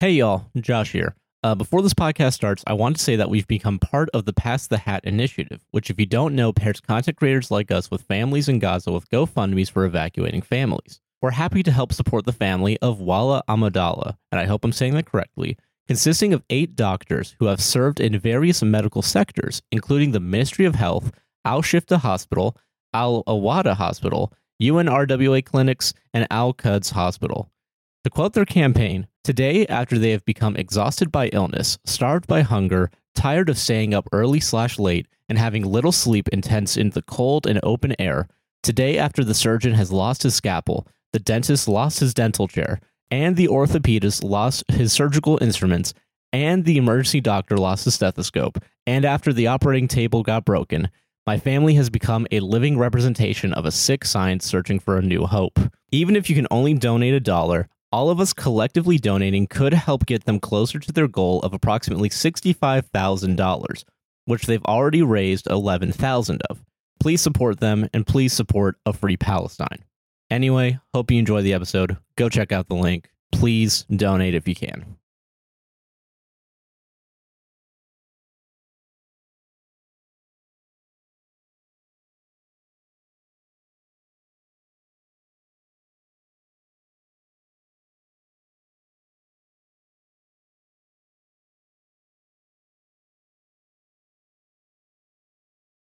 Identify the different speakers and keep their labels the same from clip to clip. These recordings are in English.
Speaker 1: Hey, y'all, Josh here. Uh, before this podcast starts, I want to say that we've become part of the Pass the Hat initiative, which, if you don't know, pairs content creators like us with families in Gaza with GoFundMe's for evacuating families. We're happy to help support the family of Wala Amadallah, and I hope I'm saying that correctly, consisting of eight doctors who have served in various medical sectors, including the Ministry of Health, Al Shifta Hospital, Al Awada Hospital, UNRWA Clinics, and Al Quds Hospital. To quote their campaign, today, after they have become exhausted by illness, starved by hunger, tired of staying up early slash late, and having little sleep intense in the cold and open air, today, after the surgeon has lost his scalpel, the dentist lost his dental chair, and the orthopedist lost his surgical instruments, and the emergency doctor lost his stethoscope, and after the operating table got broken, my family has become a living representation of a sick science searching for a new hope. Even if you can only donate a dollar, all of us collectively donating could help get them closer to their goal of approximately $65,000, which they've already raised 11,000 of. Please support them and please support a free Palestine. Anyway, hope you enjoy the episode. Go check out the link. Please donate if you can.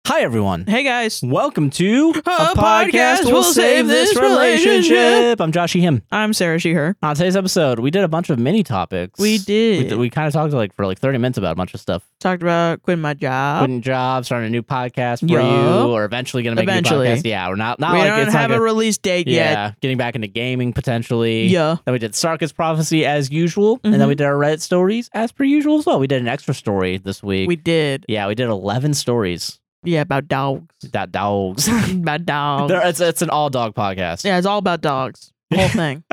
Speaker 1: Hi everyone.
Speaker 2: Hey guys,
Speaker 1: Welcome to
Speaker 2: A Podcast Will Save This Relationship.
Speaker 1: I'm Joshy Him.
Speaker 2: I'm Sarah Sheher.
Speaker 1: On today's episode, we did a bunch of mini topics.
Speaker 2: We
Speaker 1: We,
Speaker 2: did.
Speaker 1: we kind of talked like for like 30 minutes about a bunch of stuff.
Speaker 2: talked about quitting my job.
Speaker 1: Quitting jobs, starting a new podcast for
Speaker 2: Oh. Yup.
Speaker 1: you, or eventually going to make
Speaker 2: Eventually.
Speaker 1: a new podcast. Yeah, we're not not
Speaker 2: we
Speaker 1: like
Speaker 2: don't
Speaker 1: it's
Speaker 2: have
Speaker 1: not
Speaker 2: a
Speaker 1: gonna-
Speaker 2: release date
Speaker 1: yeah, getting back into gaming potentially.
Speaker 2: yet. Yeah.
Speaker 1: Then we did Sarkis prophecy as usual, and then
Speaker 2: Mhm.
Speaker 1: we did our Reddit stories as per usual as well. We did an extra story this week.
Speaker 2: We did.
Speaker 1: yeah, we did 11 stories.
Speaker 2: Yeah, about dogs.
Speaker 1: That dogs.
Speaker 2: about dogs.
Speaker 1: There- it's, it's an all dog podcast.
Speaker 2: yeah, it's all about dogs. The whole thing.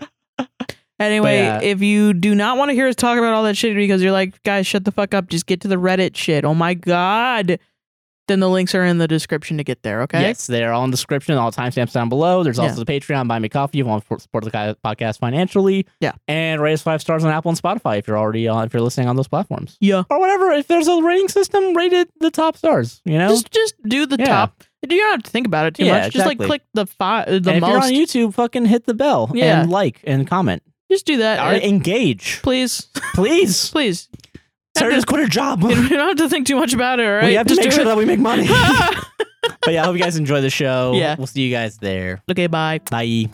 Speaker 2: anyway,
Speaker 1: But,
Speaker 2: if you do not want to hear us talk about all that shit because you're like, guys, shut the fuck up. Just get to the Reddit shit. Oh my God. Then the links are in the description to get there, okay?
Speaker 1: Yes, they're all in the description, all timestamps down below. There's also the
Speaker 2: Yeah.
Speaker 1: Patreon, buy me coffee if you want to support the ki- podcast financially.
Speaker 2: Yeah.
Speaker 1: And rate us five stars on Apple and Spotify if you're already on, if you're listening on those platforms.
Speaker 2: Yeah.
Speaker 1: Or whatever. If there's a rating system, rate it the top stars, you know?
Speaker 2: Just just do the
Speaker 1: Yeah.
Speaker 2: top. You don't have to think about it too
Speaker 1: Yeah,
Speaker 2: much. Just
Speaker 1: exactly.
Speaker 2: like click the fi- the
Speaker 1: and if
Speaker 2: most.
Speaker 1: you're on YouTube, fucking hit the bell
Speaker 2: Yeah.
Speaker 1: and like and comment.
Speaker 2: just do that.
Speaker 1: All right, engage.
Speaker 2: Please.
Speaker 1: Please.
Speaker 2: Please.
Speaker 1: Sarah just quit her job.
Speaker 2: You don't have to think too much about it, all right?
Speaker 1: We have to
Speaker 2: Just
Speaker 1: make
Speaker 2: do
Speaker 1: sure
Speaker 2: it.
Speaker 1: that we make money. but yeah, I hope you guys enjoy the show.
Speaker 2: Yeah.
Speaker 1: We'll see you guys there.
Speaker 2: okay, bye.
Speaker 1: Bye.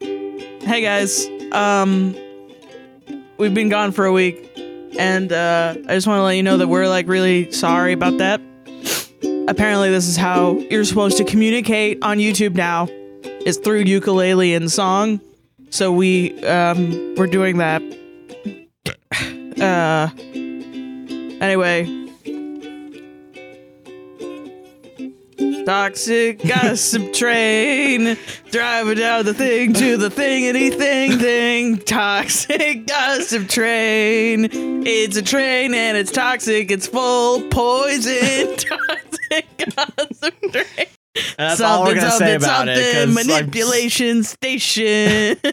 Speaker 2: Hey guys. Um we've been gone for a week and uh I just want to let you know that we're like really sorry about that. Apparently this is how you're supposed to communicate on YouTube now. It's through ukulele and song. So we um we're doing that. Uh anyway, Toxic gossip train driving down the thing to the thing anything thing. Toxic gossip train. It's a train and it's toxic. It's full poison. Toxic gossip train.
Speaker 1: And that's all we're gonna say about it. 'cause, like,
Speaker 2: Manipulation station.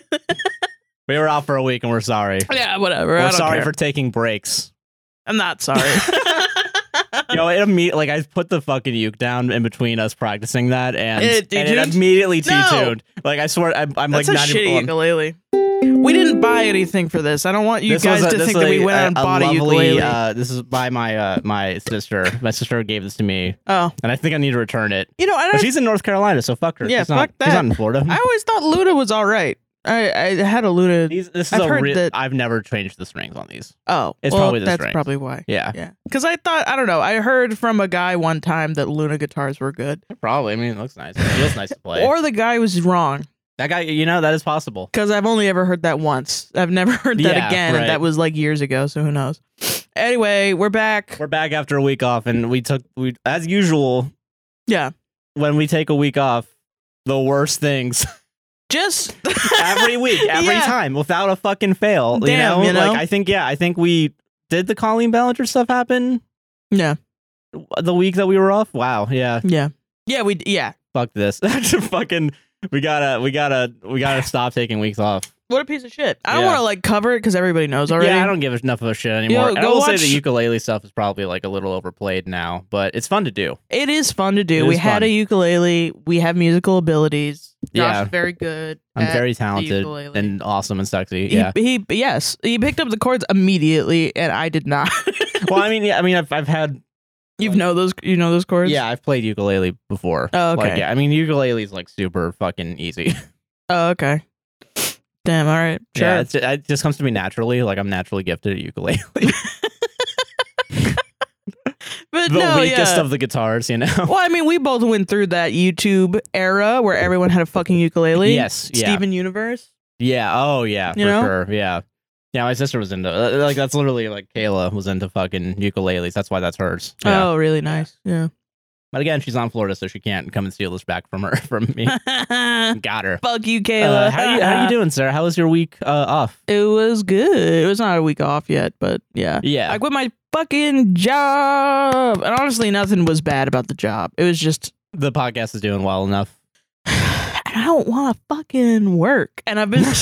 Speaker 1: we were out for a week and we're sorry.
Speaker 2: yeah, whatever. I
Speaker 1: We're
Speaker 2: don't
Speaker 1: sorry
Speaker 2: care.
Speaker 1: for taking breaks.
Speaker 2: I'm not sorry.
Speaker 1: You know, it imme- like I put the fucking uke down in between us practicing that, and
Speaker 2: It-
Speaker 1: and it
Speaker 2: did you?
Speaker 1: immediately t
Speaker 2: No.
Speaker 1: tuned. Like I swear, I'm, I'm like
Speaker 2: That's
Speaker 1: not
Speaker 2: a shitty
Speaker 1: even.
Speaker 2: ukulele. We didn't buy anything for this. I don't want you
Speaker 1: This
Speaker 2: guys
Speaker 1: was a-
Speaker 2: to
Speaker 1: this
Speaker 2: think
Speaker 1: was
Speaker 2: that we
Speaker 1: a-
Speaker 2: went out and
Speaker 1: a
Speaker 2: bought a
Speaker 1: lovely,
Speaker 2: ukulele.
Speaker 1: Uh, this is by my uh, my sister. My sister gave this to me,
Speaker 2: oh,
Speaker 1: and I think I need to return it.
Speaker 2: you know, I
Speaker 1: But
Speaker 2: don't.
Speaker 1: she's in North Carolina, so fuck her.
Speaker 2: Yeah,
Speaker 1: she's not,
Speaker 2: fuck
Speaker 1: She's
Speaker 2: that.
Speaker 1: not in Florida.
Speaker 2: I always thought Luda was all right. I I had a Luda.
Speaker 1: These- this is
Speaker 2: I've
Speaker 1: a
Speaker 2: heard
Speaker 1: re-
Speaker 2: that-
Speaker 1: I've never changed the strings on these.
Speaker 2: Oh,
Speaker 1: It's
Speaker 2: well,
Speaker 1: probably the
Speaker 2: that's
Speaker 1: strings.
Speaker 2: probably why.
Speaker 1: Yeah,
Speaker 2: Yeah, because I thought I don't know. I heard from a guy one time that Luna guitars were good,
Speaker 1: probably. I mean, it looks nice. It feels nice to play.
Speaker 2: or the guy was wrong.
Speaker 1: that guy, you know, that is possible.
Speaker 2: Because I've only ever heard that once. I've never heard that
Speaker 1: Yeah,
Speaker 2: again,
Speaker 1: right.
Speaker 2: and that was like years ago. So who knows? Anyway, we're back.
Speaker 1: We're back after a week off, and we took we as usual
Speaker 2: yeah,
Speaker 1: when we take a week off, the worst things
Speaker 2: just
Speaker 1: every week, every
Speaker 2: Yeah.
Speaker 1: time, without a fucking fail.
Speaker 2: Damn,
Speaker 1: you know,
Speaker 2: you know?
Speaker 1: like I think yeah, I think we did the Colleen Ballinger stuff happen.
Speaker 2: yeah.
Speaker 1: the week that we were off. Wow. Yeah.
Speaker 2: Yeah. Yeah, we yeah.
Speaker 1: Fuck this. fucking. We gotta. We gotta. We gotta stop taking weeks off.
Speaker 2: What a piece of shit. I don't
Speaker 1: Yeah.
Speaker 2: want to like cover it because everybody knows already.
Speaker 1: Yeah, I don't give enough of a shit anymore. And I
Speaker 2: go
Speaker 1: will
Speaker 2: watch-
Speaker 1: say the ukulele stuff is probably like a little overplayed now, but it's fun to do.
Speaker 2: It is fun to do.
Speaker 1: It
Speaker 2: We
Speaker 1: is
Speaker 2: had
Speaker 1: fun.
Speaker 2: a ukulele. We have musical abilities. Josh
Speaker 1: Yeah.
Speaker 2: is very good.
Speaker 1: I'm
Speaker 2: at
Speaker 1: very
Speaker 2: the
Speaker 1: talented
Speaker 2: ukulele.
Speaker 1: and awesome and sexy.
Speaker 2: he,
Speaker 1: Yeah.
Speaker 2: he yes, he picked up the chords immediately, and I did not.
Speaker 1: well, I mean, yeah, I mean, I've, I've had
Speaker 2: you know those. You know those chords.
Speaker 1: yeah, I've played ukulele before.
Speaker 2: Oh, okay.
Speaker 1: Like, yeah, I mean, ukulele is like super fucking easy.
Speaker 2: Oh, okay. Damn. All right. Sure.
Speaker 1: Yeah, it's, it just comes to me naturally. Like I'm naturally gifted at ukulele.
Speaker 2: but
Speaker 1: the
Speaker 2: no.
Speaker 1: weakest
Speaker 2: yeah.
Speaker 1: of the guitars, you know.
Speaker 2: well, I mean, we both went through that YouTube era where everyone had a fucking ukulele.
Speaker 1: yes. Yeah.
Speaker 2: Steven Universe.
Speaker 1: Yeah. Oh, yeah.
Speaker 2: You
Speaker 1: for
Speaker 2: know?
Speaker 1: sure. Yeah. Yeah. My sister was into uh, like that's literally like Kayla was into fucking ukuleles. That's why that's hers. Yeah.
Speaker 2: Oh, really nice. Yeah.
Speaker 1: But again, she's on Florida, so she can't come and steal this back from her from me. Got her.
Speaker 2: Fuck you, Kayla.
Speaker 1: Uh, how you how you doing, sir? How was your week uh, off?
Speaker 2: It was good. It was not a week off yet, but yeah.
Speaker 1: Yeah,
Speaker 2: I quit my fucking job. And honestly, nothing was bad about the job. It was just,
Speaker 1: the podcast is doing well enough.
Speaker 2: I don't want to fucking work. And I've been,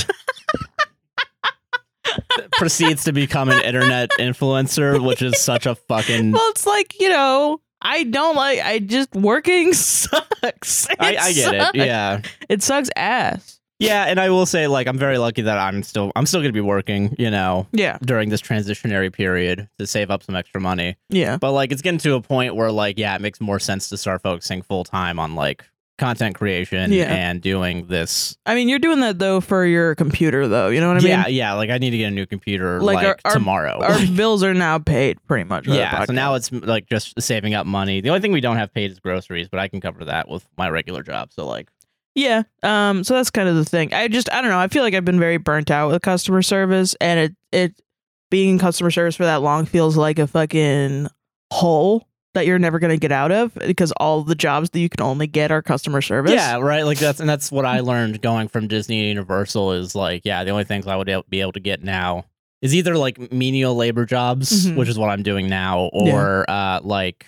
Speaker 1: Proceeds to become an internet influencer, which is such a fucking.
Speaker 2: well, it's like, you know, I don't like, I just, working sucks. It
Speaker 1: I, I get it.
Speaker 2: sucks.
Speaker 1: Yeah,
Speaker 2: It sucks ass.
Speaker 1: yeah, and I will say, like, I'm very lucky that I'm still I'm still gonna be working, you know,
Speaker 2: Yeah.
Speaker 1: during this transitionary period to save up some extra money.
Speaker 2: Yeah.
Speaker 1: But like, it's getting to a point where, like, yeah, it makes more sense to start focusing full time on like content creation
Speaker 2: Yeah.
Speaker 1: and doing this
Speaker 2: I mean, you're doing that though for your computer though. You know what I
Speaker 1: yeah,
Speaker 2: mean?
Speaker 1: yeah. Like I need to get a new computer
Speaker 2: Like,
Speaker 1: like,
Speaker 2: our- our-
Speaker 1: tomorrow.
Speaker 2: Our bills are now paid pretty much. for the
Speaker 1: yeah. So
Speaker 2: podcast.
Speaker 1: now it's like just saving up money. The only thing we don't have paid is groceries, but I can cover that with my regular job. So like,
Speaker 2: Yeah. Um. So that's kind of the thing. I just I don't know. I feel like I've been very burnt out with customer service, and it it being in customer service for that long feels like a fucking hole that you're never gonna get out of because all the jobs that you can only get are customer service.
Speaker 1: yeah, right. Like that's and that's what I learned going from Disney to Universal is like, yeah, the only things I would el- be able to get now is either like menial labor jobs,
Speaker 2: Mhm.
Speaker 1: which is what I'm doing now, or uh, like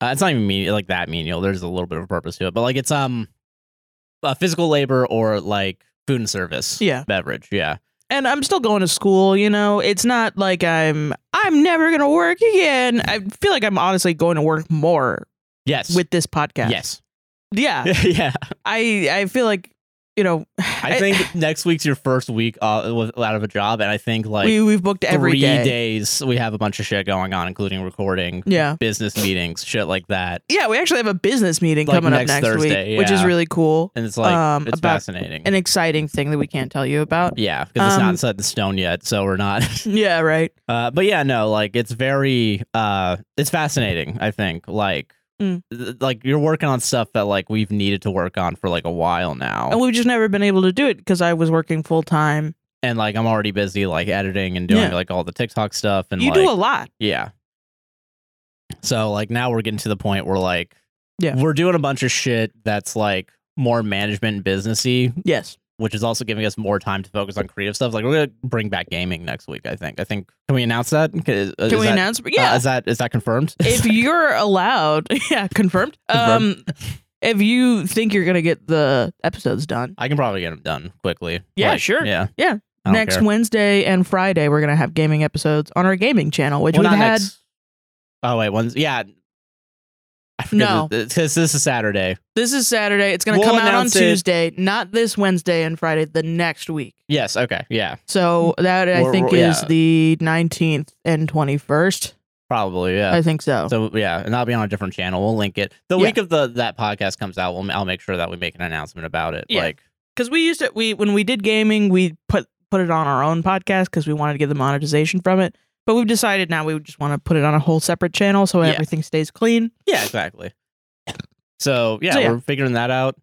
Speaker 1: uh, it's not even menial, like that menial. There's a little bit of a purpose to it, but like it's um uh, physical labor or like food and service,
Speaker 2: Yeah.
Speaker 1: beverage, yeah.
Speaker 2: And I'm still going to school. You know, it's not like I'm I'm never gonna work again. I feel like I'm honestly going to work more
Speaker 1: Yes.
Speaker 2: with Uh, this podcast.
Speaker 1: Yes.
Speaker 2: Yeah.
Speaker 1: yeah.
Speaker 2: I I feel like you know
Speaker 1: I think next week's your first week uh, with- out of a job, and I think like
Speaker 2: we we've booked every
Speaker 1: three
Speaker 2: day.
Speaker 1: days we have a bunch of shit going on, including recording,
Speaker 2: Yeah.
Speaker 1: business meetings, shit like that.
Speaker 2: yeah, we actually have a business meeting
Speaker 1: Like
Speaker 2: coming
Speaker 1: next
Speaker 2: up next
Speaker 1: Thursday,
Speaker 2: week, which is
Speaker 1: yeah.
Speaker 2: really cool.
Speaker 1: And it's like
Speaker 2: Um,
Speaker 1: it's
Speaker 2: about-
Speaker 1: fascinating.
Speaker 2: An exciting thing that we can't tell you about.
Speaker 1: yeah, because it's
Speaker 2: um,
Speaker 1: not set in stone yet, so we're not.
Speaker 2: Yeah, right.
Speaker 1: uh, but yeah, no, like it's very, uh, it's fascinating. I think like.
Speaker 2: Mm.
Speaker 1: th- Like you're working on stuff that like we've needed to work on for like a while now,
Speaker 2: And we've just never been able to do it because I was working full time.
Speaker 1: and like I'm already busy like editing and doing
Speaker 2: Yeah.
Speaker 1: like all the TikTok stuff and
Speaker 2: You
Speaker 1: like,
Speaker 2: do a lot.
Speaker 1: Yeah. So like now we're getting to the point where like
Speaker 2: Yeah.
Speaker 1: we're doing a bunch of shit that's like more management and businessy,
Speaker 2: Yes.
Speaker 1: which is also giving us more time to focus on creative stuff. Like we're gonna bring back gaming next week. I think. I think can we announce that? Can, is
Speaker 2: Can we
Speaker 1: that-
Speaker 2: announce?
Speaker 1: uh,
Speaker 2: Yeah.
Speaker 1: is that is that confirmed?
Speaker 2: if you're allowed, yeah, confirmed. Um,
Speaker 1: Confirmed.
Speaker 2: if you think you're gonna get the episodes done
Speaker 1: I can probably get them done quickly.
Speaker 2: Yeah, sure.
Speaker 1: Yeah.
Speaker 2: Yeah.
Speaker 1: I don't
Speaker 2: next
Speaker 1: care.
Speaker 2: Wednesday and Friday, we're gonna have gaming episodes on our gaming channel, which
Speaker 1: Well,
Speaker 2: we've
Speaker 1: not
Speaker 2: had.
Speaker 1: next- Oh wait, one's yeah. I forget
Speaker 2: No.
Speaker 1: the- it's- this, is Saturday.
Speaker 2: This is Saturday. It's gonna
Speaker 1: We'll
Speaker 2: come out on
Speaker 1: announce it-
Speaker 2: Tuesday, not this Wednesday and Friday. The next week.
Speaker 1: Yes. Okay. Yeah.
Speaker 2: So that I
Speaker 1: We're-
Speaker 2: think
Speaker 1: we're-
Speaker 2: is
Speaker 1: yeah.
Speaker 2: the 19th and 21st.
Speaker 1: Probably. Yeah.
Speaker 2: I think so.
Speaker 1: So yeah, and that'll be on a different channel. We'll link it the
Speaker 2: Yeah.
Speaker 1: week of the that podcast comes out. We'll I'll make sure that we make an announcement about it.
Speaker 2: Yeah.
Speaker 1: Like
Speaker 2: Because we used to we when we did gaming, we put put it on our own podcast because we wanted to get the monetization from it. But we've decided now we just want to put it on a whole separate channel so
Speaker 1: Yeah.
Speaker 2: everything stays clean.
Speaker 1: yeah, exactly. So yeah,
Speaker 2: So, yeah.
Speaker 1: we're figuring that out.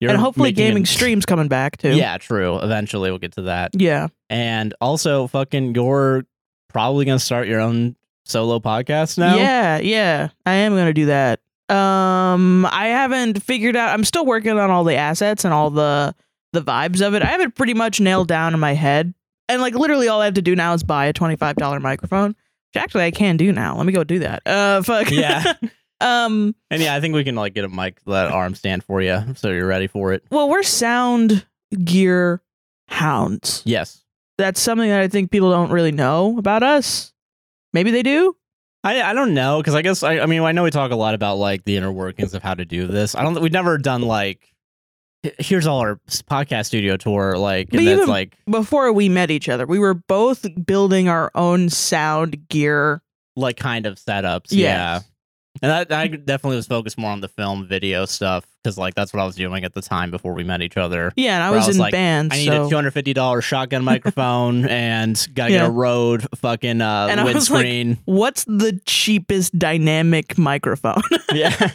Speaker 1: You're
Speaker 2: and hopefully
Speaker 1: making
Speaker 2: gaming
Speaker 1: an-
Speaker 2: streams coming back too.
Speaker 1: Yeah, true. Eventually we'll get to that.
Speaker 2: Yeah.
Speaker 1: And also, fucking, you're probably gonna start your own solo podcast now.
Speaker 2: Yeah, yeah. I am gonna do that. Um I haven't figured out I'm still working on all the assets and all the the vibes of it. I have it pretty much nailed down in my head. And like literally all I have to do now is buy a twenty five dollar microphone, Which actually, I can do now. Let me go do that. Uh, fuck.
Speaker 1: Yeah.
Speaker 2: um.
Speaker 1: And yeah, I think we can like get a mic, that arm stand for you, so you're ready for it.
Speaker 2: Well, we're sound gear hounds.
Speaker 1: Yes.
Speaker 2: That's something that I think people don't really know about us. Maybe they do.
Speaker 1: I, I don't know because I guess I, I mean I know we talk a lot about like the inner workings of how to do this. I don't we've never done like h- here's all our s- podcast studio tour like
Speaker 2: But
Speaker 1: and that's
Speaker 2: even-
Speaker 1: like
Speaker 2: Before we met each other, we were both building our own sound gear.
Speaker 1: like kind of setups. Yeah,
Speaker 2: Yes.
Speaker 1: and I, I definitely was focused more on the film video stuff because like that's what I was doing at the time before we met each other.
Speaker 2: Yeah, and I
Speaker 1: Where I
Speaker 2: was,
Speaker 1: was
Speaker 2: in
Speaker 1: like,
Speaker 2: bands.
Speaker 1: I need a
Speaker 2: so.
Speaker 1: two hundred fifty dollar shotgun microphone and gotta get
Speaker 2: Yeah.
Speaker 1: a Rode fucking uh,
Speaker 2: And I was like-
Speaker 1: windscreen.
Speaker 2: What's the cheapest dynamic microphone?
Speaker 1: yeah,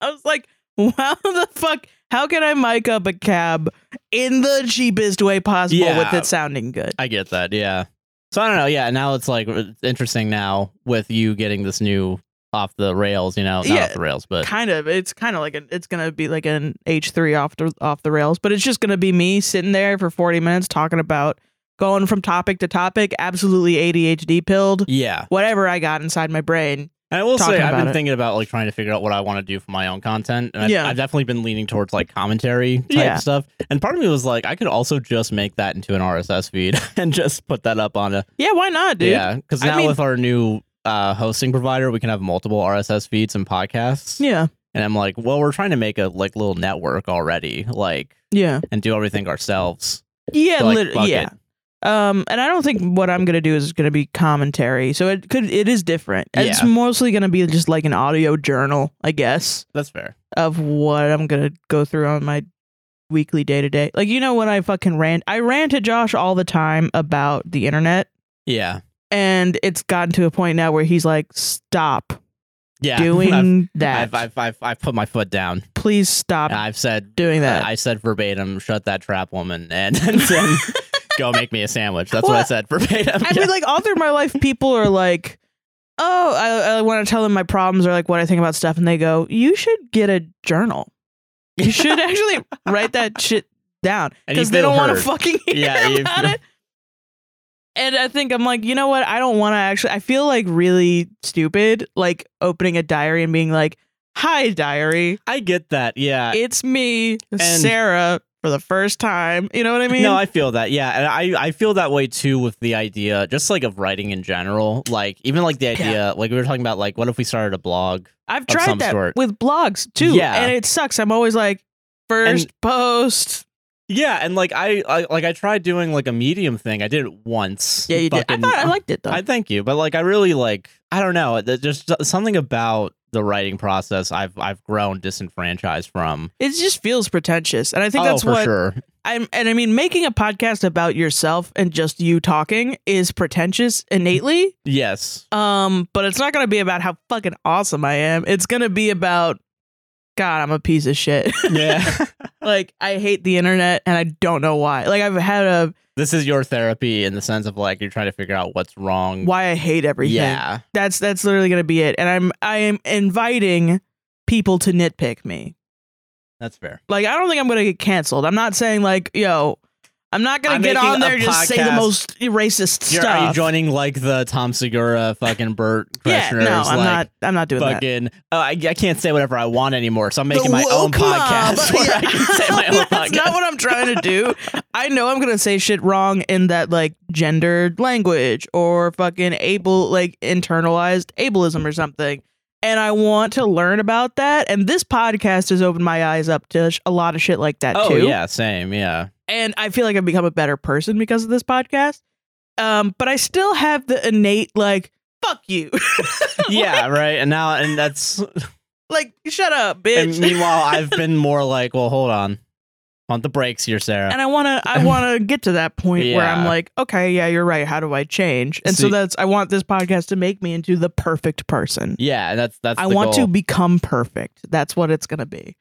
Speaker 2: I was like, wow, the fuck? How can I mic up a cab in the cheapest way possible
Speaker 1: Yeah.
Speaker 2: with it sounding good?
Speaker 1: I get that. Yeah. So I don't know. Yeah. Now it's like it's interesting now with you getting this new off the rails, you know, not
Speaker 2: Yeah.
Speaker 1: off the rails, but
Speaker 2: Kind of. It's kind of like an. It's gonna be like an H three off the off the rails, but it's just gonna be me sitting there for forty minutes talking about going from topic to topic, absolutely ADHD pilled,
Speaker 1: yeah.
Speaker 2: whatever I got inside my brain.
Speaker 1: And I will
Speaker 2: Talking
Speaker 1: say I've been
Speaker 2: about it.
Speaker 1: thinking about like trying to figure out what I want to do for my own content. And I've,
Speaker 2: Yeah.
Speaker 1: I've definitely been leaning towards like commentary type
Speaker 2: Yeah.
Speaker 1: stuff. And part of me was like, I could also just make that into an RSS feed and just put that up on a
Speaker 2: Yeah, why not, dude?
Speaker 1: Yeah. Because
Speaker 2: I
Speaker 1: now
Speaker 2: mean-
Speaker 1: with our new uh, hosting provider, we can have multiple RSS feeds and podcasts.
Speaker 2: yeah,
Speaker 1: And I'm like, well, we're trying to make a like little network already, like
Speaker 2: yeah,
Speaker 1: and do everything ourselves.
Speaker 2: yeah.
Speaker 1: So, like,
Speaker 2: lit-
Speaker 1: fuck
Speaker 2: yeah.
Speaker 1: it.
Speaker 2: Um, and I don't think what I'm gonna do is gonna be commentary. So it could it is different. It's
Speaker 1: Yeah.
Speaker 2: mostly gonna be just like an audio journal, I guess,
Speaker 1: That's fair.
Speaker 2: of what I'm gonna go through on my weekly day to day. Like you know when I fucking rant, I rant to Josh all the time about the internet,
Speaker 1: Yeah.
Speaker 2: and it's gotten to a point now where he's like, "Stop
Speaker 1: Yeah.
Speaker 2: doing
Speaker 1: I've,
Speaker 2: that. Uh,
Speaker 1: I've, I've, I've, I've put my foot down.
Speaker 2: Please stop
Speaker 1: And I've said,
Speaker 2: doing that."
Speaker 1: I said verbatim, shut that trap woman and, and then go make me a sandwich. That's what I
Speaker 2: Well,
Speaker 1: said verbatim.
Speaker 2: I
Speaker 1: Yeah.
Speaker 2: mean, like all through my life, people are like, "Oh, I, I want to tell them my problems or like what I think about stuff," and they go, "You should get a journal. You should actually write that shit down
Speaker 1: And you
Speaker 2: because they
Speaker 1: feel
Speaker 2: don't want to
Speaker 1: heard.
Speaker 2: fucking hear
Speaker 1: Yeah, you
Speaker 2: about
Speaker 1: feel-
Speaker 2: it." And I think I'm like, you know what? I don't want to actually. I feel like really stupid, like opening a diary and being like, "Hi, diary,
Speaker 1: I get that. Yeah.
Speaker 2: it's me,
Speaker 1: and-
Speaker 2: Sarah." For the first time, you know what I mean?
Speaker 1: no, I feel that. Yeah, and I I feel that way too with the idea, just like of writing in general. Like even like the idea, like we were talking about, like what if we started a blog?
Speaker 2: I've
Speaker 1: of some
Speaker 2: tried that
Speaker 1: sort.
Speaker 2: with blogs too,
Speaker 1: Yeah.
Speaker 2: and it sucks. I'm always like first post.
Speaker 1: Yeah, and like I, I like I tried doing like a medium thing. I did it once.
Speaker 2: Yeah, you did. I
Speaker 1: Fucking- um,
Speaker 2: thought I liked it though.
Speaker 1: I thank you, but like I really like I don't know. There's just something about the writing process I've I've grown disenfranchised from.
Speaker 2: it just feels pretentious, and I think
Speaker 1: oh,
Speaker 2: that's
Speaker 1: for
Speaker 2: what
Speaker 1: sure.
Speaker 2: I'm. And I mean, making a podcast about yourself and just you talking is pretentious innately.
Speaker 1: Yes.
Speaker 2: Um, but it's not going to be about how fucking awesome I am. It's going to be about God, I'm a piece of shit.
Speaker 1: Yeah.
Speaker 2: like I hate the internet, and I don't know why. Like I've had a
Speaker 1: this is your therapy in the sense of like you're trying to figure out what's wrong.
Speaker 2: why I hate everything.
Speaker 1: Yeah.
Speaker 2: That's that's literally going to be it. And I'm I am inviting people to nitpick me.
Speaker 1: That's fair.
Speaker 2: Like I don't think I'm going to get canceled. I'm not saying like, yo, I'm not going
Speaker 1: I'm
Speaker 2: to get
Speaker 1: making
Speaker 2: on there
Speaker 1: a
Speaker 2: and just say the
Speaker 1: podcast.
Speaker 2: most racist
Speaker 1: You're,
Speaker 2: stuff.
Speaker 1: are you joining like the Tom Segura fucking Burt
Speaker 2: yeah,
Speaker 1: Kreschner's
Speaker 2: no, I'm
Speaker 1: like
Speaker 2: not. I'm not doing that.
Speaker 1: fucking oh, I, I can't say whatever I want anymore, so I'm
Speaker 2: The
Speaker 1: making my own
Speaker 2: woke mob.
Speaker 1: podcast where
Speaker 2: Yeah.
Speaker 1: I can say my own
Speaker 2: That's
Speaker 1: podcast.
Speaker 2: not what I'm trying to do. I know I'm gonna say shit wrong in that like gendered language or fucking able like internalized ableism or something. And I want to learn about that. And this podcast has opened my eyes up to sh- a lot of shit like that
Speaker 1: oh
Speaker 2: too.
Speaker 1: yeah, same, yeah.
Speaker 2: and I feel like I've become a better person because of this podcast. Um, but I still have the innate like fuck you,
Speaker 1: yeah, right. And now and that's
Speaker 2: like shut up,
Speaker 1: And
Speaker 2: bitch. And,
Speaker 1: meanwhile, I've been more like, well, hold on, on the brakes here, Sarah.
Speaker 2: I want to, I want to get to that point where I'm
Speaker 1: Yeah.
Speaker 2: like, okay, yeah, you're right. How do I change? And so
Speaker 1: See-
Speaker 2: that's I want this podcast to make me into the perfect person.
Speaker 1: yeah, and that's that's.
Speaker 2: I
Speaker 1: the
Speaker 2: want
Speaker 1: goal.
Speaker 2: to become perfect. That's what it's gonna be.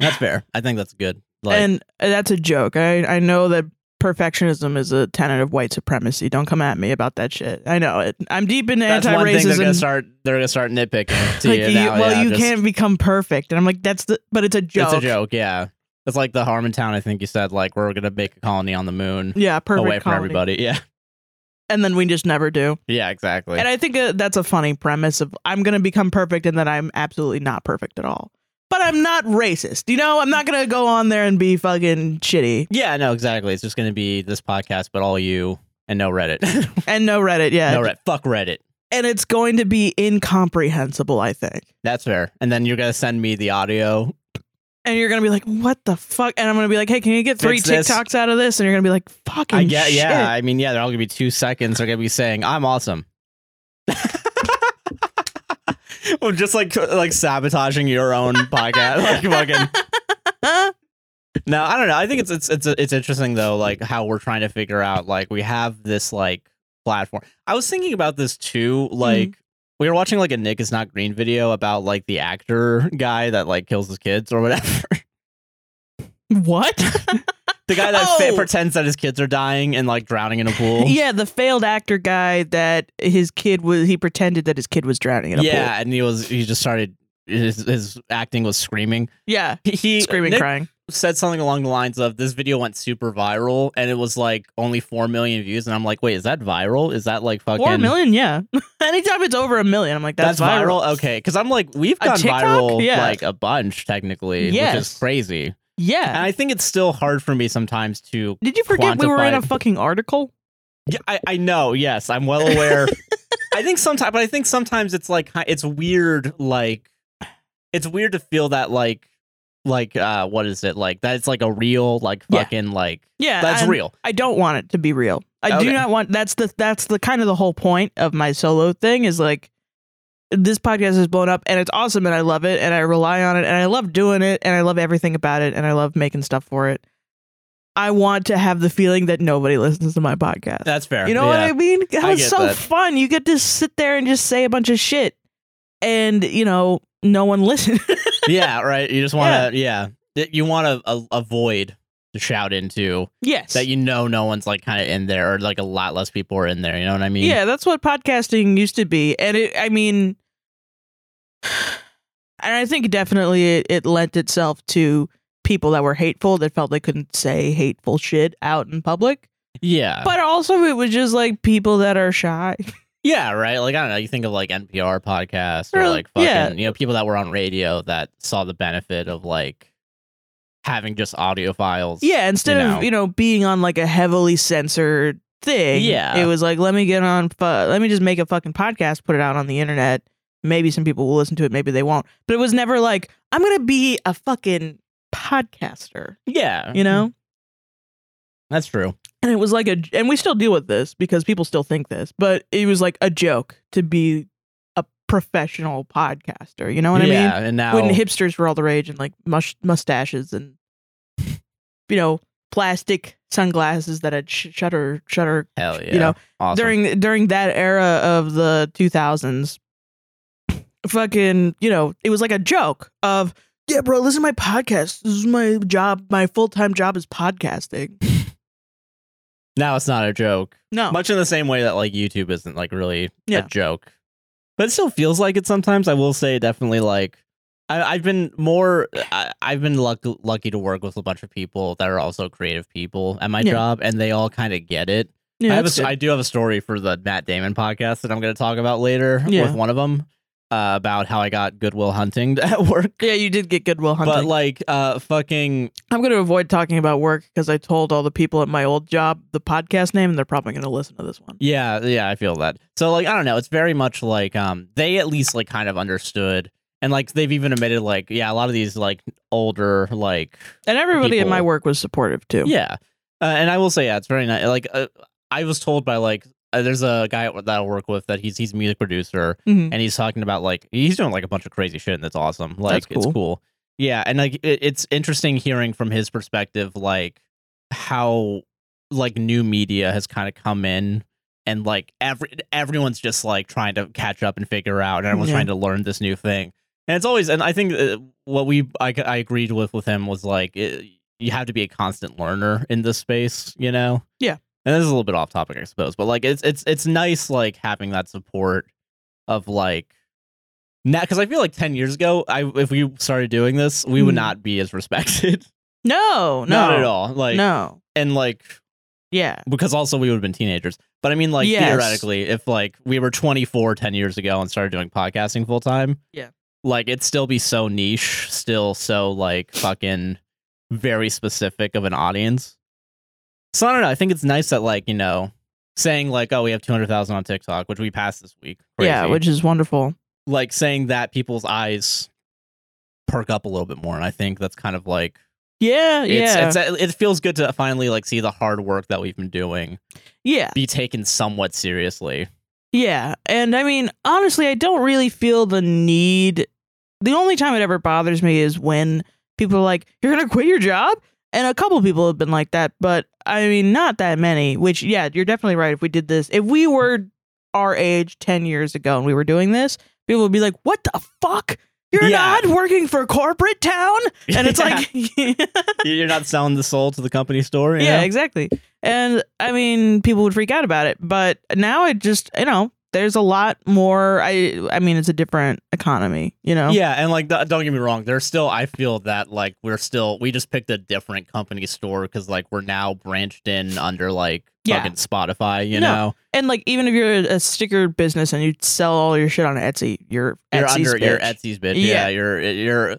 Speaker 1: That's fair. I think that's good. Like,
Speaker 2: and uh, that's a joke. I I know that perfectionism is a tenet of white supremacy. Don't come at me about that shit. I know it. I'm deep into
Speaker 1: that's one thing they're
Speaker 2: anti-racism.
Speaker 1: gonna start. They're gonna start nitpicking to
Speaker 2: like
Speaker 1: you,
Speaker 2: you,
Speaker 1: now.
Speaker 2: well
Speaker 1: yeah,
Speaker 2: you
Speaker 1: just-
Speaker 2: can't become perfect and i'm like that's the but it's a joke
Speaker 1: It's a joke. Yeah, it's like the Harmontown. I think you said like we're gonna make a colony on the moon
Speaker 2: yeah perfect
Speaker 1: away from
Speaker 2: colony.
Speaker 1: everybody. Yeah,
Speaker 2: and then we just never do.
Speaker 1: Yeah, exactly.
Speaker 2: And I think uh, that's a funny premise of I'm going to become perfect and then I'm absolutely not perfect at all. But I'm not racist. You know, I'm not going to go on there and be fucking shitty.
Speaker 1: yeah, no, exactly. It's just going to be this podcast, but all you and no Reddit. no
Speaker 2: And no Reddit yet.
Speaker 1: Reddit. Fuck Reddit.
Speaker 2: And it's going to be incomprehensible, I think.
Speaker 1: That's fair. And then you're going to send me the audio.
Speaker 2: And you're going to be like, what the fuck? And I'm going to be like, hey, can you get three
Speaker 1: Fix this.
Speaker 2: TikToks out of this? And you're going to be like, fucking
Speaker 1: I get,
Speaker 2: shit.
Speaker 1: yeah. I mean, yeah, they're all going to be two seconds. They're going to be saying, I'm awesome. well, just like like sabotaging your own podcast. Like fucking.
Speaker 2: Huh?
Speaker 1: No, I don't know. I think it's it's it's it's interesting though, like how we're trying to figure out like we have this like platform. I was thinking about this too,
Speaker 2: Mm-hmm.
Speaker 1: like we were watching like a Nick is not green video about like the actor guy that like kills his kids or whatever.
Speaker 2: What?
Speaker 1: the guy that fa-
Speaker 2: Oh.
Speaker 1: pretends that his kids are dying and like drowning in a pool.
Speaker 2: yeah, the failed actor guy that his kid was, he pretended that his kid was drowning in a
Speaker 1: Yeah,
Speaker 2: pool.
Speaker 1: and he was he just started his his acting was screaming.
Speaker 2: Yeah.
Speaker 1: He, he
Speaker 2: Screaming,
Speaker 1: Nick
Speaker 2: crying.
Speaker 1: said something along the lines of this video went super viral and it was like only 4 million views and I'm like, "Wait, is that viral? Is that like fucking
Speaker 2: Four million, yeah. Anytime it's over a million, I'm like, that's,
Speaker 1: That's, viral. Okay, because I'm like we've
Speaker 2: A
Speaker 1: gone
Speaker 2: TikTok?
Speaker 1: viral
Speaker 2: Yeah.
Speaker 1: like a bunch technically, which
Speaker 2: Yes. Uh,
Speaker 1: is crazy. And
Speaker 2: Yeah.
Speaker 1: I think it's still hard for me sometimes to.
Speaker 2: Did you forget we were in a
Speaker 1: quantified.
Speaker 2: fucking article?
Speaker 1: Yeah, I, I know. Yes, I'm well aware. I think sometimes, but I think sometimes it's like hi- it's weird. Like it's weird to feel that like like uh what is it like that it's like a real like
Speaker 2: Yeah.
Speaker 1: fucking like
Speaker 2: Yeah.
Speaker 1: that's
Speaker 2: I'm-
Speaker 1: real.
Speaker 2: I don't want it to be real. I do
Speaker 1: Okay.
Speaker 2: not want that's the that's the kind of the whole point of my solo thing is like this podcast has blown up and it's awesome and I love it and I rely on it and I love doing it and I love everything about it and I love making stuff for it. I want to have the feeling that nobody listens to my podcast.
Speaker 1: That's fair.
Speaker 2: You know what I mean? That
Speaker 1: I
Speaker 2: was
Speaker 1: get
Speaker 2: so
Speaker 1: that.
Speaker 2: fun. You get to sit there and just say a bunch of shit, and you know, no one listened.
Speaker 1: yeah, right. You just want to yeah. That You want to a, a void to shout into.
Speaker 2: yes.
Speaker 1: that you know no one's like kind of in there or like a lot less people are in there you know what i mean
Speaker 2: yeah, that's what podcasting used to be, and it, I mean, and I think definitely it, it lent itself to people that were hateful that felt they couldn't say hateful shit out in public,
Speaker 1: yeah
Speaker 2: but also it was just like people that are shy.
Speaker 1: yeah right like i don't know you think of like npr podcasts or
Speaker 2: Or,
Speaker 1: like fucking
Speaker 2: yeah.
Speaker 1: you know people that were on radio that saw the benefit of like having just audio files
Speaker 2: Yeah, instead
Speaker 1: you know?
Speaker 2: of you know being on like a heavily censored thing,
Speaker 1: Yeah.
Speaker 2: it was like let me get on, fu- let me just make a fucking podcast, put it out on the internet. Maybe some people will listen to it, maybe they won't. But it was never like I'm gonna be a fucking podcaster,
Speaker 1: yeah
Speaker 2: you know.
Speaker 1: Mm-hmm. that's true
Speaker 2: And it was like a, and we still deal with this because people still think this, but it was like a joke to be a professional podcaster. You know what I mean?
Speaker 1: yeah and now
Speaker 2: when hipsters were all the rage and like mush- mustaches and you know plastic sunglasses that had sh- shutter shutter
Speaker 1: hell yeah
Speaker 2: you know
Speaker 1: awesome.
Speaker 2: during during that era of the 2000s fucking you know it was like a joke of yeah bro listen to my podcast this is my job my full-time job is podcasting
Speaker 1: now it's not a joke
Speaker 2: no
Speaker 1: much in the same way that like youtube isn't like really a
Speaker 2: Yeah.
Speaker 1: joke but it still feels like it sometimes i will say definitely like I, i've been more I, i've been luck, lucky to work with a bunch of people that are also creative people at my
Speaker 2: Yeah.
Speaker 1: job and they all kind of get it
Speaker 2: yeah,
Speaker 1: I, have a
Speaker 2: that's
Speaker 1: s I
Speaker 2: good.
Speaker 1: do have a story for the matt damon podcast that i'm going to talk about later
Speaker 2: Yeah.
Speaker 1: with one of them uh, about how i got goodwill hunting at work
Speaker 2: yeah you did get goodwill hunting
Speaker 1: but like uh fucking
Speaker 2: i'm going to avoid talking about work because i told all the people at my old job the podcast name and they're probably going to listen to this one
Speaker 1: Yeah, yeah, I feel that. So like I don't know, it's very much like um they at least like kind of understood and like they've even admitted like yeah, a lot of these like older like
Speaker 2: and everybody at my
Speaker 1: people.
Speaker 2: work was supportive too
Speaker 1: yeah. Uh, and I will say yeah, it's very nice. Like uh, I was told by like uh, there's a guy that I work with that he's he's a music producer
Speaker 2: Mhm.
Speaker 1: and he's talking about like he's doing like a bunch of crazy shit and that's awesome. Like
Speaker 2: That's
Speaker 1: it's
Speaker 2: cool.
Speaker 1: cool. Yeah, and like it, it's interesting hearing from his perspective like how like new media has kind of come in and like every everyone's just like trying to catch up and figure out and everyone's
Speaker 2: Yeah.
Speaker 1: trying to learn this new thing. And it's always and I think uh, what we I, I agreed with with him was like it, you have to be a constant learner in this space, you know.
Speaker 2: Yeah.
Speaker 1: And this is a little bit off topic I suppose, but like it's it's it's nice like having that support of like now because I feel like 10 years ago, I if we started doing this, we would
Speaker 2: Mhm.
Speaker 1: not be as respected.
Speaker 2: No, no,
Speaker 1: Not at all. Like
Speaker 2: no,
Speaker 1: and like
Speaker 2: Yeah.
Speaker 1: because also we would have been teenagers. But I mean, like
Speaker 2: Yes.
Speaker 1: theoretically, if like we were 24 10 years ago and started doing podcasting full time,
Speaker 2: Yeah.
Speaker 1: like it'd still be so niche, still so like fucking very specific of an audience. So I don't know. I think it's nice that like you know saying like oh we have 200,000 on TikTok, which we passed this week.
Speaker 2: Yeah,
Speaker 1: Crazy.
Speaker 2: which is wonderful.
Speaker 1: like saying that people's eyes perk up a little bit more, and I think that's kind of like
Speaker 2: Yeah,
Speaker 1: it's,
Speaker 2: yeah.
Speaker 1: it's it feels good to finally like see the hard work that we've been doing
Speaker 2: yeah.
Speaker 1: be taken somewhat seriously.
Speaker 2: Yeah. And I mean, honestly, I don't really feel the need. The only time it ever bothers me is when people are like, you're going to quit your job? And a couple people have been like that, but I mean, not that many, which, yeah, you're definitely right. If we did this, if we were our age 10 years ago and we were doing this, people would be like, what the fuck? You're
Speaker 1: Yeah.
Speaker 2: not working for corporate town? And it's like,
Speaker 1: you're not selling the soul to the company store. you
Speaker 2: yeah,
Speaker 1: know?
Speaker 2: exactly. And I mean, people would freak out about it, but now it just, you know, there's a lot more. I, I mean, it's a different economy, you know.
Speaker 1: yeah, and like th- don't get me wrong, there's still I feel that like we're still we just picked a different company store because like we're now branched in under like
Speaker 2: Yeah.
Speaker 1: fucking Spotify. You
Speaker 2: No,
Speaker 1: know,
Speaker 2: And like, even if you're a sticker business and you sell all your shit on Etsy, you're
Speaker 1: you're
Speaker 2: Etsy's
Speaker 1: under you're
Speaker 2: bitch.
Speaker 1: Etsy's bitch.
Speaker 2: Yeah.
Speaker 1: yeah, you're you're,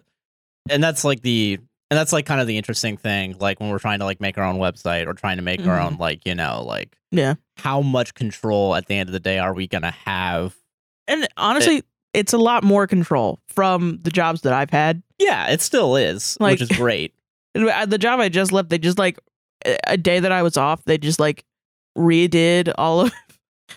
Speaker 1: and that's like the. And that's like kind of the interesting thing, like when we're trying to like make our own website or trying to make our
Speaker 2: Mhm.
Speaker 1: own like you know like
Speaker 2: Yeah.
Speaker 1: how much control at the end of the day are we gonna have
Speaker 2: And honestly, it's a lot more control from the jobs that I've had.
Speaker 1: Yeah, it still is,
Speaker 2: Like-
Speaker 1: which is great.
Speaker 2: And at The job I just left, they just like a a day that I was off, they just like redid all of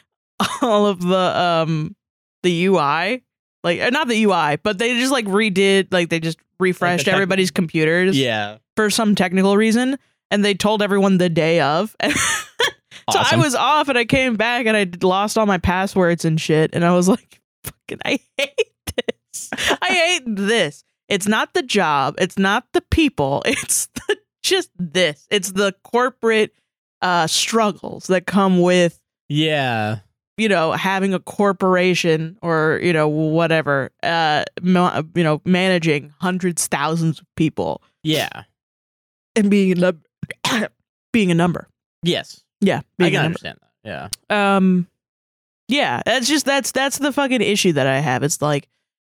Speaker 2: all of the um the UI. Like uh, not the UI, but they just like redid like they just refreshed
Speaker 1: tech-
Speaker 2: everybody's computers
Speaker 1: yeah.
Speaker 2: for some technical reason and they told everyone the day of. so I
Speaker 1: Awesome.
Speaker 2: was off and I came back and I d- lost all my passwords and shit. And I was like, fucking, I hate this. I hate this. It's not the job. It's not the people. It's the, just this. It's the corporate uh, struggles that come with,
Speaker 1: Yeah.
Speaker 2: you know, having a corporation or, you know, whatever, uh, ma- you know, managing hundreds, thousands of people
Speaker 1: Yeah.
Speaker 2: and being a, num- being a number.
Speaker 1: Yes.
Speaker 2: Yeah.
Speaker 1: I
Speaker 2: being a
Speaker 1: can
Speaker 2: number.
Speaker 1: understand that. Yeah.
Speaker 2: um yeah that's just that's that's the fucking issue that i have it's like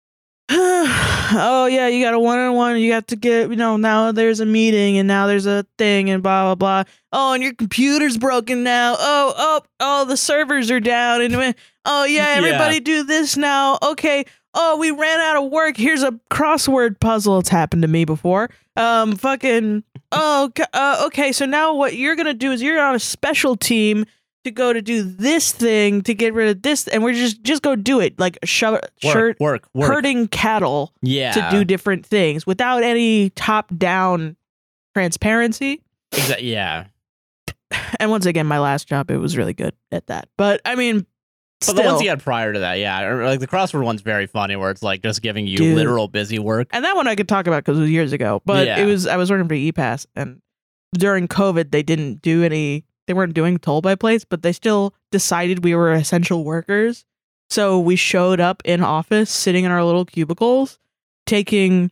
Speaker 2: oh yeah you got a one-on-one you got to get you know now there's a meeting and now there's a thing and blah blah blah oh and your computer's broken now oh oh oh the servers are down and we- oh yeah
Speaker 1: Yeah.
Speaker 2: everybody do this now okay oh we ran out of work here's a crossword puzzle it's happened to me before um fucking oh c- uh, okay so now what you're gonna do is you're on a special team to go to do this thing to get rid of this and we're just just go do it like sho-
Speaker 1: Work,
Speaker 2: shirt
Speaker 1: work, work.
Speaker 2: herding cattle
Speaker 1: yeah.
Speaker 2: to do different things without any top down transparency
Speaker 1: Exa- yeah.
Speaker 2: and once again my last job it was really good at that but i mean
Speaker 1: But
Speaker 2: still,
Speaker 1: the ones he had prior to that, yeah. or, Like the crossword one's very funny where it's like just giving you
Speaker 2: Dude.
Speaker 1: literal busy work.
Speaker 2: and that one i could talk about because it was years ago but
Speaker 1: Yeah.
Speaker 2: it was i was working for epass and during covid they didn't do any they weren't doing toll by plates but they still decided we were essential workers so we showed up in office sitting in our little cubicles taking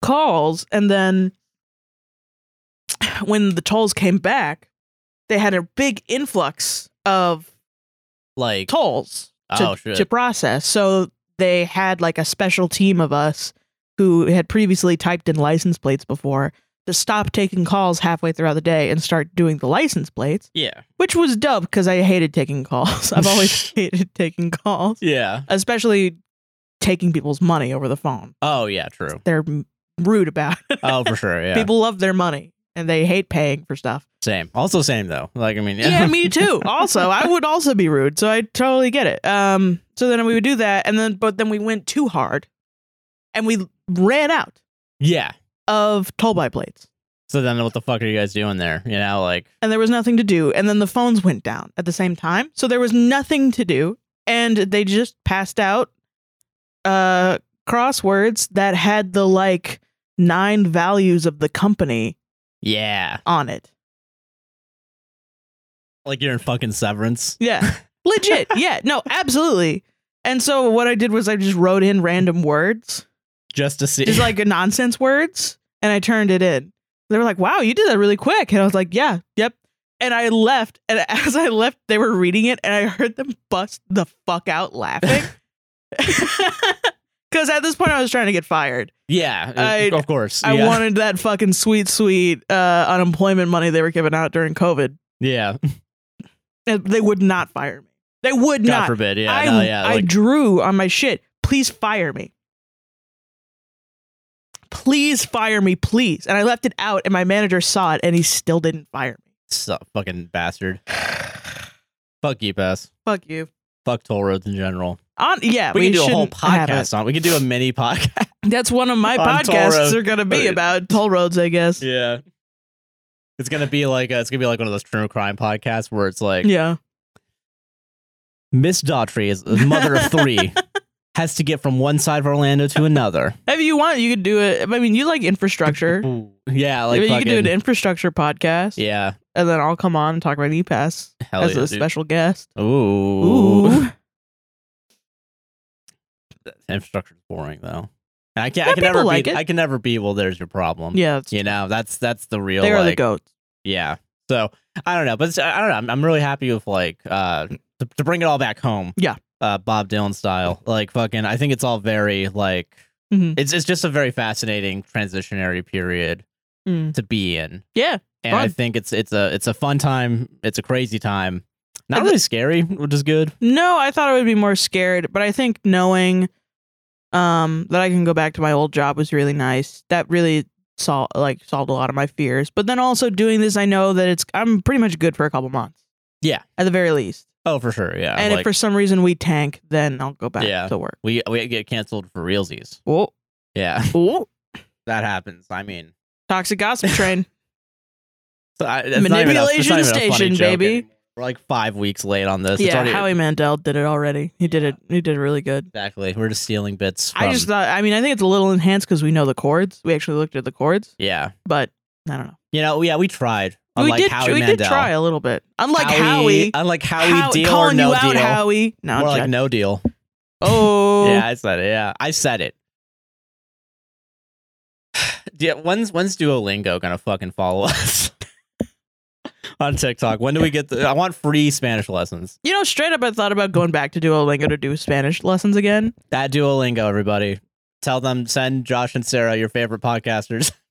Speaker 2: calls and then when the tolls came back they had a big influx of
Speaker 1: Like
Speaker 2: tolls to,
Speaker 1: Oh shit.
Speaker 2: to process. So they had like a special team of us who had previously typed in license plates before to stop taking calls halfway throughout the day and start doing the license plates,
Speaker 1: yeah.
Speaker 2: which was dope because I hated taking calls. I've always hated taking calls,
Speaker 1: Yeah.
Speaker 2: especially taking people's money over the phone.
Speaker 1: Oh yeah, true.
Speaker 2: They're m- rude about it.
Speaker 1: Oh for sure. Yeah.
Speaker 2: People love their money and they hate paying for stuff.
Speaker 1: same. Also same though. Like I mean
Speaker 2: yeah, me too. Also, I would also be rude, so I totally get it. Um, so then we would do that, and then but then we went too hard, and we ran out
Speaker 1: yeah.
Speaker 2: of toll by plates,
Speaker 1: So then what the fuck are you guys doing there? You know, like
Speaker 2: and there was nothing to do, and then the phones went down at the same time, so there was nothing to do, and they just passed out, uh, crosswords that had the like nine values of the company
Speaker 1: yeah.
Speaker 2: on it.
Speaker 1: Like you're in fucking severance.
Speaker 2: Yeah. Legit. Yeah. No, absolutely. And so what I did was I just wrote in random words.
Speaker 1: Just to see
Speaker 2: just like nonsense words and I turned it in. They were like, "Wow, you did that really quick." And I was like, "Yeah, yep. and I left. And as I left, they were reading it, and I heard them bust the fuck out laughing. Because at this point, I was trying to get fired.
Speaker 1: Yeah, uh,
Speaker 2: I-
Speaker 1: of course.
Speaker 2: I
Speaker 1: yeah.
Speaker 2: wanted that fucking sweet, sweet uh, unemployment money they were giving out during COVID.
Speaker 1: Yeah,
Speaker 2: And They would not fire me. They would
Speaker 1: God
Speaker 2: not.
Speaker 1: forbid. Yeah,
Speaker 2: I,
Speaker 1: no, yeah.
Speaker 2: I
Speaker 1: like,
Speaker 2: drew on my shit. Please fire me. Please fire me, please. And I left it out, and my manager saw it, and he still didn't fire me.
Speaker 1: so- uh, fucking bastard. Fuck you, pass.
Speaker 2: Fuck you.
Speaker 1: Fuck toll roads in general.
Speaker 2: On yeah,
Speaker 1: We,
Speaker 2: we,
Speaker 1: can do a whole
Speaker 2: shouldn't have
Speaker 1: podcast on. We can do a mini podcast.
Speaker 2: it. That's one of my
Speaker 1: on toll roads.
Speaker 2: podcasts are gonna be about toll roads, I guess. Yeah.
Speaker 1: yeah. It's gonna be like uh it's gonna be like one of those true crime podcasts where it's like Miss Daughtry is the mother of three, has to get from one side of Orlando to another.
Speaker 2: If you want, you could do it. I mean, you like infrastructure.
Speaker 1: Yeah, like
Speaker 2: I mean, you
Speaker 1: fucking,
Speaker 2: could do an infrastructure podcast,
Speaker 1: yeah,
Speaker 2: and then I'll come on and talk about E-Pass
Speaker 1: hell
Speaker 2: as
Speaker 1: yeah,
Speaker 2: a
Speaker 1: dude.
Speaker 2: special guest.
Speaker 1: Ooh,
Speaker 2: Ooh.
Speaker 1: infrastructure's boring though. And I can't.
Speaker 2: Yeah,
Speaker 1: I can never
Speaker 2: people like
Speaker 1: be.
Speaker 2: it.
Speaker 1: I can never be. Well, there's your problem.
Speaker 2: Yeah, that's-
Speaker 1: you know that's that's the real.
Speaker 2: they are the
Speaker 1: like,
Speaker 2: goats.
Speaker 1: Yeah. So I don't know, but it's- I don't know. I'm, I'm really happy with like uh to, to bring it all back home.
Speaker 2: Yeah.
Speaker 1: Uh, Bob Dylan style, like fucking. I think it's all very like
Speaker 2: Mhm.
Speaker 1: it's it's just a very fascinating transitionary period
Speaker 2: Mm.
Speaker 1: to be in,
Speaker 2: Yeah,
Speaker 1: and I
Speaker 2: Fun.
Speaker 1: think it's it's a it's a fun time. It's a crazy time. Not
Speaker 2: And
Speaker 1: really scary, which is good.
Speaker 2: No, I thought I would be more scared, but I think knowing um that I can go back to my old job was really nice. That really sol- like solved a lot of my fears. But then also doing this, I know that it's I'm pretty much good for a couple months.
Speaker 1: Yeah.
Speaker 2: At the very least.
Speaker 1: Oh, for sure. Yeah.
Speaker 2: and if
Speaker 1: like,
Speaker 2: for some reason we tank, then I'll go back
Speaker 1: Yeah.
Speaker 2: to work.
Speaker 1: we we get canceled for realsies.
Speaker 2: Oh,
Speaker 1: Yeah,
Speaker 2: oh.
Speaker 1: that happens. I mean,
Speaker 2: Toxic gossip train.
Speaker 1: so I, that's not even a- that's not
Speaker 2: Manipulation
Speaker 1: even a funny
Speaker 2: station,
Speaker 1: joke
Speaker 2: baby.
Speaker 1: anymore. We're like five weeks late on this. It's
Speaker 2: yeah,
Speaker 1: already-
Speaker 2: Howie Mandel did it already. He did it he did it really good.
Speaker 1: Exactly. We're just stealing bits. From,
Speaker 2: I just thought I mean I think it's a little enhanced because we know the chords. We actually looked at the chords,
Speaker 1: yeah.
Speaker 2: but I don't know.
Speaker 1: You know, yeah, we tried.
Speaker 2: we
Speaker 1: Unlike
Speaker 2: did,
Speaker 1: Howie
Speaker 2: we
Speaker 1: Mandel.
Speaker 2: did try a little bit. Unlike
Speaker 1: Howie,
Speaker 2: Howie,
Speaker 1: unlike Howie,
Speaker 2: How-
Speaker 1: deal or
Speaker 2: calling
Speaker 1: no
Speaker 2: you out,
Speaker 1: deal.
Speaker 2: Howie. No, I'm
Speaker 1: More like
Speaker 2: joking.
Speaker 1: no deal.
Speaker 2: oh,
Speaker 1: Yeah, I said it. Yeah, I said it. yeah, when's when's Duolingo gonna fucking follow us on TikTok? When do we get the? I want free Spanish lessons.
Speaker 2: you know, straight up, I thought about going back to Duolingo to do Spanish lessons again.
Speaker 1: That Duolingo, everybody. Tell them send Josh and Sarah your favorite podcasters.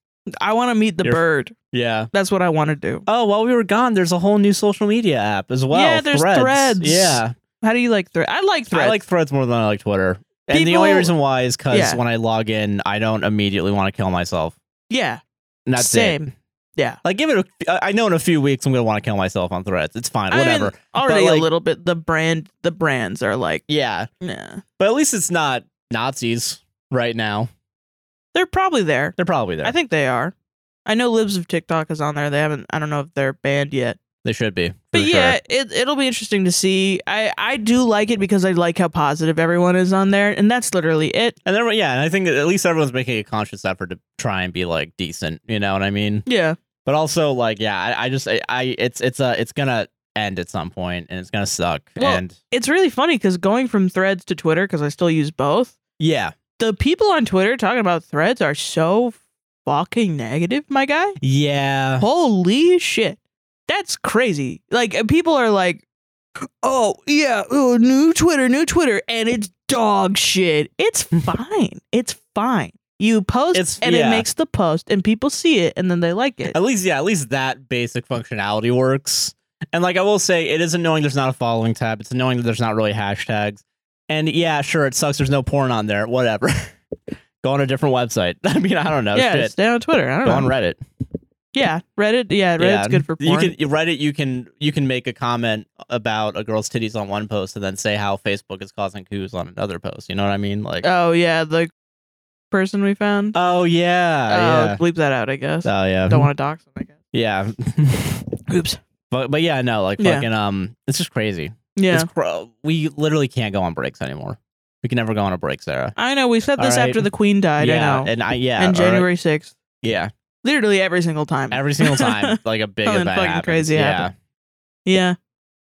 Speaker 2: I want to meet the
Speaker 1: You're-
Speaker 2: bird.
Speaker 1: yeah.
Speaker 2: That's what I want to do.
Speaker 1: Oh, while we were gone, there's a whole new social media app as well.
Speaker 2: Yeah, there's Threads.
Speaker 1: Yeah,
Speaker 2: How do you like thread? I like thread.
Speaker 1: I like Threads more than I like Twitter. And the only
Speaker 2: People-
Speaker 1: reason why is because
Speaker 2: Yeah.
Speaker 1: when I log in, I don't immediately want to kill myself.
Speaker 2: yeah,
Speaker 1: And that's it.
Speaker 2: same. Yeah,
Speaker 1: Like, give it. A, I- I know in a few weeks I'm gonna want to kill myself on Threads. It's fine.
Speaker 2: I mean,
Speaker 1: Whatever.
Speaker 2: already
Speaker 1: like-
Speaker 2: a little bit. The brand, the brands are like,
Speaker 1: yeah,
Speaker 2: nah,
Speaker 1: but at least it's not Nazis right now.
Speaker 2: they're probably there.
Speaker 1: They're probably there.
Speaker 2: I think they are. I know Libs of TikTok is on there. They haven't. I don't know if they're banned yet.
Speaker 1: they should be. for
Speaker 2: But
Speaker 1: sure.
Speaker 2: yeah, it, it'll be interesting to see. I, I do like it because I like how positive everyone is on there, and that's literally it.
Speaker 1: And then yeah, and I think that at least everyone's making a conscious effort to try and be like decent. You know what I mean?
Speaker 2: Yeah,
Speaker 1: But also like yeah, I, I just I, I it's it's uh it's gonna end at some point and it's gonna suck.
Speaker 2: Well-
Speaker 1: and
Speaker 2: it's really funny because going from Threads to Twitter, because I still use both.
Speaker 1: yeah,
Speaker 2: The people on Twitter talking about Threads are so fucking negative, my guy.
Speaker 1: yeah.
Speaker 2: Holy shit, that's crazy. Like uh, people are like, oh yeah, oh, new Twitter, new Twitter, and it's dog shit. It's fine. it's fine. You post
Speaker 1: It's-
Speaker 2: and
Speaker 1: yeah.
Speaker 2: it makes the post, and people see it, and then they like it.
Speaker 1: At least, yeah, at least that basic functionality works. And like I will say, it is annoying there's not a following tab. It's annoying that there's not really hashtags. And yeah, sure, it sucks there's no porn on there. Whatever. Go on a different website. I mean, I don't know.
Speaker 2: yeah,
Speaker 1: Shit.
Speaker 2: stay on Twitter. I don't
Speaker 1: Go on
Speaker 2: know.
Speaker 1: Reddit.
Speaker 2: yeah, Reddit. Yeah, Reddit's
Speaker 1: yeah.
Speaker 2: good for porn.
Speaker 1: You can Reddit you can you can make a comment about a girl's titties on one post and then say how Facebook is causing coups on another post. You know what I mean? Like
Speaker 2: oh yeah, the person we found.
Speaker 1: Oh
Speaker 2: oh,
Speaker 1: yeah.
Speaker 2: bleep that out. I guess.
Speaker 1: yeah. Oh yeah.
Speaker 2: Don't want to dox him. I guess.
Speaker 1: yeah.
Speaker 2: Oops.
Speaker 1: but but yeah, no, like
Speaker 2: Yeah.
Speaker 1: fucking um it's just crazy.
Speaker 2: Yeah.
Speaker 1: It's cr- we literally can't go on breaks anymore. We can never go on a break, Sarah.
Speaker 2: I know. We said
Speaker 1: All
Speaker 2: this
Speaker 1: right.
Speaker 2: after the Queen died.
Speaker 1: yeah,
Speaker 2: I know.
Speaker 1: and I yeah,
Speaker 2: and
Speaker 1: all right.
Speaker 2: January sixth,
Speaker 1: yeah,
Speaker 2: literally every single time.
Speaker 1: every single time, like a big
Speaker 2: Something
Speaker 1: event
Speaker 2: fucking
Speaker 1: happens.
Speaker 2: crazy
Speaker 1: yeah,
Speaker 2: happened. yeah.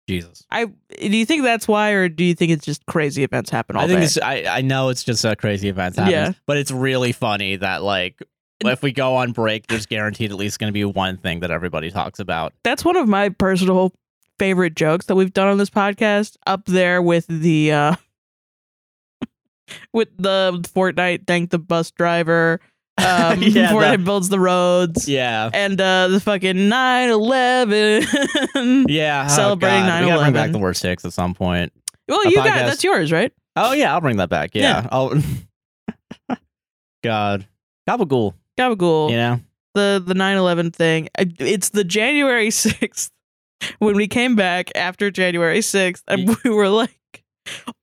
Speaker 1: Jesus.
Speaker 2: I do you think that's why, or do you think it's just crazy events happen all
Speaker 1: I think
Speaker 2: day?
Speaker 1: it's I I know it's just a crazy event happens,
Speaker 2: Yeah.
Speaker 1: but it's really funny that like if we go on break, there's guaranteed at least going to be one thing that everybody talks about.
Speaker 2: That's one of my personal favorite jokes that we've done on this podcast, up there with the uh with the Fortnite thank the bus driver. Um
Speaker 1: Yeah,
Speaker 2: Fortnite
Speaker 1: that-
Speaker 2: builds the roads.
Speaker 1: Yeah.
Speaker 2: And uh the fucking 9-11.
Speaker 1: Yeah.
Speaker 2: Celebrating
Speaker 1: oh, God. We gotta bring
Speaker 2: 9/11.
Speaker 1: back the worst six at some point.
Speaker 2: well,
Speaker 1: A
Speaker 2: you got
Speaker 1: podcast-
Speaker 2: that's yours, right?
Speaker 1: Oh yeah, I'll bring that back. Yeah.
Speaker 2: Yeah.
Speaker 1: I'll God. Gabagool.
Speaker 2: Gabagool.
Speaker 1: You know?
Speaker 2: the the 9/11 thing. I- It's the January 6th when we came back after January 6th and we were like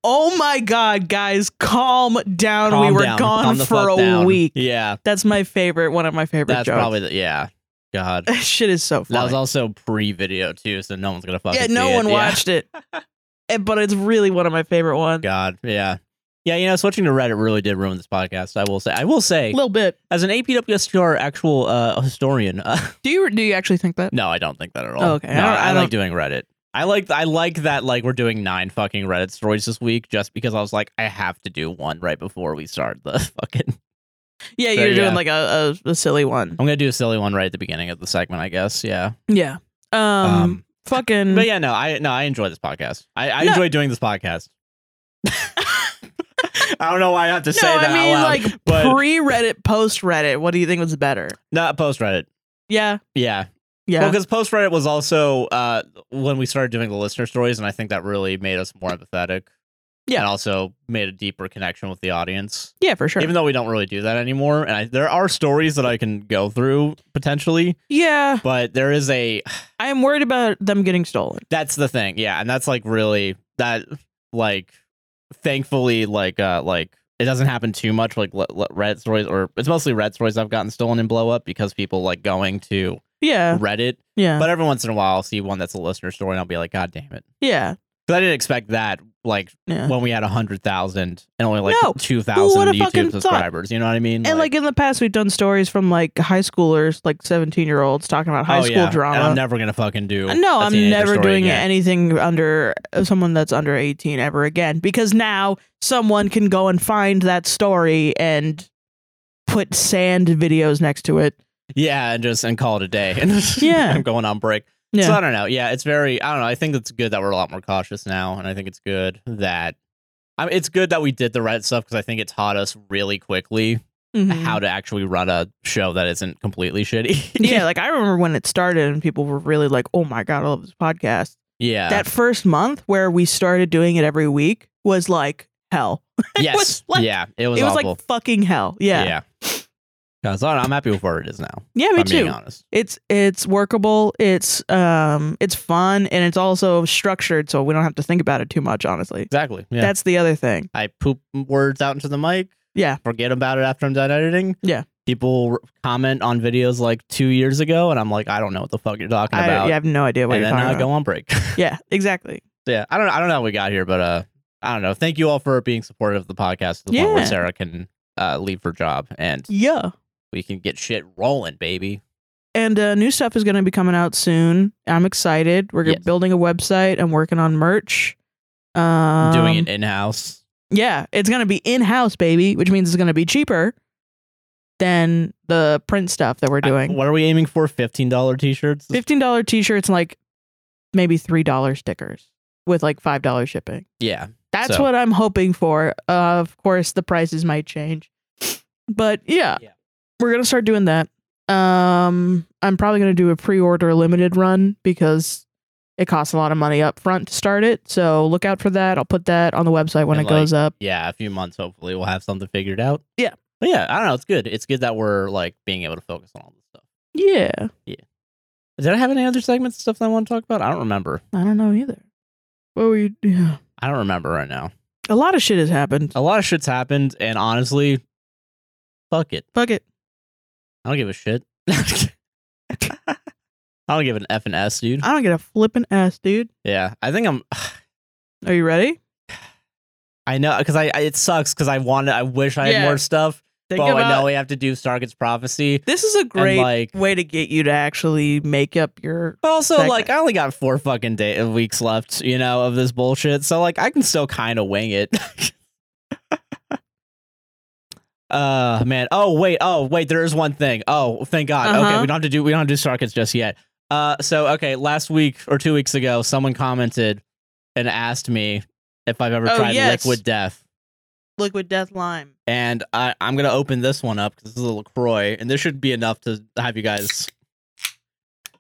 Speaker 2: Oh my god, guys, calm down.
Speaker 1: Calm
Speaker 2: we were
Speaker 1: down. Calm
Speaker 2: gone
Speaker 1: the
Speaker 2: for
Speaker 1: fuck
Speaker 2: a
Speaker 1: down.
Speaker 2: week.
Speaker 1: Yeah.
Speaker 2: That's my favorite, one of my favorite
Speaker 1: That's
Speaker 2: jokes.
Speaker 1: probably the yeah. God.
Speaker 2: That Shit is so
Speaker 1: That was
Speaker 2: funny.
Speaker 1: also pre video too, so no one's gonna fucking
Speaker 2: yeah,
Speaker 1: see
Speaker 2: no
Speaker 1: it.
Speaker 2: one
Speaker 1: Yeah.
Speaker 2: watched it. Eh, But it's really one of my favorite ones.
Speaker 1: God. Yeah. Yeah, you know, switching to Reddit really did ruin this podcast. I will say. I will
Speaker 2: A
Speaker 1: say,
Speaker 2: little bit.
Speaker 1: as an APWSTR actual uh, historian, uh,
Speaker 2: Do you do you actually think that?
Speaker 1: No, I don't think that at all.
Speaker 2: Oh, okay.
Speaker 1: No,
Speaker 2: I don't-
Speaker 1: I,
Speaker 2: I
Speaker 1: like doing Reddit. I like I like that like we're doing nine fucking Reddit stories this week just because I was like I have to do one right before we start the fucking.
Speaker 2: Yeah,
Speaker 1: So,
Speaker 2: you're
Speaker 1: yeah.
Speaker 2: doing like a, a, a silly one.
Speaker 1: I'm gonna do a silly one right at the beginning of the segment, I guess. Yeah. mm.
Speaker 2: Yeah. Um, fucking
Speaker 1: But yeah, no, I no, I enjoy this podcast. I, I
Speaker 2: No.
Speaker 1: enjoy doing this podcast. I don't know why I have to say
Speaker 2: no,
Speaker 1: that
Speaker 2: I mean
Speaker 1: out loud,
Speaker 2: like
Speaker 1: but
Speaker 2: pre Reddit, post Reddit. What do you think was better?
Speaker 1: not post Reddit.
Speaker 2: Yeah,
Speaker 1: Yeah,
Speaker 2: yeah.
Speaker 1: Well, because post Reddit was also uh, when we started doing the listener stories, and I think that really made us more empathetic.
Speaker 2: Yeah.
Speaker 1: and also made a deeper connection with the audience.
Speaker 2: yeah, for sure.
Speaker 1: Even though we don't really do that anymore, and I, there are stories that I can go through potentially,
Speaker 2: yeah,
Speaker 1: but there is a
Speaker 2: I am worried about them getting stolen.
Speaker 1: that's the thing, yeah, and that's like really that like thankfully like uh like it doesn't happen too much like le- le- red stories or it's mostly red stories I've gotten stolen and blow up because people like going to
Speaker 2: Yeah,
Speaker 1: Reddit
Speaker 2: yeah,
Speaker 1: but every once in a while, I'll see one that's a listener story, and I'll be like, God damn it.
Speaker 2: yeah,
Speaker 1: Because I didn't expect that, like,
Speaker 2: yeah.
Speaker 1: when we had 100,000 and only, like,
Speaker 2: Uh-huh. No.
Speaker 1: 2,000
Speaker 2: Well, what a
Speaker 1: YouTube
Speaker 2: fucking thought.
Speaker 1: subscribers. You know what I mean?
Speaker 2: and like in the past, we've done stories from like high schoolers, like seventeen year olds, talking about high
Speaker 1: oh,
Speaker 2: school
Speaker 1: yeah. And I'm
Speaker 2: drama.
Speaker 1: never going to fucking do
Speaker 2: no,
Speaker 1: a
Speaker 2: I'm
Speaker 1: teenager
Speaker 2: never
Speaker 1: story
Speaker 2: doing
Speaker 1: again.
Speaker 2: anything under uh, someone that's under eighteen ever again because now someone can go and find that story and put sand videos next to it.
Speaker 1: Yeah, and just and call it a day. And
Speaker 2: Yeah.
Speaker 1: I'm going on break.
Speaker 2: Yeah,
Speaker 1: So I don't know. Yeah, it's very, I don't know. I think it's good that we're a lot more cautious now. And I think it's good that. I mean, it's good that we did the Reddit stuff because I think it taught us really quickly
Speaker 2: Mhm.
Speaker 1: how to actually run a show that isn't completely shitty.
Speaker 2: yeah, like I remember when it started and people were really like, "Oh my god, I love this podcast."
Speaker 1: yeah.
Speaker 2: That first month where we started doing it every week was like hell.
Speaker 1: yes.
Speaker 2: was like-
Speaker 1: yeah. It
Speaker 2: It
Speaker 1: was,
Speaker 2: was,
Speaker 1: awful.
Speaker 2: like fucking hell. Yeah. Yeah,
Speaker 1: Yeah. Yeah, so I don't- I'm happy with where it is now. if
Speaker 2: me
Speaker 1: I'm being
Speaker 2: too.
Speaker 1: honest.
Speaker 2: It's it's workable, it's um it's fun and it's also structured so we don't have to think about it too much honestly.
Speaker 1: Exactly. Yeah.
Speaker 2: That's the other thing.
Speaker 1: I poop words out into the mic.
Speaker 2: Yeah.
Speaker 1: Forget about it after I'm done editing.
Speaker 2: Yeah.
Speaker 1: People r- comment on videos like two years ago, and I'm like, I don't know what the fuck you're talking
Speaker 2: I,
Speaker 1: about.
Speaker 2: yeah, I have no idea what
Speaker 1: and
Speaker 2: you're
Speaker 1: then
Speaker 2: talking
Speaker 1: I
Speaker 2: about.
Speaker 1: go on break. So,
Speaker 2: Yeah, exactly.
Speaker 1: yeah. I don't. I don't know how we got here, but uh, I don't know. Thank you all for being supportive of the podcast. To the point where
Speaker 2: Yeah.
Speaker 1: Sarah can uh, leave her job and
Speaker 2: Yeah.
Speaker 1: we can get shit rolling, baby.
Speaker 2: and uh, new stuff is going to be coming out soon. I'm excited. We're
Speaker 1: Yes.
Speaker 2: building a website. I'm working on merch. Um,
Speaker 1: Doing it in house.
Speaker 2: Yeah, it's going to be in house, baby, which means it's going to be cheaper than the print stuff that we're doing.
Speaker 1: What are we aiming for? Fifteen dollar t-shirts.
Speaker 2: Fifteen dollar t-shirts and like maybe three dollar stickers with like five dollar shipping.
Speaker 1: Yeah.
Speaker 2: That's
Speaker 1: So-
Speaker 2: what I'm hoping for. Uh, of course, the prices might change, but yeah,
Speaker 1: Yeah.
Speaker 2: we're gonna start doing that. Um, I'm probably gonna do a pre-order limited run because it costs a lot of money up front to start it. So look out for that. I'll put that on the website when
Speaker 1: And,
Speaker 2: it goes up.
Speaker 1: yeah, a few months hopefully we'll have something figured out.
Speaker 2: Yeah.
Speaker 1: But yeah, I don't know. It's good. It's good that we're like being able to focus on all this stuff.
Speaker 2: Yeah,
Speaker 1: Did I have any other segments and stuff that I want to talk about? I don't remember.
Speaker 2: I don't know either. What were you? Yeah,
Speaker 1: I don't remember right now.
Speaker 2: a lot of shit has happened.
Speaker 1: A lot of shit's happened, and honestly, fuck it.
Speaker 2: Fuck it.
Speaker 1: I don't give a shit. I don't give an F and S, dude.
Speaker 2: I don't get a flippin' ass, dude.
Speaker 1: Yeah, I think I'm.
Speaker 2: Are you ready?
Speaker 1: I know because I, I it sucks because I wanted. I wish I had
Speaker 2: Yeah.
Speaker 1: more stuff,
Speaker 2: Think
Speaker 1: but Oh, I
Speaker 2: about-
Speaker 1: know we have to do Stargate's prophecy.
Speaker 2: this is a great
Speaker 1: and like
Speaker 2: way to get you to actually make up your
Speaker 1: But also,
Speaker 2: segment.
Speaker 1: like, I only got four fucking day- uh, weeks left, you know, of this bullshit. So, like, I can still kind of wing it. Uh man. Oh wait. Oh wait. There is one thing. Oh thank God. Okay.
Speaker 2: Uh-huh.
Speaker 1: We don't have to do. We don't have to do Sarkis just yet. Uh. So okay. Last week or two weeks ago, someone commented and asked me if I've ever
Speaker 2: Oh,
Speaker 1: tried
Speaker 2: yes.
Speaker 1: Liquid Death,
Speaker 2: Liquid Death Lime.
Speaker 1: and I I'm gonna open this one up because this is a Lacroix, and this should be enough to have you guys.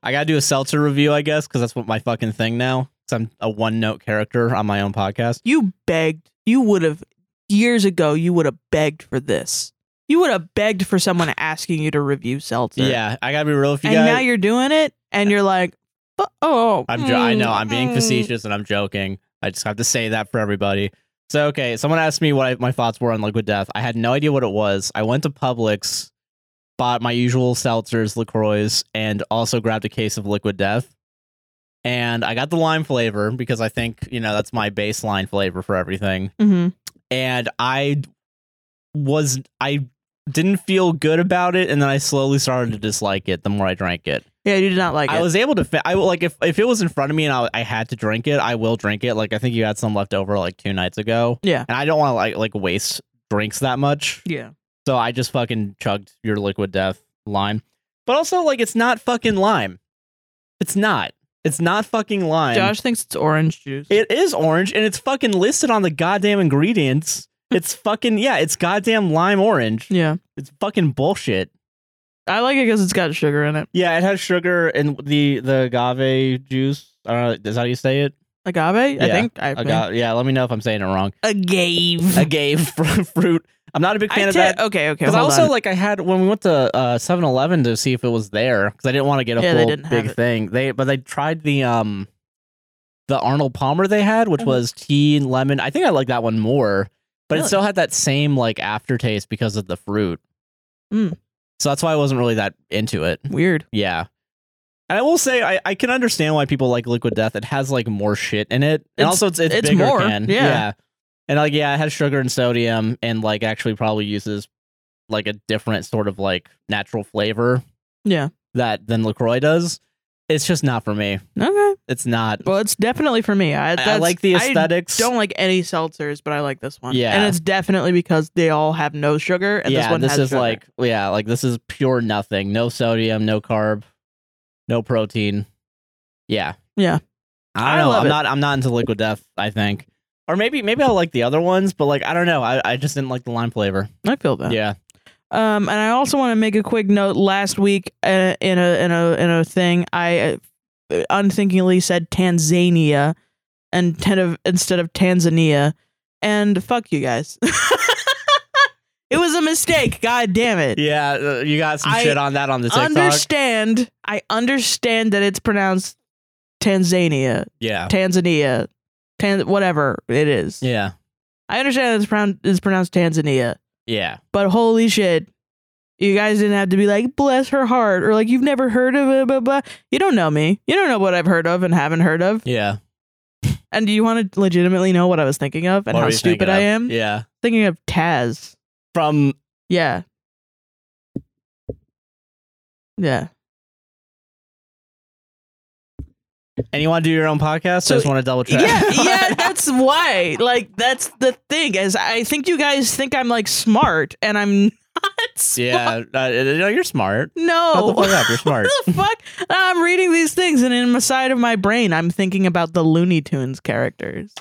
Speaker 1: I gotta do a seltzer review, I guess, because that's what my fucking thing now. Because I'm a one note character on my own podcast.
Speaker 2: You begged. You would have years ago. You would have begged for this. You would have begged for someone asking you to review seltzer.
Speaker 1: Yeah, I gotta be real with you
Speaker 2: And
Speaker 1: guys.
Speaker 2: now you're doing it, and you're like, "Fu- oh,
Speaker 1: I'm jo- I know I'm being
Speaker 2: mm,
Speaker 1: facetious and I'm joking. I just have to say that for everybody. So okay, someone asked me what I, my thoughts were on Liquid Death. I had no idea what it was. I went to Publix, bought my usual seltzers, Lacroix, and also grabbed a case of Liquid Death. And I got the lime flavor because I think you know that's my baseline flavor for everything.
Speaker 2: mm." Mhm.
Speaker 1: And I was I didn't feel good about it, and then I slowly started to dislike it the more I drank it.
Speaker 2: Yeah, you did not like
Speaker 1: I
Speaker 2: it.
Speaker 1: was able to. Fi- I will- like if if it was in front of me and I, I had to drink it, I will drink it. Like I think you had some left over like two nights ago.
Speaker 2: Yeah.
Speaker 1: and I don't want to like like waste drinks that much,
Speaker 2: yeah.
Speaker 1: so I just fucking chugged your liquid death lime. But also like it's not fucking lime. It's not. It's not fucking lime.
Speaker 2: Josh thinks it's orange juice.
Speaker 1: It is orange and it's fucking listed on the goddamn ingredients. It's fucking yeah. It's goddamn lime orange.
Speaker 2: yeah,
Speaker 1: It's fucking bullshit.
Speaker 2: I like it because it's got sugar in it.
Speaker 1: Yeah, it has sugar and the the agave juice. I don't know. Is that how you say it?
Speaker 2: Agave, I
Speaker 1: Yeah,
Speaker 2: think. I
Speaker 1: I got yeah. Let me know if I'm saying it wrong.
Speaker 2: agave.
Speaker 1: Agave fr- fruit. I'm not a big fan
Speaker 2: I
Speaker 1: of
Speaker 2: did-
Speaker 1: that
Speaker 2: okay, okay.
Speaker 1: because
Speaker 2: Hold
Speaker 1: I also
Speaker 2: on.
Speaker 1: like I had when we went to uh 7-Eleven to see if it was there because I didn't want to get a
Speaker 2: Yeah, they
Speaker 1: whole
Speaker 2: didn't have
Speaker 1: big
Speaker 2: it.
Speaker 1: thing. They but they tried the um the Arnold Palmer they had, which
Speaker 2: Mhm.
Speaker 1: was tea and lemon. I think I like that one more, but it
Speaker 2: Really?
Speaker 1: still had that same like aftertaste because of the fruit.
Speaker 2: Mm.
Speaker 1: So that's why I wasn't really that into it.
Speaker 2: weird.
Speaker 1: Yeah. And I will say I, I can understand why people like Liquid Death. It has like more shit in it. And
Speaker 2: It's-
Speaker 1: also it's it's,
Speaker 2: it's
Speaker 1: bigger
Speaker 2: more,
Speaker 1: can.
Speaker 2: yeah.
Speaker 1: And like yeah, it has sugar and sodium and like actually probably uses like a different sort of like natural flavor
Speaker 2: Yeah.
Speaker 1: that than LaCroix does. It's just not for me.
Speaker 2: Okay.
Speaker 1: It's not.
Speaker 2: Well, it's definitely for me. I,
Speaker 1: I-
Speaker 2: that's,
Speaker 1: I like the
Speaker 2: I
Speaker 1: aesthetics.
Speaker 2: don't like any seltzers, but I like this one.
Speaker 1: Yeah.
Speaker 2: And it's definitely because they all have no sugar, and
Speaker 1: yeah,
Speaker 2: this one has
Speaker 1: is
Speaker 2: sugar.
Speaker 1: like yeah, like this is pure nothing. No sodium, no carb, no protein. Yeah.
Speaker 2: Yeah.
Speaker 1: I don't
Speaker 2: I
Speaker 1: know.
Speaker 2: love
Speaker 1: I'm
Speaker 2: it.
Speaker 1: not I'm not into liquid death, I think. Or maybe maybe I'll like the other ones, but like I don't know. I, I just didn't like the lime flavor.
Speaker 2: I feel that.
Speaker 1: Yeah.
Speaker 2: Um, and I also want to make a quick note. Last week, uh, in a in a in a thing, I uh, unthinkingly said Tanzania, instead of instead of Tanzania, and fuck you guys. it was a mistake. God damn it.
Speaker 1: Yeah, uh, you got some
Speaker 2: I
Speaker 1: shit on that on the TikTok.
Speaker 2: understand. I understand that it's pronounced Tanzania,
Speaker 1: yeah.
Speaker 2: Tanzania, Tan- whatever it is.
Speaker 1: Yeah.
Speaker 2: I understand that it's, pronoun- it's pronounced Tanzania,
Speaker 1: Yeah.
Speaker 2: but holy shit. You guys didn't have to be like, bless her heart, or like, you've never heard of it, blah, blah. You don't know me. You don't know what I've heard of and haven't heard of.
Speaker 1: Yeah.
Speaker 2: And do you want to legitimately know what I was thinking of and
Speaker 1: What
Speaker 2: how
Speaker 1: were you thinking
Speaker 2: stupid I
Speaker 1: of?
Speaker 2: am?
Speaker 1: Yeah.
Speaker 2: Thinking of Taz.
Speaker 1: From
Speaker 2: Yeah. Yeah.
Speaker 1: and you want to do your own podcast? I
Speaker 2: So-
Speaker 1: just want to double check.
Speaker 2: Yeah, yeah, that's why. Like, that's the thing is, I think you guys think I'm like smart, and I'm not. Smart.
Speaker 1: yeah. Uh, no, you're smart. Shut
Speaker 2: No.
Speaker 1: the fuck up. You're smart.
Speaker 2: What the fuck? I'm reading these things, and in the side of my brain, I'm thinking about the Looney Tunes characters.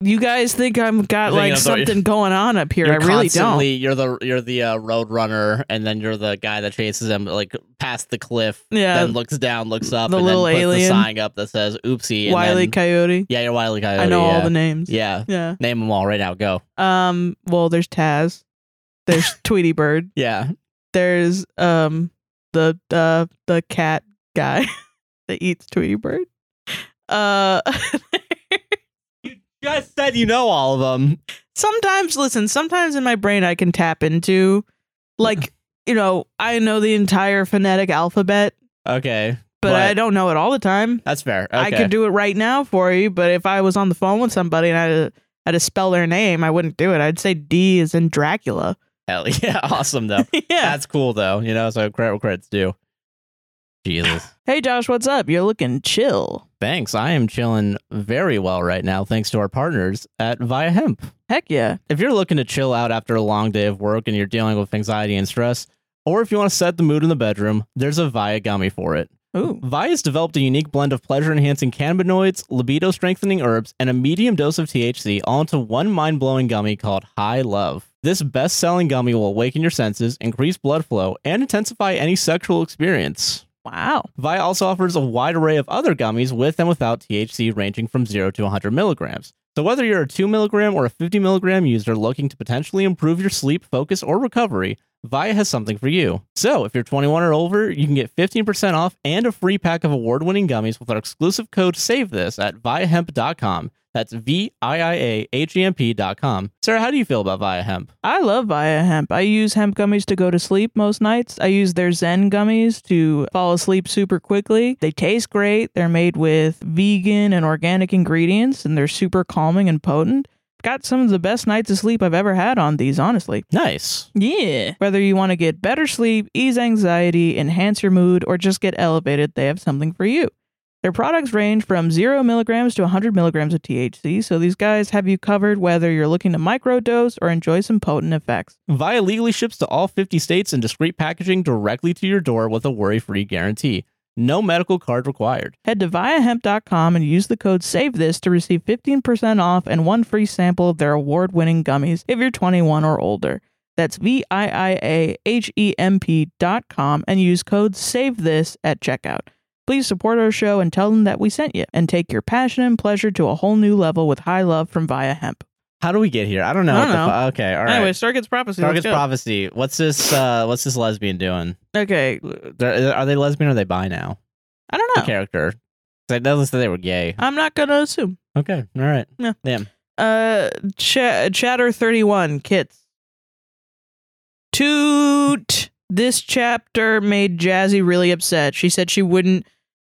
Speaker 2: You guys think I've got
Speaker 1: You're thinking
Speaker 2: like
Speaker 1: of the-
Speaker 2: something going on up here?
Speaker 1: You're
Speaker 2: I really don't.
Speaker 1: constantly- You're the you're the uh, road runner, and then you're the guy that chases him like past the cliff,
Speaker 2: Yeah,
Speaker 1: then looks down, looks up,
Speaker 2: the
Speaker 1: and
Speaker 2: little
Speaker 1: then puts
Speaker 2: alien.
Speaker 1: the sign up that says "Oopsie." and
Speaker 2: Wiley
Speaker 1: then-
Speaker 2: Coyote.
Speaker 1: yeah, you're Wiley Coyote.
Speaker 2: I know
Speaker 1: yeah.
Speaker 2: all the names.
Speaker 1: Yeah,
Speaker 2: yeah.
Speaker 1: name them all right now. Go.
Speaker 2: Um. Well, there's Taz. There's Tweety Bird.
Speaker 1: Yeah,
Speaker 2: there's um the the the cat guy that eats Tweety Bird. Uh,
Speaker 1: you guys said you know all of them.
Speaker 2: sometimes listen. Sometimes in my brain I can tap into, like you know, I know the entire phonetic alphabet,
Speaker 1: Okay,
Speaker 2: but
Speaker 1: Right.
Speaker 2: I don't know it all the time.
Speaker 1: that's fair. Okay.
Speaker 2: I could do it right now for you, but if I was on the phone with somebody and I had to, I had to spell their name, I wouldn't do it. I'd say D is in Dracula.
Speaker 1: Hell yeah, awesome though.
Speaker 2: yeah.
Speaker 1: That's cool though. You know, so credit where credits due. Jesus,
Speaker 2: hey Josh, what's up? You're looking chill.
Speaker 1: Thanks. I am chilling very well right now, thanks to our partners at Via Hemp.
Speaker 2: Heck yeah.
Speaker 1: If you're looking to chill out after a long day of work and you're dealing with anxiety and stress, or if you want to set the mood in the bedroom, there's a Via gummy for it.
Speaker 2: Ooh.
Speaker 1: Via's developed a unique blend of pleasure enhancing cannabinoids, libido strengthening herbs, and a medium dose of THC all into one mind blowing gummy called High Love. This best selling gummy will awaken your senses, increase blood flow, and intensify any sexual experience.
Speaker 2: Wow.
Speaker 1: Via also offers a wide array of other gummies with and without THC ranging from 0 to 100 milligrams. So, whether you're a 2 milligram or a 50 milligram user looking to potentially improve your sleep, focus, or recovery, Via has something for you. So, if you're 21 or over, you can get 15% off and a free pack of award winning gummies with our exclusive code SAVETHIS at viahemp.com. That's V I I A H E M P.com. Sarah, how do you feel about Via Hemp?
Speaker 2: I love Via Hemp. I use hemp gummies to go to sleep most nights. I use their Zen gummies to fall asleep super quickly. They taste great. They're made with vegan and organic ingredients, and they're super calming and potent. Got some of the best nights of sleep I've ever had on these, honestly.
Speaker 1: Nice.
Speaker 2: Yeah. Whether you want to get better sleep, ease anxiety, enhance your mood, or just get elevated, they have something for you. Their products range from 0 milligrams to 100 milligrams of THC, so these guys have you covered whether you're looking to microdose or enjoy some potent effects.
Speaker 1: Via legally ships to all 50 states in discreet packaging directly to your door with a worry free guarantee. No medical card required.
Speaker 2: Head to viahemp.com and use the code SAVETHIS to receive 15% off and one free sample of their award winning gummies if you're 21 or older. That's V I I A H E M P dot com and use code SAVETHIS at checkout. Please support our show and tell them that we sent you and take your passion and pleasure to a whole new level with high love from Via Hemp.
Speaker 1: How do we get here? I don't know.
Speaker 2: I
Speaker 1: what
Speaker 2: don't
Speaker 1: the
Speaker 2: know.
Speaker 1: fu- okay, all right.
Speaker 2: anyway, Stargate's prophecy. let's
Speaker 1: Target's
Speaker 2: go.
Speaker 1: prophecy. What's this? Uh, what's this lesbian doing?
Speaker 2: okay,
Speaker 1: They're- are they lesbian or are they bi now?
Speaker 2: I don't
Speaker 1: The
Speaker 2: know.
Speaker 1: character. 'Cause I noticed that they were gay.
Speaker 2: I'm not gonna assume.
Speaker 1: Okay, all right.
Speaker 2: Oh. Yeah.
Speaker 1: Damn.
Speaker 2: Uh, Ch- Chatter 31, Kits. Toot! This chapter made Jazzy really upset. She said she wouldn't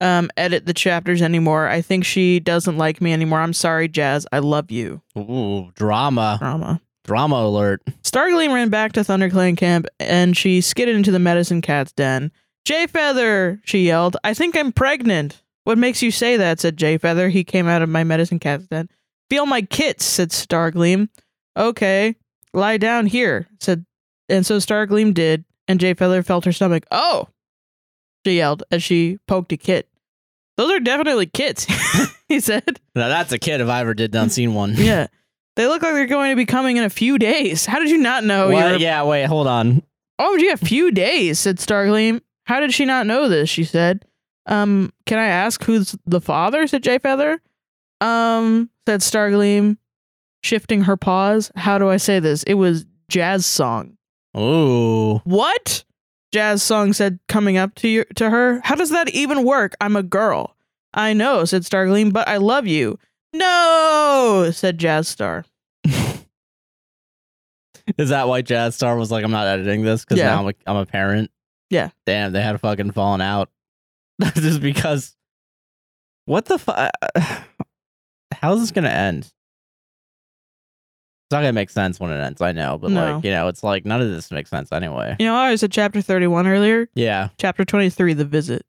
Speaker 2: um, edit the chapters anymore. I think she doesn't like me anymore. I'm sorry, Jazz. I love you.
Speaker 1: Ooh, drama.
Speaker 2: Drama. Drama.
Speaker 1: Drama alert.
Speaker 2: Stargleam ran back to ThunderClan camp and she skidded into the medicine cat's den. Jay Feather, she yelled. I think I'm pregnant. What makes you say that? said Jay Feather. He came out of my medicine cat's den. Feel my kits, said Stargleam. Okay, lie down here, said. And so Stargleam did, and Jay Feather felt her stomach. Oh, she yelled as she poked a kit. Those are definitely kits, he said.
Speaker 1: Now that's a kid if I ever did done seen one.
Speaker 2: Yeah. They look like they're going to be coming in a few days. How did you not know you
Speaker 1: What?
Speaker 2: were
Speaker 1: yeah. Wait. Hold on.
Speaker 2: OMG, Oh, a few days, said Stargleam. How did she not know this? She said. Um, can I ask who's the father? said Jay Feather. Um, said Stargleam, shifting her paws. How do I say this? It was Jazz Song.
Speaker 1: Ooh.
Speaker 2: What? Jazz Song said, coming up to you, to her. How does that even work? I'm a girl. I know, said Stargleam, but I love you. No, said Jazz Star.
Speaker 1: Is that why Jazz Star was like, I'm not editing this because
Speaker 2: Yeah.
Speaker 1: now I'm a, I'm a parent?
Speaker 2: Yeah.
Speaker 1: Damn, they had fucking fallen out. Just because. What the fuck? How's this going to end? It's not going to make sense when it ends, I know, but
Speaker 2: No.
Speaker 1: like, you know, it's like none of this makes sense anyway.
Speaker 2: You know, I said chapter 31 earlier.
Speaker 1: Yeah.
Speaker 2: Chapter 23, The Visit.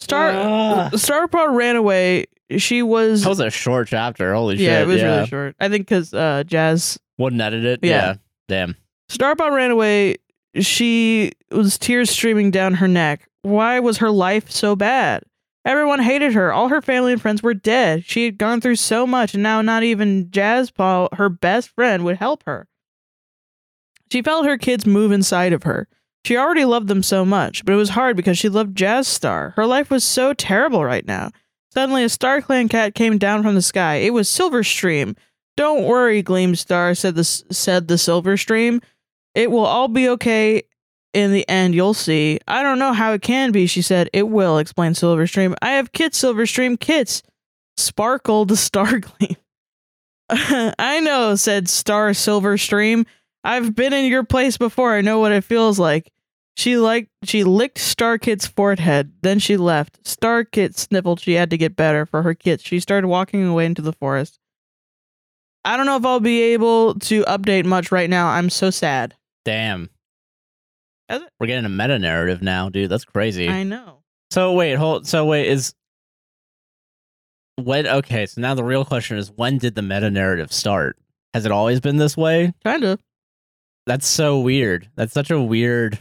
Speaker 2: Star
Speaker 1: Ah.
Speaker 2: Starpaw ran away. She was
Speaker 1: That was a short chapter. Holy
Speaker 2: yeah,
Speaker 1: shit.
Speaker 2: it was
Speaker 1: yeah.
Speaker 2: really short. I think because uh, Jazz
Speaker 1: Wouldn't edit it.
Speaker 2: Yeah.
Speaker 1: Damn.
Speaker 2: Starpaw ran away. She was tears streaming down her neck. Why was her life so bad? Everyone hated her. All her family and friends were dead. She had gone through so much, and now not even Jazzpaw, her best friend, would help her. She felt her kids move inside of her. She already loved them so much, but it was hard because she loved Jazz Star. Her life was so terrible right now. Suddenly, a Star Clan cat came down from the sky. It was Silverstream. Don't worry, Gleam Star said the said the Silverstream. It will all be okay in the end. You'll see. I don't know how it can be, she said. It will, explained Silverstream. I have kits, Silverstream, kits. Sparkle to Stargleam. I know, said Star Silverstream. I've been in your place before. I know what it feels like. She liked she licked Starkit's forehead, then she left. Starkit sniffled she had to get better for her kits. She started walking away into the forest. I don't know if I'll be able to update much right now. I'm so sad.
Speaker 1: Damn.
Speaker 2: Has it?
Speaker 1: We're getting a meta narrative now, dude. That's crazy.
Speaker 2: I know.
Speaker 1: So wait, hold. So wait, is when? Okay, so now the real question is, when did the meta narrative start? Has it always been this way?
Speaker 2: Kind of.
Speaker 1: That's so weird. That's such a weird.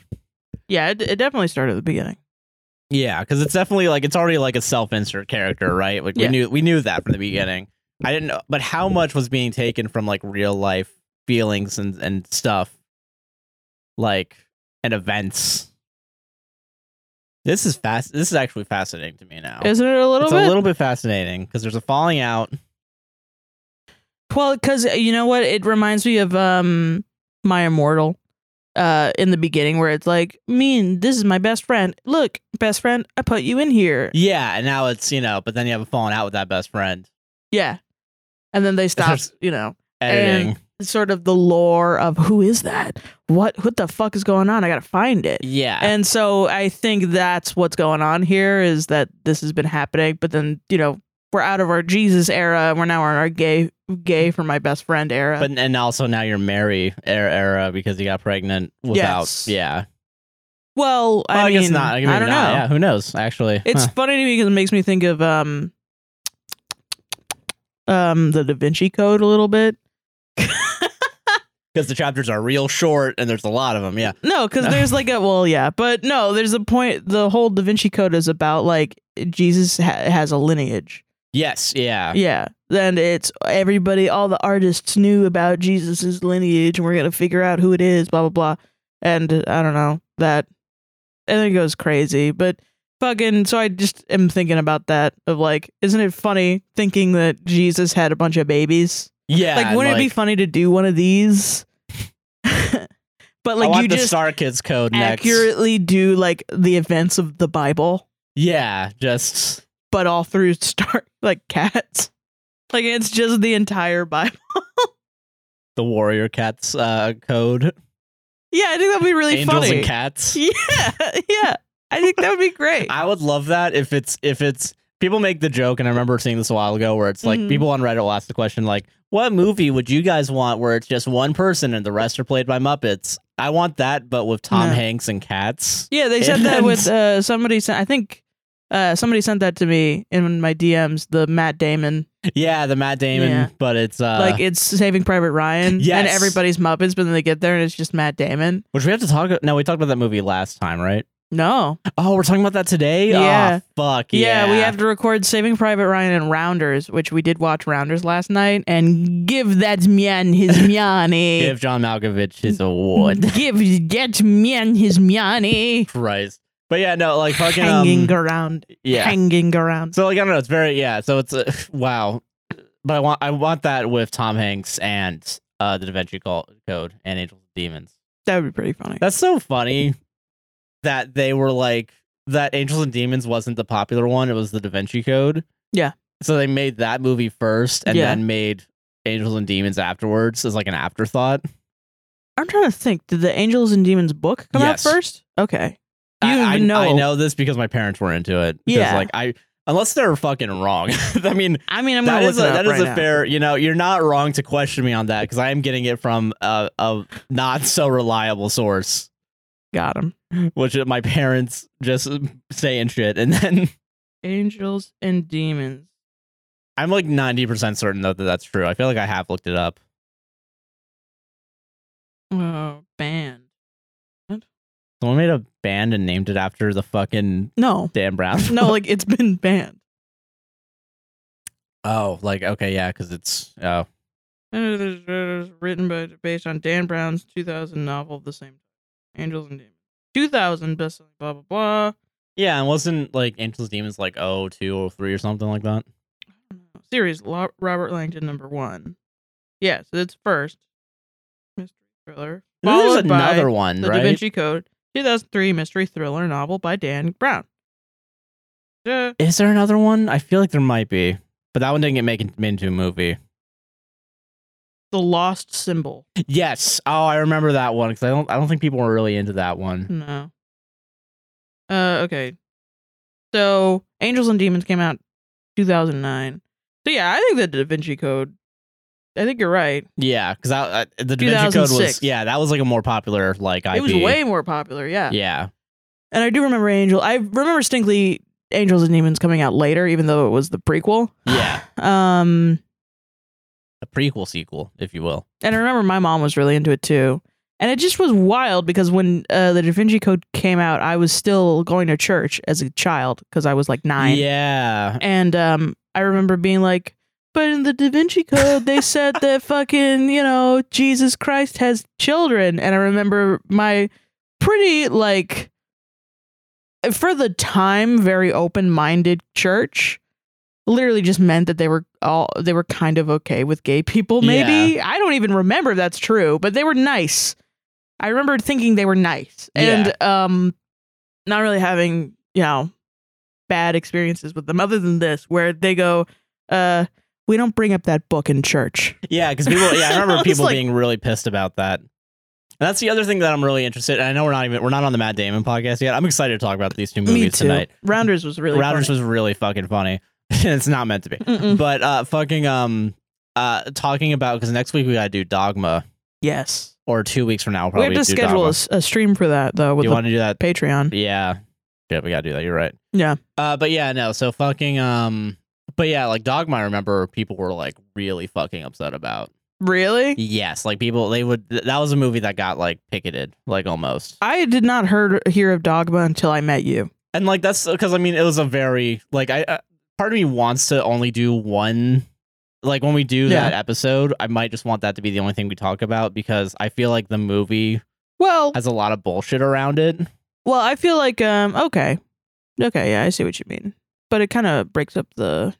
Speaker 2: Yeah, it, it definitely started at the beginning.
Speaker 1: Yeah, because it's definitely like it's already like a self-insert character, right? Like we
Speaker 2: Yeah.
Speaker 1: knew we knew that from the beginning. I didn't know, but how much was being taken from like real life feelings and and stuff, like and events. This is fast. This is actually fascinating to me now.
Speaker 2: Isn't it a little
Speaker 1: Oh. it's
Speaker 2: bit?
Speaker 1: a little bit fascinating because there's a falling out.
Speaker 2: Well, because you know what, it reminds me of um my immortal, uh, in the beginning where it's like, mean, this is my best friend. Look, best friend, I put you in here.
Speaker 1: Yeah, and now it's you know, but then you have a falling out with that best friend.
Speaker 2: Yeah, and then they stop.
Speaker 1: There's-
Speaker 2: You know,
Speaker 1: Editing.
Speaker 2: sort of the lore of who is that? What what the fuck is going on? I gotta find it.
Speaker 1: yeah,
Speaker 2: And so I think that's what's going on here is that this has been happening, but then you know we're out of our Jesus era and we're now in our gay gay for my best friend era.
Speaker 1: but and also now you're Mary era, era because you got pregnant without.
Speaker 2: Yes.
Speaker 1: Yeah,
Speaker 2: well, I
Speaker 1: Well,
Speaker 2: mean,
Speaker 1: guess not. maybe
Speaker 2: I don't
Speaker 1: not.
Speaker 2: know.
Speaker 1: Yeah, who knows? Actually,
Speaker 2: It's
Speaker 1: Huh.
Speaker 2: funny to me because it makes me think of um, um, the Da Vinci Code a little bit.
Speaker 1: because the chapters are real short and there's a lot of them. Yeah,
Speaker 2: No, because there's like a well, yeah, but no, there's a point. The whole Da Vinci Code is about like Jesus ha- has a lineage.
Speaker 1: yes, yeah,
Speaker 2: Yeah, then it's everybody, all the artists knew about Jesus's lineage, and we're gonna figure out who it is. Blah blah blah, and uh, I don't know that, and then it goes crazy, but. Fucking, so I just am thinking about that of like, isn't it funny thinking that Jesus had a bunch of babies?
Speaker 1: yeah.
Speaker 2: like, wouldn't it be funny to do one of these? but
Speaker 1: I
Speaker 2: like,
Speaker 1: want
Speaker 2: you
Speaker 1: the
Speaker 2: just
Speaker 1: Star Kids code next.
Speaker 2: accurately do like the events of the Bible,
Speaker 1: Yeah, just
Speaker 2: but all through Star like cats. Like it's just the entire Bible.
Speaker 1: the Warrior Cats uh, code.
Speaker 2: Yeah, I think that'd be really
Speaker 1: Angels
Speaker 2: funny.
Speaker 1: and cats.
Speaker 2: Yeah, yeah. I think that would be great.
Speaker 1: I would love that if it's if it's people make the joke, and I remember seeing this a while ago where it's like
Speaker 2: Mhm.
Speaker 1: people on Reddit will ask the question like, "What movie would you guys want where it's just one person and the rest are played by Muppets?" I want that, but with Tom
Speaker 2: No.
Speaker 1: Hanks and cats.
Speaker 2: yeah, they said that with uh, somebody sent. I think uh, somebody sent that to me in my DMs. The Matt Damon,
Speaker 1: Yeah, the Matt Damon,
Speaker 2: Yeah.
Speaker 1: but it's uh,
Speaker 2: like it's Saving Private Ryan, and
Speaker 1: Yes.
Speaker 2: everybody's Muppets, but then they get there and it's just Matt Damon.
Speaker 1: which we have to talk. No, we talked about that movie last time, right?
Speaker 2: No,
Speaker 1: Oh, we're talking about that today.
Speaker 2: Yeah.
Speaker 1: oh, fuck
Speaker 2: Yeah,
Speaker 1: yeah.
Speaker 2: we have to record Saving Private Ryan and Rounders, which we did watch Rounders last night, and give that man his money.
Speaker 1: give John Malkovich his award.
Speaker 2: Give that man his money.
Speaker 1: Christ, but yeah, no, like fucking
Speaker 2: Hanging
Speaker 1: um,
Speaker 2: around,
Speaker 1: yeah.
Speaker 2: hanging around.
Speaker 1: So like I don't know, it's very yeah. So it's uh, wow, but I want I want that with Tom Hanks and uh the Da Vinci Col- Code and Angels and Demons.
Speaker 2: That would be pretty funny.
Speaker 1: That's so funny that they were like that. Angels and Demons wasn't the popular one; it was the Da Vinci Code.
Speaker 2: Yeah.
Speaker 1: So they made that movie first, and
Speaker 2: Yeah.
Speaker 1: then made Angels and Demons afterwards as like an afterthought.
Speaker 2: I'm trying to think. Did the Angels and Demons book come
Speaker 1: Yes.
Speaker 2: out first? Okay. You
Speaker 1: I-
Speaker 2: don't
Speaker 1: I,
Speaker 2: even know.
Speaker 1: I know this because my parents were into it. 'Cause,
Speaker 2: Yeah.
Speaker 1: Like I, unless they're fucking wrong. I mean,
Speaker 2: I mean, I'm
Speaker 1: That
Speaker 2: gonna
Speaker 1: is a,
Speaker 2: look it up
Speaker 1: that is
Speaker 2: right
Speaker 1: a
Speaker 2: now.
Speaker 1: fair. You know, you're not wrong to question me on that because I am getting it from a, a not so reliable source,
Speaker 2: Got him.
Speaker 1: which my parents just saying shit, and then
Speaker 2: Angels and Demons.
Speaker 1: I'm like ninety percent certain though that that's true. I feel like I have looked it up.
Speaker 2: Oh, band.
Speaker 1: Someone made a band and named it after the fucking
Speaker 2: No,
Speaker 1: Dan Brown.
Speaker 2: no, like it's been banned.
Speaker 1: oh, like okay, yeah, because it's oh
Speaker 2: Under the Shadows, written by based on Dan Brown's 2000 novel of the same title, Angels and Demons. 2000 bestselling, blah blah blah.
Speaker 1: yeah, and wasn't like Angels Demons like oh two or three or something like that.
Speaker 2: Series Lo- Robert Langdon number one. Yeah, so that's first mystery thriller.
Speaker 1: And then
Speaker 2: Followed
Speaker 1: There's
Speaker 2: by
Speaker 1: another one,
Speaker 2: The
Speaker 1: right?
Speaker 2: Da Vinci Code, 2003 mystery thriller novel by Dan Brown. Duh.
Speaker 1: Is there another one? I feel like there might be, but that one didn't get made made into a movie.
Speaker 2: The Lost Symbol.
Speaker 1: Yes. Oh, I remember that one because I don't. I don't think people were really into that one.
Speaker 2: No. Uh, okay. So, Angels and Demons came out 2009. So yeah, I think the Da Vinci Code I think you're right.
Speaker 1: Yeah, because I, I, the Da Vinci Code was
Speaker 2: 2006.
Speaker 1: yeah that was like a more popular like IP.
Speaker 2: It was way more popular, yeah.
Speaker 1: yeah
Speaker 2: And I do remember Angel. I remember distinctly Angels and Demons coming out later, even though it was the prequel.
Speaker 1: yeah
Speaker 2: Um,
Speaker 1: a prequel sequel if you will.
Speaker 2: and I remember my mom was really into it too. And it just was wild because when uh, the Da Vinci Code came out, I was still going to church as a child because I was like nine.
Speaker 1: Yeah,
Speaker 2: And um, I remember being like, but in the Da Vinci Code, they said that fucking, you know, Jesus Christ has children. And I remember my pretty, like, for the time, very open minded church literally just meant that they were all they were kind of okay with gay people maybe i don't even remember if that's true but they were nice i remember thinking they were nice and um not really having you know bad experiences with them other than this where they go uh we don't bring up that book in church
Speaker 1: yeah, because people. Yeah, I
Speaker 2: I
Speaker 1: remember
Speaker 2: was
Speaker 1: people
Speaker 2: like-
Speaker 1: being really pissed about that. And that's the other thing that I'm really interested. And I know we're not even we're not on the Matt Damon podcast yet. I'm excited to talk about these two movies
Speaker 2: me too
Speaker 1: tonight.
Speaker 2: rounders was really
Speaker 1: Routers
Speaker 2: funny.
Speaker 1: was really fucking funny. it's not meant to be,
Speaker 2: Mm-mm.
Speaker 1: but uh, fucking um, uh, talking about because next week we gotta do Dogma,
Speaker 2: yes
Speaker 1: or two weeks from now we'll
Speaker 2: we
Speaker 1: probably
Speaker 2: have to
Speaker 1: do
Speaker 2: schedule
Speaker 1: Dogma.
Speaker 2: a, s- a stream for that though
Speaker 1: Do
Speaker 2: with
Speaker 1: you
Speaker 2: the
Speaker 1: want to do that?
Speaker 2: patreon
Speaker 1: Yeah. Yeah, we gotta do that. You're right.
Speaker 2: Yeah.
Speaker 1: Uh, but yeah, no. So fucking um, but yeah, like Dogma. I remember people were like really fucking upset about.
Speaker 2: really
Speaker 1: Yes, like people they would. th- That was a movie that got like picketed, like almost.
Speaker 2: i did not heard, hear of dogma until i met you
Speaker 1: And like that's because I mean it was a very like I uh, part of me wants to only do one. Like when we do
Speaker 2: Yeah.
Speaker 1: that episode, I might just want that to be the only thing we talk about because I feel like the movie
Speaker 2: well
Speaker 1: has a lot of bullshit around it.
Speaker 2: Well, I feel like um okay. Okay, yeah, I see what you mean. But it kind of breaks up the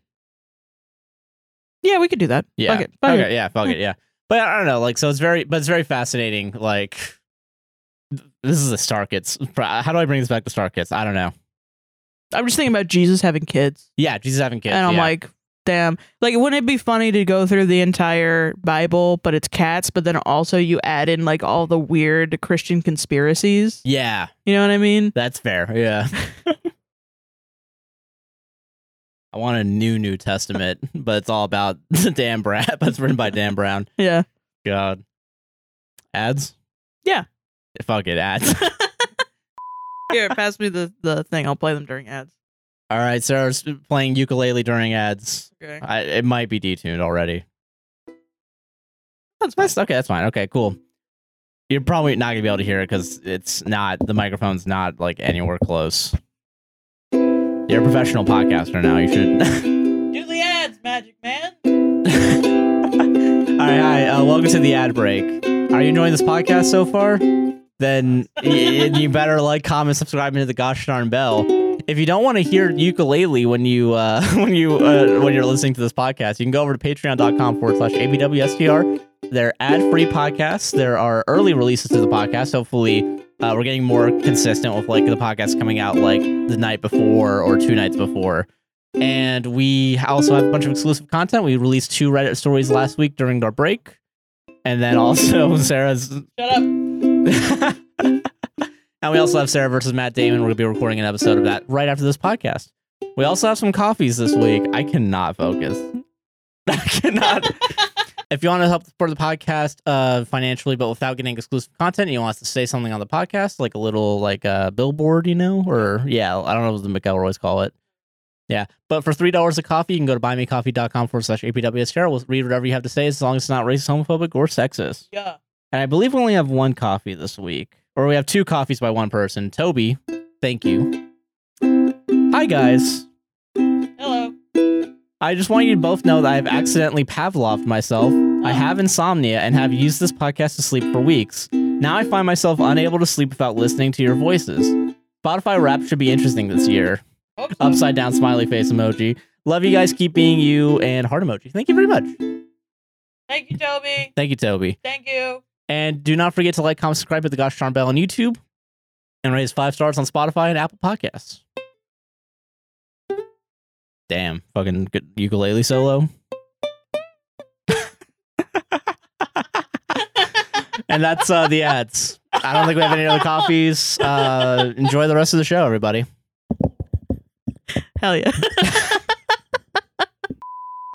Speaker 2: Yeah, we could do that.
Speaker 1: Yeah.
Speaker 2: Fuck it. Fuck
Speaker 1: okay.
Speaker 2: it.
Speaker 1: Yeah. Fuck it. Yeah. But I don't know. Like, so it's very, but it's very fascinating. Like, th- this is a Star Kids. pro- How do I bring this back to Star Kids? I don't know.
Speaker 2: I'm just thinking about Jesus having kids.
Speaker 1: Yeah. Jesus having kids.
Speaker 2: and I'm
Speaker 1: yeah.
Speaker 2: like, damn. Like wouldn't it be funny to go through the entire Bible, but it's cats, but then also you add in like all the weird Christian conspiracies?
Speaker 1: yeah,
Speaker 2: You know what I mean?
Speaker 1: that's fair. Yeah. I want a new New Testament, but it's all about Dan Brown. But it's written by Dan Brown.
Speaker 2: Yeah.
Speaker 1: God. Ads?
Speaker 2: Yeah.
Speaker 1: Fuck it, ads.
Speaker 2: Here, pass me the, the thing. I'll play them during ads.
Speaker 1: all right, Sarah's playing ukulele during ads.
Speaker 2: Okay.
Speaker 1: I, it might be detuned already.
Speaker 2: That's
Speaker 1: That's okay. That's fine. Okay, cool. You're probably not gonna be able to hear it because it's not the microphone's not like anywhere close. You're a professional podcaster now. You should.
Speaker 2: Do the ads, magic man.
Speaker 1: All right, hi. Uh, welcome to the ad break. Are you enjoying this podcast so far? Then y- y- you better like, comment, subscribe, and hit the gosh darn bell. If you don't want to hear ukulele when you uh, when you uh, when you're listening to this podcast, you can go over to patreon.com forward slash abwstr. They're ad free podcasts. There are early releases to the podcast. Hopefully, uh, we're getting more consistent with like the podcast coming out like the night before or two nights before. And we also have a bunch of exclusive content. We released two Reddit stories last week during our break. And then also Sarah's.
Speaker 2: Shut up.
Speaker 1: and we also have Sarah versus Matt Damon. We're going to be recording an episode of that right after this podcast. We also have some coffees this week. I cannot focus. I cannot. if you want to help support the podcast uh, financially, but without getting exclusive content, and you want us to say something on the podcast, like a little like uh, billboard, you know, or yeah, I don't know what the McElroys call it. Yeah, but for three dollars a coffee, you can go to buymecoffee.com forward slash apwsr. We'll read whatever you have to say, as long as it's not racist, homophobic, or sexist.
Speaker 2: Yeah.
Speaker 1: And I believe we only have one coffee this week, or we have two coffees by one person. Toby, thank you. Hi guys.
Speaker 2: Hello.
Speaker 1: I just want you to both know that I've accidentally Pavloved myself. I have insomnia and have used this podcast to sleep for weeks. Now I find myself unable to sleep without listening to your voices. Spotify rap should be interesting this year. Upside down smiley face emoji. Love you guys. Keep being you and heart emoji. Thank you very much.
Speaker 2: Thank you, Toby.
Speaker 1: Thank you, Toby.
Speaker 2: Thank you.
Speaker 1: And do not forget to like, comment, subscribe, hit the gosh darn bell on YouTube, and raise five stars on Spotify and Apple Podcasts. Damn, fucking good ukulele solo. and that's uh, the ads. I don't think we have any other coffees. Uh, enjoy the rest of the show, everybody.
Speaker 2: Hell yeah.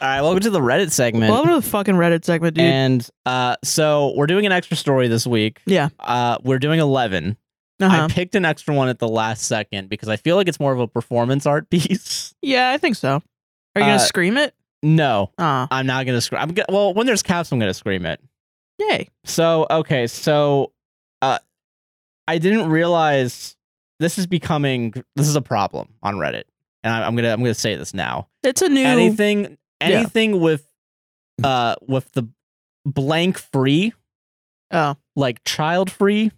Speaker 1: All right, welcome to the Reddit segment.
Speaker 2: Welcome to the fucking Reddit segment, dude.
Speaker 1: and uh, so we're doing an extra story this week.
Speaker 2: Yeah.
Speaker 1: Uh, we're doing 11.
Speaker 2: uh-huh.
Speaker 1: I picked an extra one at the last second because I feel like it's more of a performance art piece.
Speaker 2: yeah, I think so. Are you gonna
Speaker 1: Uh,
Speaker 2: scream it?
Speaker 1: no,
Speaker 2: Ah,
Speaker 1: I'm not gonna scream. I'm go- well, when there's caps, I'm gonna scream it.
Speaker 2: yay.
Speaker 1: So okay, so uh, I didn't realize this is becoming this is a problem on Reddit, and I, I'm gonna I'm gonna say this now.
Speaker 2: It's a new.
Speaker 1: Anything anything with uh with the blank free
Speaker 2: oh,
Speaker 1: like child free.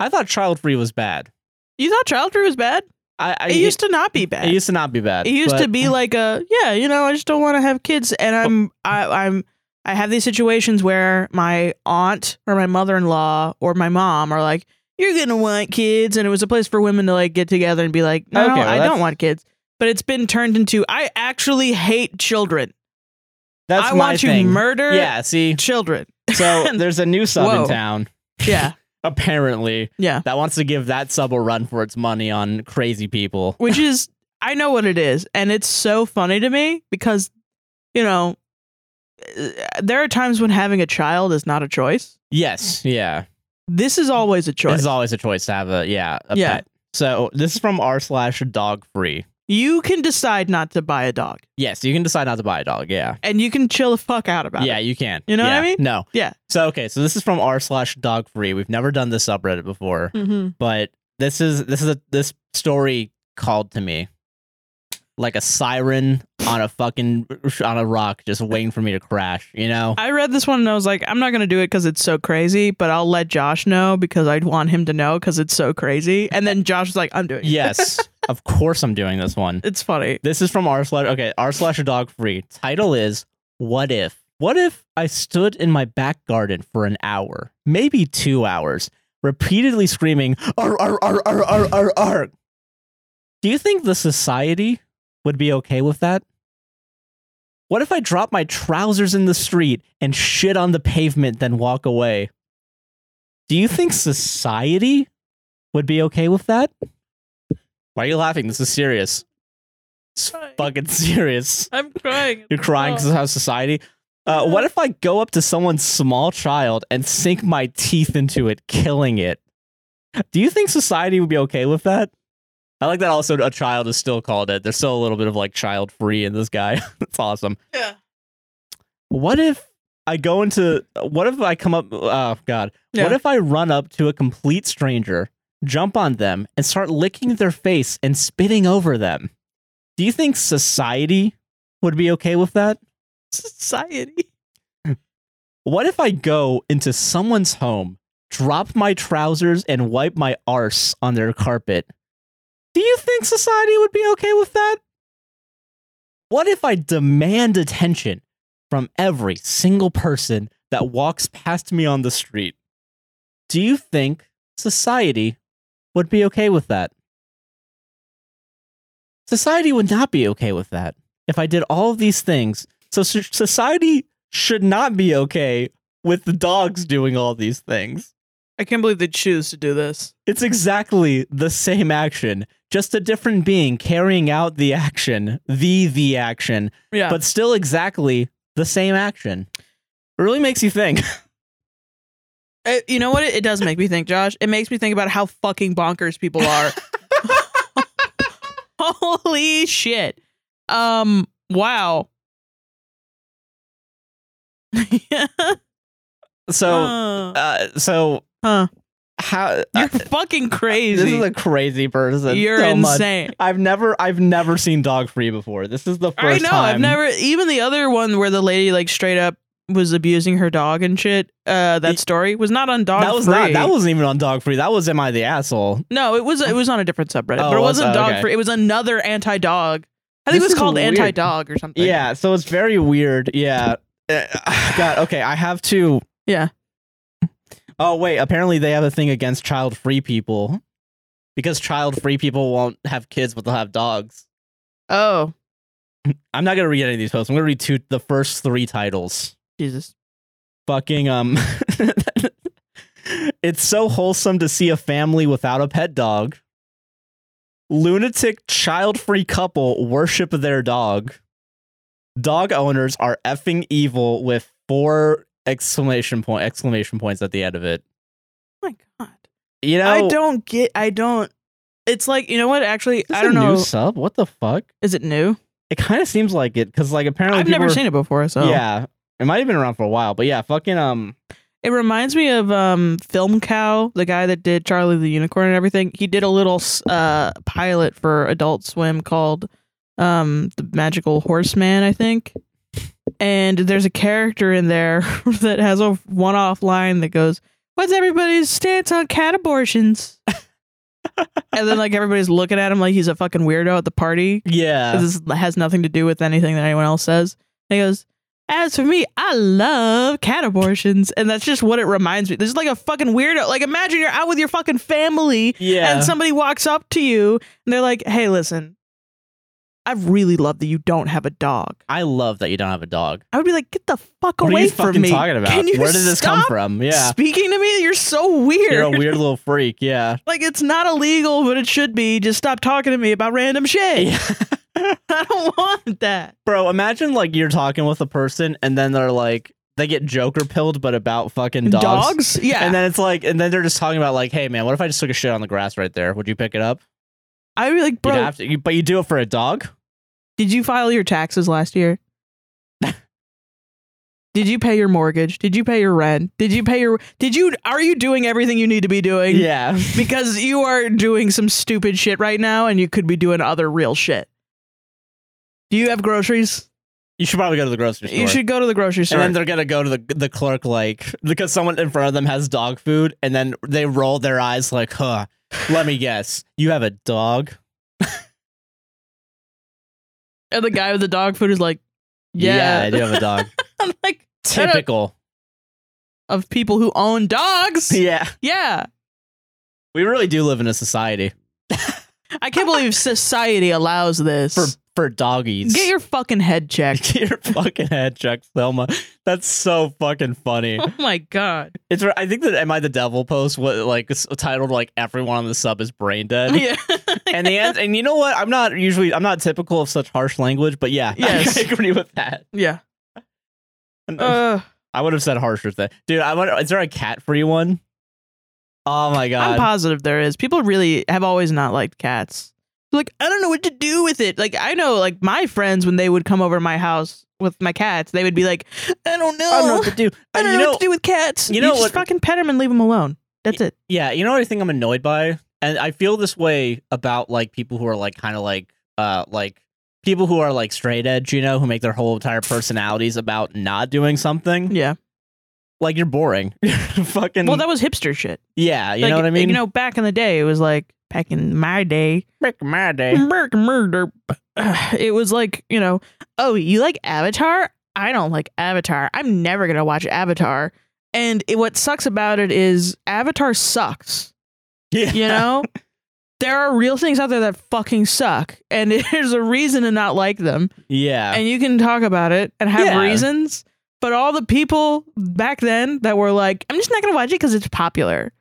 Speaker 1: I thought child free was bad.
Speaker 2: you thought child free was bad?
Speaker 1: I, I
Speaker 2: it used to not be
Speaker 1: It
Speaker 2: bad.
Speaker 1: used to not be bad.
Speaker 2: It used to
Speaker 1: but-
Speaker 2: be like a yeah, you know, I just don't want to have kids, and I'm I, I'm I have these situations where my aunt or my mother in law or my mom are like, "You're gonna want kids," and it was a place for women to like get together and be like, "No,
Speaker 1: Okay, well,
Speaker 2: I don't
Speaker 1: that's-
Speaker 2: want kids." But it's been turned into I actually hate children.
Speaker 1: that's
Speaker 2: I
Speaker 1: my
Speaker 2: want
Speaker 1: thing.
Speaker 2: to murder
Speaker 1: Yeah, see,
Speaker 2: children.
Speaker 1: so there's a new sub
Speaker 2: Whoa.
Speaker 1: in town
Speaker 2: Yeah,
Speaker 1: apparently
Speaker 2: yeah.
Speaker 1: that wants to give that sub a run for its money on crazy people.
Speaker 2: Which is I know what it is, and it's so funny to me because you know uh, there are times when having a child is not a choice.
Speaker 1: Yes, yeah.
Speaker 2: This is always a choice.
Speaker 1: This is always a choice to have a yeah a
Speaker 2: Yeah.
Speaker 1: pet. So this is from r slash dog free.
Speaker 2: You can decide not to buy a dog,
Speaker 1: Yes, you can decide not to buy a dog. Yeah,
Speaker 2: and you can chill the fuck out about
Speaker 1: yeah,
Speaker 2: it.
Speaker 1: you can.
Speaker 2: You know what I
Speaker 1: Yeah.
Speaker 2: mean?
Speaker 1: No.
Speaker 2: Yeah.
Speaker 1: So okay, so this is from r slash dog free. We've never done this subreddit before,
Speaker 2: Mm-hmm.
Speaker 1: but this is this is a this story called to me like a siren on a fucking on a rock just waiting for me to crash. You know.
Speaker 2: I read this one and I was like, I'm not gonna do it because it's so crazy, but I'll let Josh know because I'd want him to know because it's so crazy. And then Josh was like, I'm doing it.
Speaker 1: yes, of course I'm doing this one.
Speaker 2: It's funny.
Speaker 1: This is from r slash okay r slash a dog free. Title is What if? What if I stood in my back garden for an hour, maybe two hours, repeatedly screaming "ar ar ar ar ar ar ar"? Do you think the society would be okay with that? What if I drop my trousers in the street and shit on the pavement, then walk away? Do you think society would be okay with that? Why are you laughing? This is serious fucking serious.
Speaker 2: I'm crying.
Speaker 1: You're crying because of how society. Uh, what if I go up to someone's small child and sink my teeth into it, killing it? Do you think society would be okay with that? I like that also a child is still called it. There's still a little bit of like child free in this guy. That's awesome.
Speaker 2: Yeah.
Speaker 1: What if I go into what if I come up oh god. What
Speaker 2: Yeah.
Speaker 1: if I run up to a complete stranger, jump on them and start licking their face and spitting over them? Do you think society would be okay with that?
Speaker 2: Society.
Speaker 1: What if I go into someone's home, drop my trousers and wipe my arse on their carpet? Do you think society would be okay with that? What if I demand attention from every single person that walks past me on the street? Do you think society would be okay with that? Society would not be okay with that if I did all of these things. So so- society should not be okay with the dogs doing all these things.
Speaker 2: I can't believe they choose to do this.
Speaker 1: It's exactly the same action, just a different being carrying out the action, the the action,
Speaker 2: Yeah.
Speaker 1: but still exactly the same action. It really makes you think.
Speaker 2: Uh, you know what? It, it does make me think, Josh. It makes me think about how fucking bonkers people are. Holy shit. Um. Wow. yeah.
Speaker 1: So,
Speaker 2: Uh,
Speaker 1: uh, so
Speaker 2: huh.
Speaker 1: how
Speaker 2: You're
Speaker 1: uh,
Speaker 2: fucking
Speaker 1: this
Speaker 2: crazy.
Speaker 1: is a crazy person.
Speaker 2: You're
Speaker 1: so much.
Speaker 2: insane.
Speaker 1: I've never, I've never seen dog free before. This is the first
Speaker 2: I know.
Speaker 1: time.
Speaker 2: I've never even the other one where the lady like straight up was abusing her dog and shit. Uh, that
Speaker 1: Y-
Speaker 2: story was not on dog.
Speaker 1: That was not.
Speaker 2: Free.
Speaker 1: That wasn't even on dog free. That was am I the asshole?
Speaker 2: no. It was. It was on a different subreddit,
Speaker 1: Oh,
Speaker 2: but it
Speaker 1: was
Speaker 2: wasn't
Speaker 1: it?
Speaker 2: dog
Speaker 1: Okay.
Speaker 2: free. It was another anti dog. I think
Speaker 1: This
Speaker 2: it was
Speaker 1: is
Speaker 2: called
Speaker 1: weird.
Speaker 2: anti dog or something.
Speaker 1: Yeah, so it's very weird. Yeah. Uh, God, okay, I have to.
Speaker 2: Yeah.
Speaker 1: Oh, wait, apparently they have a thing against child free people because child free people won't have kids, but they'll have dogs.
Speaker 2: Oh
Speaker 1: I'm not going to read any of these posts. I'm going to read two, the first three titles.
Speaker 2: Jesus.
Speaker 1: Fucking, um. it's so wholesome to see a family without a pet dog. Lunatic child free couple worship their dog. dog owners are effing evil with four exclamation point exclamation points at the end of it.
Speaker 2: Oh my god.
Speaker 1: You know,
Speaker 2: I don't get. I don't. It's like you know what? Actually,
Speaker 1: this
Speaker 2: I
Speaker 1: a
Speaker 2: don't know.
Speaker 1: New sub? What the fuck?
Speaker 2: Is it new?
Speaker 1: It kind of seems like it because like apparently
Speaker 2: I've
Speaker 1: people
Speaker 2: never
Speaker 1: were-
Speaker 2: seen it before, so
Speaker 1: Yeah, it might have been around for a while, but yeah, fucking um,
Speaker 2: It reminds me of um, Film Cow, the guy that did Charlie the Unicorn and everything. He did a little s- uh, pilot for Adult Swim called um, The Magical Horseman, I think. And there's a character in there that has a one off line that goes, What's everybody's stance on cat abortions? and then, like, everybody's looking at him like he's a fucking weirdo at the party 'cause
Speaker 1: yeah,
Speaker 2: this has nothing to do with anything that anyone else says. And he goes, As for me, I love cat abortions. And that's just what it reminds me. This is like a fucking weirdo. Like, imagine you're out with your fucking family
Speaker 1: yeah,
Speaker 2: and somebody walks up to you and they're like, Hey, listen, I really love that you don't have a dog.
Speaker 1: I love that you don't have a dog.
Speaker 2: I would be like, Get the fuck
Speaker 1: What are
Speaker 2: away
Speaker 1: you
Speaker 2: from
Speaker 1: fucking
Speaker 2: me.
Speaker 1: talking about?
Speaker 2: Can you
Speaker 1: Where did this come
Speaker 2: stop
Speaker 1: from? Yeah,
Speaker 2: Speaking to me, you're so weird.
Speaker 1: you're a weird little freak. Yeah,
Speaker 2: like it's not illegal, but it should be. Just stop talking to me about random shit. I don't want that.
Speaker 1: bro. Imagine like you're talking with a person and then they're like they get Joker pilled, but about fucking dogs.
Speaker 2: Yeah.
Speaker 1: And then it's like, and then they're just talking about like, hey man, what if I just took a shit on the grass right there? Would you pick it up?
Speaker 2: I'd be like,
Speaker 1: You'd
Speaker 2: bro,
Speaker 1: have to, you, but you do it for a dog.
Speaker 2: did you file your taxes last year? did you pay your mortgage? Did you pay your rent? Did you pay your? Did you? Are you doing everything you need to be doing?
Speaker 1: Yeah,
Speaker 2: Because you are doing some stupid shit right now, and you could be doing other real shit. Do you have groceries?
Speaker 1: you should probably go to the grocery store.
Speaker 2: You should go to the grocery
Speaker 1: And
Speaker 2: store.
Speaker 1: then they're gonna go to the the clerk like because someone in front of them has dog food, and then they roll their eyes like, "Huh, let me guess, you have a dog."
Speaker 2: and the guy with the dog food is like,
Speaker 1: I
Speaker 2: yeah,
Speaker 1: do have a dog.
Speaker 2: I'm like I don't-
Speaker 1: Typical.
Speaker 2: of people who own dogs.
Speaker 1: Yeah,
Speaker 2: Yeah,
Speaker 1: we really do live in a society
Speaker 2: I can't believe society allows this.
Speaker 1: for for doggies.
Speaker 2: Get your fucking head checked.
Speaker 1: Get your fucking head checked, Thelma. That's so fucking funny.
Speaker 2: Oh my god.
Speaker 1: It's I think that "Am I the Devil" post was like s- titled like everyone on the sub is brain dead.
Speaker 2: Yeah.
Speaker 1: and the end, and you know what? I'm not usually I'm not typical of such harsh language, but yeah,
Speaker 2: Yes.
Speaker 1: I agree with that.
Speaker 2: yeah.
Speaker 1: Oh
Speaker 2: Uh,
Speaker 1: I would have said harsher thing, dude. I wonder, is there a cat free one? Oh my
Speaker 2: I'm
Speaker 1: god!
Speaker 2: positive there is. People really have always not liked cats. Like, I don't know what to do with it. Like, I know, like, my friends, when they would come over to my house with my cats, they would be like, I don't know.
Speaker 1: I don't know what to do.
Speaker 2: I
Speaker 1: And
Speaker 2: don't
Speaker 1: you
Speaker 2: know
Speaker 1: know,
Speaker 2: what to do with cats.
Speaker 1: you know
Speaker 2: just
Speaker 1: what-
Speaker 2: fucking pet them and leave them alone. That's it.
Speaker 1: yeah, you know what I think I'm annoyed by, and I feel this way about like people who are like kind of like uh like people who are like straight edge, you know, who make their whole entire personalities about not doing something.
Speaker 2: Yeah.
Speaker 1: Like you're boring, fucking.
Speaker 2: Well, that was hipster shit.
Speaker 1: yeah, you
Speaker 2: Like,
Speaker 1: know what I mean.
Speaker 2: You know, back in the day, it was like, back in my day,
Speaker 1: Back in my day.
Speaker 2: Merc murder. It was like, you know, oh, you like Avatar? I don't like Avatar. I'm never going to watch Avatar. And it, what sucks about it is Avatar sucks.
Speaker 1: Yeah.
Speaker 2: You know? there are real things out there that fucking suck. And there's a reason to not like them.
Speaker 1: Yeah.
Speaker 2: And you can talk about it and have
Speaker 1: Oh. Yeah.
Speaker 2: reasons. But all the people back then that were like, I'm just not going to watch it because it's popular,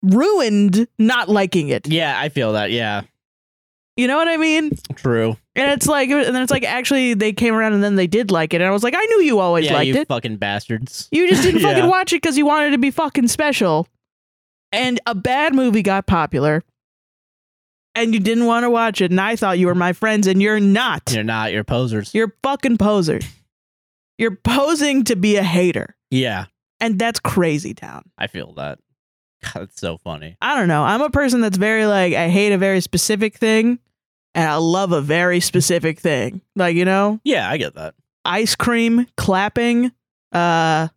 Speaker 2: ruined not liking it.
Speaker 1: yeah, I feel that. Yeah.
Speaker 2: You know what I mean?
Speaker 1: True.
Speaker 2: And it's like, and then it's like, actually, they came around and then they did like it. And I was like, I knew you always
Speaker 1: yeah,
Speaker 2: liked
Speaker 1: you
Speaker 2: it.
Speaker 1: fucking bastards.
Speaker 2: You just didn't
Speaker 1: Yeah.
Speaker 2: fucking watch it because you wanted to be fucking special. And a bad movie got popular. And you didn't want to watch it. And I thought you were my friends, and you're not.
Speaker 1: You're not. You're posers.
Speaker 2: You're fucking posers. You're posing to be a hater.
Speaker 1: yeah.
Speaker 2: And that's crazy town.
Speaker 1: I feel that. God, that's so funny.
Speaker 2: I don't know. I'm a person that's very like, I hate a very specific thing, and I love a very specific thing. Like, you know?
Speaker 1: Yeah, I get that.
Speaker 2: ice cream clapping uh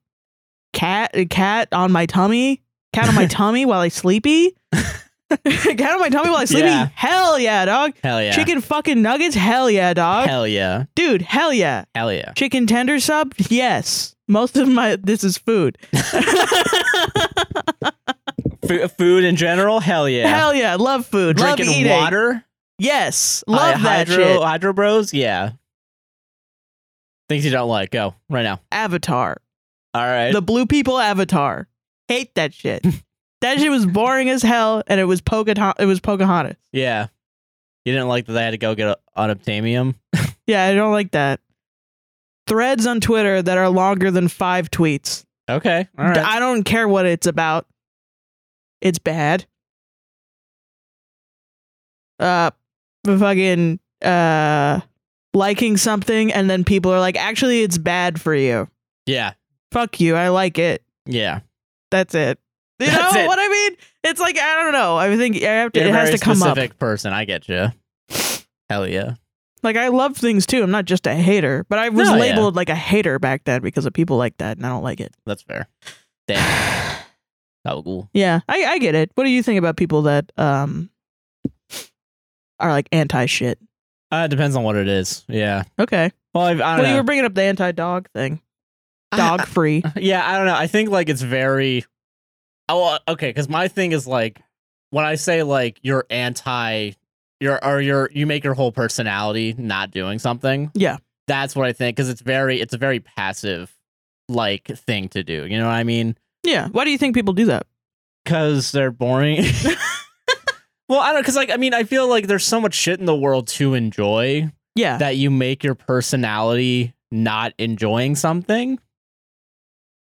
Speaker 2: cat cat on my tummy cat on my tummy while i sleepy cat on my tummy while i sleepy
Speaker 1: Yeah.
Speaker 2: hell yeah dog
Speaker 1: Hell yeah.
Speaker 2: chicken fucking nuggets hell yeah dog
Speaker 1: Hell yeah.
Speaker 2: dude hell yeah
Speaker 1: Hell yeah.
Speaker 2: chicken tender sub yes most of my this is food
Speaker 1: F- food in general. Hell yeah.
Speaker 2: hell yeah love food
Speaker 1: Drinking
Speaker 2: love eating
Speaker 1: water.
Speaker 2: yes love
Speaker 1: Hy-
Speaker 2: that
Speaker 1: hydro,
Speaker 2: shit
Speaker 1: Hydro Bros. Yeah. Things you don't like. Go right now.
Speaker 2: avatar
Speaker 1: All right.
Speaker 2: the blue people avatar hate that shit that shit was boring as hell and it was pocahontas it was pocahontas
Speaker 1: yeah. You didn't like that they had to go get a, unobtainium.
Speaker 2: Yeah, I don't like that. threads on Twitter that are longer than five tweets.
Speaker 1: Okay. All right.
Speaker 2: I don't care what it's about. It's bad. Uh fucking uh liking something and then people are like, actually it's bad for you.
Speaker 1: yeah.
Speaker 2: Fuck you, I like it.
Speaker 1: Yeah.
Speaker 2: That's it. You
Speaker 1: That's
Speaker 2: know
Speaker 1: it.
Speaker 2: what I mean? It's like I don't know. I think I have to,
Speaker 1: You're a
Speaker 2: it has
Speaker 1: very
Speaker 2: to come up.
Speaker 1: specific person. I get you. Hell yeah.
Speaker 2: Like I love things too. I'm not just a hater, but I was
Speaker 1: No, yeah.
Speaker 2: labeled like a hater back then because of people like that, and I don't like it.
Speaker 1: That's fair. Damn. That was cool.
Speaker 2: Yeah, I, I get it. What do you think about people that um are like anti shit?
Speaker 1: Uh, it depends on what it is. Yeah.
Speaker 2: Okay.
Speaker 1: Well, I've, I don't
Speaker 2: Well,
Speaker 1: know. Ah,
Speaker 2: you were bringing up the anti dog thing.
Speaker 1: I-
Speaker 2: Dog free.
Speaker 1: Yeah, I don't know. I think like it's very. Oh, okay. Because my thing is like when I say like you're anti, you're or you're you make your whole personality not doing something.
Speaker 2: Yeah.
Speaker 1: that's what I think. Because it's very it's a very passive like thing to do. You know what I mean?
Speaker 2: Yeah. Why do you think people do that?
Speaker 1: Because they're boring. well, I don't. Because like I mean, I feel like there's so much shit in the world to enjoy
Speaker 2: Yeah.
Speaker 1: that you make your personality not enjoying something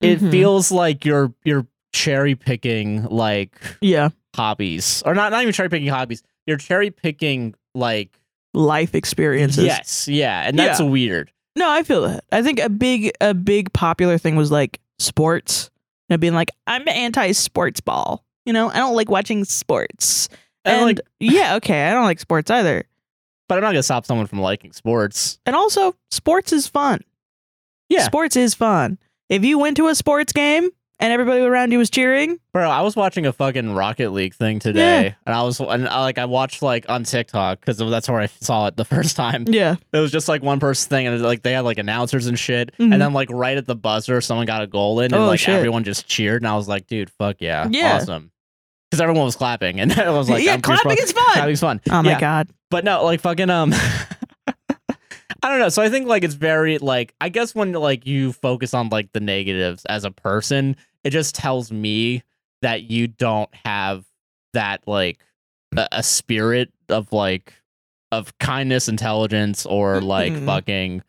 Speaker 1: it
Speaker 2: Mhm.
Speaker 1: feels like you're you're cherry picking like
Speaker 2: Yeah.
Speaker 1: hobbies or not not even cherry picking hobbies you're cherry picking like
Speaker 2: Life experiences.
Speaker 1: yes yeah and that's weird
Speaker 2: No, I feel that. I think a big a big popular thing was like sports. And being like, I'm anti sports ball. You know, I don't like watching sports.
Speaker 1: and,
Speaker 2: And
Speaker 1: like
Speaker 2: yeah, okay, I don't like sports either.
Speaker 1: but i'm not gonna stop someone from liking sports
Speaker 2: And also, sports is fun.
Speaker 1: Yeah.
Speaker 2: Sports is fun. If you went to a sports game and everybody around you was cheering,
Speaker 1: bro i was watching a fucking rocket league thing today and i was and I, like i watched like on tiktok because that's where i saw it the first time
Speaker 2: yeah.
Speaker 1: It was just like one person thing, and it was, like they had like announcers and shit.
Speaker 2: Mhm.
Speaker 1: And then like right at the buzzer, someone got a goal in, and
Speaker 2: Oh,
Speaker 1: like
Speaker 2: shit.
Speaker 1: everyone just cheered. And I was like, dude, fuck yeah,
Speaker 2: Yeah.
Speaker 1: awesome, because everyone was clapping, and I was like,
Speaker 2: yeah,
Speaker 1: I'm
Speaker 2: clapping
Speaker 1: goosebumps-
Speaker 2: is fun.
Speaker 1: clapping's fun.
Speaker 2: Oh my
Speaker 1: Yeah.
Speaker 2: god.
Speaker 1: But no, like fucking um, I don't know. So I think like it's very like I guess when like you focus on like the negatives as a person, it just tells me that you don't have that like a, a spirit of like of kindness, intelligence, or like
Speaker 2: Mhm.
Speaker 1: fucking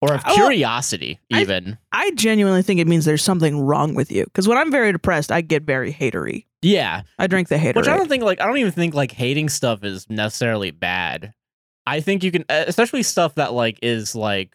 Speaker 1: or of
Speaker 2: Well,
Speaker 1: curiosity
Speaker 2: I-
Speaker 1: even.
Speaker 2: I genuinely think it means there's something wrong with you. Because when I'm very depressed, I get very hatery.
Speaker 1: yeah,
Speaker 2: I drink the hater.
Speaker 1: Which I don't think like I don't even think like hating stuff is necessarily bad. I think you can e, especially stuff that like is like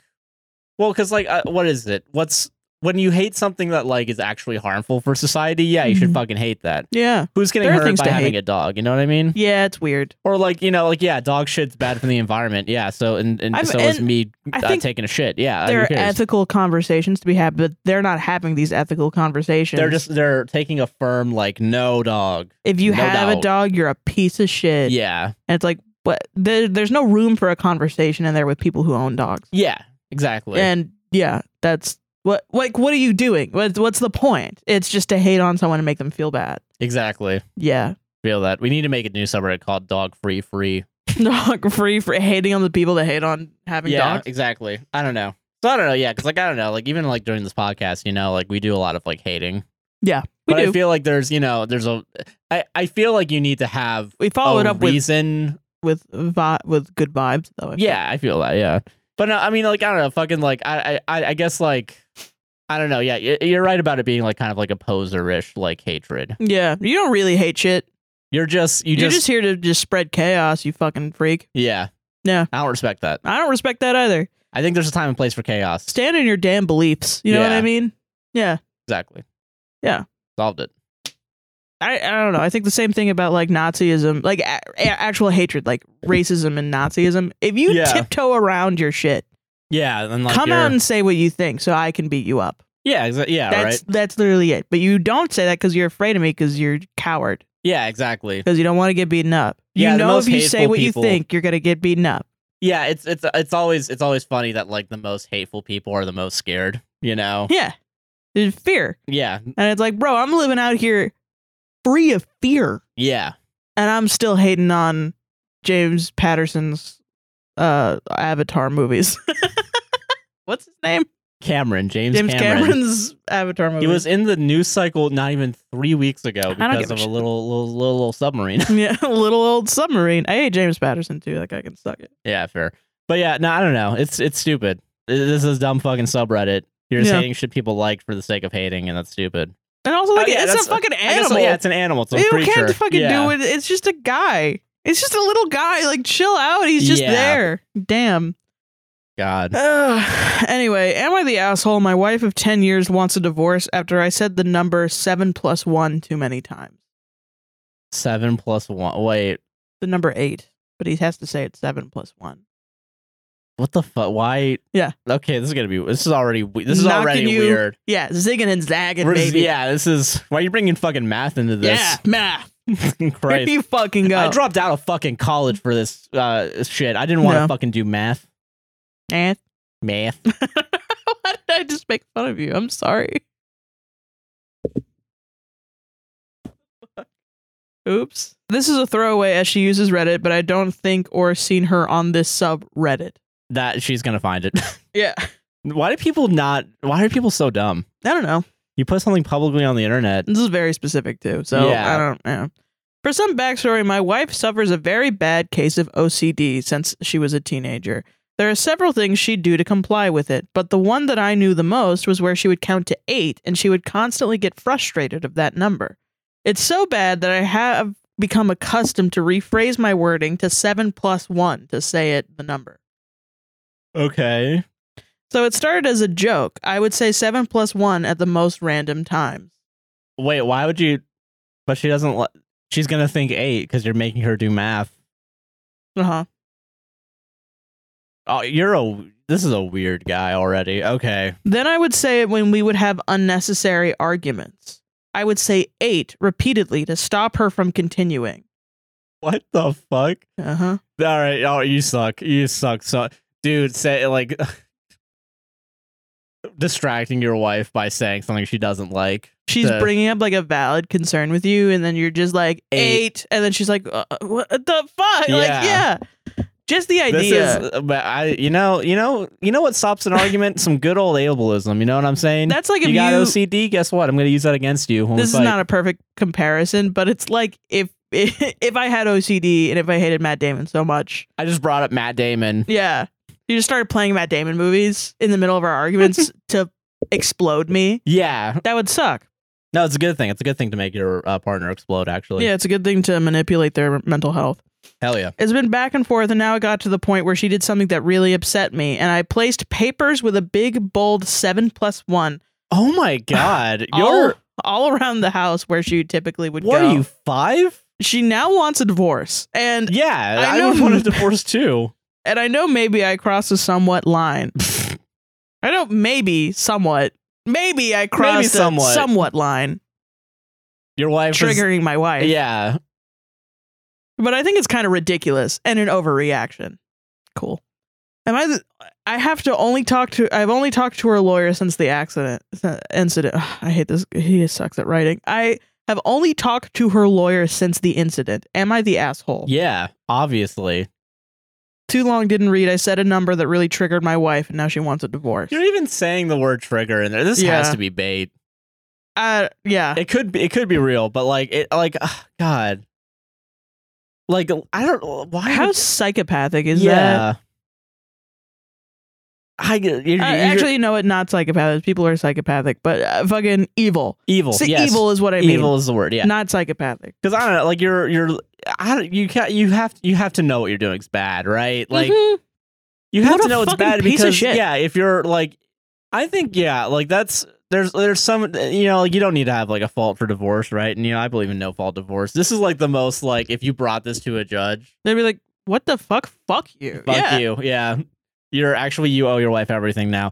Speaker 1: well cuz like uh, what is it? What's when you hate something that like is actually harmful for society? Yeah, you should
Speaker 2: Mhm.
Speaker 1: fucking hate that.
Speaker 2: Yeah.
Speaker 1: Who's getting
Speaker 2: There are
Speaker 1: hurt
Speaker 2: things
Speaker 1: by
Speaker 2: to
Speaker 1: having
Speaker 2: hate.
Speaker 1: a dog? You know what I mean?
Speaker 2: Yeah, it's weird.
Speaker 1: Or like you know like yeah, dog shit's bad for the environment. Yeah, so and, and
Speaker 2: I'm-
Speaker 1: so is
Speaker 2: and
Speaker 1: me
Speaker 2: I
Speaker 1: uh,
Speaker 2: think
Speaker 1: taking a shit. Yeah, who
Speaker 2: there are
Speaker 1: cares?
Speaker 2: ethical conversations to be had, but they're not having these ethical conversations.
Speaker 1: they're just they're taking a firm like no dog.
Speaker 2: if you
Speaker 1: no
Speaker 2: have
Speaker 1: doubt.
Speaker 2: a dog, you're a piece of shit.
Speaker 1: Yeah,
Speaker 2: And it's like what there, there's no room for a conversation in there with people who own dogs.
Speaker 1: yeah, exactly.
Speaker 2: And yeah, that's what like what are you doing? What, what's the point? It's just to hate on someone and make them feel bad.
Speaker 1: exactly.
Speaker 2: Yeah.
Speaker 1: feel that we need to make a new subreddit called dog free free
Speaker 2: Dog free for hating on the people that hate on having dogs.
Speaker 1: exactly i don't know so i don't know yeah because like i don't know like even like during this podcast you know like we do a lot of like hating
Speaker 2: We
Speaker 1: but
Speaker 2: do.
Speaker 1: i feel like there's you know there's a i, I feel like you need to have
Speaker 2: we follow
Speaker 1: a
Speaker 2: it up with
Speaker 1: reason
Speaker 2: with vi- with good vibes though. I feel.
Speaker 1: yeah i feel that yeah but no i mean like i don't know fucking like i i, I I guess like i don't know yeah y- you're right about it being like kind of like a poser-ish like hatred
Speaker 2: Yeah. You don't really hate shit.
Speaker 1: you're just you
Speaker 2: You're
Speaker 1: just,
Speaker 2: just, here to just spread chaos, you fucking freak.
Speaker 1: yeah
Speaker 2: Yeah.
Speaker 1: i don't respect that
Speaker 2: I don't respect that either.
Speaker 1: i think there's a time and place for chaos
Speaker 2: Stand in your damn beliefs. You know what
Speaker 1: Yeah.
Speaker 2: I mean? Yeah.
Speaker 1: exactly
Speaker 2: Yeah.
Speaker 1: solved it
Speaker 2: I, I don't know. I think the same thing about like Nazism, like a- a- actual hatred, like racism and Nazism. If you
Speaker 1: Yeah.
Speaker 2: tiptoe around your shit,
Speaker 1: Yeah, and like
Speaker 2: come
Speaker 1: you're-
Speaker 2: out and say what you think so I can beat you up.
Speaker 1: Yeah, exa- yeah,
Speaker 2: that's
Speaker 1: right.
Speaker 2: that's literally it. But you don't say that because you're afraid of me because you're a coward
Speaker 1: Yeah, exactly.
Speaker 2: because you don't want to get beaten up. You
Speaker 1: Yeah, the
Speaker 2: know
Speaker 1: most
Speaker 2: if you say
Speaker 1: hateful
Speaker 2: what
Speaker 1: people-
Speaker 2: you think, you're gonna get beaten up.
Speaker 1: Yeah, it's it's it's always it's always funny that like the most hateful people are the most scared. You know.
Speaker 2: Yeah, there's fear,
Speaker 1: Yeah,
Speaker 2: and it's like, bro, I'm living out here free of fear.
Speaker 1: yeah,
Speaker 2: and I'm still hating on James Patterson's uh Avatar movies. What's his name?
Speaker 1: Cameron, James,
Speaker 2: James
Speaker 1: Cameron.
Speaker 2: Cameron's Avatar movie.
Speaker 1: He was in the news cycle not even three weeks ago
Speaker 2: don't
Speaker 1: because
Speaker 2: give a
Speaker 1: of a
Speaker 2: shit.
Speaker 1: little little little, little submarine.
Speaker 2: yeah, little old submarine. I hate James Patterson too. That guy can suck it.
Speaker 1: yeah, fair. But yeah, no, I don't know. It's it's stupid. This is dumb fucking subreddit. You're just
Speaker 2: Yeah.
Speaker 1: hating shit people like for the sake of hating, and that's stupid.
Speaker 2: And also,
Speaker 1: Oh,
Speaker 2: like,
Speaker 1: yeah,
Speaker 2: it's
Speaker 1: that's-
Speaker 2: a fucking
Speaker 1: I guess, uh,
Speaker 2: animal.
Speaker 1: yeah, it's an animal. It's a
Speaker 2: you
Speaker 1: creature.
Speaker 2: can't fucking
Speaker 1: yeah.
Speaker 2: do it. It's just a guy. It's just a little guy. Like, chill out. He's just
Speaker 1: Yeah.
Speaker 2: there. Damn.
Speaker 1: God.
Speaker 2: Ugh. anyway, am I the asshole? My wife of 10 years wants a divorce after I said the number 7 plus 1 too many times.
Speaker 1: Seven plus one. Wait.
Speaker 2: The number 8. But he has to say it's 7 plus 1.
Speaker 1: What the fuck? Why?
Speaker 2: Yeah.
Speaker 1: Okay, this is gonna be. This is already. we- This is
Speaker 2: Knocking
Speaker 1: already
Speaker 2: you
Speaker 1: weird.
Speaker 2: Yeah, zigging and zagging,
Speaker 1: We're just-
Speaker 2: baby.
Speaker 1: yeah, this is. Why are you bringing fucking math into this?
Speaker 2: yeah, math.
Speaker 1: Fucking
Speaker 2: Here
Speaker 1: Christ.
Speaker 2: you fucking go.
Speaker 1: I dropped out of fucking college for this uh, shit. I didn't want to
Speaker 2: No.
Speaker 1: fucking do math.
Speaker 2: Math.
Speaker 1: Math.
Speaker 2: Why did I just make fun of you? I'm sorry. Oops. This is a throwaway as she uses Reddit, but I don't think or seen her on this subreddit.
Speaker 1: That she's gonna find it.
Speaker 2: Yeah.
Speaker 1: why do people not? Why are people so dumb?
Speaker 2: I don't know.
Speaker 1: You put something publicly on the internet.
Speaker 2: This is very specific too. So
Speaker 1: Yeah.
Speaker 2: I don't know. For some backstory, my wife suffers a very bad case of OCD since she was a teenager. There are several things she'd do to comply with it, but the one that I knew the most was where she would count to eight and she would constantly get frustrated of that number. It's so bad that I have become accustomed to rephrase my wording to seven plus one to say it the number.
Speaker 1: Okay.
Speaker 2: So it started as a joke. I would say seven plus one at the most random times.
Speaker 1: Wait, why would you? But she doesn't. li- She's gonna think eight because you're making her do math.
Speaker 2: Uh huh.
Speaker 1: Oh, you're a. This is a weird guy already. Okay.
Speaker 2: Then I would say it when we would have unnecessary arguments. I would say eight repeatedly to stop her from continuing.
Speaker 1: What the fuck?
Speaker 2: Uh huh.
Speaker 1: All right. Oh, you suck. You suck. So, dude, say like distracting your wife by saying something she doesn't like.
Speaker 2: She's
Speaker 1: The-
Speaker 2: bringing up like a valid concern with you, and then you're just like eight,
Speaker 1: Eight.
Speaker 2: and then she's like, uh, uh, "What the fuck?" Like, yeah,
Speaker 1: Yeah.
Speaker 2: just the idea.
Speaker 1: This is, uh, but I, you know, you know, you know what stops an argument? Some good old ableism. You know what I'm saying?
Speaker 2: That's like if
Speaker 1: you
Speaker 2: you.
Speaker 1: got OCD. Guess what? I'm going to use that against you. When
Speaker 2: this is
Speaker 1: we fight.
Speaker 2: not a perfect comparison, but it's like if if I had OCD and if I hated Matt Damon so much,
Speaker 1: I just brought up Matt Damon.
Speaker 2: Yeah. You just started playing Matt Damon movies in the middle of our arguments to explode me.
Speaker 1: Yeah.
Speaker 2: That would suck.
Speaker 1: No, it's a good thing. It's a good thing to make your uh, partner explode. Actually.
Speaker 2: Yeah, it's a good thing to manipulate their mental health.
Speaker 1: Hell yeah.
Speaker 2: It's been back and forth, and now it got to the point where she did something that really upset me, and I placed papers with a big, bold seven plus one
Speaker 1: Oh my god.
Speaker 2: all,
Speaker 1: You're.
Speaker 2: all around the house where she typically would
Speaker 1: What
Speaker 2: go.
Speaker 1: are you five?
Speaker 2: She now wants a divorce, and
Speaker 1: Yeah,
Speaker 2: I
Speaker 1: I,
Speaker 2: know-
Speaker 1: would want a divorce too.
Speaker 2: and I know maybe I crossed a somewhat line. I know maybe somewhat. Maybe I crossed a
Speaker 1: somewhat.
Speaker 2: somewhat line.
Speaker 1: Your wife. is-
Speaker 2: triggering my wife.
Speaker 1: yeah.
Speaker 2: But I think it's kind of ridiculous and an overreaction. Cool. Am I the, I have to only talk to I've only talked to her lawyer since the accident s- incident. Ugh, I hate this he sucks at writing. I have only talked to her lawyer since the incident. Am I the asshole?
Speaker 1: Yeah. Obviously.
Speaker 2: Too long didn't read. I said a number that really triggered my wife and now she wants a divorce.
Speaker 1: You're even saying the word trigger in there. This has
Speaker 2: Yeah.
Speaker 1: to be bait.
Speaker 2: Uh yeah.
Speaker 1: it could be it could be real but like it like ugh, god like i don't why
Speaker 2: How
Speaker 1: would-
Speaker 2: psychopathic is that?
Speaker 1: yeah i get- you're,
Speaker 2: Uh,
Speaker 1: you're
Speaker 2: actually, no, it not psychopathic. People are psychopathic, but uh, fucking evil.
Speaker 1: evil
Speaker 2: See,
Speaker 1: yes.
Speaker 2: evil is what I mean.
Speaker 1: evil is the word yeah
Speaker 2: not psychopathic.
Speaker 1: because i don't know like you're you're i don't you can't you have you have to know what you're doing's bad right like
Speaker 2: Mhm.
Speaker 1: you have
Speaker 2: What
Speaker 1: to
Speaker 2: a
Speaker 1: know it's
Speaker 2: fucking
Speaker 1: bad
Speaker 2: piece of
Speaker 1: because
Speaker 2: shit.
Speaker 1: yeah if you're like i think yeah like that's there's there's some you know like you don't need to have like a fault for divorce right and you know i believe in no fault divorce this is like the most like if you brought this to a judge
Speaker 2: they'd be like, "What the fuck? Fuck you!
Speaker 1: Fuck
Speaker 2: yeah,
Speaker 1: you. Yeah. You're actually you owe your wife everything now.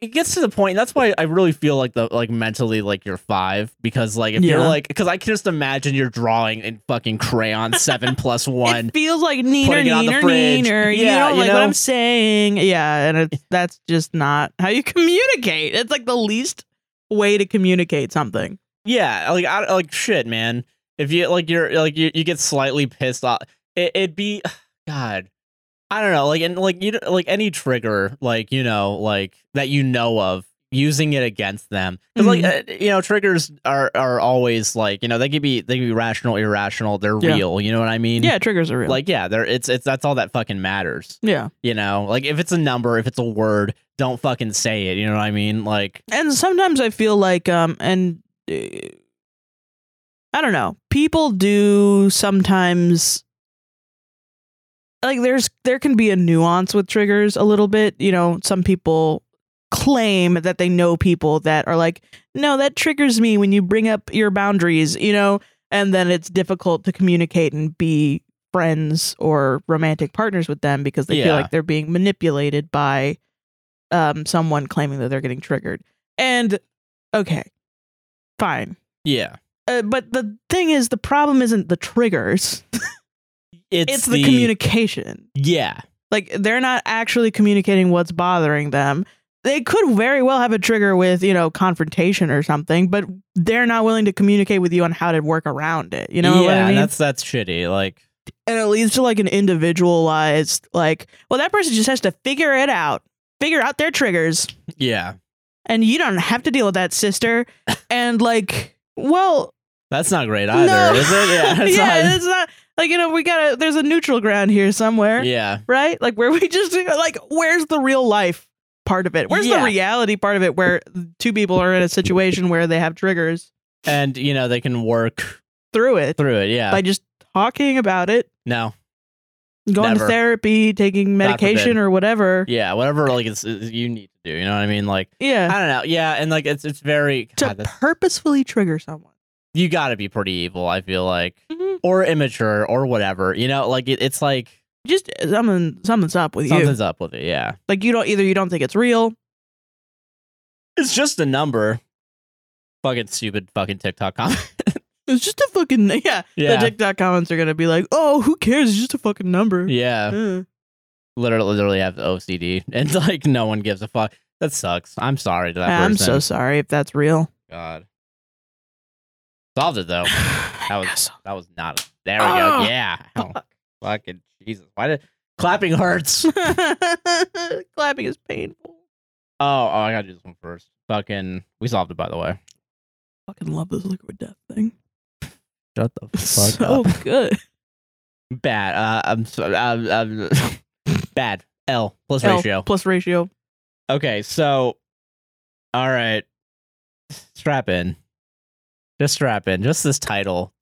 Speaker 1: It gets to the point. That's why I really feel like the like mentally like you're five because like if you're
Speaker 2: Yeah.
Speaker 1: like because I can just imagine you're drawing in fucking crayon seven plus one.
Speaker 2: It feels like neener,
Speaker 1: Putting it on the
Speaker 2: neener,
Speaker 1: fridge.
Speaker 2: neener. You
Speaker 1: Yeah,
Speaker 2: don't
Speaker 1: you
Speaker 2: like what
Speaker 1: know?
Speaker 2: I'm saying. Yeah, and it, that's just not how you communicate. It's like the least way to communicate something.
Speaker 1: Yeah, like I like shit, man. If you like you're like you, you get slightly pissed off, it, it'd be God. I don't know, like and like you like any trigger, like you know, like that you know of, using it against them because
Speaker 2: Mm-hmm.
Speaker 1: like uh, you know triggers are are always like you know they can be they can be rational irrational they're
Speaker 2: Yeah.
Speaker 1: real you know what i mean
Speaker 2: yeah, triggers are real.
Speaker 1: like yeah they're it's it's that's all that fucking matters
Speaker 2: yeah,
Speaker 1: you know like if it's a number if it's a word don't fucking say it you know what i mean like
Speaker 2: and sometimes I feel like um and uh, I don't know. People do sometimes like there's there can be a nuance with triggers a little bit, you know, some people claim that they know people that are like, "No, that triggers me when you bring up your boundaries," you know, and then it's difficult to communicate and be friends or romantic partners with them because they
Speaker 1: Yeah.
Speaker 2: feel like they're being manipulated by um someone claiming that they're getting triggered. And okay. Fine
Speaker 1: yeah
Speaker 2: uh, but the thing is, the problem isn't the triggers;
Speaker 1: it's,
Speaker 2: it's, the, communication.
Speaker 1: yeah
Speaker 2: Like they're not actually communicating what's bothering them. They could very well have a trigger with you know confrontation or something, but they're not willing to communicate with you on how to work around it. You know
Speaker 1: yeah
Speaker 2: what I mean?
Speaker 1: and that's that's shitty like
Speaker 2: and it leads to like an individualized, like, well, that person just has to figure it out, figure out their triggers,
Speaker 1: yeah
Speaker 2: and you don't have to deal with that, sister. and like, well,
Speaker 1: that's not great either is it yeah it's
Speaker 2: yeah,
Speaker 1: not-
Speaker 2: it's not like you know we gotta. There's a neutral ground here somewhere,
Speaker 1: yeah
Speaker 2: right? Like where we just like where's the real life part of it? Where's
Speaker 1: Yeah.
Speaker 2: the reality part of it? Where two people are in a situation where they have triggers
Speaker 1: and you know they can work
Speaker 2: through it
Speaker 1: through it yeah
Speaker 2: by just talking about it,
Speaker 1: no
Speaker 2: going
Speaker 1: Never.
Speaker 2: to therapy, taking
Speaker 1: God forbid.
Speaker 2: medication or whatever.
Speaker 1: yeah whatever like it's, it's- you need to do you know what i mean like
Speaker 2: Yeah,
Speaker 1: i don't know yeah and like it's it's very
Speaker 2: to
Speaker 1: God, Ah, that's-
Speaker 2: purposefully trigger someone.
Speaker 1: you gotta be pretty evil i feel like
Speaker 2: Mhm.
Speaker 1: or immature or whatever you know like it, it's like
Speaker 2: Just something, something's up with you.
Speaker 1: something's up with it yeah
Speaker 2: Like you don't either. You don't think it's real.
Speaker 1: It's just a number. Fucking stupid fucking TikTok comment.
Speaker 2: It's just a fucking yeah.
Speaker 1: Yeah.
Speaker 2: The TikTok comments are gonna be like, "Oh, who cares? It's just a fucking number."
Speaker 1: yeah.
Speaker 2: Uh.
Speaker 1: Literally literally have OCD and like no one gives a fuck. That sucks. I'm sorry to that
Speaker 2: I'm
Speaker 1: person.
Speaker 2: so sorry if that's real.
Speaker 1: God. Solved it though.
Speaker 2: that
Speaker 1: was- That was not there we
Speaker 2: Oh,
Speaker 1: go. Yeah. Oh, fucking Jesus. Why did clapping hurts? oh,
Speaker 2: clapping is painful.
Speaker 1: oh I gotta do this one first. Fucking we solved it by the way.
Speaker 2: Fucking love this liquid death thing.
Speaker 1: Shut the
Speaker 2: so good.
Speaker 1: Bad. Uh I'm so I'm, I'm bad. L plus
Speaker 2: L
Speaker 1: ratio.
Speaker 2: plus ratio.
Speaker 1: Okay, so all right. Strap in. Just strap in. Just this title.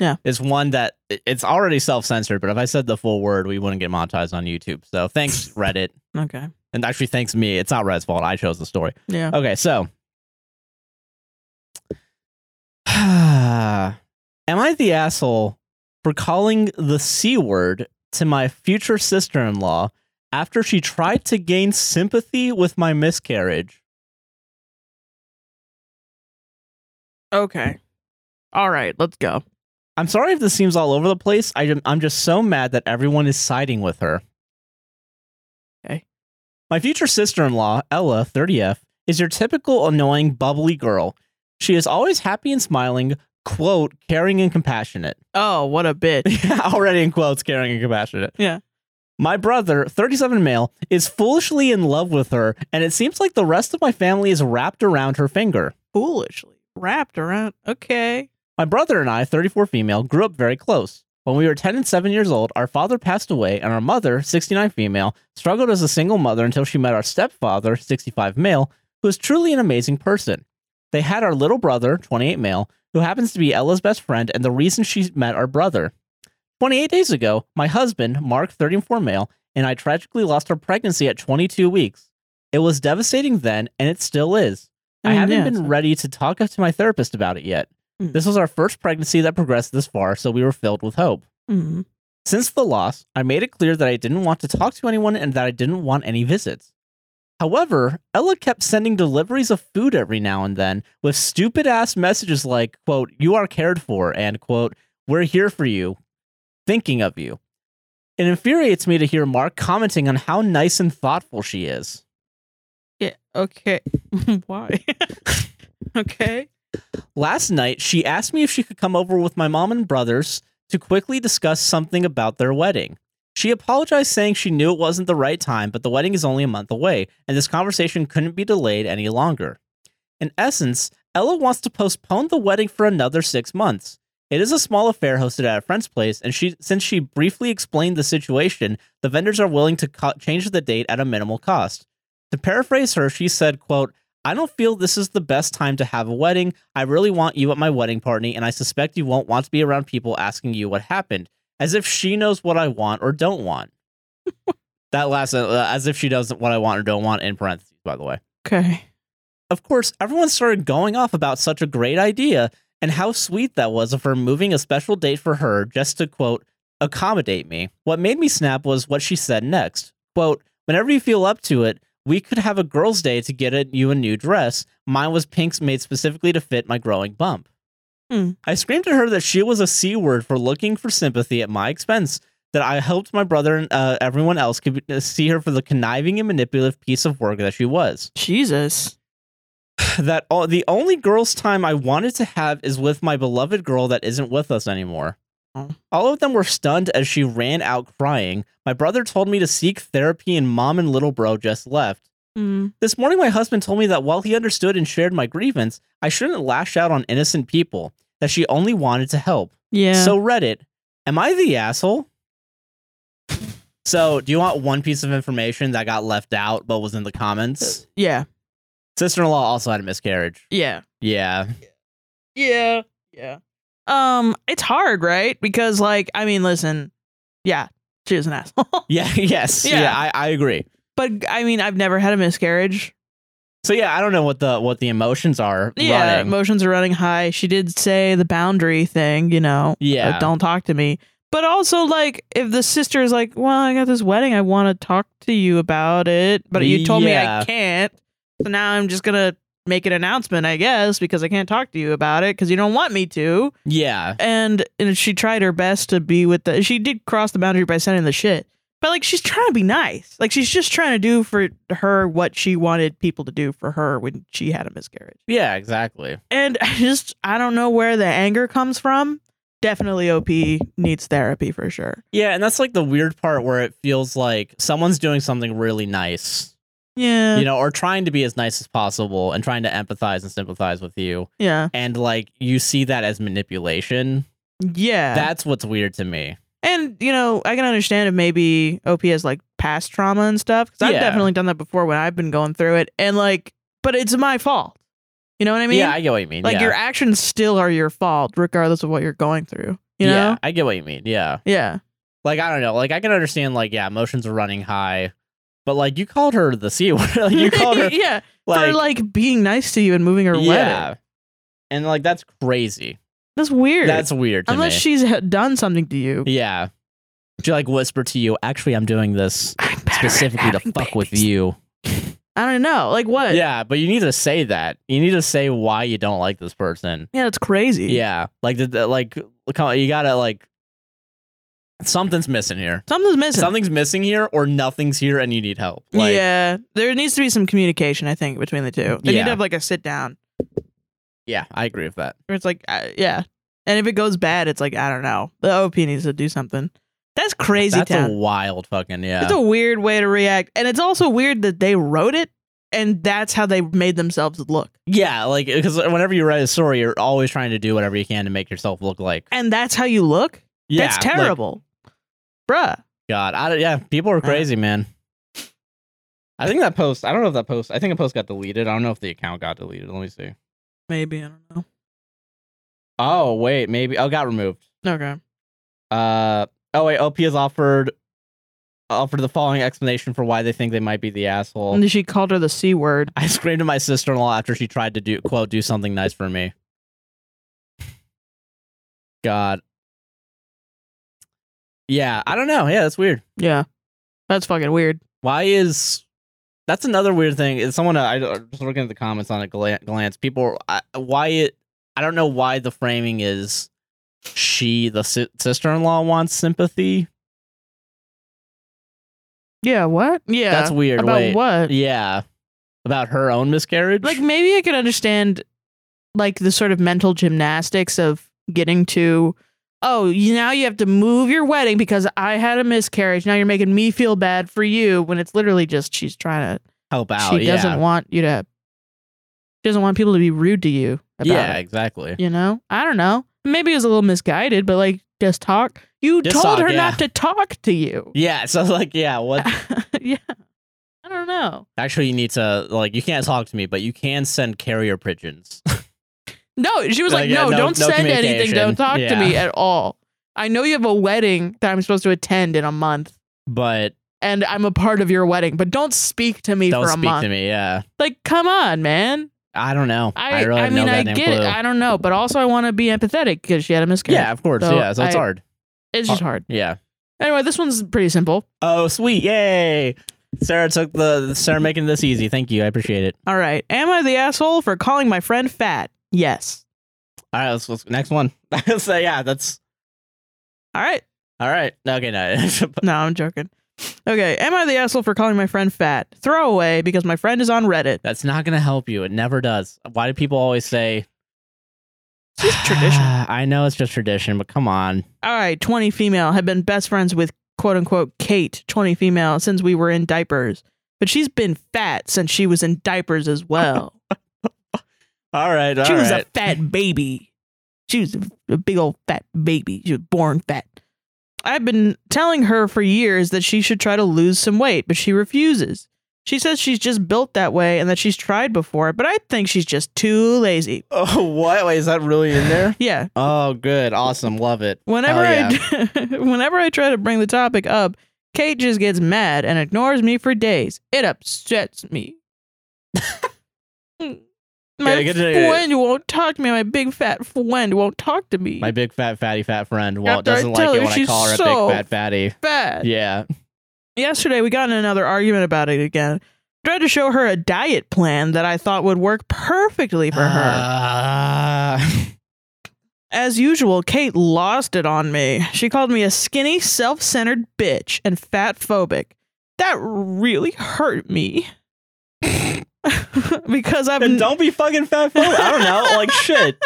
Speaker 2: Yeah.
Speaker 1: Is one that it- it's already self-censored, but if I said the full word, we wouldn't get monetized on YouTube. So thanks Reddit.
Speaker 2: Okay.
Speaker 1: And actually thanks me. It's not Red's fault. I chose the story.
Speaker 2: Yeah.
Speaker 1: Okay, so Am I the asshole for calling the C word to my future sister in law after she tried to gain sympathy with my miscarriage?
Speaker 2: Okay. All right, let's go.
Speaker 1: I'm sorry if this seems all over the place. I am, I'm just so mad that everyone is siding with her.
Speaker 2: Okay.
Speaker 1: My future sister in law, Ella, 30F, is your typical annoying, bubbly girl. She is always happy and smiling, quote, caring and compassionate.
Speaker 2: Oh, what a bitch.
Speaker 1: Yeah, already in quotes, caring and compassionate.
Speaker 2: Yeah.
Speaker 1: My brother, 37 male, is foolishly in love with her, and it seems like the rest of my family is wrapped around her finger.
Speaker 2: Foolishly wrapped around. Okay.
Speaker 1: My brother and I, 34 female, grew up very close. When we were 10 and 7 years old, our father passed away, and our mother, 69 female, struggled as a single mother until she met our stepfather, 65 male, who is truly an amazing person. They had our little brother, 28 male, who happens to be Ella's best friend and the reason she met our brother. 28 days ago, my husband, Mark, 34 male, and I tragically lost our pregnancy at 22 weeks. It was devastating then, and it still is. I,
Speaker 2: mean,
Speaker 1: haven't
Speaker 2: Mm, yeah,
Speaker 1: been
Speaker 2: it's-
Speaker 1: ready to talk to my therapist about it yet.
Speaker 2: Mm.
Speaker 1: This was our first pregnancy that progressed this far, so we were filled with hope.
Speaker 2: Mhm.
Speaker 1: Since the loss, I made it clear that I didn't want to talk to anyone and that I didn't want any visits. However, Ella kept sending deliveries of food every now and then with stupid ass messages like, quote, you are cared for, and quote, we're here for you, thinking of you. It infuriates me to hear Mark commenting on how nice and thoughtful she is.
Speaker 2: Yeah. Okay. Why? okay.
Speaker 1: Last night, she asked me if she could come over with my mom and brothers to quickly discuss something about their wedding. She apologized, saying she knew it wasn't the right time, but the wedding is only a month away, and this conversation couldn't be delayed any longer. In essence, Ella wants to postpone the wedding for another six months. It is a small affair hosted at a friend's place, and she, since she briefly explained the situation, the vendors are willing to co- change the date at a minimal cost. To paraphrase her, she said, quote, I don't feel this is the best time to have a wedding. I really want you at my wedding party, and I suspect you won't want to be around people asking you what happened, as if she knows what I want or don't want. that last, uh, as if she doesn't what I want or don't want, in parentheses, by the way.
Speaker 2: Okay.
Speaker 1: Of course, everyone started going off about such a great idea and how sweet that was of her moving a special date for her just to, quote, accommodate me. What made me snap was what she said next. Quote, whenever you feel up to it, we could have a girls' day to get a, you a new dress. Mine was pinks made specifically to fit my growing bump.
Speaker 2: Hmm.
Speaker 1: I screamed to her that she was a C word for looking for sympathy at my expense, that I hoped my brother and uh, everyone else could uh, see her for the conniving and manipulative piece of work that she was
Speaker 2: Jesus.
Speaker 1: that all, the only girls' time I wanted to have is with my beloved girl that isn't with us anymore.
Speaker 2: Oh.
Speaker 1: All of them were stunned as she ran out crying. My brother told me to seek therapy, and mom and little bro just left.
Speaker 2: Mm.
Speaker 1: This morning, my husband told me that while he understood and shared my grievance, I shouldn't lash out on innocent people, that she only wanted to help.
Speaker 2: Yeah.
Speaker 1: So, Reddit, am I the asshole? so, do you want one piece of information that got left out but was in the comments?
Speaker 2: yeah.
Speaker 1: Sister in law also had a miscarriage.
Speaker 2: Yeah.
Speaker 1: Yeah.
Speaker 2: Yeah. Yeah. Um, it's hard, right? Because like, I mean, listen, yeah, she was an asshole.
Speaker 1: Yeah, yes. Yeah,
Speaker 2: Yeah.
Speaker 1: I, I agree.
Speaker 2: but I mean, I've never had a miscarriage.
Speaker 1: So yeah, I don't know what the what the emotions are
Speaker 2: Yeah,
Speaker 1: running.
Speaker 2: emotions are running high. She did say the boundary thing, you know.
Speaker 1: yeah.
Speaker 2: uh, don't talk to me. But also, like, if the sister is like, well, I got this wedding, I want to talk to you about it, but you told me
Speaker 1: Yeah.
Speaker 2: I can't. So now I'm just going to make an announcement, I guess, because I can't talk to you about it because you don't want me to.
Speaker 1: yeah.
Speaker 2: And, and she tried her best to be with the, she did cross the boundary by sending the shit. But, like, she's trying to be nice. Like, she's just trying to do for her what she wanted people to do for her when she had a miscarriage.
Speaker 1: Yeah, exactly.
Speaker 2: And I just I don't know where the anger comes from. Definitely OP needs therapy for sure.
Speaker 1: Yeah, and that's like the weird part where it feels like someone's doing something really nice.
Speaker 2: Yeah.
Speaker 1: You know, or trying to be as nice as possible and trying to empathize and sympathize with you.
Speaker 2: yeah.
Speaker 1: And like you see that as manipulation.
Speaker 2: Yeah.
Speaker 1: That's what's weird to me.
Speaker 2: and you know, I can understand if maybe OP has like past trauma and stuff cuz I've
Speaker 1: Yeah.
Speaker 2: definitely done that before when I've been going through it and like but it's my fault. You know what I mean?
Speaker 1: yeah, I get what you mean.
Speaker 2: like
Speaker 1: yeah.
Speaker 2: your actions still are your fault regardless of what you're going through, you
Speaker 1: Yeah,
Speaker 2: know?
Speaker 1: I get what you mean. Yeah.
Speaker 2: Yeah.
Speaker 1: Like I don't know. Like I can understand like yeah, emotions are running high. But like you called her the C word. like you called her
Speaker 2: yeah, for like being nice to you and moving her wedding.
Speaker 1: And like that's crazy.
Speaker 2: That's weird.
Speaker 1: That's weird to
Speaker 2: Unless
Speaker 1: me.
Speaker 2: she's ha- done something to you.
Speaker 1: yeah. She like whisper to you, actually I'm doing this
Speaker 2: I'm better at
Speaker 1: specifically to
Speaker 2: having
Speaker 1: fuck with
Speaker 2: babies.
Speaker 1: you.
Speaker 2: I don't know. Like what?
Speaker 1: Yeah, but you need to say that. You need to say why you don't like this person.
Speaker 2: Yeah, that's crazy.
Speaker 1: Yeah. Like the, the- like come on, you got to like something's missing here.
Speaker 2: Something's missing.
Speaker 1: Something's missing here or nothing's here and you need help. Like
Speaker 2: yeah. There needs to be some communication, I think, between the two. They
Speaker 1: Yeah.
Speaker 2: need to have like a sit down.
Speaker 1: yeah, I agree with that.
Speaker 2: Where it's like, uh, yeah. And if it goes bad, it's like, I don't know. The OP needs to do something. That's crazy
Speaker 1: That's
Speaker 2: town.
Speaker 1: a wild fucking yeah.
Speaker 2: It's a weird way to react. And it's also weird that they wrote it and that's how they made themselves look.
Speaker 1: yeah, like cuz whenever you write a story, you're always trying to do whatever you can to make yourself look like
Speaker 2: And that's how you look?
Speaker 1: Yeah,
Speaker 2: that's
Speaker 1: like,
Speaker 2: terrible. Uh, Bruh.
Speaker 1: God, I don't- yeah, people are crazy, man. I think that post. I don't know if that post. I think a post got deleted. I don't know if the account got deleted. Let me see.
Speaker 2: Maybe. I don't know.
Speaker 1: Oh wait, maybe. Oh, got removed.
Speaker 2: Okay.
Speaker 1: Uh. Oh wait, OP has offered offered the following explanation for why they think they might be the asshole.
Speaker 2: And she called her the C word.
Speaker 1: I screamed at my sister in law after she tried to do quote do something nice for me. God. Yeah, I don't know. Yeah, that's weird.
Speaker 2: Yeah. That's fucking weird.
Speaker 1: why is that's another weird thing is someone i I- just looking at the comments on a gla- glance people I, why it i don't know why the framing is she the si- sister-in-law wants sympathy
Speaker 2: Yeah, what? Yeah.
Speaker 1: that's weird
Speaker 2: About
Speaker 1: wait
Speaker 2: what?
Speaker 1: yeah about her own miscarriage
Speaker 2: Like maybe I could understand like the sort of mental gymnastics of getting to oh, you, now you have to move your wedding because I had a miscarriage. Now you're making me feel bad for you when it's literally just she's trying to.
Speaker 1: Help out.
Speaker 2: she
Speaker 1: yeah.
Speaker 2: doesn't want you to. She doesn't want people to be rude to you. About
Speaker 1: yeah,
Speaker 2: it,
Speaker 1: exactly.
Speaker 2: you know. I don't know. Maybe it was a little misguided, but like just talk. You
Speaker 1: Just
Speaker 2: told
Speaker 1: talk,
Speaker 2: her
Speaker 1: yeah.
Speaker 2: not to talk to you.
Speaker 1: Yeah. So like, yeah. What?
Speaker 2: yeah. I don't know.
Speaker 1: Actually, you need to like. You can't talk to me, but you can send carrier pigeons.
Speaker 2: No, she was
Speaker 1: Like,
Speaker 2: like,
Speaker 1: yeah,
Speaker 2: no,
Speaker 1: no-
Speaker 2: don't
Speaker 1: no
Speaker 2: send anything.
Speaker 1: communication.
Speaker 2: Don't talk to
Speaker 1: Yeah.
Speaker 2: me at all. I know you have a wedding that I'm supposed to attend in a month,
Speaker 1: but
Speaker 2: and I'm a part of your wedding, but don't speak to me
Speaker 1: don't
Speaker 2: for a
Speaker 1: speak
Speaker 2: month.
Speaker 1: to me. Yeah.
Speaker 2: Like, come on, man.
Speaker 1: I don't know. I,
Speaker 2: I, I,
Speaker 1: really have
Speaker 2: mean,
Speaker 1: no
Speaker 2: I
Speaker 1: goddamn
Speaker 2: get it.
Speaker 1: clue.
Speaker 2: I don't know, but also I want to be empathetic because she had a miscarriage.
Speaker 1: yeah, Uh, of course.
Speaker 2: So
Speaker 1: yeah. So it's
Speaker 2: I-
Speaker 1: hard.
Speaker 2: it's just hard.
Speaker 1: Yeah.
Speaker 2: Anyway, this one's pretty simple.
Speaker 1: Oh, sweet. Yay. Sarah took the Sarah making this easy. Thank you. I appreciate it.
Speaker 2: All right, am I the asshole for calling my friend fat? Yes.
Speaker 1: All right, let's, let's next one. so yeah, that's
Speaker 2: All right.
Speaker 1: all right. Okay, no.
Speaker 2: No, I'm joking. Okay, am I the asshole for calling my friend fat? Throw away because my friend is on Reddit.
Speaker 1: that's not gonna help you. It never does. Why do people always say
Speaker 2: It's just tradition.
Speaker 1: I know it's just tradition, but come on.
Speaker 2: All right, 20 female have been best friends with quote unquote Kate, 20 female, since we were in diapers. But she's been fat since she was in diapers as well.
Speaker 1: All right, all
Speaker 2: she was
Speaker 1: right.
Speaker 2: a fat baby. She was a, a big old fat baby. She was born fat. I've been telling her for years that she should try to lose some weight, but she refuses. She says she's just built that way and that she's tried before, but I think she's just too lazy.
Speaker 1: oh, what? Wait, is that really in there?
Speaker 2: Yeah,
Speaker 1: Oh, good, awesome, love it.
Speaker 2: Whenever
Speaker 1: Hell
Speaker 2: I whenever I try to bring the topic up, Kate just gets mad and ignores me for days. It upsets me. my
Speaker 1: Yeah, get to-
Speaker 2: friend won't talk to me. My big fat friend won't talk to me.
Speaker 1: My big fat fatty fat friend. Well,
Speaker 2: After I
Speaker 1: doesn't
Speaker 2: tell
Speaker 1: like it
Speaker 2: her
Speaker 1: when I
Speaker 2: she's
Speaker 1: call her a
Speaker 2: so
Speaker 1: big fat fatty.
Speaker 2: fat.
Speaker 1: Yeah.
Speaker 2: Yesterday we got in another argument about it again. Tried to show her a diet plan that I thought would work perfectly for her.
Speaker 1: Ah.
Speaker 2: As usual, Kate lost it on me. She called me a skinny, self centered bitch and fat phobic. That really hurt me. because I've
Speaker 1: And don't be fucking fat phobic. I don't know. Like shit.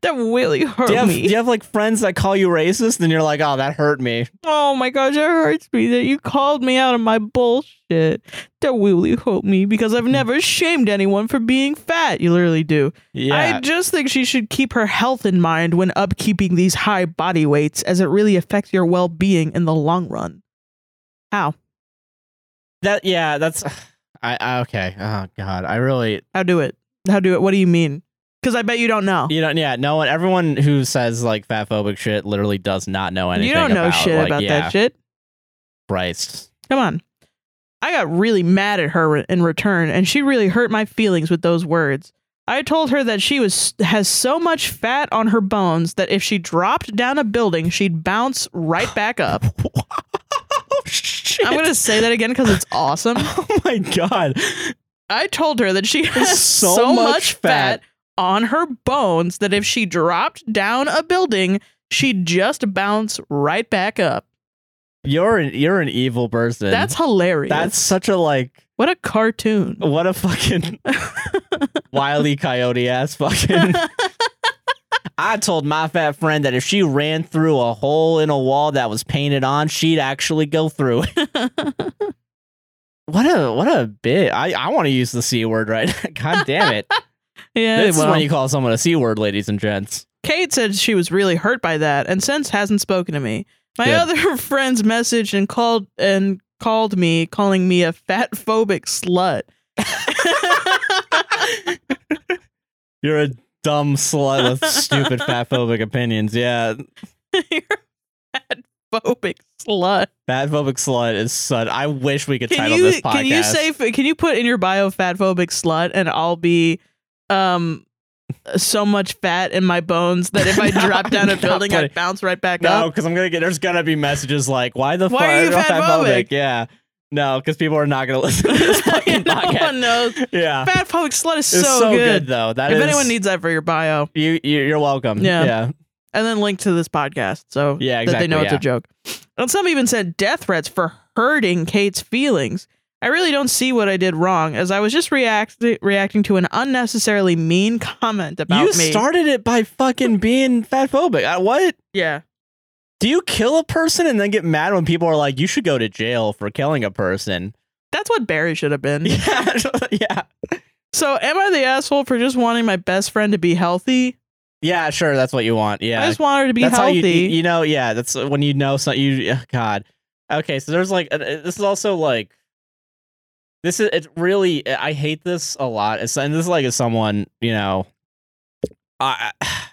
Speaker 2: that really hurt
Speaker 1: Do you, have, do
Speaker 2: me.
Speaker 1: you have like friends that call you racist and you're like, oh, that hurt me?
Speaker 2: Oh my gosh, it hurts me that you called me out on my bullshit. That really hurt me because
Speaker 1: Hmm.
Speaker 2: I've never shamed anyone for being fat. You literally do. I
Speaker 1: Yeah.
Speaker 2: just think she should keep her health in mind when upkeeping these high body weights, as it really affects your well being in the long run. How?
Speaker 1: that yeah, that's I, I okay. Oh god. I really
Speaker 2: How do it? How do it? What do you mean? Because I bet you don't know.
Speaker 1: you know yeah, no one everyone who says like fat phobic shit literally does not know anything.
Speaker 2: You don't know
Speaker 1: about,
Speaker 2: shit
Speaker 1: like,
Speaker 2: about
Speaker 1: yeah,
Speaker 2: that shit.
Speaker 1: Christ.
Speaker 2: Come on. I got really mad at her in return, and she really hurt my feelings with those words. I told her that she was has so much fat on her bones that if she dropped down a building, she'd bounce right back up.
Speaker 1: oh shit.
Speaker 2: I'm gonna say that again because it's awesome.
Speaker 1: Oh my god.
Speaker 2: I told her that she has
Speaker 1: so
Speaker 2: so,
Speaker 1: much
Speaker 2: much,
Speaker 1: fat.
Speaker 2: fat on her bones that if she dropped down a building, she'd just bounce right back up.
Speaker 1: You're an you're an evil person.
Speaker 2: That's hilarious.
Speaker 1: that's Oh, such a like
Speaker 2: what a cartoon.
Speaker 1: what a fucking wily coyote ass fucking I told my fat friend that if she ran through a hole in a wall that was painted on, she'd actually go through it. What a what a bit. I, I want to use the C word right now. God damn it.
Speaker 2: yeah,
Speaker 1: this is
Speaker 2: well.
Speaker 1: when you call someone a C word, ladies and gents.
Speaker 2: Kate said she was really hurt by that and since hasn't spoken to me. My
Speaker 1: Good.
Speaker 2: other friends messaged and called and called me, calling me a fat phobic slut.
Speaker 1: You're a dumb slut with stupid fat phobic opinions. Yeah.
Speaker 2: You're a fat phobic slut.
Speaker 1: Fat phobic slut is such I wish we could
Speaker 2: Can
Speaker 1: title
Speaker 2: you
Speaker 1: this podcast.
Speaker 2: can you say can you put in your bio fat phobic slut and I'll be um so much fat in my bones that if I
Speaker 1: No,
Speaker 2: drop down a
Speaker 1: no,
Speaker 2: building
Speaker 1: buddy.
Speaker 2: I'd bounce right back
Speaker 1: No,
Speaker 2: up.
Speaker 1: because I'm gonna get there's gonna be messages like, "Why the
Speaker 2: Why
Speaker 1: fuck
Speaker 2: are you fatphobic?
Speaker 1: Yeah, no, because people are not gonna listen to this fucking
Speaker 2: no
Speaker 1: podcast.
Speaker 2: one knows.
Speaker 1: Yeah,
Speaker 2: Fat phobic slut is
Speaker 1: it's so, good. though. That
Speaker 2: if
Speaker 1: is-
Speaker 2: anyone needs that for your bio,
Speaker 1: you, you, you're welcome.
Speaker 2: Yeah.
Speaker 1: yeah,
Speaker 2: and then link to this podcast so
Speaker 1: Yeah,
Speaker 2: that they know
Speaker 1: exactly,
Speaker 2: it's a joke. And some even said death threats for hurting Kate's feelings. I really don't see what I did wrong, as I was just react- reacting to an unnecessarily mean comment about
Speaker 1: you
Speaker 2: me.
Speaker 1: started it by fucking being fatphobic. I, what?
Speaker 2: yeah.
Speaker 1: Do you kill a person and then get mad when people are like, you should go to jail for killing a person?
Speaker 2: That's what Barry should have been.
Speaker 1: Yeah. yeah.
Speaker 2: So, am I the asshole for just wanting my best friend to be healthy?
Speaker 1: Yeah, sure. That's what you want. Yeah.
Speaker 2: I just want her to be
Speaker 1: that's
Speaker 2: healthy.
Speaker 1: how you, you know yeah that's when you know something you ugh, god okay so there's like uh, uh, this is also like this is it's really i hate this a lot It's- and this is like as someone you know i I-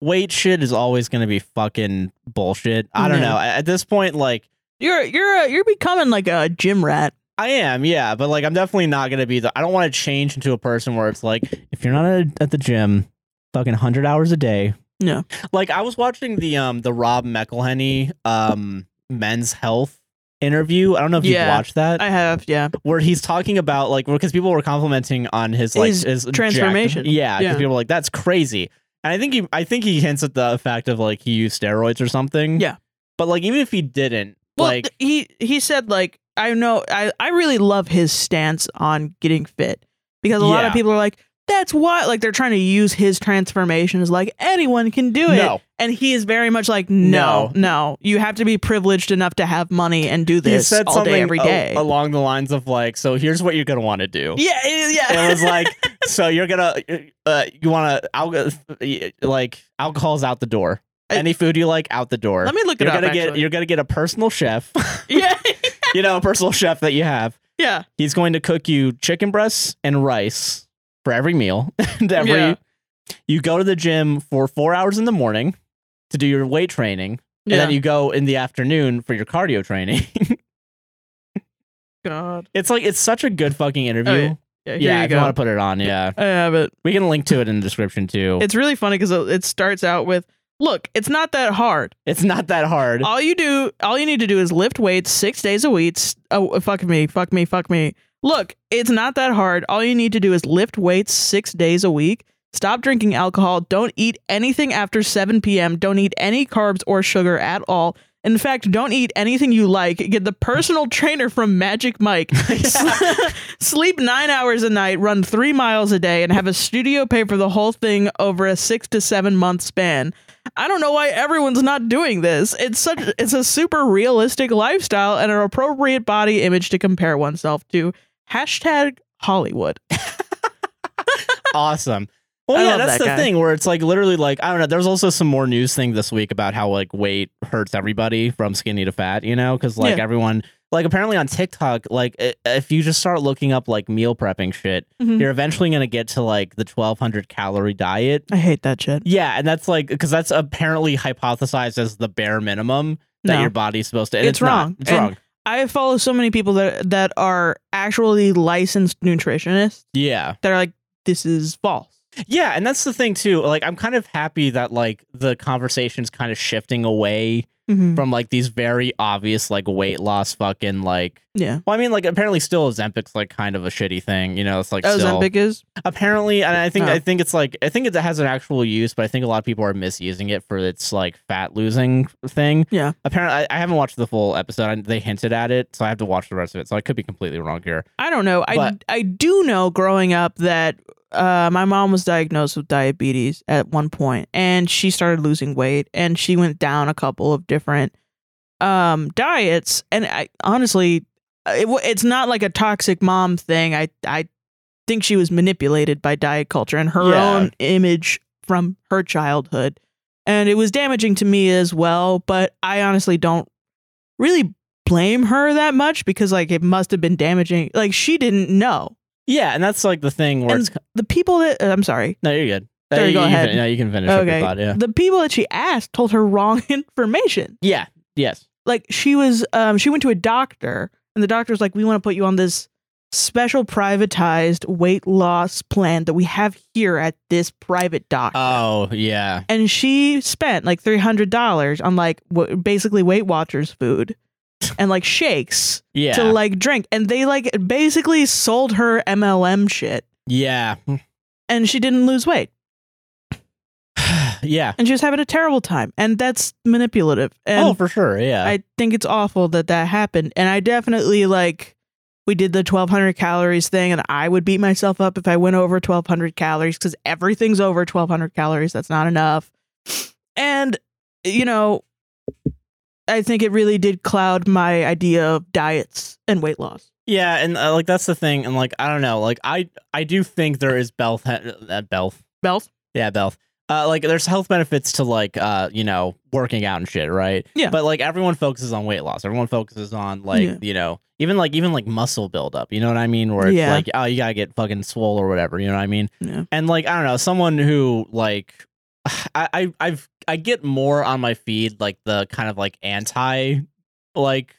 Speaker 1: weight shit is always going to be fucking bullshit i don't
Speaker 2: Yeah.
Speaker 1: know at this point like
Speaker 2: you're you're a, you're becoming like a gym rat.
Speaker 1: I am, yeah, but like I'm definitely not gonna be the. I don't want to change into a person where it's like if you're not at, at the gym, fucking hundred hours a day.
Speaker 2: Yeah.
Speaker 1: Like I was watching the um the Rob McElhenney um men's health interview. I don't know if
Speaker 2: Yeah.
Speaker 1: you've watched that,
Speaker 2: I have, yeah.
Speaker 1: where he's talking about like because people were complimenting on his like
Speaker 2: His
Speaker 1: jack-
Speaker 2: transformation.
Speaker 1: yeah, because
Speaker 2: Yeah.
Speaker 1: people were like that's crazy, and I think he I think he hints at the fact of like he used steroids or something.
Speaker 2: Yeah.
Speaker 1: but like even if he didn't,
Speaker 2: Well,
Speaker 1: like
Speaker 2: th- he he said like I know I I really love his stance on getting fit because a lot
Speaker 1: Yeah.
Speaker 2: of people are like that's why like they're trying to use his transformation as like anyone can do it.
Speaker 1: no,
Speaker 2: And he is very much like no, no, you have to be privileged enough to have money and do
Speaker 1: he
Speaker 2: this
Speaker 1: said
Speaker 2: all
Speaker 1: something
Speaker 2: day every
Speaker 1: a-
Speaker 2: day.
Speaker 1: along the lines of like, so here's what you're gonna want to do.
Speaker 2: yeah, it- yeah.
Speaker 1: It was like, so you're gonna, uh, you want to, uh, like, alcohol's out the door.
Speaker 2: I-
Speaker 1: Any food you like, out the door.
Speaker 2: Let me look it
Speaker 1: you're
Speaker 2: up.
Speaker 1: gonna get,
Speaker 2: actually.
Speaker 1: you're gonna get a personal chef.
Speaker 2: yeah,
Speaker 1: you know, a personal chef that you have.
Speaker 2: yeah.
Speaker 1: He's going to cook you chicken breasts and rice for every meal. and every,
Speaker 2: Yeah.
Speaker 1: you go to the gym for four hours in the morning to do your weight training, and
Speaker 2: yeah.
Speaker 1: then you go in the afternoon for your cardio training.
Speaker 2: God.
Speaker 1: it's like it's such a good fucking interview.
Speaker 2: yeah. Yeah, here
Speaker 1: yeah,
Speaker 2: you
Speaker 1: if you
Speaker 2: go.
Speaker 1: want to put it on, yeah.
Speaker 2: I have it.
Speaker 1: We can link to it in the description too. It's,
Speaker 2: It's really funny because it it starts out with, "Look, it's not that hard.
Speaker 1: not that hard.
Speaker 2: All you do, all you need to do is lift weights six days a week. s- Oh, fuck me, fuck me, fuck me. Look, it's not that hard. All you need to do is lift weights six days a week. Stop drinking alcohol. Don't eat anything after 7 p.m. Don't eat any carbs or sugar at all. In fact, don't eat anything you like. Get the personal trainer from Magic Mike. S- Sleep nine hours a night, run three miles a day, and have a studio pay for the whole thing over a six to seven month span. I don't know why everyone's not doing this. It's such it's a super realistic lifestyle and an appropriate body image to compare oneself to. Hashtag Hollywood.
Speaker 1: awesome. Well,
Speaker 2: I
Speaker 1: yeah,
Speaker 2: love
Speaker 1: that's
Speaker 2: that
Speaker 1: the
Speaker 2: guy.
Speaker 1: thing where it's like literally like I don't know. There's also some more news thing this week about how like weight hurts everybody from skinny to fat. You know, because like
Speaker 2: Yeah.
Speaker 1: everyone like apparently on TikTok, like i- if you just start looking up like meal prepping shit,
Speaker 2: Mm-hmm.
Speaker 1: you're eventually gonna get to like the 1,200 calorie diet.
Speaker 2: I hate that shit.
Speaker 1: Yeah, and that's like because that's apparently hypothesized as the bare minimum that
Speaker 2: No.
Speaker 1: your body's supposed to. And it's,
Speaker 2: It's
Speaker 1: not.
Speaker 2: wrong.
Speaker 1: It's
Speaker 2: And-
Speaker 1: wrong.
Speaker 2: I follow so many people that that are actually licensed nutritionists
Speaker 1: Yeah.
Speaker 2: that are like, this is false.
Speaker 1: Yeah, and that's the thing too. Like I'm kind of happy that like the conversation's kind of shifting away from like these very obvious like weight loss fucking like
Speaker 2: Yeah.
Speaker 1: well, I mean, like apparently, still Ozempic's like kind of a shitty thing, you know. It's like still
Speaker 2: Ozempic is.
Speaker 1: apparently, and I think
Speaker 2: Oh.
Speaker 1: I think it's like I think it has an actual use, but I think a lot of people are misusing it for its like fat losing thing.
Speaker 2: Yeah.
Speaker 1: Apparently, I, I haven't watched the full episode. I, they hinted at it, so I have to watch the rest of it. So I could be completely wrong here.
Speaker 2: I don't know. I,
Speaker 1: But-
Speaker 2: I do know growing up that uh, my mom was diagnosed with diabetes at one point and she started losing weight and she went down a couple of different um, diets. And I honestly, it, wa- it's not like a toxic mom thing. I, I think she was manipulated by diet culture and her
Speaker 1: Yeah.
Speaker 2: own image from her childhood. And it was damaging to me as well. But I honestly don't really blame her that much because like it must have been damaging. Like she didn't know.
Speaker 1: Yeah, and that's like the thing where
Speaker 2: And
Speaker 1: it's
Speaker 2: The people that uh, I'm sorry,
Speaker 1: no, you're good.
Speaker 2: Sorry,
Speaker 1: you,
Speaker 2: go
Speaker 1: you
Speaker 2: ahead.
Speaker 1: Can, no, you can finish. up your
Speaker 2: Okay.
Speaker 1: thought, yeah.
Speaker 2: the people that she asked told her wrong information.
Speaker 1: Yeah. Yes.
Speaker 2: Like she was um she went to a doctor and the doctor's like we want to put you on this special privatized weight loss plan that we have here at this private doctor.
Speaker 1: Oh, yeah.
Speaker 2: and she spent like $300 on like w- basically Weight Watchers food and like shakes
Speaker 1: Yeah.
Speaker 2: to like drink and they like basically sold her MLM shit
Speaker 1: yeah.
Speaker 2: and she didn't lose weight
Speaker 1: yeah.
Speaker 2: and she was having a terrible time and that's manipulative and
Speaker 1: oh, for sure. Yeah.
Speaker 2: I think it's awful that that happened and I definitely like we did the 1200 calories thing and I would beat myself up if I went over 1200 calories cuz everything's over 1200 calories. That's not enough. And you know, I think it really did cloud my idea of diets and weight loss.
Speaker 1: Yeah, and uh, like that's the thing, and like I don't know, like I I do think there is belth uh, belth
Speaker 2: Belf?
Speaker 1: yeah belth uh like there's health benefits to like uh you know working out and shit right
Speaker 2: Yeah.
Speaker 1: but like everyone focuses on weight loss everyone focuses on like
Speaker 2: Yeah.
Speaker 1: you know even like even like muscle buildup you know what I mean where it's
Speaker 2: Yeah.
Speaker 1: like oh you gotta get fucking swole or whatever you know what I mean
Speaker 2: Yeah.
Speaker 1: and like I don't know someone who like I, I I've I get more on my feed like the kind of like anti like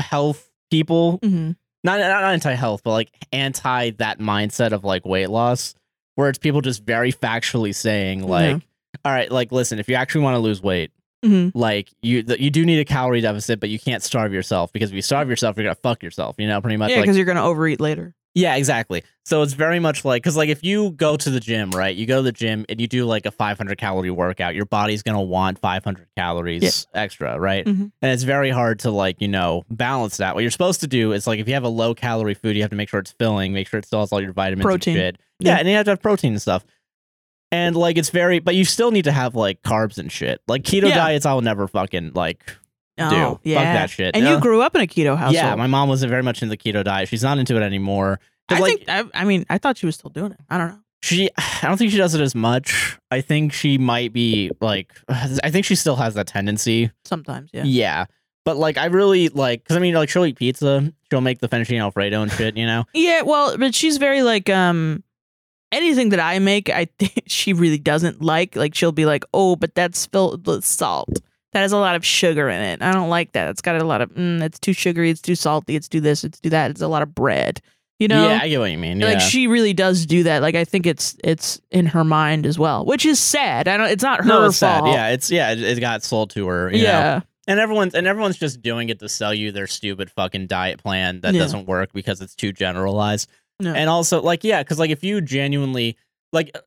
Speaker 1: health people
Speaker 2: Mhm.
Speaker 1: not not anti health, but like anti that mindset of like weight loss, where it's people just very factually saying like, all right, like listen, if you actually want to lose weight,
Speaker 2: Mhm.
Speaker 1: like you th- you do need a calorie deficit, but you can't starve yourself because if you starve yourself, you're gonna fuck yourself, you know, pretty much.
Speaker 2: Yeah,
Speaker 1: like,
Speaker 2: cuz you're going to overeat later.
Speaker 1: yeah, exactly. So it's very much like because like if you go to the gym, right? You go to the gym and you do like a 500 calorie workout, your body's gonna want 500 calories extra, right?
Speaker 2: Mhm.
Speaker 1: And it's very hard to like you know balance that. What you're supposed to do is like if you have a low calorie food, you have to make sure it's filling, make sure it still has all your vitamins,
Speaker 2: Protein.
Speaker 1: and shit. Yeah,
Speaker 2: Yeah.
Speaker 1: and you have to have protein and stuff. And like it's very, but you still need to have like carbs and shit. Like keto
Speaker 2: Yeah.
Speaker 1: diets, I will never fucking like
Speaker 2: Oh,
Speaker 1: do. Fuck that shit.
Speaker 2: And
Speaker 1: Uh,
Speaker 2: you grew up in a keto household.
Speaker 1: yeah, my mom wasn't very much into the keto diet. She's not into it anymore. 'Cause,
Speaker 2: I
Speaker 1: like,
Speaker 2: think I, I mean I thought she was still doing it. I don't know.
Speaker 1: she i don't think she does it as much i think she might be like i think she still has that tendency
Speaker 2: Sometimes, yeah.
Speaker 1: yeah, but like i really like because i mean like she'll eat pizza she'll make the fettuccine alfredo and shit you know
Speaker 2: Yeah, well, but she's very like um anything that I make, I think she really doesn't like. Like she'll be like, "Oh, but that's filled with salt. That has a lot of sugar in it. I don't like that. It's got a lot of mm, it's too sugary, it's too salty, it's too this, it's too that. It's a lot of bread." You know?
Speaker 1: yeah i get what you mean yeah.
Speaker 2: Like she really does do that. Like I think it's it's in her mind as well, which is sad. I don't it's not her
Speaker 1: no it's sad
Speaker 2: fault.
Speaker 1: yeah it's yeah it, it got sold to her you know?
Speaker 2: yeah.
Speaker 1: and everyone's and everyone's just doing it to sell you their stupid fucking diet plan that
Speaker 2: Yeah.
Speaker 1: doesn't work because it's too generalized
Speaker 2: No.
Speaker 1: and also like yeah because like if you genuinely like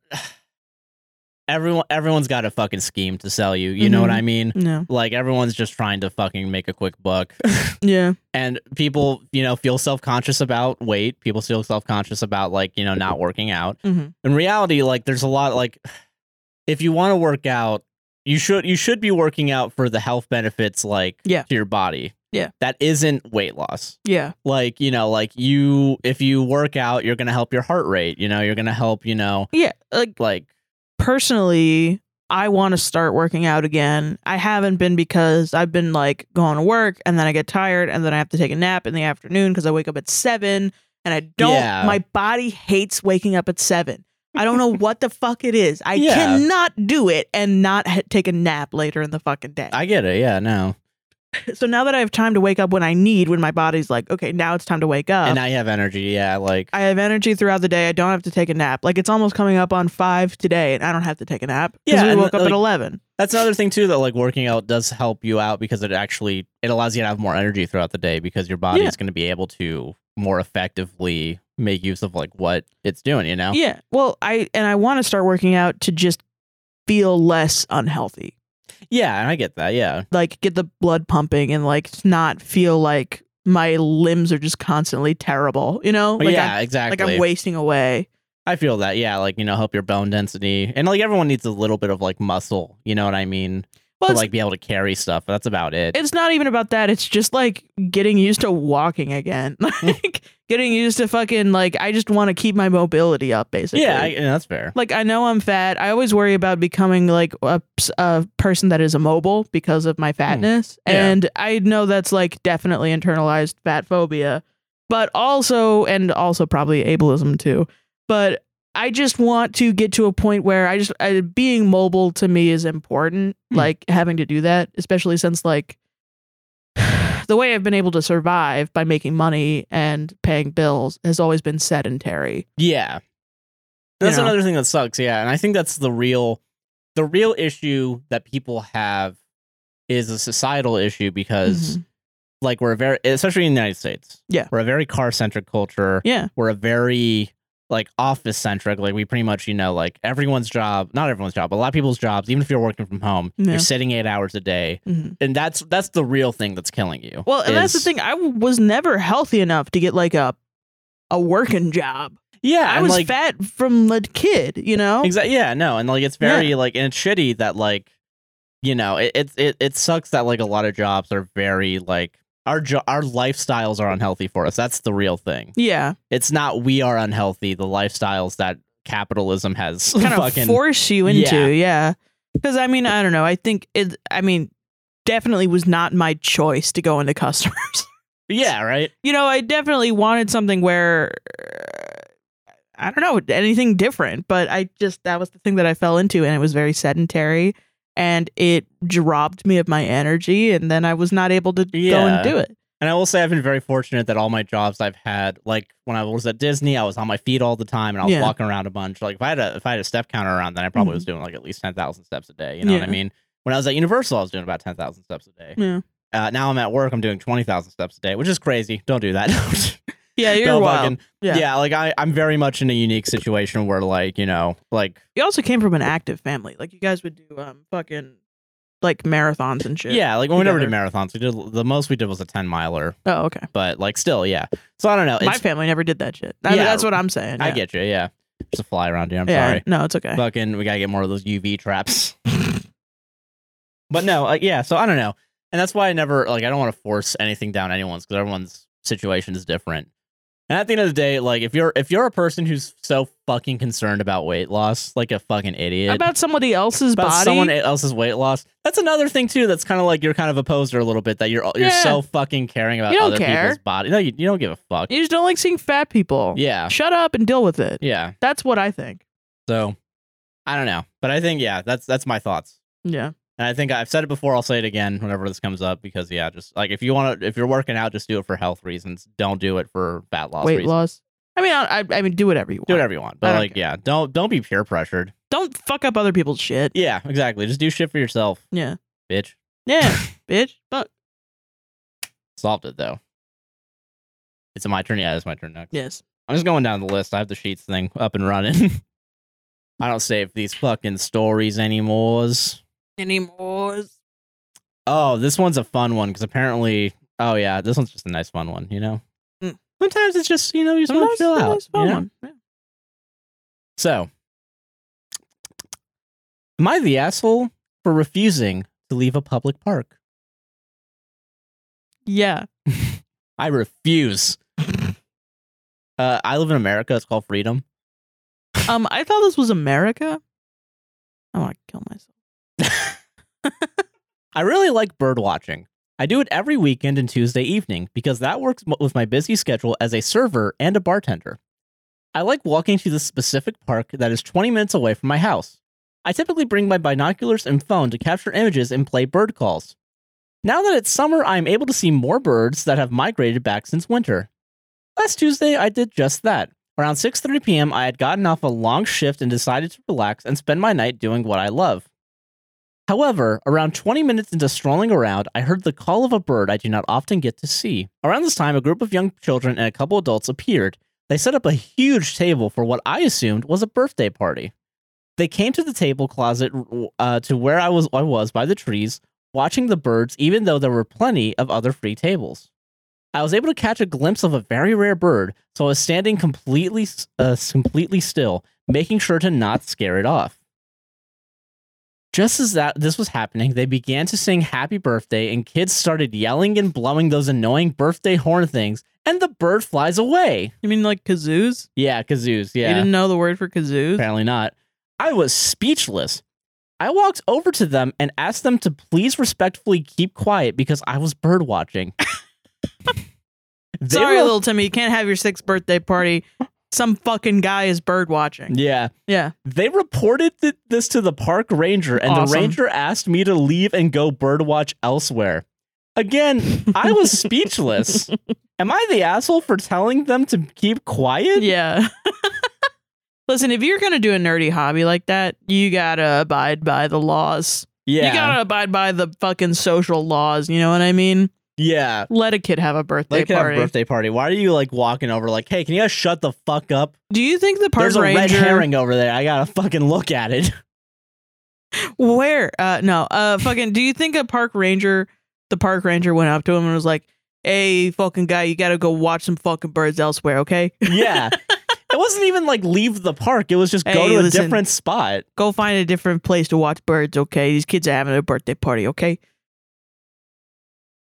Speaker 1: everyone everyone's got a fucking scheme to sell you you know what
Speaker 2: Mhm.
Speaker 1: i mean
Speaker 2: No.
Speaker 1: like everyone's just trying to fucking make a quick buck
Speaker 2: Yeah.
Speaker 1: and people you know feel self-conscious about weight people feel self-conscious about like you know not working out
Speaker 2: Mhm.
Speaker 1: in reality like there's a lot like if you want to work out you should you should be working out for the health benefits like
Speaker 2: Yeah.
Speaker 1: to your body
Speaker 2: Yeah.
Speaker 1: that isn't weight loss
Speaker 2: Yeah.
Speaker 1: like you know like you if you work out you're gonna help your heart rate you know you're gonna help you know
Speaker 2: Yeah. Like
Speaker 1: like
Speaker 2: personally, I want to start working out again. I haven't been because I've been like going to work and then I get tired and then I have to take a nap in the afternoon because I wake up at seven and I don't.
Speaker 1: Yeah.
Speaker 2: My body hates waking up at seven. I don't know what the fuck it is. I
Speaker 1: Yeah.
Speaker 2: cannot do it and not ha- take a nap later in the fucking day.
Speaker 1: i get it yeah no
Speaker 2: so now that I have time to wake up when I need, when my body's like, okay, now it's time to wake up.
Speaker 1: and i have energy yeah like
Speaker 2: I have energy throughout the day. I don't have to take a nap. Like it's almost coming up on five today, and I don't have to take a nap because
Speaker 1: Yeah,
Speaker 2: we
Speaker 1: and,
Speaker 2: woke up
Speaker 1: like,
Speaker 2: at eleven.
Speaker 1: That's another thing too that like working out does help you out because it actually it allows you to have more energy throughout the day because your body
Speaker 2: Yeah.
Speaker 1: is going to be able to more effectively make use of like what it's doing, you know.
Speaker 2: Yeah. Well, I and I want to start working out to just feel less unhealthy.
Speaker 1: Yeah, and I get that. Yeah.
Speaker 2: Like get the blood pumping and like not feel like my limbs are just constantly terrible, you know? Like
Speaker 1: yeah,
Speaker 2: I'm, like
Speaker 1: exactly.
Speaker 2: I'm wasting away.
Speaker 1: I feel that. Yeah, like you know, help your bone density. And like everyone needs a little bit of like muscle, you know what I mean,
Speaker 2: Well,
Speaker 1: to
Speaker 2: it's,
Speaker 1: like be able to carry stuff. That's about it.
Speaker 2: it's not even about that. It's just like getting used to walking again.
Speaker 1: Hmm.
Speaker 2: Like getting used to fucking like I just want to keep my mobility up basically.
Speaker 1: yeah, I, yeah, that's fair.
Speaker 2: like I know I'm fat. I always worry about becoming like a, a person that is immobile because of my fatness,
Speaker 1: Hmm. Yeah.
Speaker 2: and I know that's like definitely internalized fat phobia, but also and also probably ableism too. But I just want to get to a point where I just I, being mobile to me is important.
Speaker 1: Hmm.
Speaker 2: Like having to do that, especially since like. The way I've been able to survive by making money and paying bills has always been sedentary.
Speaker 1: Yeah. That's
Speaker 2: know?
Speaker 1: another thing that sucks, yeah. And I think that's the real the real issue that people have is a societal issue because like we're very especially in the United States.
Speaker 2: Mm-hmm. Yeah.
Speaker 1: We're a very car centric culture.
Speaker 2: Yeah.
Speaker 1: We're a very like office centric. Like we pretty much, you know, like everyone's job, not everyone's job, but a lot of people's jobs, even if you're working from home,
Speaker 2: Yeah.
Speaker 1: you're sitting eight hours a day.
Speaker 2: Mhm.
Speaker 1: And that's that's the real thing that's killing you.
Speaker 2: Well, and that's the
Speaker 1: is-
Speaker 2: thing. I w- was never healthy enough to get like a a working job.
Speaker 1: Yeah.
Speaker 2: I
Speaker 1: and,
Speaker 2: was
Speaker 1: like,
Speaker 2: fat from a kid, you know.
Speaker 1: Exactly. Yeah. No. And like it's very like and it's shitty that like you know it it it, it sucks that like a lot of jobs are very like our jo- our lifestyles are unhealthy for us. That's the real thing.
Speaker 2: Yeah,
Speaker 1: It's not we are unhealthy. The lifestyles that capitalism has
Speaker 2: kind of
Speaker 1: fucking
Speaker 2: force you
Speaker 1: Yeah.
Speaker 2: into. Yeah, because I mean, I don't know. I think it. I mean, definitely was not my choice to go into customers.
Speaker 1: yeah right
Speaker 2: you know, I definitely wanted something where uh, I don't know anything different, but I just that was the thing that I fell into, and it was very sedentary, and it robbed me of my energy, and then I was not able to go
Speaker 1: Yeah.
Speaker 2: and do it.
Speaker 1: And I will say I've been very fortunate that all my jobs I've had, like when I was at Disney, I was on my feet all the time and I was
Speaker 2: Yeah. Mm-hmm.
Speaker 1: walking around a bunch. Like if I had a if I had a step counter around, then I probably was doing like at least ten thousand steps a day. You know what I
Speaker 2: Yeah.
Speaker 1: mean? When I was at Universal, I was doing about ten thousand steps a day.
Speaker 2: Yeah,
Speaker 1: Uh, now I'm at work, I'm doing twenty thousand steps a day, which is crazy. Don't do that.
Speaker 2: yeah, you're
Speaker 1: Don't
Speaker 2: wild.
Speaker 1: fucking- yeah.
Speaker 2: Yeah.
Speaker 1: like I, I'm very much in a unique situation where like, you know, like
Speaker 2: You also came from an active family, like you guys would do um fucking like marathons and shit.
Speaker 1: yeah, like when we never did
Speaker 2: Together.
Speaker 1: marathons, we did the most we did was a ten miler,
Speaker 2: Oh, okay.
Speaker 1: but like still, yeah. So I don't know. It's,
Speaker 2: my family never did that shit. I
Speaker 1: Yeah.
Speaker 2: mean, that's what I'm saying.
Speaker 1: I
Speaker 2: yeah.
Speaker 1: get you, yeah. There's a fly around here, I'm
Speaker 2: yeah.
Speaker 1: sorry.
Speaker 2: No, it's okay.
Speaker 1: fucking we gotta get more of those uv traps but no like yeah so i don't know and that's why i never like i don't want to force anything down anyone's because everyone's situation is different and at the end of the day like if you're if you're a person who's so fucking concerned about weight loss like a fucking idiot
Speaker 2: about somebody else's
Speaker 1: about
Speaker 2: body.
Speaker 1: someone else's weight loss that's another thing too that's kind of like you're kind of a poser a little bit that you're you're
Speaker 2: Yeah.
Speaker 1: so fucking caring about
Speaker 2: You don't
Speaker 1: other
Speaker 2: care.
Speaker 1: people's body no you, you don't give a fuck
Speaker 2: you just don't like seeing fat people.
Speaker 1: yeah
Speaker 2: Shut up and deal with it.
Speaker 1: yeah
Speaker 2: That's what I think.
Speaker 1: so i don't know but i think yeah that's that's my thoughts
Speaker 2: Yeah.
Speaker 1: And I think I've said it before. I'll say it again whenever this comes up because yeah, just like if you want to, if you're working out, just do it for health reasons. Don't do it for fat loss
Speaker 2: Weight
Speaker 1: reasons.
Speaker 2: loss. I mean, I, I- I mean, do whatever you want.
Speaker 1: Do whatever you want,
Speaker 2: I
Speaker 1: but
Speaker 2: don't
Speaker 1: like
Speaker 2: care.
Speaker 1: yeah, don't don't be peer pressured.
Speaker 2: Don't fuck up other people's shit.
Speaker 1: Yeah, exactly. Just do shit for yourself,
Speaker 2: Yeah.
Speaker 1: bitch.
Speaker 2: Yeah, bitch. Fuck.
Speaker 1: Solved it though. It's my turn. Yeah, it's my turn next.
Speaker 2: Yes.
Speaker 1: I'm just going down the list. I have the sheets thing up and running. I don't save these fucking stories anymore.
Speaker 2: Anymore.
Speaker 1: Oh, this one's a fun one because apparently, oh yeah, this one's just a nice fun one. You know,
Speaker 2: Mm.
Speaker 1: sometimes it's just you know you just want to chill out. you know? So, am I the asshole for refusing to leave a public park?
Speaker 2: Yeah.
Speaker 1: I refuse. uh, I live in America. It's called freedom.
Speaker 2: Um, I thought this was America. I want to kill myself.
Speaker 1: I really like bird watching. I do it every weekend and Tuesday evening because that works m- with my busy schedule as a server and a bartender. I like walking to this specific park that is 20 minutes away from my house. I typically bring my binoculars and phone to capture images and play bird calls. Now that it's summer, I am able to see more birds that have migrated back since winter. Last Tuesday, I did just that. Around 6:30 p.m., I had gotten off a long shift and decided to relax and spend my night doing what I love. However, around 20 minutes into strolling around, I heard the call of a bird I do not often get to see. Around this time, a group of young children and a couple adults appeared. They set up a huge table for what I assumed was a birthday party. They came to the table closet uh, to where I was, I was by the trees, watching the birds, even though there were plenty of other free tables. I was able to catch a glimpse of a very rare bird, so I was standing completely, s- uh, s- completely still, making sure to not scare it off. Just as that this was happening, they began to sing happy birthday and kids started yelling and blowing those annoying birthday horn things and the bird flies away.
Speaker 2: You mean like kazoos?
Speaker 1: Yeah, kazoos,
Speaker 2: You
Speaker 1: yeah.
Speaker 2: didn't know the word for kazoos?
Speaker 1: Apparently not. I was speechless. I walked over to them and asked them to please respectfully keep quiet because I was bird watching. They
Speaker 2: Sorry,
Speaker 1: were-
Speaker 2: little Timmy. You can't have your sixth birthday party. Some fucking guy is bird watching.
Speaker 1: Yeah.
Speaker 2: Yeah.
Speaker 1: They reported th- this to the park ranger, and the
Speaker 2: Awesome.
Speaker 1: ranger asked me to leave and go birdwatch elsewhere. Again, I was speechless. Am I the asshole for telling them to keep quiet?
Speaker 2: Yeah. Listen, if you're gonna do a nerdy hobby like that, you gotta abide by the laws.
Speaker 1: Yeah.
Speaker 2: You gotta abide by the fucking social laws. You know what I mean?
Speaker 1: Yeah.
Speaker 2: Let a kid have a birthday
Speaker 1: Like have a
Speaker 2: party.
Speaker 1: birthday party. Why are you like walking over like, hey, can you guys shut the fuck up?
Speaker 2: Do you think the park
Speaker 1: There's a
Speaker 2: ranger?
Speaker 1: red herring over there. I gotta fucking look at it.
Speaker 2: Where? Uh, no. Uh, fucking. Do you think a park ranger? The park ranger went up to him and was like, "Hey, fucking guy, you gotta go watch some fucking birds elsewhere, okay?
Speaker 1: yeah. It wasn't even like leave the park. It was just go
Speaker 2: Hey,
Speaker 1: to a
Speaker 2: listen.
Speaker 1: different spot.
Speaker 2: Go find a different place to watch birds, okay? These kids are having a birthday party, okay?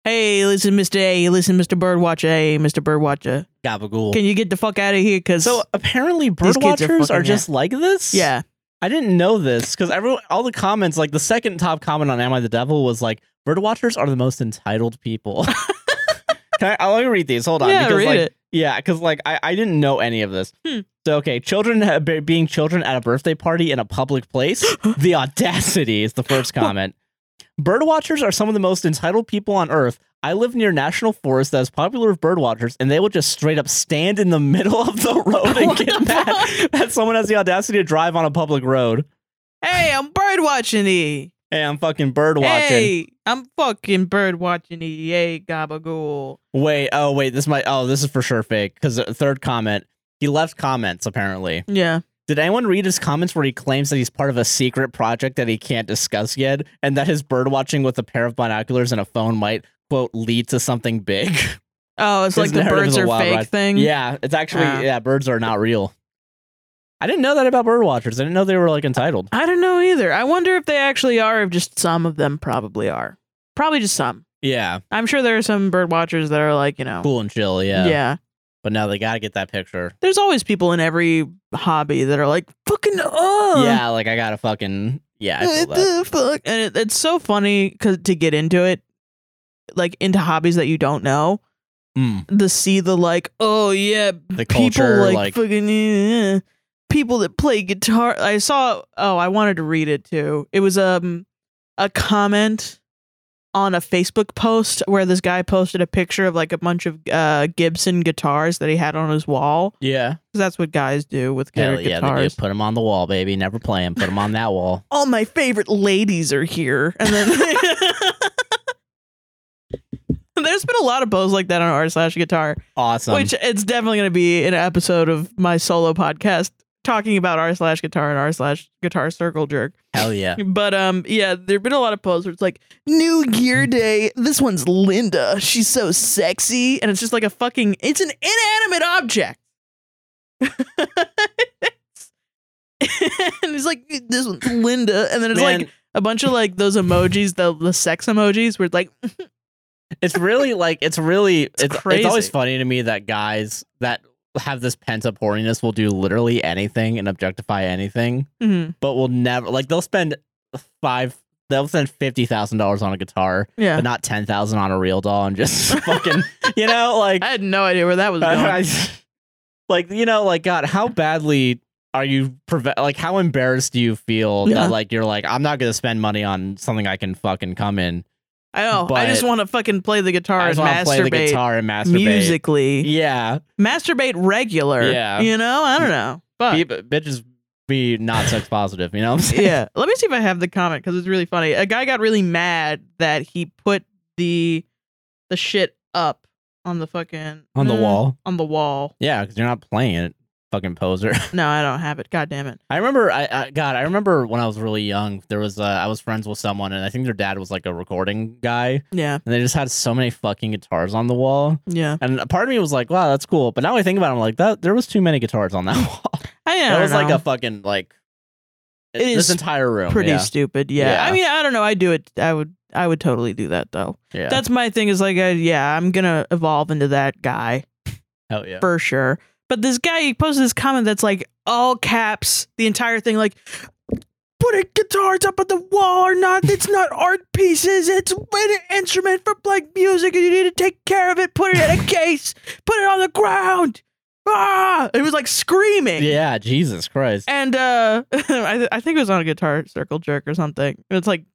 Speaker 2: Hey, listen, Mister A, listen, Mister Birdwatcher, hey, Mister Birdwatcher,
Speaker 1: Gabagool.
Speaker 2: can you get the fuck out of here? Cause
Speaker 1: so apparently bird
Speaker 2: These kids are
Speaker 1: watchers are,
Speaker 2: fucking-
Speaker 1: just like this?
Speaker 2: yeah,
Speaker 1: I didn't know this because everyone all the comments, like the second top comment on Am I the Devil was like, Bird watchers are the most entitled people. Can I, I'll let me read these. Hold on.
Speaker 2: yeah,
Speaker 1: because,
Speaker 2: read
Speaker 1: like,
Speaker 2: it.
Speaker 1: Yeah, because like I, I didn't know any of this.
Speaker 2: Hmm.
Speaker 1: So okay, children ha- be- being children at a birthday party in a public place, the audacity is the first comment. Bird watchers are some of the most entitled people on earth. I live near national forest that is popular with bird watchers, and they will just straight up stand in the middle of the road and
Speaker 2: What
Speaker 1: get
Speaker 2: the
Speaker 1: mad
Speaker 2: fuck?
Speaker 1: that someone has the audacity to drive on a public road.
Speaker 2: Hey, I'm bird watching thee.
Speaker 1: Hey, I'm fucking bird watching.
Speaker 2: Hey, I'm fucking bird watching thee. Hey, gabagool.
Speaker 1: Wait, oh wait, this might oh this is for sure fake because third comment he left comments apparently.
Speaker 2: Yeah.
Speaker 1: Did anyone read his comments where he claims that he's part of a secret project that he can't discuss yet and that his bird watching with a pair of binoculars and a phone might, quote, lead to something big?
Speaker 2: Oh, it's
Speaker 1: His
Speaker 2: like the
Speaker 1: narrative is
Speaker 2: birds
Speaker 1: a
Speaker 2: are
Speaker 1: wild
Speaker 2: fake
Speaker 1: ride.
Speaker 2: thing.
Speaker 1: yeah, it's actually,
Speaker 2: Ah.
Speaker 1: yeah, birds are not real. I didn't know that about bird watchers. I didn't know they were like entitled.
Speaker 2: I don't know either. I wonder if they actually are, if just some of them probably are. Probably just some.
Speaker 1: Yeah,
Speaker 2: I'm sure there are some bird watchers that are like, you know.
Speaker 1: cool and chill, yeah. But now they got to get that picture.
Speaker 2: There's always people in every hobby that are like, fucking, oh.
Speaker 1: yeah, like I got to fucking, yeah, I feel
Speaker 2: What
Speaker 1: that.
Speaker 2: the fuck? And it, it's so funny cause, to get into it, like into hobbies that you don't know.
Speaker 1: Mm,
Speaker 2: the see the like oh yeah
Speaker 1: The culture,
Speaker 2: people like,
Speaker 1: like-
Speaker 2: fucking eh, people that play guitar i saw oh i wanted to read it too it was um a comment on a facebook post where this guy posted a picture of like a bunch of uh gibson guitars that he had on his wall
Speaker 1: yeah.
Speaker 2: 'Cause that's what guys do with their
Speaker 1: Hell yeah, they
Speaker 2: guitars
Speaker 1: do. Put them on the wall, baby. Never play them. Put them on that wall.
Speaker 2: all my favorite ladies are here and then there's been a lot of posts like that on r slash guitar
Speaker 1: Awesome.
Speaker 2: Which it's definitely going to be an episode of my solo podcast talking about r slash guitar and r slash guitar circle jerk.
Speaker 1: Hell yeah.
Speaker 2: But um, yeah, there've been a lot of posts where it's like New Year Day. This one's Linda. She's so sexy, and it's just like a fucking. It's an inanimate object. and it's like this one's Linda, and then it's
Speaker 1: Man,
Speaker 2: like a bunch of like those emojis, the the sex emojis, where it's like
Speaker 1: it's really like it's really it's, it's,
Speaker 2: crazy.
Speaker 1: always funny to me that guys that have this pent up horniness will do literally anything and objectify anything,
Speaker 2: mhm,
Speaker 1: but will never like they'll spend five they'll spend fifty thousand dollars on a guitar,
Speaker 2: yeah.
Speaker 1: but not ten thousand on a real doll and just fucking you know like
Speaker 2: I had no idea where that was going.
Speaker 1: I- like you know like God how badly. Are you preve- like how embarrassed do you feel
Speaker 2: Yeah.
Speaker 1: that like you're like I'm not gonna spend money on something I can fucking come in?
Speaker 2: I know. Oh, I just
Speaker 1: But-
Speaker 2: want to fucking play the guitar
Speaker 1: I
Speaker 2: and
Speaker 1: just want to
Speaker 2: masturbate
Speaker 1: play the guitar and masturbate.
Speaker 2: musically.
Speaker 1: Yeah,
Speaker 2: Masturbate regular.
Speaker 1: Yeah.
Speaker 2: You know? I don't know.
Speaker 1: be,
Speaker 2: But
Speaker 1: bitches be not sex positive. You know what I'm saying?
Speaker 2: yeah. Let me see if I have the comment because it's really funny. A guy got really mad that he put the the shit up on the fucking
Speaker 1: On the
Speaker 2: Mm,
Speaker 1: wall.
Speaker 2: On the wall.
Speaker 1: Yeah, because you're not playing it, fucking poser.
Speaker 2: No, I don't have it. God damn it.
Speaker 1: I remember, I, I God, I remember when I was really young. There was, uh, I was friends with someone, and I think their dad was like a recording guy,
Speaker 2: Yeah.
Speaker 1: and they just had so many fucking guitars on the wall.
Speaker 2: Yeah.
Speaker 1: And a part of me was like, wow, that's cool. But now I think about it, I'm like, that there was too many guitars on that wall.
Speaker 2: I, I
Speaker 1: that
Speaker 2: don't
Speaker 1: was like
Speaker 2: know.
Speaker 1: a fucking like.
Speaker 2: It
Speaker 1: this
Speaker 2: is
Speaker 1: entire room.
Speaker 2: pretty
Speaker 1: yeah.
Speaker 2: stupid. Yeah.
Speaker 1: Yeah.
Speaker 2: I mean, I don't know. I do it. I would. I would totally do that though.
Speaker 1: yeah.
Speaker 2: That's my thing. Is like, I, yeah, I'm gonna evolve into that guy.
Speaker 1: Hell yeah.
Speaker 2: for sure. But this guy he posted this comment that's like all caps, the entire thing, like putting guitars up on the wall or not. It's not art pieces. It's an instrument for playing music, and you need to take care of it. Put it in a case. Put it on the ground. Ah! It was like screaming.
Speaker 1: Yeah, Jesus Christ.
Speaker 2: And uh, I, th- I think it was on a guitar circle jerk or something. It's like,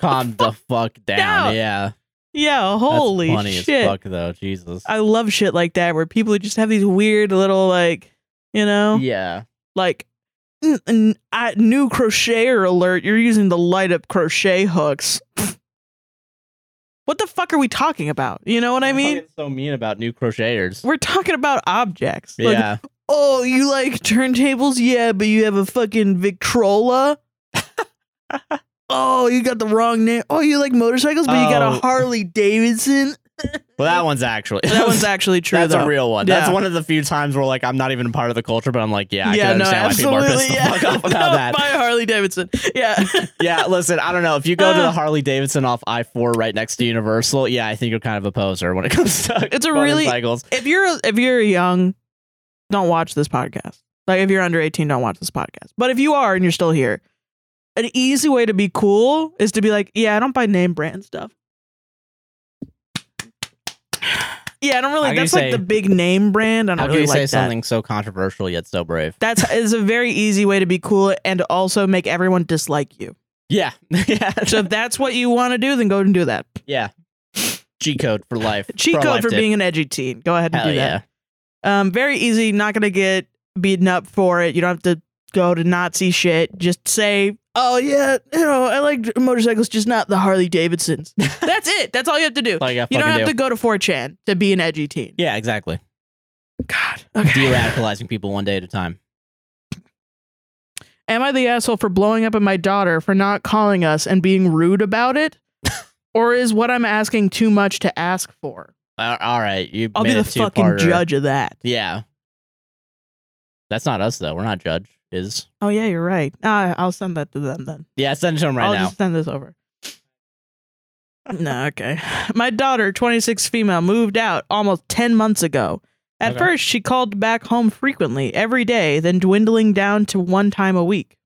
Speaker 1: Calm the fuck down.
Speaker 2: down.
Speaker 1: Yeah.
Speaker 2: yeah,
Speaker 1: That's
Speaker 2: holy
Speaker 1: funny
Speaker 2: shit.
Speaker 1: as fuck though. Jesus.
Speaker 2: I love shit like that where people just have these weird little like, you know,
Speaker 1: Yeah.
Speaker 2: like n- n- I, new crocheter alert you're using the light up crochet hooks what the fuck are we talking about? You know what I mean?
Speaker 1: so mean about new crocheters.
Speaker 2: We're talking about objects. Like,
Speaker 1: yeah,
Speaker 2: oh, you like turntables? Yeah, but you have a fucking Victrola? oh, you got the wrong name. Oh, you like motorcycles, but you got
Speaker 1: Oh.
Speaker 2: a Harley Davidson?
Speaker 1: well, that one's actually
Speaker 2: That one's actually true,
Speaker 1: That's
Speaker 2: though.
Speaker 1: a real one. That's
Speaker 2: Yeah.
Speaker 1: one of the few times where like I'm not even a part of the culture, but I'm like, yeah, I can understand why people are pissed the fuck off about
Speaker 2: No,
Speaker 1: that.
Speaker 2: Buy a Harley Davidson. Yeah.
Speaker 1: yeah, listen, I don't know. If you go to the
Speaker 2: Ah.
Speaker 1: Harley Davidson off I four right next to Universal, yeah, I think you're kind of a poser when it comes to
Speaker 2: It's a really-
Speaker 1: motorcycles.
Speaker 2: if you're if you're young, don't watch this podcast. Like if you're under 18, don't watch this podcast. But if you are and you're still here, an easy way to be cool is to be like, yeah, I don't buy name brand stuff. Yeah, I don't
Speaker 1: How
Speaker 2: really.
Speaker 1: can you
Speaker 2: That's like
Speaker 1: say-
Speaker 2: the big name brand. I don't
Speaker 1: How can
Speaker 2: really
Speaker 1: you
Speaker 2: like
Speaker 1: say
Speaker 2: that.
Speaker 1: something so controversial yet so brave?
Speaker 2: That's is a very easy way to be cool and also make everyone dislike you.
Speaker 1: Yeah, yeah,
Speaker 2: So if that's what you want to do, then go and do that.
Speaker 1: yeah. G code for life.
Speaker 2: Cheat
Speaker 1: Pro
Speaker 2: code
Speaker 1: life
Speaker 2: for
Speaker 1: tip.
Speaker 2: being an edgy teen. Go ahead and
Speaker 1: Hell
Speaker 2: do that.
Speaker 1: yeah.
Speaker 2: Um, very easy. Not gonna get beaten up for it. You don't have to go to Nazi shit. Just say, "Oh yeah, you know, I like motorcycles, just not the Harley Davidsons." That's it. That's all you have to do.
Speaker 1: That's all you, gotta
Speaker 2: You don't
Speaker 1: fucking
Speaker 2: have
Speaker 1: do.
Speaker 2: to go to 4chan to be an edgy teen.
Speaker 1: Yeah, exactly.
Speaker 2: God. Okay.
Speaker 1: De-radicalizing people one day at a time.
Speaker 2: Am I the asshole for blowing up at my daughter for not calling us and being rude about it? or is what I'm asking too much to ask for?
Speaker 1: Al- All right, you.
Speaker 2: I'll
Speaker 1: made
Speaker 2: be
Speaker 1: a
Speaker 2: the fucking
Speaker 1: two-parter.
Speaker 2: judge of that.
Speaker 1: Yeah. That's not us though. We're not judge. Is
Speaker 2: Oh yeah, you're right. Ah, I'll send that to them then.
Speaker 1: yeah. Send it to him right
Speaker 2: I'll
Speaker 1: now.
Speaker 2: just send this over. no, okay. My daughter, 26 female, moved out almost 10 months ago. At
Speaker 1: Okay.
Speaker 2: first, she called back home frequently, every day, then dwindling down to one time a week.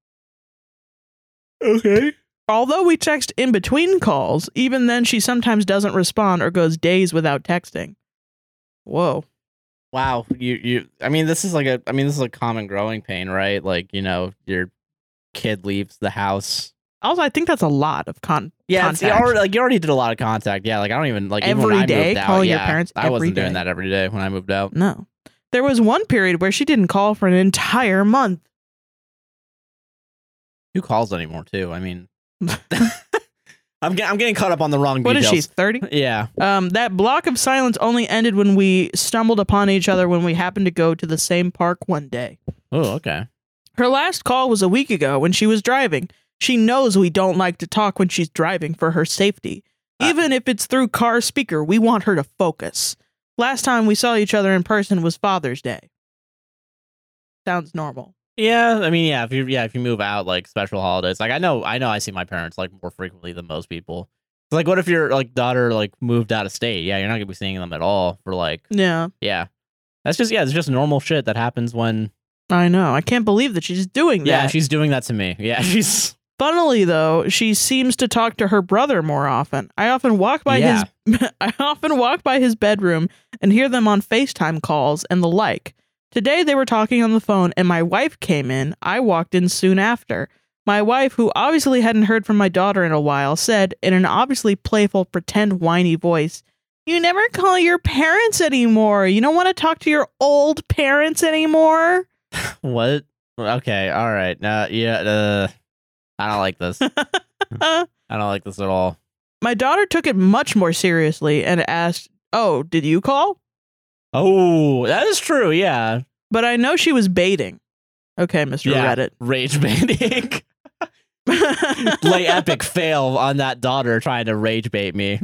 Speaker 1: Okay.
Speaker 2: Although we text in between calls, even then she sometimes doesn't respond or goes days without texting. Whoa.
Speaker 1: Wow. You you. I mean, this is like a. I mean, this is a common growing pain, right? Like you know, your kid leaves the house.
Speaker 2: Also, I think that's a lot of con.
Speaker 1: Yeah, it's, you
Speaker 2: Contact.
Speaker 1: already, like you already did a lot of contact. Yeah, like I don't even like even when
Speaker 2: Every
Speaker 1: I moved
Speaker 2: day?
Speaker 1: out,
Speaker 2: Calling your
Speaker 1: yeah,
Speaker 2: parents
Speaker 1: I wasn't
Speaker 2: every
Speaker 1: doing
Speaker 2: day?
Speaker 1: that every day Mm. when I moved out.
Speaker 2: No. There was one period where she didn't call for an entire month.
Speaker 1: Who calls anymore? Too. I mean, I'm get, I'm getting caught up on the wrong.
Speaker 2: What is she,
Speaker 1: details.
Speaker 2: 30?
Speaker 1: Yeah.
Speaker 2: Um, that block of silence only ended when we stumbled upon each other when we happened to go to the same park one day.
Speaker 1: Oh, okay.
Speaker 2: Her last call was a week ago when she was driving. She knows we don't like to talk when she's driving for her safety.
Speaker 1: Ah.
Speaker 2: Even if it's through car speaker, we want her to focus. Last time we saw each other in person was Father's Day. Sounds normal.
Speaker 1: Yeah, I mean, yeah, if you yeah, if you move out like special holidays, like I know, I know, I see my parents like more frequently than most people. It's Like, what if your like daughter like moved out of state? Yeah, you're not gonna be seeing them at all for like,
Speaker 2: Yeah,
Speaker 1: yeah, that's just yeah, it's just normal shit that happens when
Speaker 2: I know. I can't believe that she's doing that.
Speaker 1: yeah, she's doing that to me. Yeah, she's
Speaker 2: Funnily though, she seems to talk to her brother more often. I often walk by his I often walk by his bedroom and hear them on FaceTime calls and the like. Today they were talking on the phone and my wife came in. I walked in soon after. My wife, who obviously hadn't heard from my daughter in a while, said in an obviously playful pretend whiny voice, "You never call your parents anymore. You don't want to talk to your old parents anymore."
Speaker 1: what? Okay, all right, uh, yeah, uh, I don't like this.
Speaker 2: Uh,
Speaker 1: I don't like this at all.
Speaker 2: My daughter took it much more seriously and asked, Oh, did you call?
Speaker 1: Oh, that is true. Yeah,
Speaker 2: But I know she was baiting. Okay, Mr.
Speaker 1: Yeah.
Speaker 2: Reddit.
Speaker 1: rage banding, lay epic fail on that daughter trying to rage bait me.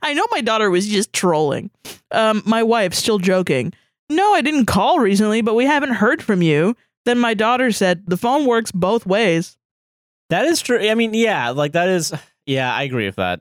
Speaker 2: I know my daughter was just trolling. Um, my wife, still joking, No, I didn't call recently, but we haven't heard from you. Then my daughter said, The phone works both ways.
Speaker 1: That is true. I mean, yeah, like that is. Yeah, I agree with that.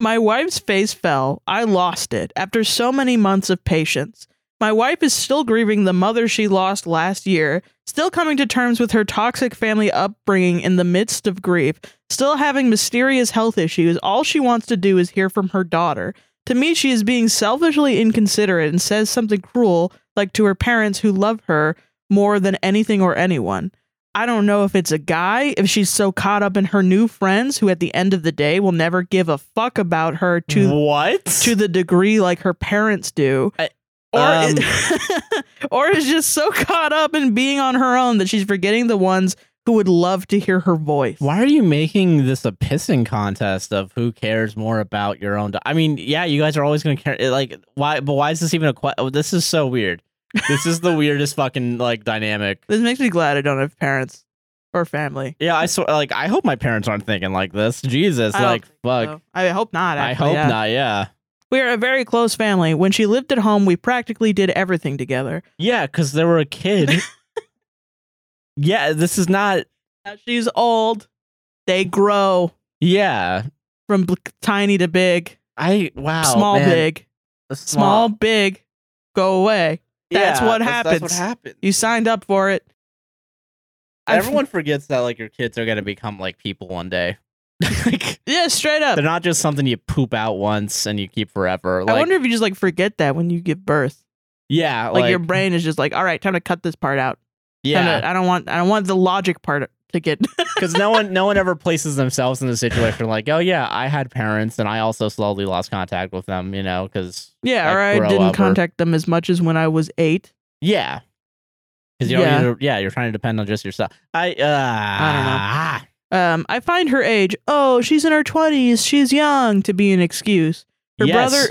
Speaker 2: My wife's face fell. I lost it after so many months of patience. My wife is still grieving the mother she lost last year, still coming to terms with her toxic family upbringing in the midst of grief, still having mysterious health issues. All she wants to do is hear from her daughter. To me, she is being selfishly inconsiderate and says something cruel, like to her parents who love her more than anything or anyone. I don't know if it's a guy, if she's so caught up in her new friends who at the end of the day will never give a fuck about her to
Speaker 1: what?
Speaker 2: to the degree like her parents do.
Speaker 1: I-
Speaker 2: Uh, or,
Speaker 1: um.
Speaker 2: is, or is just so caught up in being on her own that she's forgetting the ones who would love to hear her voice.
Speaker 1: Why are you making this a pissing contest of who cares more about your own? Do- I mean, yeah, you guys are always going to care. it, Like, why? But why is this even a question? Oh, this is so weird. This is the weirdest fucking like dynamic.
Speaker 2: This makes me glad I don't have parents or family.
Speaker 1: Yeah, I swear. Like, I hope my parents aren't thinking like this. Jesus,
Speaker 2: I don't
Speaker 1: like,
Speaker 2: think
Speaker 1: fuck.
Speaker 2: so. I hope not.
Speaker 1: I
Speaker 2: actually,
Speaker 1: hope
Speaker 2: yeah.
Speaker 1: not. Yeah,
Speaker 2: We are a very close family. When she lived at home, we practically did everything together.
Speaker 1: yeah, because they were a kid. yeah, this is not.
Speaker 2: Now she's old. They grow
Speaker 1: Yeah,
Speaker 2: from bl- tiny to big,
Speaker 1: I wow.
Speaker 2: small,
Speaker 1: man.
Speaker 2: big,
Speaker 1: The
Speaker 2: small, big, go away. That's what happens.
Speaker 1: That's what happens.
Speaker 2: You signed up for it. I f-
Speaker 1: Everyone forgets that like your kids are gonna become like people one day. like
Speaker 2: yeah, straight up.
Speaker 1: they're not just something you poop out once and you keep forever. Like
Speaker 2: I wonder if you just like forget that when you give birth.
Speaker 1: yeah,
Speaker 2: Like, your brain is just like, all right, time to cut this part out. Time
Speaker 1: yeah,
Speaker 2: to- I don't want. I don't want the logic part to get.
Speaker 1: because no one no one ever places themselves in a situation like oh yeah I had parents and I also slowly lost contact with them you know because
Speaker 2: yeah,
Speaker 1: Like,
Speaker 2: or I
Speaker 1: grow
Speaker 2: didn't
Speaker 1: up or-
Speaker 2: contact them as much as when I was eight.
Speaker 1: yeah because you don't
Speaker 2: Yeah.
Speaker 1: yeah. yeah you're trying to depend on just yourself. I uh, ah, I don't know.
Speaker 2: Um, I find her age. Oh, she's in her twenties. She's young to be an excuse. Her brother,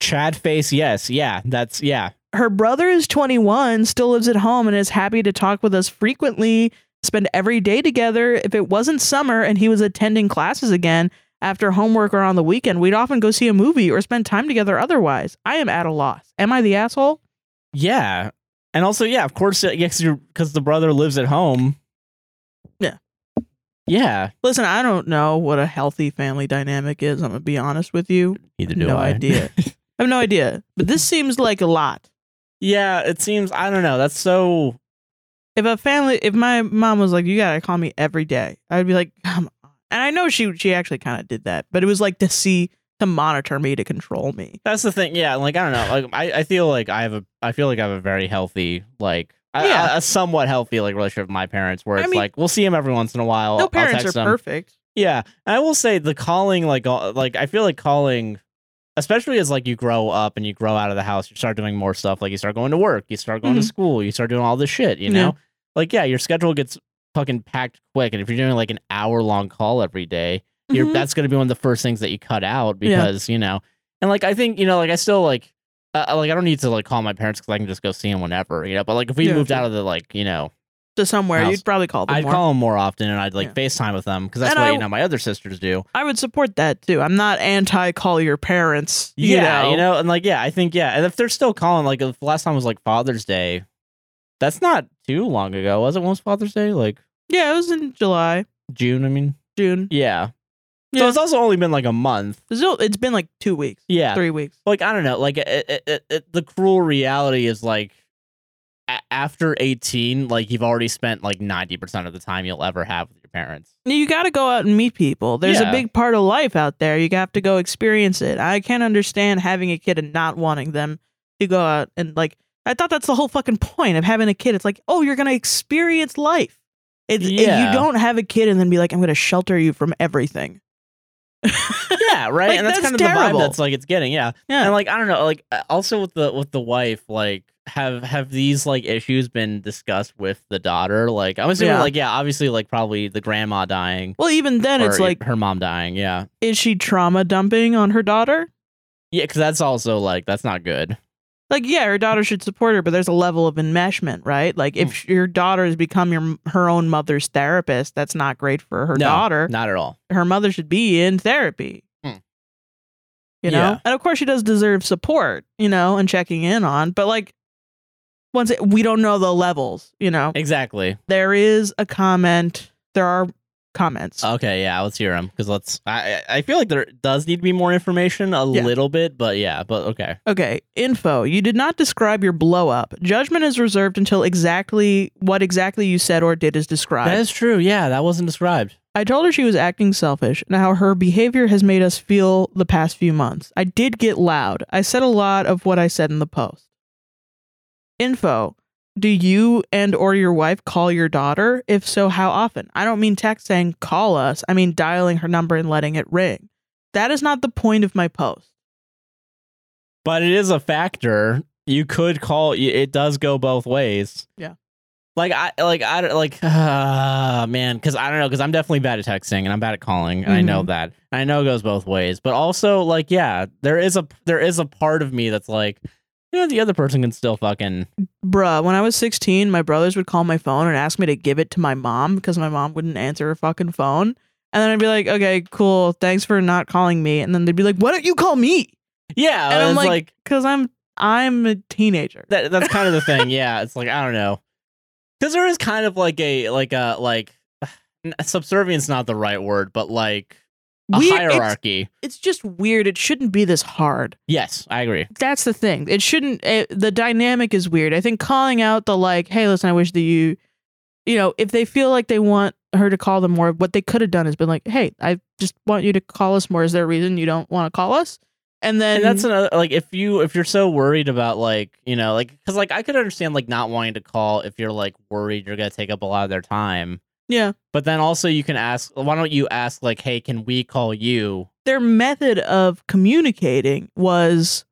Speaker 1: Chad face yes yeah that's yeah
Speaker 2: her brother is twenty one, still lives at home, and is happy to talk with us frequently. Spend every day together. If it wasn't summer and he was attending classes again after homework or on the weekend, we'd often go see a movie or spend time together. Otherwise, I am at a loss. Am I the asshole?
Speaker 1: Yeah. And also, yeah, of course, because you're because the brother lives at home.
Speaker 2: Yeah.
Speaker 1: Yeah.
Speaker 2: Listen, I don't know what a healthy family dynamic is. I'm gonna be honest with you.
Speaker 1: Either
Speaker 2: No idea. I have no idea. But this seems like a lot.
Speaker 1: yeah, it seems I don't know. That's so
Speaker 2: If a family, if my mom was like, "You gotta call me every day," I'd be like, "Come on." And I know she she actually kind of did that, but it was like to see to monitor me to control me.
Speaker 1: that's the thing. Yeah, like I don't know. Like I, I feel like I have a I feel like I have a very healthy like I-
Speaker 2: Yeah.
Speaker 1: a, a somewhat healthy like relationship with my parents where
Speaker 2: I
Speaker 1: it's
Speaker 2: mean-
Speaker 1: like we'll see him every once in a while.
Speaker 2: no
Speaker 1: I'll
Speaker 2: parents are
Speaker 1: text him.
Speaker 2: perfect.
Speaker 1: Yeah, and I will say the calling, like, uh, like I feel like calling, especially as like you grow up and you grow out of the house, you start doing more stuff. Like you start going to work, you start going
Speaker 2: Mhm.
Speaker 1: to school, you start doing all this shit. You
Speaker 2: Yeah.
Speaker 1: know, like yeah, your schedule gets fucking packed quick, and if you're doing like an hour long call every day, you're
Speaker 2: Mhm.
Speaker 1: that's gonna be one of the first things that you cut out
Speaker 2: Yeah.
Speaker 1: because you know, and like I think you know, like I still like. Uh, like I don't need to like call my parents because I can just go see them whenever, you know. But like if we
Speaker 2: Yeah,
Speaker 1: moved
Speaker 2: true.
Speaker 1: out of the like, you know,
Speaker 2: to somewhere.
Speaker 1: House.
Speaker 2: You'd probably call them.
Speaker 1: I'd
Speaker 2: more.
Speaker 1: call them more often and I'd like
Speaker 2: Yeah.
Speaker 1: FaceTime with them because that's
Speaker 2: And
Speaker 1: what
Speaker 2: I-
Speaker 1: you know my other sisters do.
Speaker 2: I would support that too. I'm not anti call your parents. You
Speaker 1: yeah,
Speaker 2: know?
Speaker 1: you know, and like, yeah, I think, yeah, and if they're still calling, like, if last time was like Father's Day, that's not too long ago, was it? When was Father's Day? Like
Speaker 2: Yeah, it was in July,
Speaker 1: June, I mean,
Speaker 2: June.
Speaker 1: yeah. So
Speaker 2: Yeah.
Speaker 1: it's also only been like a month.
Speaker 2: So It's been like two weeks,
Speaker 1: Yeah,
Speaker 2: three weeks.
Speaker 1: like I don't know, like it, it, it, it, the cruel reality is like a- after eighteen, like you've already spent like ninety percent of the time you'll ever have with your parents.
Speaker 2: you got to go out and meet people. There's a
Speaker 1: Yeah.
Speaker 2: big part of life out there. You have to go experience it. I can't understand having a kid and not wanting them to go out and like. I thought that's the whole fucking point of having a kid. It's like, oh, you're gonna experience life. It's, if
Speaker 1: Yeah.
Speaker 2: you don't have a kid and then be like, I'm gonna shelter you from everything.
Speaker 1: yeah, right.
Speaker 2: Like,
Speaker 1: and that's,
Speaker 2: that's
Speaker 1: kind of the
Speaker 2: terrible.
Speaker 1: vibe that's like it's getting. Yeah,
Speaker 2: Yeah.
Speaker 1: And like I don't know, like uh, also with the with the wife, like have have these like issues been discussed with the daughter? Like I'm assuming,
Speaker 2: Yeah.
Speaker 1: like yeah, obviously, like probably the grandma dying,
Speaker 2: Well, even then, it's
Speaker 1: or
Speaker 2: like,
Speaker 1: her mom dying. Yeah,
Speaker 2: is she trauma dumping on her daughter?
Speaker 1: yeah, because that's also like that's not good.
Speaker 2: Like, yeah, her daughter should support her, but there's a level of enmeshment, right? Like,
Speaker 1: Mm.
Speaker 2: if your daughter has become your her own mother's therapist, that's not great for her
Speaker 1: No,
Speaker 2: daughter.
Speaker 1: Not at all.
Speaker 2: her mother should be in therapy.
Speaker 1: Hmm.
Speaker 2: You know?
Speaker 1: Yeah.
Speaker 2: And of course she does deserve support, you know, and checking in on, but like once it, we don't know the levels, you know.
Speaker 1: Exactly.
Speaker 2: There is a comment, there are comments.
Speaker 1: Okay. Yeah. Let's hear them because let's. I I I feel like there does need to be more information a
Speaker 2: Yeah.
Speaker 1: little bit, but yeah. But okay.
Speaker 2: Okay, info. You did not describe your blow up. Judgment is reserved until exactly what exactly you said or did is described.
Speaker 1: That is true. Yeah. That wasn't described.
Speaker 2: I told her she was acting selfish and how her behavior has made us feel the past few months. I did get loud. I said a lot of what I said in the post. Info. Do you and or your wife call your daughter? If so, how often? I don't mean text saying call us. I mean dialing her number and letting it ring. That is not the point of my post.
Speaker 1: but it is a factor. You could call it does go both ways.
Speaker 2: Yeah.
Speaker 1: Like I like I don't- like uh, man because I don't know because I'm definitely bad at texting and I'm bad at calling and I know
Speaker 2: Mhm.
Speaker 1: that and I know it goes both ways but also like yeah there is a there is a part of me that's like yeah the other person can still fucking
Speaker 2: Bruh, when I was 16, my brothers would call my phone and ask me to give it to my mom because my mom wouldn't answer her fucking phone. And then I'd be like, okay, cool. Thanks for not calling me. And then they'd be like, why don't you call me?
Speaker 1: yeah
Speaker 2: and I'm
Speaker 1: it's
Speaker 2: like, because I'm I'm a teenager.
Speaker 1: that that's kind of the thing yeah it's like I don't know because there is kind of like a like a like n- subservience not the right word but like a
Speaker 2: Weird- it's-
Speaker 1: hierarchy
Speaker 2: It's, just weird. It shouldn't be this hard.
Speaker 1: yes I agree
Speaker 2: That's the thing. It shouldn't. It, the dynamic is weird. I think calling out the like, hey, listen, I wish that you, you know, if they feel like they want her to call them more, what they could have done is been like, hey, I just want you to call us more. Is there a reason you don't want to call us? And then
Speaker 1: and that's another like if you if you're so worried about like you know like because like i could understand like not wanting to call if you're like worried you're gonna take up a lot of their time
Speaker 2: yeah,
Speaker 1: but then also you can ask why don't you ask like hey can we call you
Speaker 2: their method of communicating was.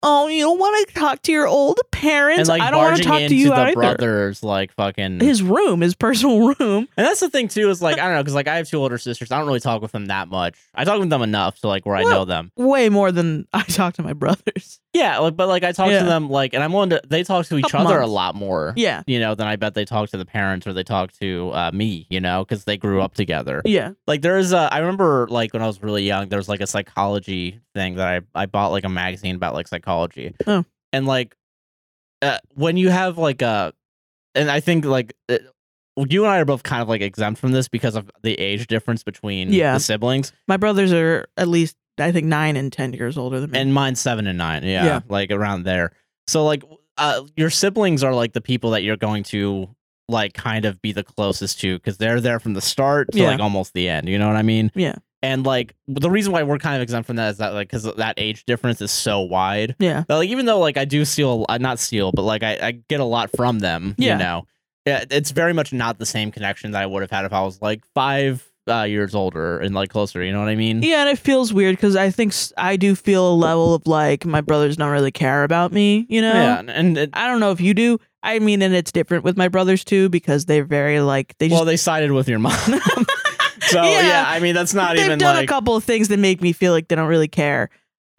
Speaker 2: Oh, you don't want to talk to your old parents.
Speaker 1: and like
Speaker 2: I don't want to
Speaker 1: barging
Speaker 2: talk
Speaker 1: into
Speaker 2: to you
Speaker 1: the
Speaker 2: either.
Speaker 1: brothers like fucking
Speaker 2: His room, his personal room.
Speaker 1: and that's the thing too is like i don't know because like i have two older sisters i don't really talk with them that much i talk with them enough to like where i
Speaker 2: Well-
Speaker 1: know them
Speaker 2: way more than I talk to my brothers.
Speaker 1: yeah like but like i talk
Speaker 2: Yeah.
Speaker 1: to them like and i'm willing to they talk to each
Speaker 2: Couple
Speaker 1: other a
Speaker 2: months.
Speaker 1: lot more
Speaker 2: Yeah.
Speaker 1: you know than i bet they talk to the parents or they talk to uh, me you know because they
Speaker 2: Mm.
Speaker 1: grew up together
Speaker 2: Yeah.
Speaker 1: like there is a i remember like when i was really young there was like a psychology thing that i i bought like a magazine about like psychology
Speaker 2: Oh.
Speaker 1: and like uh, when you have like a and i think like uh, you and i are both kind of like exempt from this because of the age difference between
Speaker 2: Yeah.
Speaker 1: the siblings
Speaker 2: My brothers are at least I think 9 and 10 years older than me.
Speaker 1: and mine's seven and nine yeah,
Speaker 2: Mm-hmm. Yeah.
Speaker 1: like around there so like uh, your siblings are like the people that you're going to like kind of be the closest to because they're there from the start to
Speaker 2: Yeah.
Speaker 1: like almost the end you know what i mean
Speaker 2: Yeah.
Speaker 1: and like the reason why we're kind of exempt from that is that like because that age difference is so wide
Speaker 2: yeah.
Speaker 1: but, like even though like i do steal uh, not steal but like i, I get a lot from them
Speaker 2: Yeah.
Speaker 1: you know Yeah, it's very much not the same connection that i would have had if i was like five uh, years older and like closer you know what i mean
Speaker 2: Yeah, and it feels weird cuz I think s- I do feel a level of like my brothers don't really care about me, you know?
Speaker 1: yeah and- and it,
Speaker 2: I don't know if you do. I mean, and it's different with my brothers too because they're very like they just
Speaker 1: well they sided with your mom so yeah.
Speaker 2: Yeah.
Speaker 1: i mean that's not
Speaker 2: they've
Speaker 1: even
Speaker 2: done
Speaker 1: like
Speaker 2: a couple of things that make me feel like they don't really care.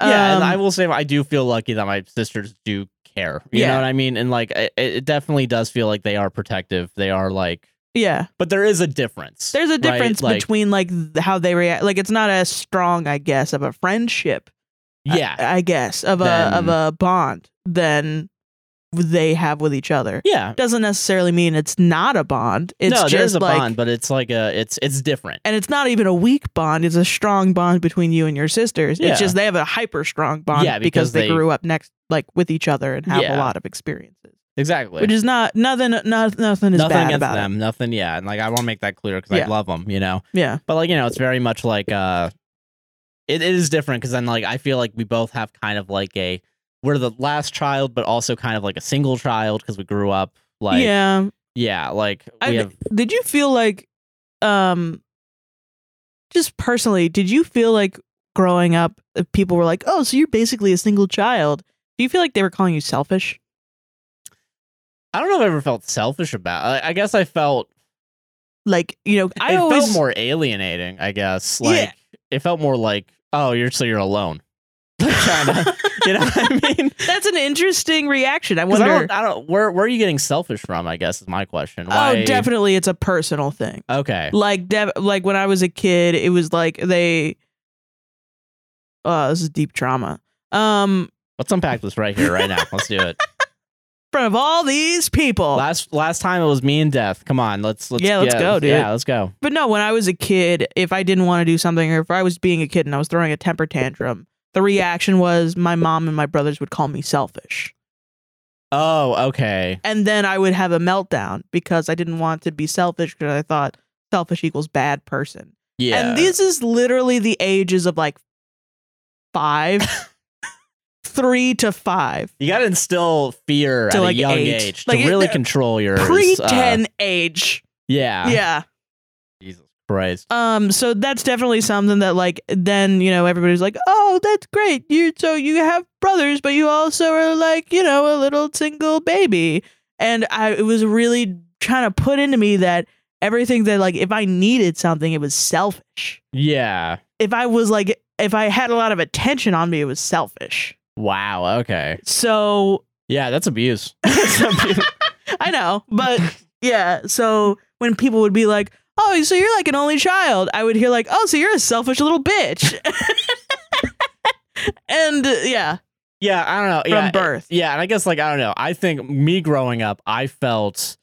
Speaker 1: Yeah, and
Speaker 2: Um,
Speaker 1: I will say I do feel lucky that my sisters do care. You know
Speaker 2: Yeah.
Speaker 1: what I mean? And like it, it definitely does feel like they are protective. They are like,
Speaker 2: yeah.
Speaker 1: but there is a difference.
Speaker 2: There's a
Speaker 1: right?
Speaker 2: difference
Speaker 1: Like,
Speaker 2: between like th- how they react. Like it's not as strong, I guess, of a friendship
Speaker 1: yeah,
Speaker 2: I guess, of a
Speaker 1: Then-
Speaker 2: of a bond than they have with each other.
Speaker 1: yeah.
Speaker 2: Doesn't necessarily mean it's not a bond. It's
Speaker 1: no,
Speaker 2: just
Speaker 1: there's a
Speaker 2: like,
Speaker 1: bond, but it's like a it's it's different.
Speaker 2: and it's not even a weak bond. It's a strong bond between you and your sisters.
Speaker 1: Yeah.
Speaker 2: It's just they have a hyper strong bond
Speaker 1: Yeah, because
Speaker 2: because, they,
Speaker 1: they-
Speaker 2: grew up next, like with each other and have
Speaker 1: Yeah.
Speaker 2: a lot of experiences.
Speaker 1: Exactly.
Speaker 2: Which is not nothing. Not, nothing
Speaker 1: Nothing
Speaker 2: is bad
Speaker 1: against
Speaker 2: about
Speaker 1: them. Nothing. Yeah, and like I want to make that clear because I
Speaker 2: Yeah.
Speaker 1: love them. You know,
Speaker 2: it. Yeah,
Speaker 1: but like you know, it's very much like uh, it, it is different because then like I feel like we both have kind of like a we're the last child, but also kind of like a single child because we grew up like yeah,
Speaker 2: yeah.
Speaker 1: like we
Speaker 2: I-
Speaker 1: have
Speaker 2: did you feel like um just personally did you feel like growing up uh, people were like oh so you're basically a single child do you feel like they were calling you selfish
Speaker 1: I don't know if I ever felt selfish about. I, I guess I felt.
Speaker 2: like you know i
Speaker 1: it
Speaker 2: always
Speaker 1: felt more alienating. I guess
Speaker 2: Yeah.
Speaker 1: like it felt more like oh you're so you're alone. Kinda. you know what I mean?
Speaker 2: that's an interesting reaction i
Speaker 1: 'Cause
Speaker 2: wonder
Speaker 1: I don't, I don't. Where where are you getting selfish from? I guess is my question. Why-
Speaker 2: oh definitely it's a personal thing
Speaker 1: Okay.
Speaker 2: like dev- like when i was a kid it was like they oh this is deep trauma um
Speaker 1: Let's unpack this right here, right now. Let's do it.
Speaker 2: in front of all these people
Speaker 1: Last last time it was me and death. Come on, let's let's
Speaker 2: Yeah, let's go, dude.
Speaker 1: Oh. Yeah, let's go.
Speaker 2: But no, when I was a kid, if I didn't want to do something or if I was being a kid and I was throwing a temper tantrum, the reaction was my mom and my brothers would call me selfish.
Speaker 1: Oh, okay.
Speaker 2: And then I would have a meltdown because I didn't want to be selfish because I thought selfish equals bad person.
Speaker 1: Yeah.
Speaker 2: And this is literally the ages of like five, three to five,
Speaker 1: you gotta instill fear
Speaker 2: To,
Speaker 1: at
Speaker 2: like,
Speaker 1: a young
Speaker 2: eight.
Speaker 1: age
Speaker 2: Like,
Speaker 1: to
Speaker 2: it-
Speaker 1: really control your
Speaker 2: pre
Speaker 1: Uh,
Speaker 2: 10 age.
Speaker 1: yeah.
Speaker 2: Yeah.
Speaker 1: Jesus Christ.
Speaker 2: Um, so that's definitely something that like then, you know, everybody's like, Oh, that's great. You so you have brothers, but you also are like, you know, a little single baby. and I it was really trying to put into me that everything that like if I needed something, it was selfish.
Speaker 1: Yeah.
Speaker 2: If I was like if I had a lot of attention on me, it was selfish.
Speaker 1: Wow. Okay.
Speaker 2: So
Speaker 1: Yeah, that's abuse. That's abuse.
Speaker 2: I know, but yeah. So when people would be like, "Oh, so you're like an only child," I would hear like, "Oh, so you're a selfish little bitch." and uh, yeah,
Speaker 1: yeah, I don't know.
Speaker 2: from
Speaker 1: yeah,
Speaker 2: birth.
Speaker 1: yeah, and I guess like I don't know. I think me growing up, I felt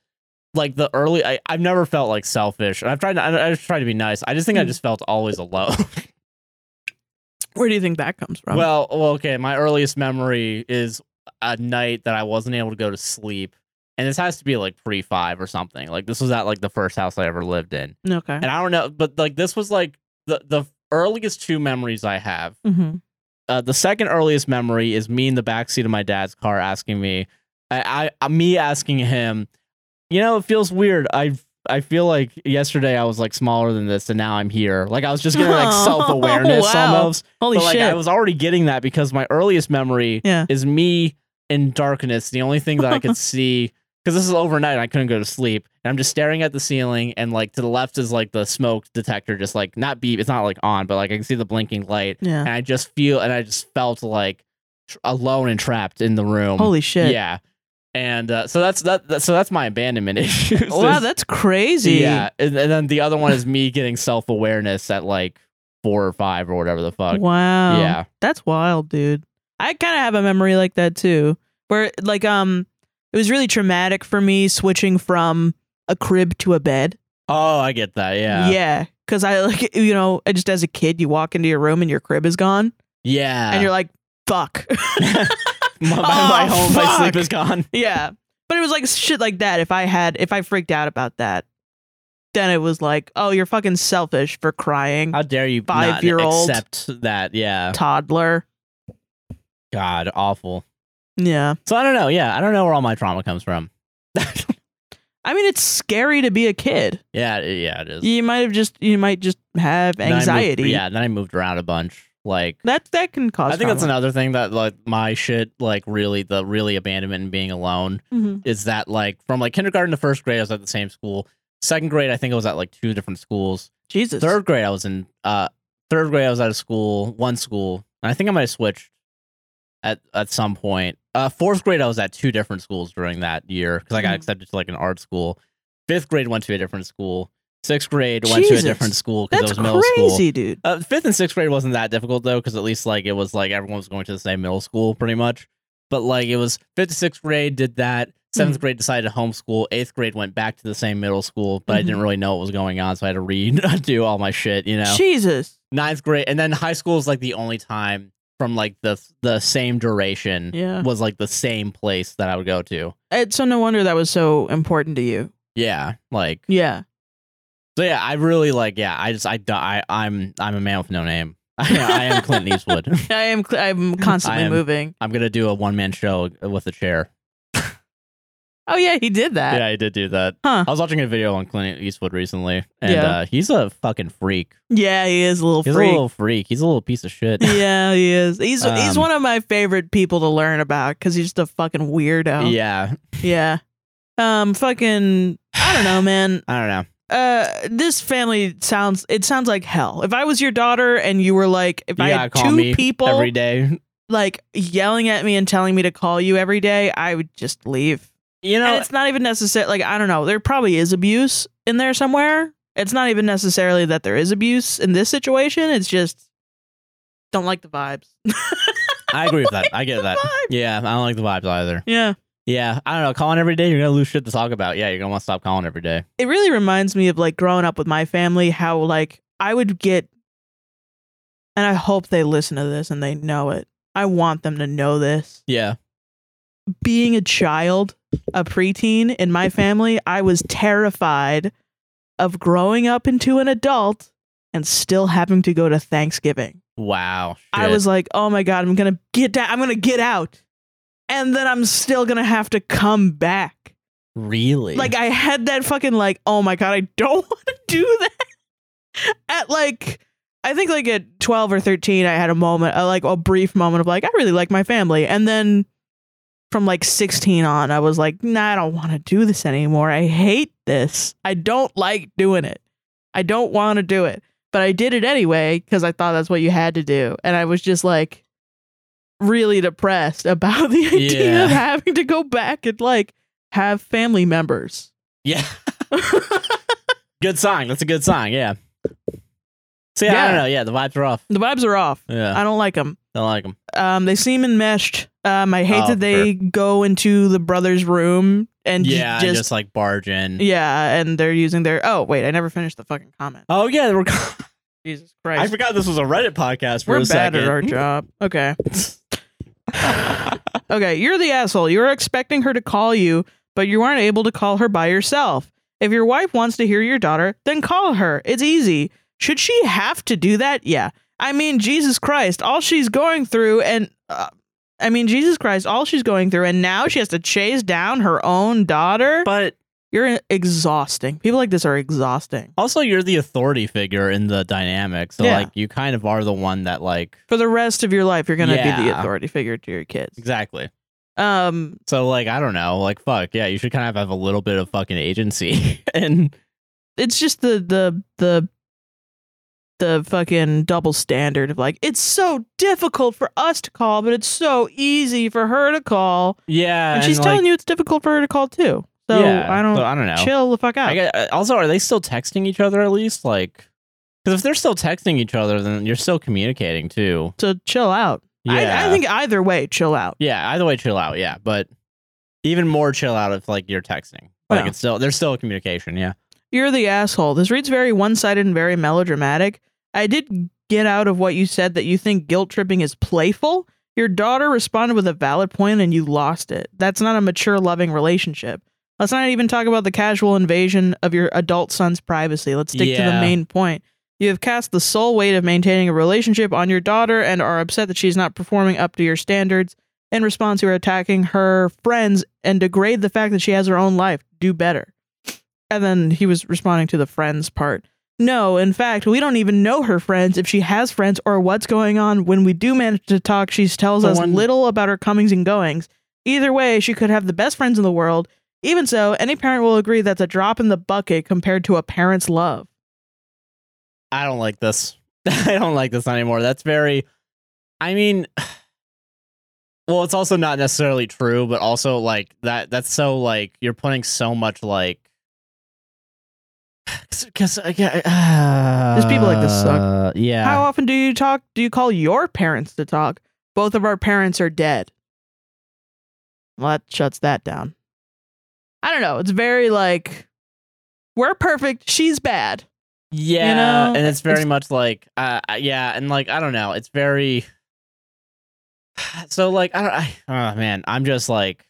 Speaker 1: like the early. I, I've never felt like selfish, and I've tried. To, I, I just tried to be nice. I just think I
Speaker 2: Mm.
Speaker 1: just felt always alone.
Speaker 2: Where do you think that comes from?
Speaker 1: Well, well, okay. My earliest memory is a night that I wasn't able to go to sleep. And this has to be like pre five or something. Like this was at like the first house I ever lived in.
Speaker 2: okay.
Speaker 1: And I don't know, but like this was like the the earliest two memories I have.
Speaker 2: Mhm.
Speaker 1: Uh, the second earliest memory is me in the backseat of my dad's car asking me, I, I me asking him, you know, it feels weird. I I feel like yesterday I was like smaller than this, and now I'm here. Like I was just getting like
Speaker 2: Oh,
Speaker 1: self awareness
Speaker 2: wow.
Speaker 1: almost
Speaker 2: Holy
Speaker 1: but like
Speaker 2: shit!
Speaker 1: I was already getting that because my earliest memory
Speaker 2: Yeah.
Speaker 1: is me in darkness. The only thing that I could see because this is overnight, and I couldn't go to sleep, and I'm just staring at the ceiling, and like to the left is like the smoke detector, just like not beep, it's not like on, but like I can see the blinking light,
Speaker 2: yeah.
Speaker 1: and I just feel, and I just felt like tr- alone and trapped in the room.
Speaker 2: Holy shit!
Speaker 1: yeah, and uh, so that's that, that. So that's my abandonment issues.
Speaker 2: Wow, that's crazy.
Speaker 1: yeah, and, and then the other one is me getting self awareness at like four or five or whatever the fuck.
Speaker 2: Wow.
Speaker 1: Yeah.
Speaker 2: That's wild, dude. I kind of have a memory like that too, where like um, it was really traumatic for me switching from a crib to a bed.
Speaker 1: Oh, I get that. Yeah.
Speaker 2: Yeah, because I like you know, I just as a kid, you walk into your room and your crib is gone,
Speaker 1: Yeah.
Speaker 2: and you're like, fuck.
Speaker 1: my, my,
Speaker 2: Oh,
Speaker 1: my home, my
Speaker 2: fuck.
Speaker 1: sleep is gone.
Speaker 2: yeah, but it was like shit like that. If I had, if I freaked out about that, then it was like, oh, you're fucking selfish for crying,
Speaker 1: How dare you not
Speaker 2: Five-year-old.
Speaker 1: accept that? Yeah.
Speaker 2: toddler.
Speaker 1: God, awful.
Speaker 2: Yeah,
Speaker 1: So I don't know. Yeah, I don't know where all my trauma comes from.
Speaker 2: I mean, it's scary to be a kid.
Speaker 1: yeah, it- yeah, it is.
Speaker 2: You might have just, you might just have
Speaker 1: Then I moved-
Speaker 2: anxiety.
Speaker 1: yeah, then I moved around a bunch. Like
Speaker 2: That that can cause.
Speaker 1: I think that's another thing that like my shit like really the really abandonment and being alone
Speaker 2: hmm
Speaker 1: is that like from like kindergarten to first grade I was at the same school. Second grade I think I was at like two different schools.
Speaker 2: Jesus.
Speaker 1: third grade I was in uh third grade I was out of school, one school, and I think I might have switched at at some point. Uh fourth grade I was at two different schools during that year because I got
Speaker 2: Mhm.
Speaker 1: accepted to like an art school. Fifth grade went to a different school. Sixth grade went
Speaker 2: Jesus.
Speaker 1: to a different school because it
Speaker 2: that's
Speaker 1: was middle
Speaker 2: crazy,
Speaker 1: school.
Speaker 2: dude.
Speaker 1: Uh, fifth and sixth grade wasn't that difficult though, because at least like it was like everyone was going to the same middle school pretty much. But like it was fifth to sixth grade did that. 7th
Speaker 2: Hmm.
Speaker 1: grade decided to homeschool. Eighth grade went back to the same middle school, but I didn't
Speaker 2: Mhm.
Speaker 1: really know what was going on, so I had to read, do all my shit, you know.
Speaker 2: Jesus.
Speaker 1: Ninth grade, and then high school is like the only time from like the the same duration
Speaker 2: Yeah.
Speaker 1: was like the same place that I would go to.
Speaker 2: It's so no wonder that was so important to you.
Speaker 1: Yeah, like
Speaker 2: Yeah.
Speaker 1: so. Yeah, I really like. Yeah, I just I di- I I'm I'm a man with no name. I am Clint Eastwood.
Speaker 2: I am cl- I'm constantly
Speaker 1: I am-
Speaker 2: moving.
Speaker 1: I'm gonna do a one man show with a chair.
Speaker 2: Oh yeah, he did that.
Speaker 1: yeah, I did do that.
Speaker 2: Huh.
Speaker 1: I was watching a video on Clint Eastwood recently, and
Speaker 2: Yeah.
Speaker 1: uh, he's a fucking freak.
Speaker 2: Yeah, he is a little
Speaker 1: He's
Speaker 2: freak.
Speaker 1: a little freak. He's a little piece of shit.
Speaker 2: yeah, he is. He's he's
Speaker 1: Um,
Speaker 2: one of my favorite people to learn about cuz he's just a fucking weirdo.
Speaker 1: yeah,
Speaker 2: Yeah. Um fucking I don't know, man.
Speaker 1: I don't know.
Speaker 2: Uh this family sounds it sounds like hell. If I was your daughter and you were like if
Speaker 1: You
Speaker 2: I
Speaker 1: gotta
Speaker 2: had
Speaker 1: call
Speaker 2: two
Speaker 1: me
Speaker 2: people
Speaker 1: every day.
Speaker 2: like yelling at me and telling me to call you every day, I would just leave.
Speaker 1: You know,
Speaker 2: and it's not even necessary. Like I don't know, there probably is abuse in there somewhere. It's not even necessarily that there is abuse in this situation. It's just don't like the vibes.
Speaker 1: I agree with that. I get
Speaker 2: the
Speaker 1: that.
Speaker 2: vibe.
Speaker 1: Yeah, I don't like the vibes either.
Speaker 2: Yeah,
Speaker 1: Yeah, I don't know. Calling every day, you're gonna lose shit to talk about. Yeah, you're gonna want to stop calling every day.
Speaker 2: it really reminds me of like growing up with my family. How like I would get, and I hope they listen to this and they know it. I want them to know this.
Speaker 1: Yeah,
Speaker 2: being a child, a preteen in my family, I was terrified of growing up into an adult and still having to go to Thanksgiving.
Speaker 1: wow.
Speaker 2: I
Speaker 1: shit.
Speaker 2: was like, "Oh my god, I'm going to get down. I'm going to get out." And then I'm still going to have to come back.
Speaker 1: really
Speaker 2: Like I had that fucking like, "Oh my god, I don't want to do that." At like I think like at 12 or 13 I had a moment, a, like a brief moment of like, "I really like my family." And then from like 16 on, I was like, nah, I don't want to do this anymore. I hate this. I don't like doing it. I don't want to do it. But I did it anyway because I thought that's what you had to do. And I was just like really depressed about the idea
Speaker 1: Yeah.
Speaker 2: of having to go back and like have family members.
Speaker 1: Yeah. good sign. That's a good sign. Yeah. So yeah, I
Speaker 2: Yeah.
Speaker 1: don't know. Yeah, the vibes are off.
Speaker 2: The vibes are off.
Speaker 1: Yeah,
Speaker 2: I don't like them.
Speaker 1: don't like them.
Speaker 2: Um, they seem enmeshed. Um, I hate
Speaker 1: Oh,
Speaker 2: that they go into the brother's room and j-
Speaker 1: Yeah,
Speaker 2: just,
Speaker 1: just, like barge in.
Speaker 2: yeah, and they're using their. Oh wait, I never finished the fucking comment.
Speaker 1: Oh yeah, we're,
Speaker 2: Jesus
Speaker 1: I
Speaker 2: Christ,
Speaker 1: forgot this was a Reddit podcast for
Speaker 2: we're
Speaker 1: a
Speaker 2: bad
Speaker 1: second.
Speaker 2: at our job. Okay, okay, you're the asshole. You were expecting her to call you, but you aren't able to call her by yourself. If your wife wants to hear your daughter, then call her. It's easy. Should she have to do that? Yeah. I mean, Jesus Christ, all she's going through, and uh, I mean, Jesus Christ, all she's going through, and now she has to chase down her own daughter.
Speaker 1: but
Speaker 2: You're exhausting. People like this are exhausting.
Speaker 1: also, you're the authority figure in the dynamic, so
Speaker 2: Yeah.
Speaker 1: like you kind of are the one that like
Speaker 2: For the rest of your life, you're going to be the
Speaker 1: Yeah.
Speaker 2: authority figure to your kids.
Speaker 1: exactly.
Speaker 2: Um,
Speaker 1: So like I don't know, like fuck yeah, you should kind of have a little bit of fucking agency and
Speaker 2: it's just the the the the fucking double standard of like it's so difficult for us to call, but it's so easy for her to call,
Speaker 1: yeah,
Speaker 2: and she's
Speaker 1: and,
Speaker 2: telling
Speaker 1: like,
Speaker 2: you it's difficult for her to call too. So
Speaker 1: yeah,
Speaker 2: I don't
Speaker 1: so I don't know.
Speaker 2: chill the fuck out.
Speaker 1: I guess, also, are they still texting each other at least? Like, because if they're still texting each other, then you're still communicating too.
Speaker 2: so chill out.
Speaker 1: Yeah,
Speaker 2: I, I think either way, chill out.
Speaker 1: Yeah, either way, chill out. Yeah, but even more chill out if like you're texting. Like
Speaker 2: Yeah.
Speaker 1: it's still there's still a communication. Yeah.
Speaker 2: You're the asshole. This reads very one sided and very melodramatic. I did get out of what you said that you think guilt tripping is playful. Your daughter responded with a valid point and you lost it. That's not a mature, loving relationship. Let's not even talk about the casual invasion of your adult son's privacy. Let's stick to the
Speaker 1: Yeah.
Speaker 2: main point. You have cast the sole weight of maintaining a relationship on your daughter and are upset that she's not performing up to your standards. In response, you are attacking her friends and degrade the fact that she has her own life. Do better. And then he was responding to the friends part. No, in fact, we don't even know her friends, if she has friends, or what's going on. When we do manage to talk, she tells
Speaker 1: The
Speaker 2: us
Speaker 1: one-
Speaker 2: little about her comings and goings. Either way, she could have the best friends in the world. Even so, any parent will agree that's a drop in the bucket compared to a parent's love.
Speaker 1: I don't like this. I don't like this anymore. That's very. I mean, well, it's also not necessarily true, but also like that. That's so like you're putting so much like. Because yeah,
Speaker 2: Just people like this suck.
Speaker 1: uh, Yeah.
Speaker 2: How often do you talk? Do you call your parents to talk? Both of our parents are dead. Well, that shuts that down. I don't know. It's very like, we're perfect. She's bad.
Speaker 1: Yeah,
Speaker 2: know?
Speaker 1: and it's very
Speaker 2: It's-
Speaker 1: much like, uh, uh, yeah, and like I don't know, it's very. So like I don't, I, oh man, I'm just like,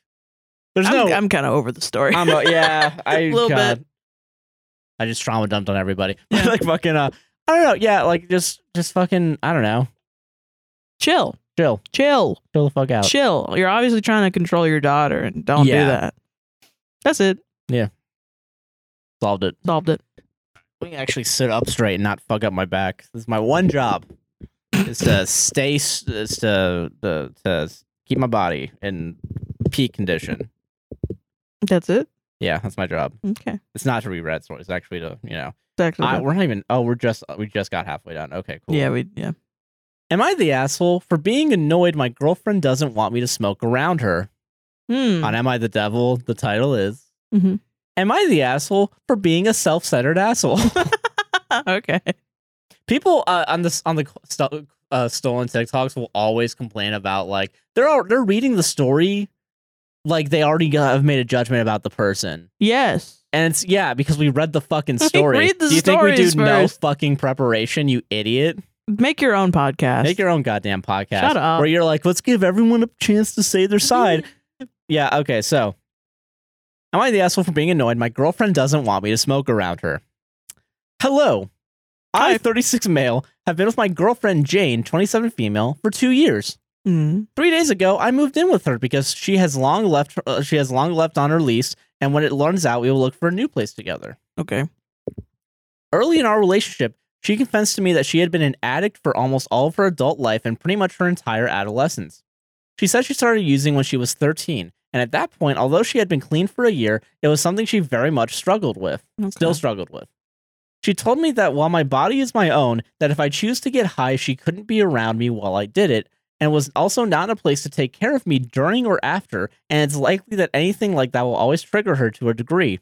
Speaker 1: there's
Speaker 2: I'm,
Speaker 1: no,
Speaker 2: I'm kind of over the story.
Speaker 1: I'm a- yeah, I
Speaker 2: Little bit.
Speaker 1: I just trauma dumped on everybody.
Speaker 2: Yeah.
Speaker 1: like fucking, uh, I don't know, yeah, like just, just fucking, I don't know,
Speaker 2: chill,
Speaker 1: chill,
Speaker 2: chill,
Speaker 1: chill the fuck out.
Speaker 2: chill. You're obviously trying to control your daughter, and don't
Speaker 1: Yeah.
Speaker 2: do that. That's it.
Speaker 1: Solved it.
Speaker 2: Solved it.
Speaker 1: We can actually sit up straight and not fuck up my back. This is my one job. is to stay, s- is to, to to keep my body in peak condition.
Speaker 2: That's it.
Speaker 1: Yeah, that's my job.
Speaker 2: Okay.
Speaker 1: It's not to reread stories. It's actually to you know.
Speaker 2: Exactly.
Speaker 1: I, we're not even. Oh, we're just we just got halfway done. Okay, cool.
Speaker 2: yeah. We. Yeah.
Speaker 1: Am I the asshole for being annoyed? My girlfriend doesn't want me to smoke around her.
Speaker 2: Hmm.
Speaker 1: On Am I the Devil? The title is.
Speaker 2: Mhm.
Speaker 1: Am I the asshole for being a self-centered asshole?
Speaker 2: okay.
Speaker 1: People uh, on this on the st- uh, stolen TikToks will always complain about like they're all, they're reading the story, like they already got, have made a judgment about the person.
Speaker 2: Yes.
Speaker 1: And it's yeah, because we read the fucking
Speaker 2: Like,
Speaker 1: story.
Speaker 2: read the
Speaker 1: do you think we do
Speaker 2: stories
Speaker 1: no
Speaker 2: first.
Speaker 1: fucking preparation, you idiot?
Speaker 2: Make your own podcast.
Speaker 1: Make your own goddamn podcast.
Speaker 2: Shut up.
Speaker 1: Where you're like, let's give everyone a chance to say their side. yeah, okay, so Am I the asshole for being annoyed? My girlfriend doesn't want me to smoke around her. Hello. I,
Speaker 2: Hi.
Speaker 1: 36 male, have been with my girlfriend Jane, 27 female, for two years.
Speaker 2: Hmm.
Speaker 1: Three days ago, I moved in with her because she has long left. Uh, she has long left on her lease, and when it runs out, we will look for a new place together.
Speaker 2: Okay.
Speaker 1: Early in our relationship, she confessed to me that she had been an addict for almost all of her adult life and pretty much her entire adolescence. She said she started using when she was 13, and at that point, although she had been clean for a year, it was something she very much struggled with still struggled with. She told me that while my body is my own, that if I choose to get high, she couldn't be around me while I did it, and was also not in a place to take care of me during or after, and it's likely that anything like that will always trigger her to a degree.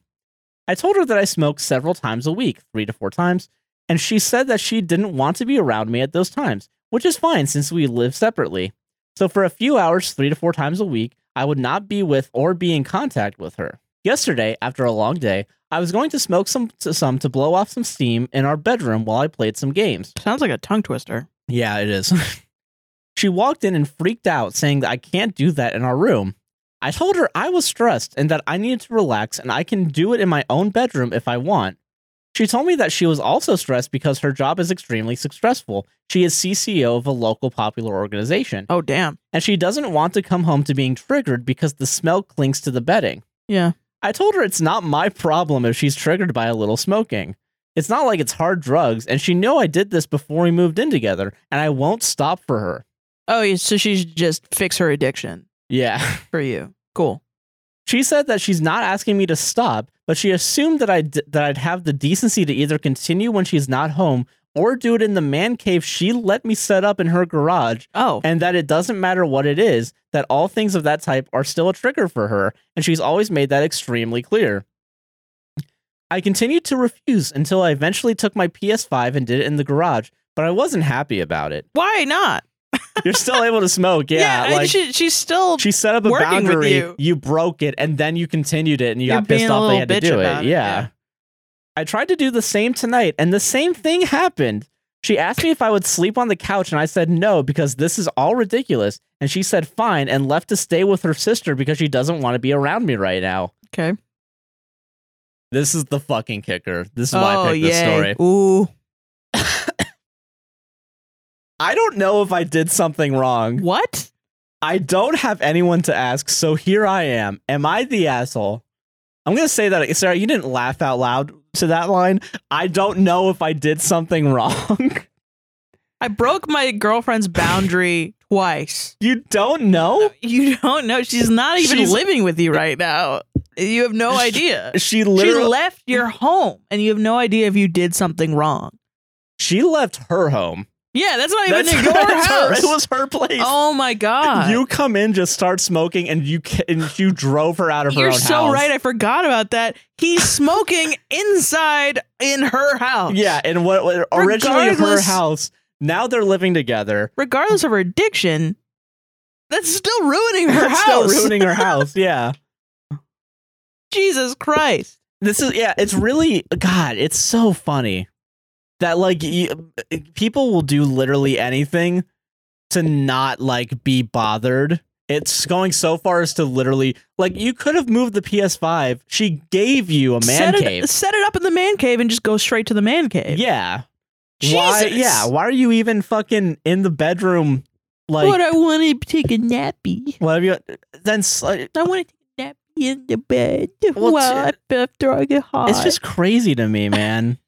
Speaker 1: I told her that I smoked several times a week, three to four times, and she said that she didn't want to be around me at those times, which is fine since we live separately. So for a few hours, three to four times a week, I would not be with or be in contact with her. Yesterday, after a long day, I was going to smoke some to some to blow off some steam in our bedroom while I played some games.
Speaker 2: Sounds like a tongue twister.
Speaker 1: Yeah, it is. she walked in and freaked out, saying that I can't do that in our room. I told her I was stressed and that I needed to relax and I can do it in my own bedroom if I want. She told me that she was also stressed because her job is extremely successful. She is CCO of a local popular organization,
Speaker 2: Oh damn.
Speaker 1: and she doesn't want to come home to being triggered because the smell clings to the bedding.
Speaker 2: Yeah.
Speaker 1: I told her it's not my problem if she's triggered by a little smoking. It's not like it's hard drugs, and she knew I did this before we moved in together, and I won't stop for her.
Speaker 2: Oh, yeah, so she should just fix her addiction
Speaker 1: Yeah.
Speaker 2: for you. Cool.
Speaker 1: She said that she's not asking me to stop, but she assumed that I'd, that I'd have the decency to either continue when she's not home or do it in the man cave she let me set up in her garage,
Speaker 2: Oh,
Speaker 1: and that it doesn't matter what it is, that all things of that type are still a trigger for her, and she's always made that extremely clear. I continued to refuse until I eventually took my PS5 and did it in the garage, but I wasn't happy about it.
Speaker 2: why not?
Speaker 1: You're still able to smoke, yeah.
Speaker 2: I-
Speaker 1: like she,
Speaker 2: she, she's still.
Speaker 1: set up a
Speaker 2: working with
Speaker 1: boundary,
Speaker 2: you.
Speaker 1: broke it, and then you continued it, and you
Speaker 2: You're
Speaker 1: got pissed
Speaker 2: being a
Speaker 1: off they
Speaker 2: little
Speaker 1: had to
Speaker 2: bitch
Speaker 1: do it. Yeah.
Speaker 2: about it, yeah.
Speaker 1: I tried to do the same tonight, and the same thing happened. She asked me if I would sleep on the couch, and I said no because this is all ridiculous. And she said fine and left to stay with her sister because she doesn't want to be around me right now.
Speaker 2: okay.
Speaker 1: This is the fucking kicker. This is why
Speaker 2: oh
Speaker 1: I picked this
Speaker 2: yeah.
Speaker 1: story.
Speaker 2: Ooh.
Speaker 1: I don't know if I did something wrong.
Speaker 2: What?
Speaker 1: I don't have anyone to ask, so here I am. Am I the asshole? I'm gonna say that Sarah, you didn't laugh out loud to that line. I don't know if I did something wrong.
Speaker 2: I broke my girlfriend's boundary twice.
Speaker 1: you don't know?
Speaker 2: You don't know. She's not even
Speaker 1: She's-
Speaker 2: living with you right now. You have no idea.
Speaker 1: She
Speaker 2: She
Speaker 1: literally
Speaker 2: left your home, and you have no idea if you did something wrong.
Speaker 1: she left her home.
Speaker 2: Yeah, that's not even
Speaker 1: That's-
Speaker 2: your
Speaker 1: that's her-
Speaker 2: house.
Speaker 1: It was her place.
Speaker 2: oh my god!
Speaker 1: you come in, just start smoking, and you ca- and you drove her out of her
Speaker 2: You're
Speaker 1: own
Speaker 2: so
Speaker 1: house.
Speaker 2: right. I forgot about that. He's smoking inside in her house.
Speaker 1: yeah, and what, what originally her
Speaker 2: Regardless-
Speaker 1: house. Now they're living together.
Speaker 2: Regardless of her addiction, that's still ruining her
Speaker 1: It's
Speaker 2: house.
Speaker 1: Still ruining her house. Yeah.
Speaker 2: Jesus Christ.
Speaker 1: this is yeah it's really god it's so funny that like you, people will do literally anything to not like be bothered it's going so far as to literally like you could have moved the ps5 she gave you a man
Speaker 2: set
Speaker 1: cave
Speaker 2: It, set it up in the man cave and just go straight to the man cave.
Speaker 1: yeah why
Speaker 2: Jesus.
Speaker 1: yeah why are you even fucking in the bedroom like
Speaker 2: But I want to take a nappy.
Speaker 1: what have you then s- like,
Speaker 2: I want to take a nappy in the bed
Speaker 1: Well,
Speaker 2: while I, after I get hot.
Speaker 1: it's just crazy to me man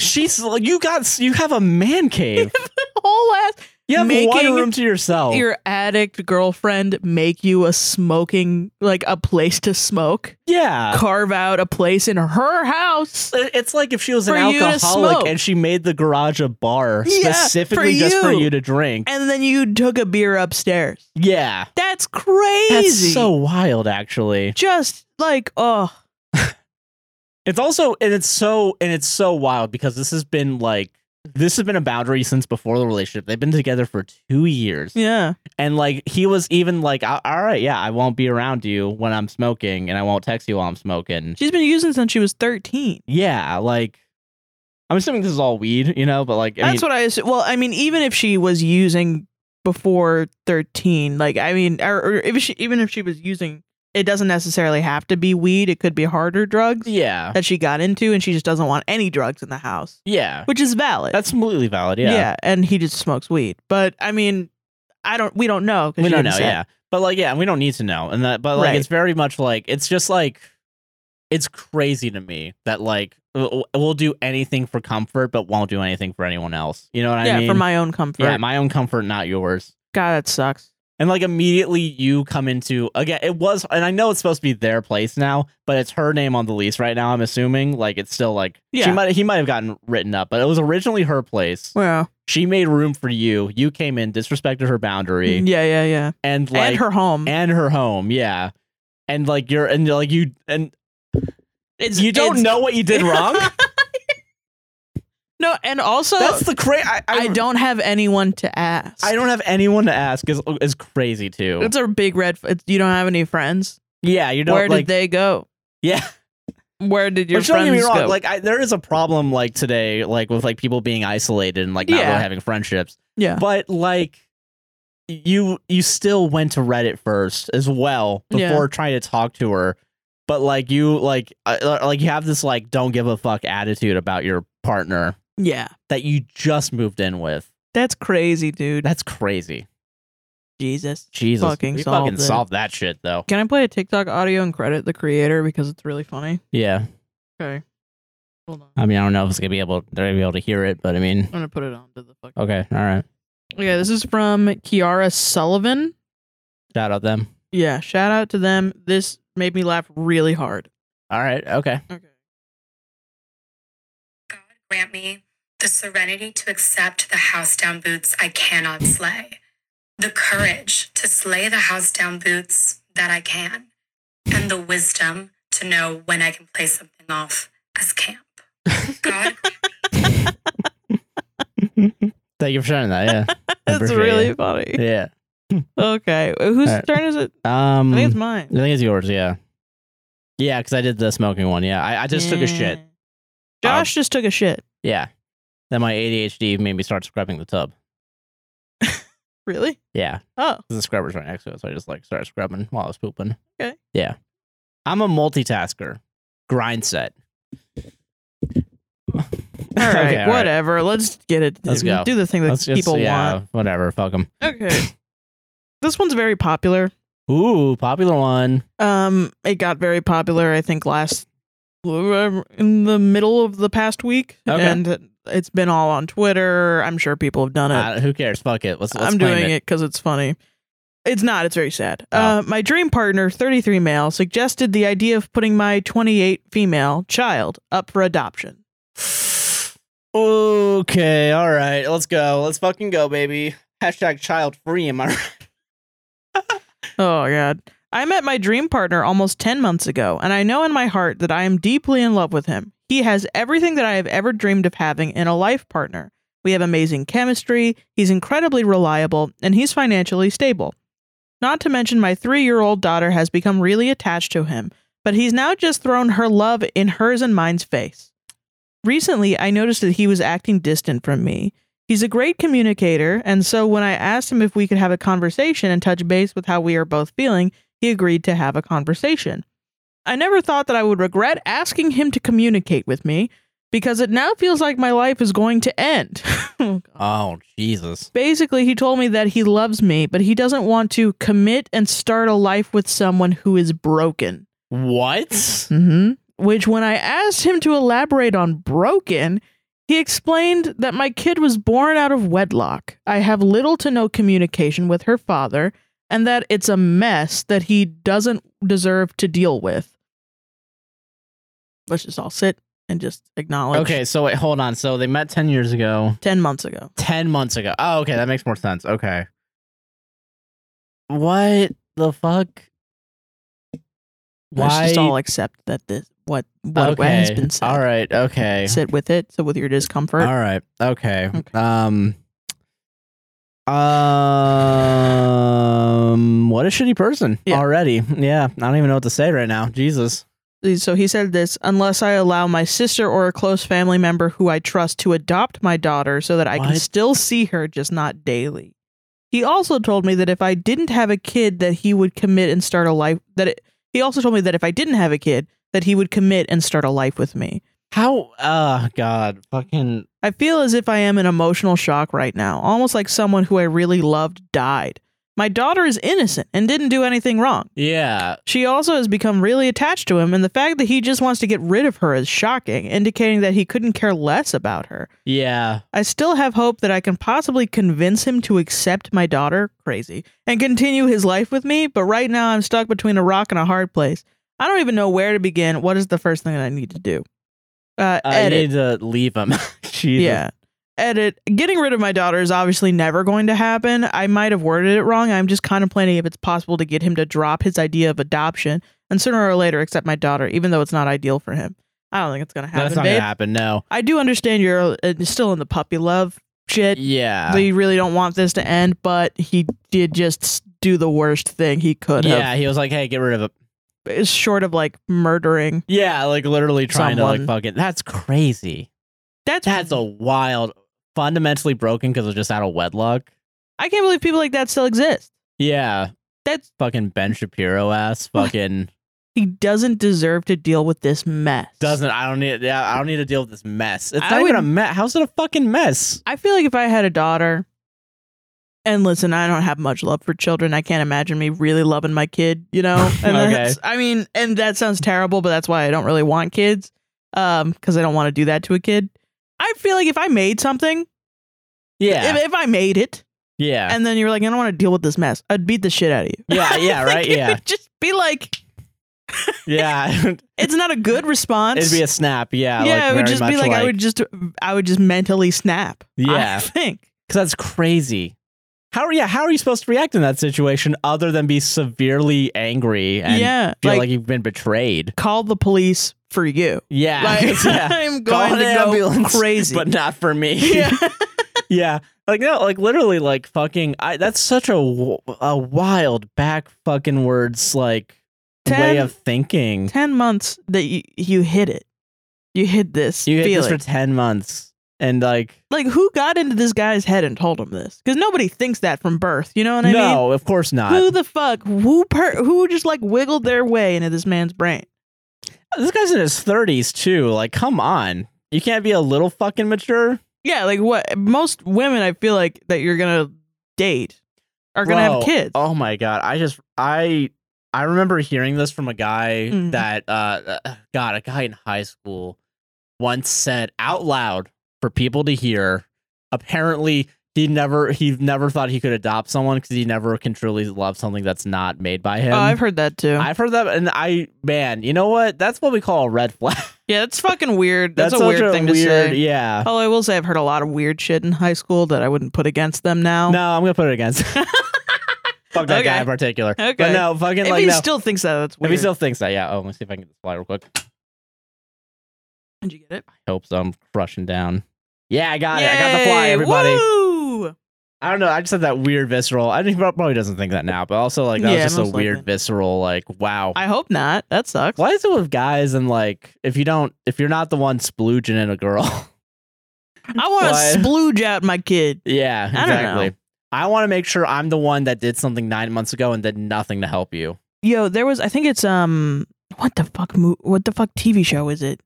Speaker 1: she's like you got you have a man cave
Speaker 2: whole ass
Speaker 1: You have one
Speaker 2: Making
Speaker 1: room to yourself.
Speaker 2: your addict girlfriend make you a smoking like a place to smoke
Speaker 1: yeah.
Speaker 2: carve out a place in her house
Speaker 1: It- uh, It's like if she was an
Speaker 2: For you to
Speaker 1: alcoholic
Speaker 2: smoke.
Speaker 1: and she made the garage a bar
Speaker 2: Yeah,
Speaker 1: specifically
Speaker 2: for
Speaker 1: just for
Speaker 2: you.
Speaker 1: you to drink.
Speaker 2: and then you took a beer upstairs
Speaker 1: Yeah.
Speaker 2: that's crazy
Speaker 1: That's so wild actually.
Speaker 2: just like oh
Speaker 1: It's also and it's so and it's so wild because this has been like this has been a boundary since before the relationship. They've been together for 2 years.
Speaker 2: yeah
Speaker 1: And like he was even like "A- all right, yeah, I won't be around you when I'm smoking and I won't text you while I'm smoking.
Speaker 2: she's been using since she was 13
Speaker 1: Yeah, like I'm assuming this is all weed, you know, but like I mean,
Speaker 2: that's what i assu- well i mean even if she was using before 13 like i mean or, or if she even if she was using it doesn't necessarily have to be weed it could be harder drugs
Speaker 1: yeah.
Speaker 2: that she got into and she just doesn't want any drugs in the house
Speaker 1: Yeah.
Speaker 2: which is valid
Speaker 1: That's completely valid. Yeah.
Speaker 2: and he just smokes weed but i mean i don't we don't know 'cause
Speaker 1: We
Speaker 2: she
Speaker 1: don't know.
Speaker 2: didn't say.
Speaker 1: Yeah. But like, yeah, we don't need to know. And that, but like,
Speaker 2: Right.
Speaker 1: it's very much like, it's just like, it's crazy to me that like, w- we'll do anything for comfort, but won't do anything for anyone else. You know what I
Speaker 2: yeah
Speaker 1: mean?
Speaker 2: for my own comfort
Speaker 1: yeah, my own comfort, not yours.
Speaker 2: god that sucks
Speaker 3: And like immediately you come into again it was and I know it's supposed to be their place now, but it's her name on the lease right now, I'm assuming. Like it's still like she
Speaker 2: Yeah.
Speaker 3: might he might have gotten written up, but it was originally her place.
Speaker 2: Well,
Speaker 3: She made room for you. You came in, disrespected her boundary,
Speaker 2: Mm, yeah, yeah, yeah.
Speaker 3: and like
Speaker 2: and her home.
Speaker 3: and her home, yeah. And like you're and like you and
Speaker 2: it's,
Speaker 3: you don't
Speaker 2: it's-
Speaker 3: know what you did wrong.
Speaker 2: No, and also
Speaker 3: That's the cra I, I,
Speaker 2: I don't have anyone to ask.
Speaker 3: I don't have anyone to ask is is crazy too.
Speaker 2: It's a big red. f- It's, you don't have any friends.
Speaker 3: yeah, you don't
Speaker 2: Where
Speaker 3: like
Speaker 2: did they go?
Speaker 3: yeah.
Speaker 2: Where did your
Speaker 3: Which
Speaker 2: friends
Speaker 3: don't get me wrong,
Speaker 2: go?
Speaker 3: like I, there is a problem like today, like with like people being isolated and like not
Speaker 2: Yeah.
Speaker 3: really having friendships.
Speaker 2: yeah,
Speaker 3: But like you you still went to Reddit first as well
Speaker 2: Yeah.
Speaker 3: before trying to talk to her. But like you like uh, like you have this like don't give a fuck attitude about your partner
Speaker 2: yeah.
Speaker 3: that you just moved in with.
Speaker 2: That's crazy, dude.
Speaker 3: That's crazy.
Speaker 2: Jesus.
Speaker 3: Jesus,
Speaker 2: Fucking
Speaker 3: we
Speaker 2: solved
Speaker 3: fucking
Speaker 2: it.
Speaker 3: solved that shit though.
Speaker 2: Can I play a TikTok audio and credit the creator because it's really funny?
Speaker 1: Yeah.
Speaker 2: Okay. Hold on.
Speaker 3: Uh,
Speaker 1: I mean, I don't know if it's gonna be able they're gonna be able to hear it, but I mean,
Speaker 2: I'm gonna put it onto the fucking.
Speaker 1: okay, all right.
Speaker 2: Okay, this is from Kiara Sullivan.
Speaker 1: Shout out them.
Speaker 2: Yeah, shout out to them. This made me laugh really hard.
Speaker 1: All right, okay.
Speaker 2: Okay.
Speaker 4: God grant me the serenity to accept the house down boots I cannot slay, the courage to slay the house down boots that I can, and the wisdom to know when I can play something off as camp. God
Speaker 1: Thank you for sharing that. Yeah, I
Speaker 2: That's
Speaker 1: appreciate
Speaker 2: really
Speaker 1: it.
Speaker 2: funny.
Speaker 1: yeah.
Speaker 2: Okay, whose
Speaker 1: Alright.
Speaker 2: turn is it?
Speaker 1: Um,
Speaker 2: I think it's mine.
Speaker 1: I think it's yours. Yeah, yeah, because I did the smoking one. Yeah, I, I just took a shit. Um,
Speaker 2: Yeah. Josh just took a shit.
Speaker 1: Yeah, then my ADHD made me start scrubbing the tub.
Speaker 2: Really?
Speaker 1: Yeah,
Speaker 2: Oh,
Speaker 1: 'cause the scrubber's right next to it, so I just like started scrubbing while I was pooping.
Speaker 2: Okay.
Speaker 1: Yeah, I'm a multitasker. Grind set. all
Speaker 2: all right, whatever. Let's get it.
Speaker 1: Let's go.
Speaker 2: Do the thing that
Speaker 1: Let's just-
Speaker 2: people
Speaker 1: yeah,
Speaker 2: want.
Speaker 1: Whatever. Fuck them.
Speaker 2: Okay. this one's very popular.
Speaker 1: Ooh, popular one.
Speaker 2: Um, it got very popular. I think last in the middle of the past week,
Speaker 1: Okay.
Speaker 2: and it's been all on Twitter. I'm sure people have done it.
Speaker 1: Uh, who cares? Fuck it. Let's. let's
Speaker 2: I'm
Speaker 1: claim
Speaker 2: doing it because it's funny. It's not. It's very sad.
Speaker 1: Oh.
Speaker 2: Uh, my dream partner, 33 male, suggested the idea of putting my 28 female child up for adoption.
Speaker 3: Okay, all right, let's go. Let's fucking go, baby. Hashtag child free. Am I right?
Speaker 2: Oh God. I met my dream partner almost 10 months ago, and I know in my heart that I am deeply in love with him. He has everything that I have ever dreamed of having in a life partner. We have amazing chemistry, he's incredibly reliable, and he's financially stable. Not to mention, my three year old daughter has become really attached to him, but he's now just thrown her love in hers and mine's face. Recently, I noticed that he was acting distant from me. He's a great communicator, and so when I asked him if we could have a conversation and touch base with how we are both feeling, he agreed to have a conversation. I never thought that I would regret asking him to communicate with me because it now feels like my life is going to end. Oh, God.
Speaker 1: Oh Jesus.
Speaker 2: Basically, he told me that he loves me, but he doesn't want to commit and start a life with someone who is broken.
Speaker 1: What?
Speaker 2: Mm-hmm. Which, when I asked him to elaborate on broken, he explained that my kid was born out of wedlock. I have little to no communication with her father, and that it's a mess that he doesn't deserve to deal with. Let's just all sit and just acknowledge.
Speaker 1: Okay, so wait, hold on. So they met ten years ago.
Speaker 2: 10 months ago.
Speaker 1: 10 months ago. Oh, okay. That makes more sense. Okay. What the fuck?
Speaker 2: Let's
Speaker 1: Why?
Speaker 2: just all accept that this, what, what
Speaker 1: okay.
Speaker 2: has been said.
Speaker 1: All right. Okay.
Speaker 2: Sit with it. So, with your discomfort.
Speaker 1: All right. Okay.
Speaker 2: Okay.
Speaker 1: Um, um, what a shitty person
Speaker 2: Yeah.
Speaker 1: already. Yeah. I don't even know what to say right now. Jesus.
Speaker 2: So he said this unless I allow my sister or a close family member who I trust to adopt my daughter so that I can
Speaker 1: What?
Speaker 2: still see her, just not daily. He also told me that if I didn't have a kid, that he would commit and start a life. That it, he also told me that if I didn't have a kid, that he would commit and start a life with me.
Speaker 1: How? Uh, God. Fucking.
Speaker 2: I feel as if I am in emotional shock right now, almost like someone who I really loved died. My daughter is innocent and didn't do anything wrong.
Speaker 1: Yeah.
Speaker 2: She also has become really attached to him, and the fact that he just wants to get rid of her is shocking, indicating that he couldn't care less about her.
Speaker 1: Yeah.
Speaker 2: I still have hope that I can possibly convince him to accept my daughter, crazy, and continue his life with me, but right now I'm stuck between a rock and a hard place. I don't even know where to begin. What is the first thing that I need to do? Uh,
Speaker 1: I
Speaker 2: edit.
Speaker 1: need to leave him. Jesus.
Speaker 2: Yeah. Edit. Getting rid of my daughter is obviously never going to happen. I might have worded it wrong. I'm just contemplating if it's possible to get him to drop his idea of adoption and sooner or later accept my daughter, even though it's not ideal for him. I don't think it's going to happen.
Speaker 1: That's not
Speaker 2: babe.
Speaker 1: gonna happen. No.
Speaker 2: I do understand you're uh, still in the puppy love shit.
Speaker 1: Yeah.
Speaker 2: so you really don't want this to end, but he did just s- do the worst thing he could
Speaker 1: yeah. He was like, "Hey, get rid of it."
Speaker 2: have. It's short of like murdering.
Speaker 1: Yeah, like literally trying to like
Speaker 2: Someone.
Speaker 1: fucking. That's crazy.
Speaker 2: That's,
Speaker 1: That's a wild, fundamentally broken because it's just out of wedlock.
Speaker 2: I can't believe people like that still exist.
Speaker 1: Yeah,
Speaker 2: That's
Speaker 1: fucking Ben Shapiro ass. Fucking
Speaker 2: he doesn't deserve to deal with this mess.
Speaker 1: doesn't. I don't need. Yeah, I don't need to deal with this mess. It's
Speaker 2: I
Speaker 1: not even a
Speaker 2: would-
Speaker 1: mess. How's it a fucking mess?
Speaker 2: I feel like if I had a daughter, and listen, I don't have much love for children. I can't imagine me really loving my kid, you know. And
Speaker 1: Okay.
Speaker 2: that's, I mean, and that sounds terrible, but that's why I don't really want kids, um, because I don't want to do that to a kid. I feel like if I made something,
Speaker 1: Yeah,
Speaker 2: if, if I made it,
Speaker 1: yeah,
Speaker 2: and then you're like, I don't want to deal with this mess, I'd beat the shit out of you.
Speaker 1: yeah, yeah.
Speaker 2: Like,
Speaker 1: Right?
Speaker 2: it
Speaker 1: Yeah,
Speaker 2: would Just be like,
Speaker 1: yeah.
Speaker 2: it's not a good response.
Speaker 1: It'd be a snap. Yeah,
Speaker 2: yeah,
Speaker 1: like,
Speaker 2: it would
Speaker 1: very
Speaker 2: just be
Speaker 1: much
Speaker 2: like, I would just, I would just mentally snap. I
Speaker 1: Yeah.
Speaker 2: think.
Speaker 1: Because that's crazy. How are yeah? How are you supposed to react in that situation other than be severely angry and
Speaker 2: yeah,
Speaker 1: feel like,
Speaker 2: like
Speaker 1: you've been betrayed?
Speaker 2: call the police for you.
Speaker 1: Yeah,
Speaker 2: Like
Speaker 1: yeah.
Speaker 2: I'm
Speaker 1: Call
Speaker 2: going to
Speaker 1: an
Speaker 2: go
Speaker 1: ambulance,
Speaker 2: crazy.
Speaker 1: but not for me.
Speaker 2: yeah.
Speaker 1: yeah. Like no, like literally, like fucking. I that's such a w- a wild back fucking words like
Speaker 2: Ten-
Speaker 1: way of thinking.
Speaker 2: Ten months that you, you hit it. You hid this
Speaker 1: you hit this
Speaker 2: feeling.
Speaker 1: for ten months, and like
Speaker 2: like who got into this guy's head and told him this? Because nobody thinks that from birth. You know what I mean?
Speaker 1: no, of course not.
Speaker 2: Who the fuck? Who per? Who just like wiggled their way into this man's brain?
Speaker 1: this guy's in his thirties too. Like, come on, you can't be a little fucking mature.
Speaker 2: Yeah, like what? Most women, I feel like that you're gonna date are gonna
Speaker 1: Bro,
Speaker 2: have kids.
Speaker 1: Oh my god, I just I I remember hearing this from a guy
Speaker 2: Mm.
Speaker 1: that uh uh, god, a guy in high school once said out loud for people to hear. Apparently, he never he never thought he could adopt someone cuz he never can truly love something that's not made by him.
Speaker 2: oh, I've heard that too.
Speaker 1: I've heard that and I man, you know what? That's what we call a red flag.
Speaker 2: yeah, that's fucking weird. That's, a
Speaker 1: such
Speaker 2: weird thing to
Speaker 1: weird-
Speaker 2: say.
Speaker 1: Yeah.
Speaker 2: Although I will say I've heard a lot of weird shit in high school that I wouldn't put against them now.
Speaker 1: No, I'm going to put it against. Fuck that guy
Speaker 2: Oh. Okay.
Speaker 1: in particular. But
Speaker 2: Okay.
Speaker 1: no, fucking
Speaker 2: if
Speaker 1: like
Speaker 2: he
Speaker 1: no.
Speaker 2: still thinks that, that's
Speaker 1: if
Speaker 2: weird.
Speaker 1: he still thinks that, yeah. Oh, let me see if I can get this fly real quick.
Speaker 2: Did you get it?
Speaker 1: Hope so. I'm crushing down. Yeah, I got it. I got the fly,
Speaker 2: Yay!
Speaker 1: everybody.
Speaker 2: Woo!
Speaker 1: I don't know. I just had that weird visceral. I think he probably doesn't think that now, but also like that
Speaker 2: Yeah,
Speaker 1: was just a
Speaker 2: most
Speaker 1: weird
Speaker 2: likely.
Speaker 1: visceral. Like, wow.
Speaker 2: I hope not. That sucks.
Speaker 1: Why is it with guys and like if you don't if you're not the one splooging in a girl?
Speaker 2: I want
Speaker 1: Why?
Speaker 2: to splooge out my kid.
Speaker 1: yeah,
Speaker 2: don't
Speaker 1: exactly.
Speaker 2: know.
Speaker 1: I want to make sure I'm the one that did something nine months ago and did nothing to help you.
Speaker 2: Yo, there was. I think it's um. What the fuck? Mo- what the fuck TV show is it?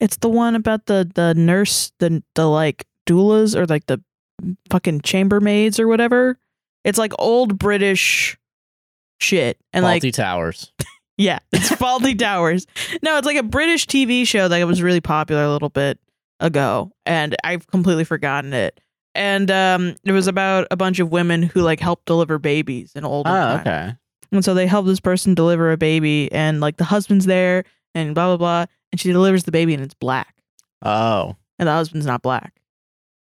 Speaker 2: It's the one about the the nurse, the the like doulas or like the fucking chambermaids or whatever. It's like old British shit, and like
Speaker 1: Faulty towers.
Speaker 2: Yeah, it's Faulty Towers. No, it's like a British TV show that was really popular a little bit ago, and I've completely forgotten it. And um, it was about a bunch of women who like helped deliver babies in older
Speaker 1: Oh,
Speaker 2: time.
Speaker 1: okay.
Speaker 2: And so they help this person deliver a baby, and like the husband's there, and blah blah blah, and she delivers the baby, and it's black,
Speaker 1: Oh.
Speaker 2: and the husband's not black,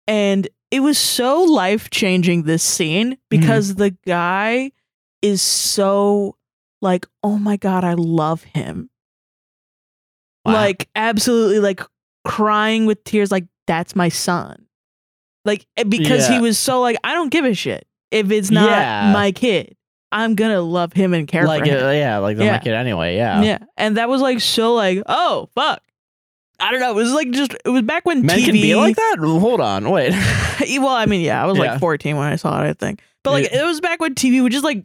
Speaker 2: and it was so life changing this scene because the guy is so like, oh my god, I love him
Speaker 1: Wow.
Speaker 2: like absolutely like crying with tears like that's my son like eh, because he
Speaker 1: Yeah.
Speaker 2: was so like i don't give a shit if it's not
Speaker 1: Yeah.
Speaker 2: my kid i'm gonna love him and care
Speaker 1: like
Speaker 2: for him
Speaker 1: uh, yeah, like the
Speaker 2: Yeah.
Speaker 1: my kid anyway, yeah.
Speaker 2: yeah and that was like so like oh fuck i don't know it was like just it was back when
Speaker 1: Men
Speaker 2: tv
Speaker 1: can be like that? Hold on, wait.
Speaker 2: well i mean yeah i was
Speaker 1: Yeah.
Speaker 2: like 14 when i saw it i think but like it was back when tv would just like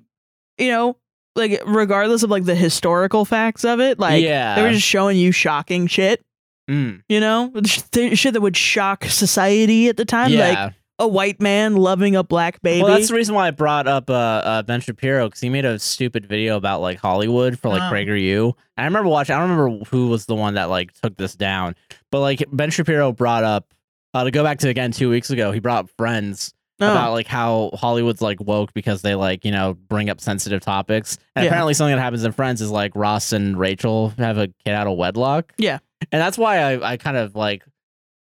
Speaker 2: you know like regardless of like the historical facts of it like
Speaker 1: yeah.
Speaker 2: they were just showing you shocking shit
Speaker 1: Mm,
Speaker 2: you know, th- shit that would shock society at the time. Like,
Speaker 1: yeah.
Speaker 2: a white man loving a black baby.
Speaker 1: Well, that's the reason why I brought up uh, uh, Ben Shapiro because he made a stupid video about like Hollywood for like
Speaker 2: Oh.
Speaker 1: Prager U. And I remember watching. I don't remember who was the one that like took this down, but like Ben Shapiro brought up uh, to go back to again two weeks ago. He brought up Friends
Speaker 2: No.
Speaker 1: about like how Hollywood's like woke because they like you know bring up sensitive topics. And
Speaker 2: Yeah.
Speaker 1: apparently, something that happens in Friends is like Ross and Rachel have a kid out of wedlock.
Speaker 2: Yeah.
Speaker 1: and that's why I I kind of like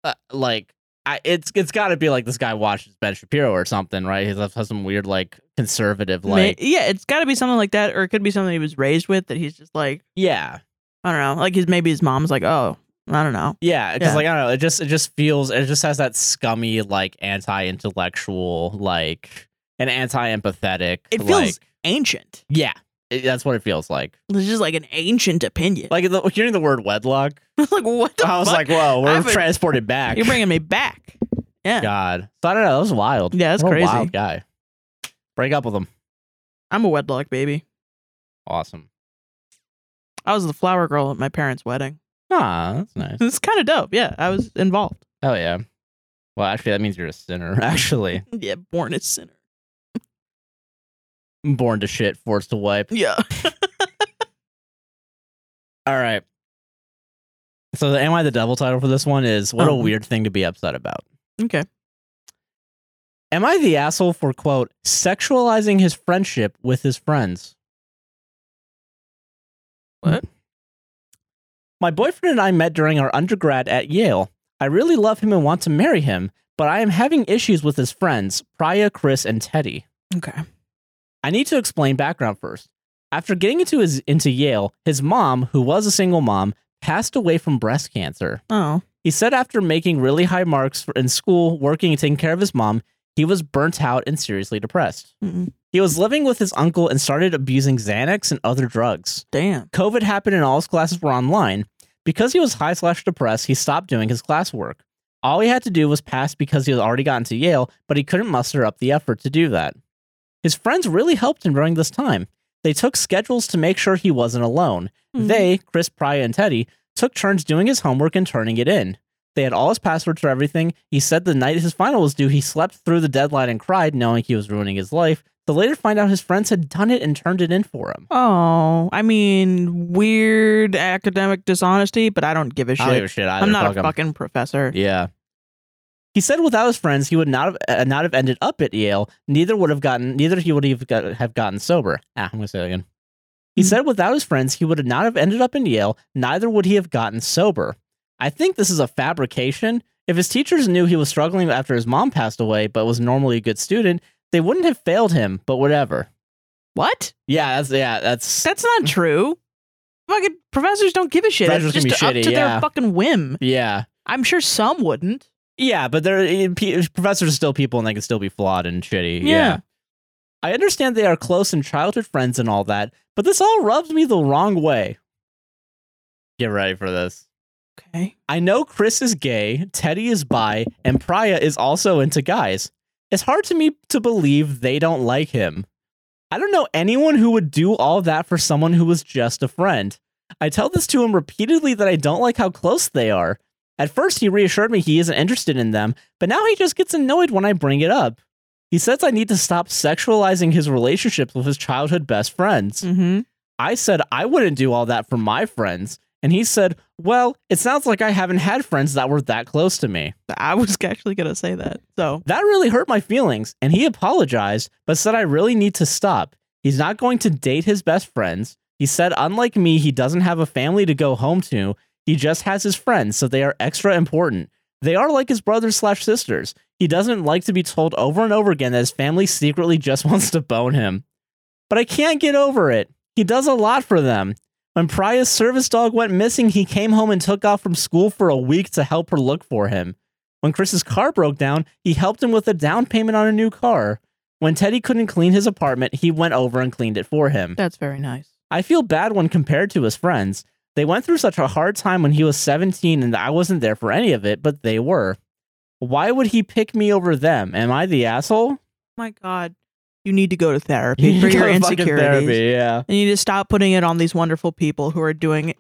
Speaker 1: uh, like I, it's it's got to be like this guy watches Ben Shapiro or something, right? He's has some weird like conservative
Speaker 2: Ma-
Speaker 1: like
Speaker 2: yeah, it's got to be something like that, or it could be something he was raised with that he's just like
Speaker 1: yeah
Speaker 2: I don't know, like his maybe his mom's like, oh, I don't know.
Speaker 1: yeah because
Speaker 2: Yeah.
Speaker 1: like I don't know it just it just feels it just has that scummy like anti intellectual like an anti empathetic
Speaker 2: It feels
Speaker 1: like,
Speaker 2: ancient.
Speaker 1: yeah it, that's what it feels like
Speaker 2: It's just like an ancient opinion. Like,
Speaker 1: like the, hearing the word wedlock
Speaker 2: what the
Speaker 1: I was
Speaker 2: fuck?
Speaker 1: like whoa we're
Speaker 2: I've been-
Speaker 1: transported back
Speaker 2: You're bringing me back. Yeah,
Speaker 1: God so I don't know that was wild
Speaker 2: Yeah, that's
Speaker 1: What a
Speaker 2: crazy.
Speaker 1: wild guy break up with him
Speaker 2: I'm a wedlock baby.
Speaker 1: awesome
Speaker 2: I was the flower girl at my parents' wedding.
Speaker 1: ah that's nice.
Speaker 2: It's kind of dope. Yeah, I was involved.
Speaker 1: Oh yeah. Well, actually, that means you're a sinner. Actually,
Speaker 2: Yeah, born a sinner.
Speaker 1: born to shit, forced to wipe.
Speaker 2: Yeah.
Speaker 1: All right. So the "Am I the Devil" title for this one is "What a
Speaker 2: Oh.
Speaker 1: weird thing to be upset about."
Speaker 2: Okay.
Speaker 1: Am I the asshole for quote sexualizing his friendship with his friends?
Speaker 2: What?
Speaker 1: My boyfriend and I met during our undergrad at Yale. I really love him and want to marry him, but I am having issues with his friends, Priya, Chris, and Teddy.
Speaker 2: Okay.
Speaker 1: I need to explain background first. After getting into his into Yale, his mom, who was a single mom, passed away from breast cancer.
Speaker 2: Oh.
Speaker 1: He said after making really high marks for, in school, working and taking care of his mom, he was burnt out and seriously depressed.
Speaker 2: Mm-mm.
Speaker 1: He was living with his uncle and started abusing Xanax and other drugs.
Speaker 2: Damn.
Speaker 1: COVID happened and all his classes were online. Because he was high slash depressed, he stopped doing his classwork. All he had to do was pass because he had already gotten to Yale, but he couldn't muster up the effort to do that. His friends really helped him during this time. They took schedules to make sure he wasn't alone.
Speaker 2: Hmm.
Speaker 1: They, Chris Pryor and Teddy, took turns doing his homework and turning it in. They had all his passwords for everything. He said the night his final was due, he slept through the deadline and cried, knowing he was ruining his life, to later find out his friends had done it and turned it in for him.
Speaker 2: Oh, I mean, weird academic dishonesty, but I don't give a shit.
Speaker 1: I don't give a shit either.
Speaker 2: I'm not
Speaker 1: Fuck
Speaker 2: a
Speaker 1: him.
Speaker 2: fucking professor.
Speaker 1: Yeah. He said without his friends, he would not have uh, not have ended up at Yale. Neither would have gotten neither he would have got, have gotten sober. Ah, I'm gonna say that again. He
Speaker 2: Mhm.
Speaker 1: said without his friends, he would not have ended up in Yale. Neither would he have gotten sober. I think this is a fabrication. If his teachers knew he was struggling after his mom passed away, but was normally a good student, they wouldn't have failed him. But whatever.
Speaker 2: What?
Speaker 1: Yeah, that's yeah, that's
Speaker 2: That's not true. Fucking professors don't give a shit. It's
Speaker 1: Professors can
Speaker 2: just
Speaker 1: be
Speaker 2: up
Speaker 1: shitty,
Speaker 2: to
Speaker 1: yeah.
Speaker 2: their fucking whim.
Speaker 1: yeah,
Speaker 2: I'm sure some wouldn't.
Speaker 1: yeah. But they're p- eh, professors are still people, and they can still be flawed and shitty. yeah. I understand they are close and childhood friends and all that, but this all rubs me the wrong way. Get ready for this.
Speaker 2: Okay.
Speaker 1: I know Chris is gay, Teddy is bi, and Priya is also into guys. It's hard to me to believe they don't like him. I don't know anyone who would do all that for someone who was just a friend. I tell this to him repeatedly that I don't like how close they are. At first, he reassured me he isn't interested in them, but now he just gets annoyed when I bring it up. He says I need to stop sexualizing his relationships with his childhood best friends.
Speaker 2: Mm-hmm.
Speaker 1: I said I wouldn't do all that for my friends. And he said, Well, it sounds like I haven't had friends that were that close to me.
Speaker 2: I was actually gonna say that. So
Speaker 1: That really hurt my feelings. And he apologized, but said I really need to stop. He's not going to date his best friends. He said, Unlike me, he doesn't have a family to go home to. He just has his friends, so they are extra important. They are like his brothers slash sisters. He doesn't like to be told over and over again that his family secretly just wants to bone him. But I can't get over it. He does a lot for them. When Priya's service dog went missing, he came home and took off from school for a week to help her look for him. When Chris's car broke down, he helped him with a down payment on a new car. When Teddy couldn't clean his apartment, he went over and cleaned it for him.
Speaker 2: that's very nice.
Speaker 1: I feel bad when compared to his friends. They went through such a hard time when he was 17 and I wasn't there for any of it, but they were. Why would he pick me over them? Am I the asshole?
Speaker 2: my God, you need to go to therapy for
Speaker 1: You
Speaker 2: your
Speaker 1: go to fucking
Speaker 2: insecurities.
Speaker 1: therapy, yeah.
Speaker 2: And you need to stop putting it on these wonderful people who are doing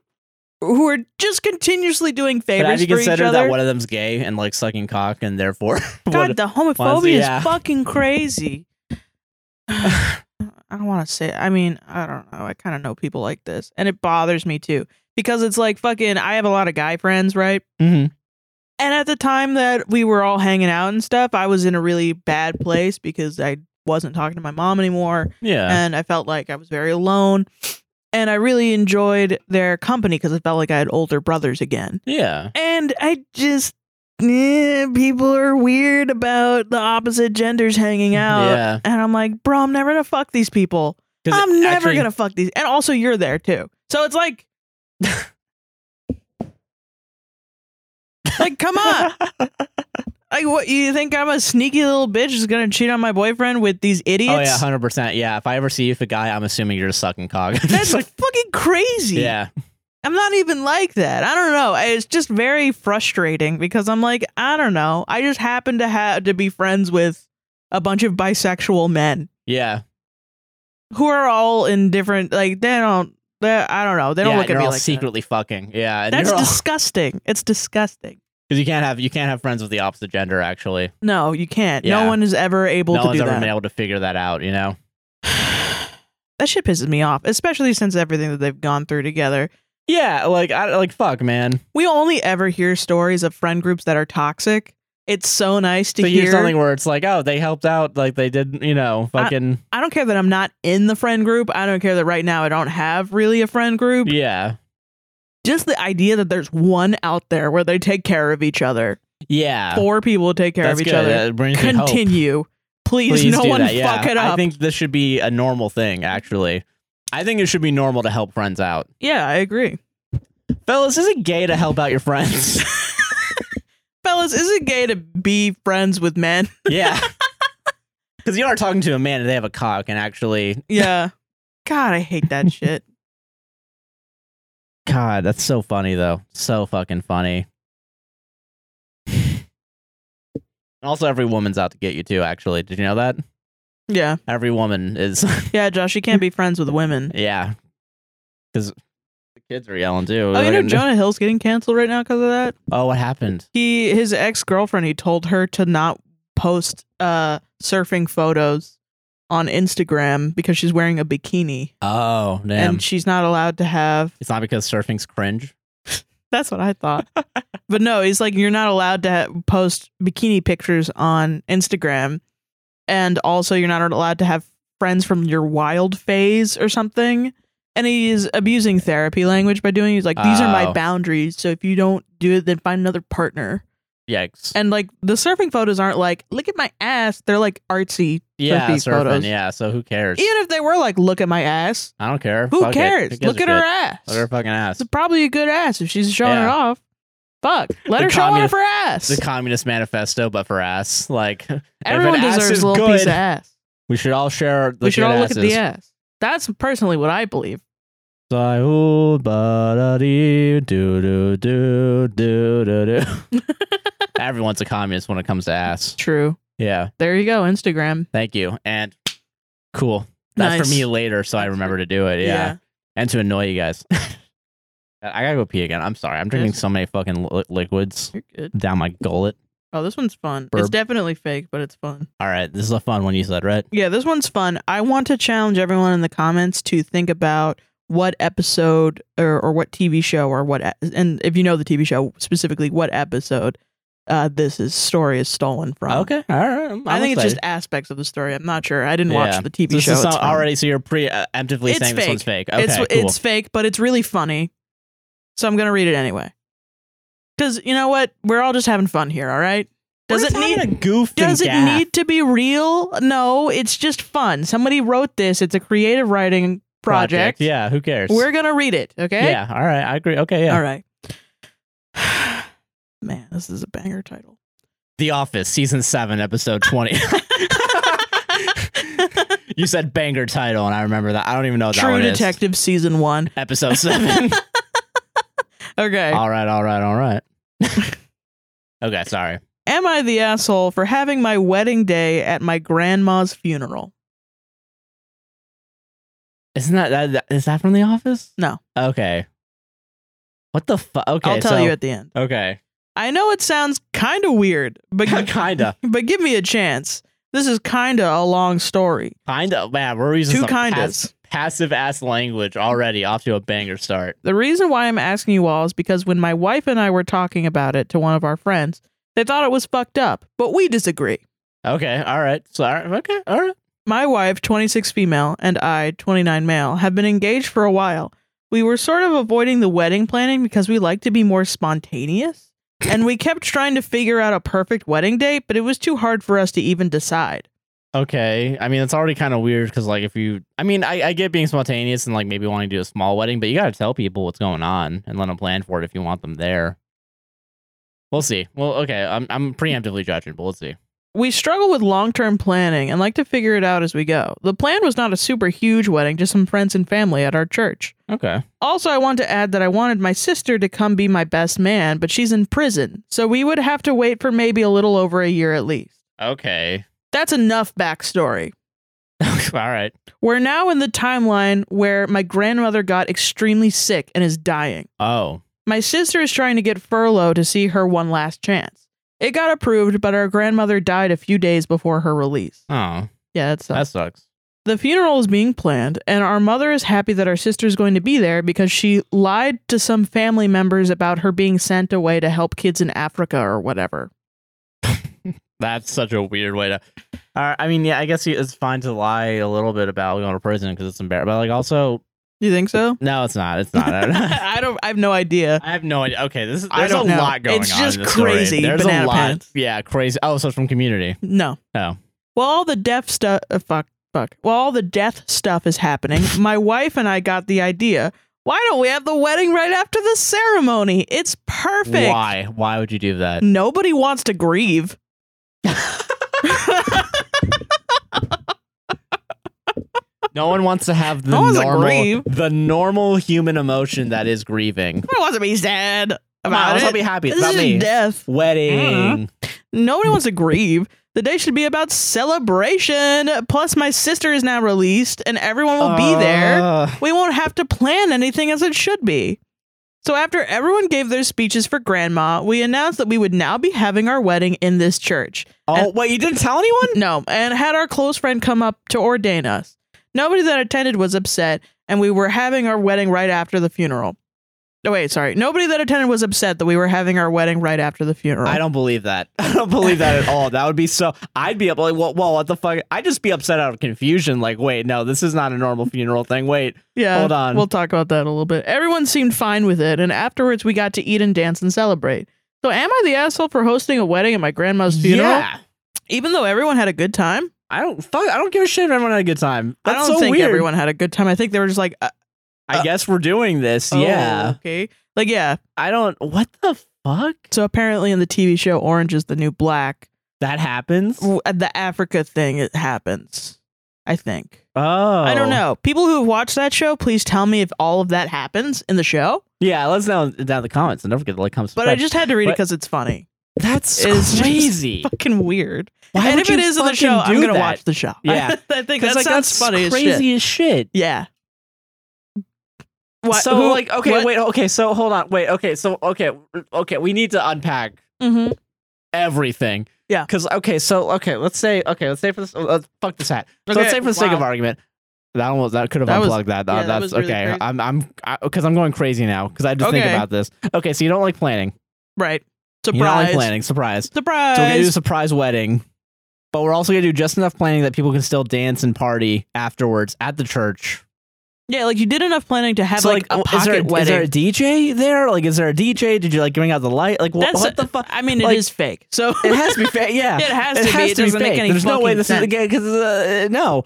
Speaker 2: who are just continuously doing
Speaker 1: But have
Speaker 2: favors
Speaker 1: you
Speaker 2: for each
Speaker 1: considered
Speaker 2: other.
Speaker 1: that one of them's gay and like sucking cock and therefore
Speaker 2: God, the homophobia
Speaker 1: yeah.
Speaker 2: is fucking crazy. I don't want to say. I mean, I don't know. I kind of know people like this, and it bothers me too because it's like fucking. I have a lot of guy friends, right?
Speaker 1: Mhm.
Speaker 2: And at the time that we were all hanging out and stuff, I was in a really bad place because I wasn't talking to my mom anymore
Speaker 1: Yeah.
Speaker 2: and I felt like I was very alone. And I really enjoyed their company because I felt like I had older brothers again.
Speaker 1: yeah.
Speaker 2: And I just, eh, people are weird about the opposite genders hanging out.
Speaker 1: Yeah.
Speaker 2: And I'm like, bro, I'm never going to fuck these people.
Speaker 1: 'Cause
Speaker 2: I'm never
Speaker 1: actually-
Speaker 2: going to fuck these. And also, you're there too. So it's like, like, come on. Like, what, you think I'm a sneaky little bitch who's going to cheat on my boyfriend with these idiots?
Speaker 1: Oh yeah, hundred percent. Yeah. If I ever see you with a guy, I'm assuming you're just sucking cock. It's
Speaker 2: That's
Speaker 1: like,
Speaker 2: fucking crazy.
Speaker 1: yeah.
Speaker 2: I'm not even like that. I don't know. I- It's just very frustrating because I'm like, I don't know. I just happen to have to be friends with a bunch of bisexual men
Speaker 1: Yeah.
Speaker 2: who are all in different like they don't they I don't know. They don't
Speaker 1: yeah, and
Speaker 2: look at
Speaker 1: you're
Speaker 2: me
Speaker 1: all
Speaker 2: like that.
Speaker 1: secretly fucking. Yeah. And
Speaker 2: That's
Speaker 1: you're all-
Speaker 2: disgusting. It's disgusting.
Speaker 1: Because you can't have you can't have friends with the opposite gender. Actually,
Speaker 2: No, you can't.
Speaker 1: Yeah.
Speaker 2: No one is ever able
Speaker 1: no
Speaker 2: to
Speaker 1: one's
Speaker 2: do
Speaker 1: ever
Speaker 2: that.
Speaker 1: been able to figure that out. You know.
Speaker 2: that shit pisses me off, especially since everything that they've gone through together.
Speaker 1: Yeah, like I like fuck, man.
Speaker 2: We only ever hear stories of friend groups that are toxic. It's so nice to
Speaker 1: To
Speaker 2: hear
Speaker 1: hear something where it's like, oh, they helped out, like they did, you know, fucking
Speaker 2: I don't care that I'm not in the friend group. I don't care that right now I don't have really a friend group.
Speaker 1: yeah,
Speaker 2: Just the idea that there's one out there where they take care of each other.
Speaker 1: yeah.
Speaker 2: Four people take care
Speaker 1: That's
Speaker 2: of each
Speaker 1: good.
Speaker 2: other.
Speaker 1: That brings me hope.
Speaker 2: Continue. Please,
Speaker 1: Please
Speaker 2: no
Speaker 1: do
Speaker 2: one
Speaker 1: that. Yeah.
Speaker 2: fuck it up.
Speaker 1: I think this should be a normal thing. Actually, I think it should be normal to help friends out.
Speaker 2: yeah, I agree.
Speaker 1: Fellas, is it gay to help out your friends?
Speaker 2: Fellas, is it gay to be friends with men?
Speaker 1: yeah. Because you are talking to a man and they have a cock, and actually,
Speaker 2: Yeah. God, I hate that shit.
Speaker 1: God, that's so funny though. So fucking funny. also, every woman's out to get you too. Actually, did you know that?
Speaker 2: Yeah.
Speaker 1: Every woman is,
Speaker 2: Yeah, Josh, you can't be friends with women.
Speaker 1: yeah, because the kids are yelling too.
Speaker 2: Oh, you know
Speaker 1: Like,
Speaker 2: Jonah Hill's getting canceled right now because of that?
Speaker 1: oh, what happened?
Speaker 2: he his ex-girlfriend he told her to not post uh surfing photos on Instagram because she's wearing a bikini
Speaker 1: Oh, damn!
Speaker 2: and she's not allowed to have
Speaker 1: it's not because surfing's cringe.
Speaker 2: that's what I thought. but no, he's like you're not allowed to ha- post bikini pictures on Instagram and also you're not allowed to have friends from your wild phase or something. And he is abusing therapy language by doing. He's like, these are my
Speaker 1: Oh.
Speaker 2: boundaries. So if you don't do it, then find another partner.
Speaker 1: Yikes!
Speaker 2: And like the surfing photos aren't like, look at my ass. They're like artsy.
Speaker 1: yeah,
Speaker 2: surfy
Speaker 1: surfing.
Speaker 2: photos.
Speaker 1: Yeah, so who cares?
Speaker 2: Even if they were like, look at my ass,
Speaker 1: I don't care.
Speaker 2: who
Speaker 1: Fuck it.
Speaker 2: cares?
Speaker 1: gives
Speaker 2: Look
Speaker 1: a
Speaker 2: at her
Speaker 1: shit?
Speaker 2: ass.
Speaker 1: Look at her fucking ass.
Speaker 2: It's probably a good ass if she's showing
Speaker 1: Yeah.
Speaker 2: it off. Fuck. Let
Speaker 1: The
Speaker 2: her show off
Speaker 1: communist-
Speaker 2: her ass.
Speaker 1: The Communist Manifesto, but for ass. Like
Speaker 2: Everyone
Speaker 1: if an ass
Speaker 2: deserves
Speaker 1: is
Speaker 2: a little
Speaker 1: good,
Speaker 2: piece of ass.
Speaker 1: we should all share. The
Speaker 2: we should
Speaker 1: good
Speaker 2: all look at the
Speaker 1: asses.
Speaker 2: ass. That's personally what I believe.
Speaker 1: Sayul badadi do do do do do do. Everyone's a communist when it comes to ass.
Speaker 2: True.
Speaker 1: Yeah,
Speaker 2: There you go, Instagram.
Speaker 1: thank you. And cool. That's for
Speaker 2: Nice.
Speaker 1: me later, so I
Speaker 2: That's
Speaker 1: remember to do it. Yeah, and to annoy you guys. I gotta go pee again. I'm sorry. I'm drinking
Speaker 2: Yes.
Speaker 1: so many fucking li- liquids
Speaker 2: You're good.
Speaker 1: down my gullet.
Speaker 2: Oh, this one's fun. It's
Speaker 1: Burp.
Speaker 2: definitely fake, but it's fun.
Speaker 1: All right, this is a fun one you said, right?
Speaker 2: Yeah, this one's fun. I want to challenge everyone in the comments to think about what episode or, or what TV show or what, e- and if you know the TV show specifically, what episode uh, this is story is stolen from.
Speaker 1: Okay, all right. I'm-
Speaker 2: i
Speaker 1: I'm
Speaker 2: think it's just
Speaker 1: excited.
Speaker 2: aspects of the story. I'm not sure. I didn't
Speaker 1: Yeah.
Speaker 2: watch the TV
Speaker 1: This
Speaker 2: show.
Speaker 1: is
Speaker 2: It's
Speaker 1: not-
Speaker 2: fun.
Speaker 1: already. So you're preemptively
Speaker 2: It's
Speaker 1: saying this
Speaker 2: fake.
Speaker 1: one's fake. Okay,
Speaker 2: it's
Speaker 1: cool.
Speaker 2: it's fake, but it's really funny. So I'm gonna read it anyway. Because you know what? We're all just having fun here. All right. Does it need
Speaker 1: a goof?
Speaker 2: Does it need to be real? No, it's just fun. Somebody wrote this. It's a creative writing project.
Speaker 1: Yeah, who cares?
Speaker 2: We're going to read it, okay?
Speaker 1: Yeah, all right, I agree. Okay, yeah.
Speaker 2: All right. Man, this is a banger title.
Speaker 1: The Office, season seven, episode twenty. you said banger title, and I remember that. I don't even know what that
Speaker 2: True
Speaker 1: one is.
Speaker 2: Detective Season 1.
Speaker 1: episode seven.
Speaker 2: Okay.
Speaker 1: all right, all right, all right. okay, sorry.
Speaker 2: Am I the asshole for having my wedding day at my grandma's funeral?
Speaker 1: Isn't that, that that is that from The Office?
Speaker 2: No.
Speaker 1: Okay. What the fuck? Okay,
Speaker 2: I'll tell
Speaker 1: so-
Speaker 2: you at the end.
Speaker 1: okay,
Speaker 2: I know it sounds kind of weird, but
Speaker 1: kinda,
Speaker 2: but give me a chance. This is kind of a long story.
Speaker 1: kinda. Man, we're using
Speaker 2: Two
Speaker 1: some
Speaker 2: kindas.
Speaker 1: pass- passive ass language already. Off to a banger start.
Speaker 2: The reason why I'm asking you all is because when my wife and I were talking about it to one of our friends, they thought it was fucked up, but we disagree.
Speaker 1: Okay, all right. So, all right, okay, all right.
Speaker 2: My wife, 26 female, and I, 29 male, have been engaged for a while. We were sort of avoiding the wedding planning because we like to be more spontaneous, and we kept trying to figure out a perfect wedding date, but it was too hard for us to even decide.
Speaker 1: Okay. I mean, it's already kind of weird because, like, if you, I mean, I, I get being spontaneous and, like, maybe wanting to do a small wedding, but you got to tell people what's going on and let them plan for it if you want them there. We'll see. Well, okay. I'm, I'm preemptively judging, but let's see.
Speaker 2: We struggle with long term planning and like to figure it out as we go. The plan was not a super huge wedding, just some friends and family at our church.
Speaker 1: Okay.
Speaker 2: Also, I want to add that I wanted my sister to come be my best man, but she's in prison, so we would have to wait for maybe a little over a year at least.
Speaker 1: Okay.
Speaker 2: That's enough backstory.
Speaker 1: All right.
Speaker 2: We're now in the timeline where my grandmother got extremely sick and is dying.
Speaker 1: Oh.
Speaker 2: My sister is trying to get furlough to see her one last chance. It got approved, but our grandmother died a few days before her release.
Speaker 1: Oh.
Speaker 2: Yeah, that sucks.
Speaker 1: That sucks.
Speaker 2: The funeral is being planned, and our mother is happy that our sister is going to be there because she lied to some family members about her being sent away to help kids in Africa or whatever.
Speaker 1: That's such a weird way to. All right. I mean, yeah, I guess you- it's fine to lie a little bit about going to prison because it's embarrassing. But, like, also,
Speaker 2: You think so?
Speaker 1: no, it's not. It's not.
Speaker 2: I don't. I have no idea.
Speaker 1: I have no idea. Okay, this is
Speaker 2: I
Speaker 1: there's a
Speaker 2: don't know.
Speaker 1: lot going
Speaker 2: It's
Speaker 1: on. in
Speaker 2: just
Speaker 1: this story.
Speaker 2: crazy
Speaker 1: There's
Speaker 2: banana
Speaker 1: a lot.
Speaker 2: pants.
Speaker 1: Yeah, crazy. Oh, so it's from Community.
Speaker 2: No.
Speaker 1: Oh.
Speaker 2: Well, all the death stuff. Uh, fuck. Fuck. While all the death stuff is happening, my wife and I got the idea. Why don't we have the wedding right after the ceremony? It's perfect.
Speaker 1: Why? Why would you do that?
Speaker 2: Nobody wants to grieve.
Speaker 1: No one wants to have the
Speaker 2: No one wants to
Speaker 1: normal,
Speaker 2: grieve.
Speaker 1: the normal human emotion that is grieving.
Speaker 2: Nobody wants to be sad
Speaker 1: Come on,
Speaker 2: about
Speaker 1: let's
Speaker 2: it.
Speaker 1: all be happy. It's
Speaker 2: this
Speaker 1: about
Speaker 2: is Uh-huh.
Speaker 1: me.
Speaker 2: death.
Speaker 1: Wedding.
Speaker 2: Nobody wants to grieve. The day should be about celebration. Plus, my sister is now released, and everyone will be there.
Speaker 1: Uh,
Speaker 2: We won't have to plan anything as it should be. So, after everyone gave their speeches for Grandma, we announced that we would now be having our wedding in this church.
Speaker 1: oh wait, you didn't tell anyone?
Speaker 2: No, and had our close friend come up to ordain us. Nobody that attended was upset, and we were having our wedding right after the funeral. No, wait, sorry. Nobody that attended was upset that we were having our wedding right after the funeral.
Speaker 1: I don't believe that. I don't believe that at all. That would be so. I'd be up like, well, well, what the fuck? I'd just be upset out of confusion. Like, wait, no, this is not a normal funeral thing. Wait,
Speaker 2: Yeah.
Speaker 1: Hold on.
Speaker 2: We'll talk about that a little bit. Everyone seemed fine with it, and afterwards we got to eat and dance and celebrate. So am I the asshole for hosting a wedding at my grandma's funeral?
Speaker 1: yeah.
Speaker 2: Even though everyone had a good time?
Speaker 1: I don't fuck. I don't give a shit if everyone had a good time. That's
Speaker 2: I don't
Speaker 1: so
Speaker 2: think
Speaker 1: weird.
Speaker 2: everyone had a good time. I think they were just like, uh,
Speaker 1: I guess we're doing this.
Speaker 2: oh,
Speaker 1: yeah.
Speaker 2: Okay. Like, yeah.
Speaker 1: I don't. What the fuck?
Speaker 2: So apparently in the TV show Orange is the New Black,
Speaker 1: That happens. Oh.
Speaker 2: w- at the Africa thing, it happens. I think.
Speaker 1: Oh.
Speaker 2: I don't know. People who have watched that show, please tell me if all of that happens in the show.
Speaker 1: Yeah. Let's know down in the comments and don't forget to like, comment,
Speaker 2: But I
Speaker 1: subscribe.
Speaker 2: just had to read it
Speaker 1: But-
Speaker 2: because it's funny.
Speaker 1: that's
Speaker 2: it's just
Speaker 1: crazy.
Speaker 2: Fucking weird.
Speaker 1: Why
Speaker 2: and
Speaker 1: would
Speaker 2: if it
Speaker 1: you
Speaker 2: is in the
Speaker 1: fucking
Speaker 2: show, I'm
Speaker 1: do
Speaker 2: gonna
Speaker 1: that?
Speaker 2: watch the show.
Speaker 1: Yeah.
Speaker 2: I think
Speaker 1: 'Cause,
Speaker 2: that
Speaker 1: like
Speaker 2: sounds
Speaker 1: that's
Speaker 2: funny
Speaker 1: crazy
Speaker 2: as shit.
Speaker 1: as shit.
Speaker 2: Yeah. What?
Speaker 1: So like, okay,
Speaker 2: what?
Speaker 1: wait, okay, so hold on, wait, okay, so okay, okay, we need to unpack mm-hmm.
Speaker 2: Mhm.
Speaker 1: everything.
Speaker 2: Yeah.
Speaker 1: Because okay, so okay, let's say okay, let's say for this, let's fuck this hat. So
Speaker 2: Okay,
Speaker 1: let's say for the sake of
Speaker 2: wow.
Speaker 1: argument, that one was that could have
Speaker 2: That was-
Speaker 1: unplugged that.
Speaker 2: yeah,
Speaker 1: Uh,
Speaker 2: that
Speaker 1: that's
Speaker 2: was really
Speaker 1: okay.
Speaker 2: crazy.
Speaker 1: I'm I'm because I'm going crazy now because I had to think
Speaker 2: Okay.
Speaker 1: about this. Okay, so you don't like planning.
Speaker 2: Right.
Speaker 1: You don't like
Speaker 2: Surprise.
Speaker 1: planning. Surprise.
Speaker 2: Surprise.
Speaker 1: So we're gonna do a surprise wedding, but we're also gonna do just enough planning that people can still dance and party afterwards at the church.
Speaker 2: yeah, like you did enough planning to have
Speaker 1: so
Speaker 2: like, a
Speaker 1: w-
Speaker 2: pocket
Speaker 1: is, there a,
Speaker 2: wedding.
Speaker 1: is there a DJ there? Like, is there a DJ? Did you like bring out the light? Like, wh-
Speaker 2: That's
Speaker 1: what
Speaker 2: a-
Speaker 1: the fuck?
Speaker 2: I mean, it is
Speaker 1: like-
Speaker 2: fake. So
Speaker 1: It has to be fake. Yeah.
Speaker 2: it has to be. it doesn't make
Speaker 1: fake.
Speaker 2: any
Speaker 1: There's no way
Speaker 2: fucking
Speaker 1: this
Speaker 2: sense.
Speaker 1: is again because uh, uh, no.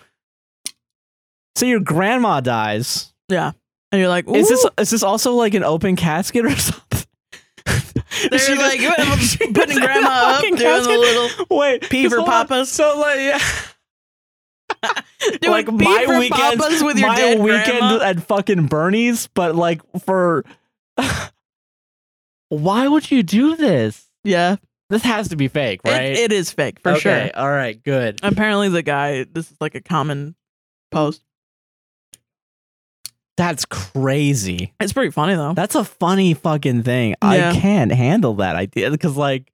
Speaker 1: So your grandma dies.
Speaker 2: and you're like,
Speaker 1: Is this
Speaker 2: "Ooh."
Speaker 1: is this also like an open casket or something?
Speaker 2: They're
Speaker 1: She
Speaker 2: like
Speaker 1: just- she
Speaker 2: putting
Speaker 1: just in
Speaker 2: grandma
Speaker 1: a
Speaker 2: up,
Speaker 1: fucking
Speaker 2: doing the little
Speaker 1: wait
Speaker 2: pee
Speaker 1: just
Speaker 2: for
Speaker 1: hold on.
Speaker 2: papas.
Speaker 1: So like, yeah,
Speaker 2: doing
Speaker 1: like
Speaker 2: pee
Speaker 1: my
Speaker 2: for
Speaker 1: weekend,
Speaker 2: papas with your
Speaker 1: my
Speaker 2: dead
Speaker 1: weekend
Speaker 2: grandma.
Speaker 1: at fucking Bernie's, but like for why would you do this?
Speaker 2: Yeah,
Speaker 1: This has to be fake,
Speaker 2: It-
Speaker 1: right?
Speaker 2: it is fake for
Speaker 1: Okay,
Speaker 2: sure.
Speaker 1: All right, good.
Speaker 2: Apparently, the guy. This is like a common post.
Speaker 1: That's crazy.
Speaker 2: It's pretty funny though.
Speaker 1: That's a funny fucking thing.
Speaker 2: Yeah.
Speaker 1: I can't handle that idea because, like,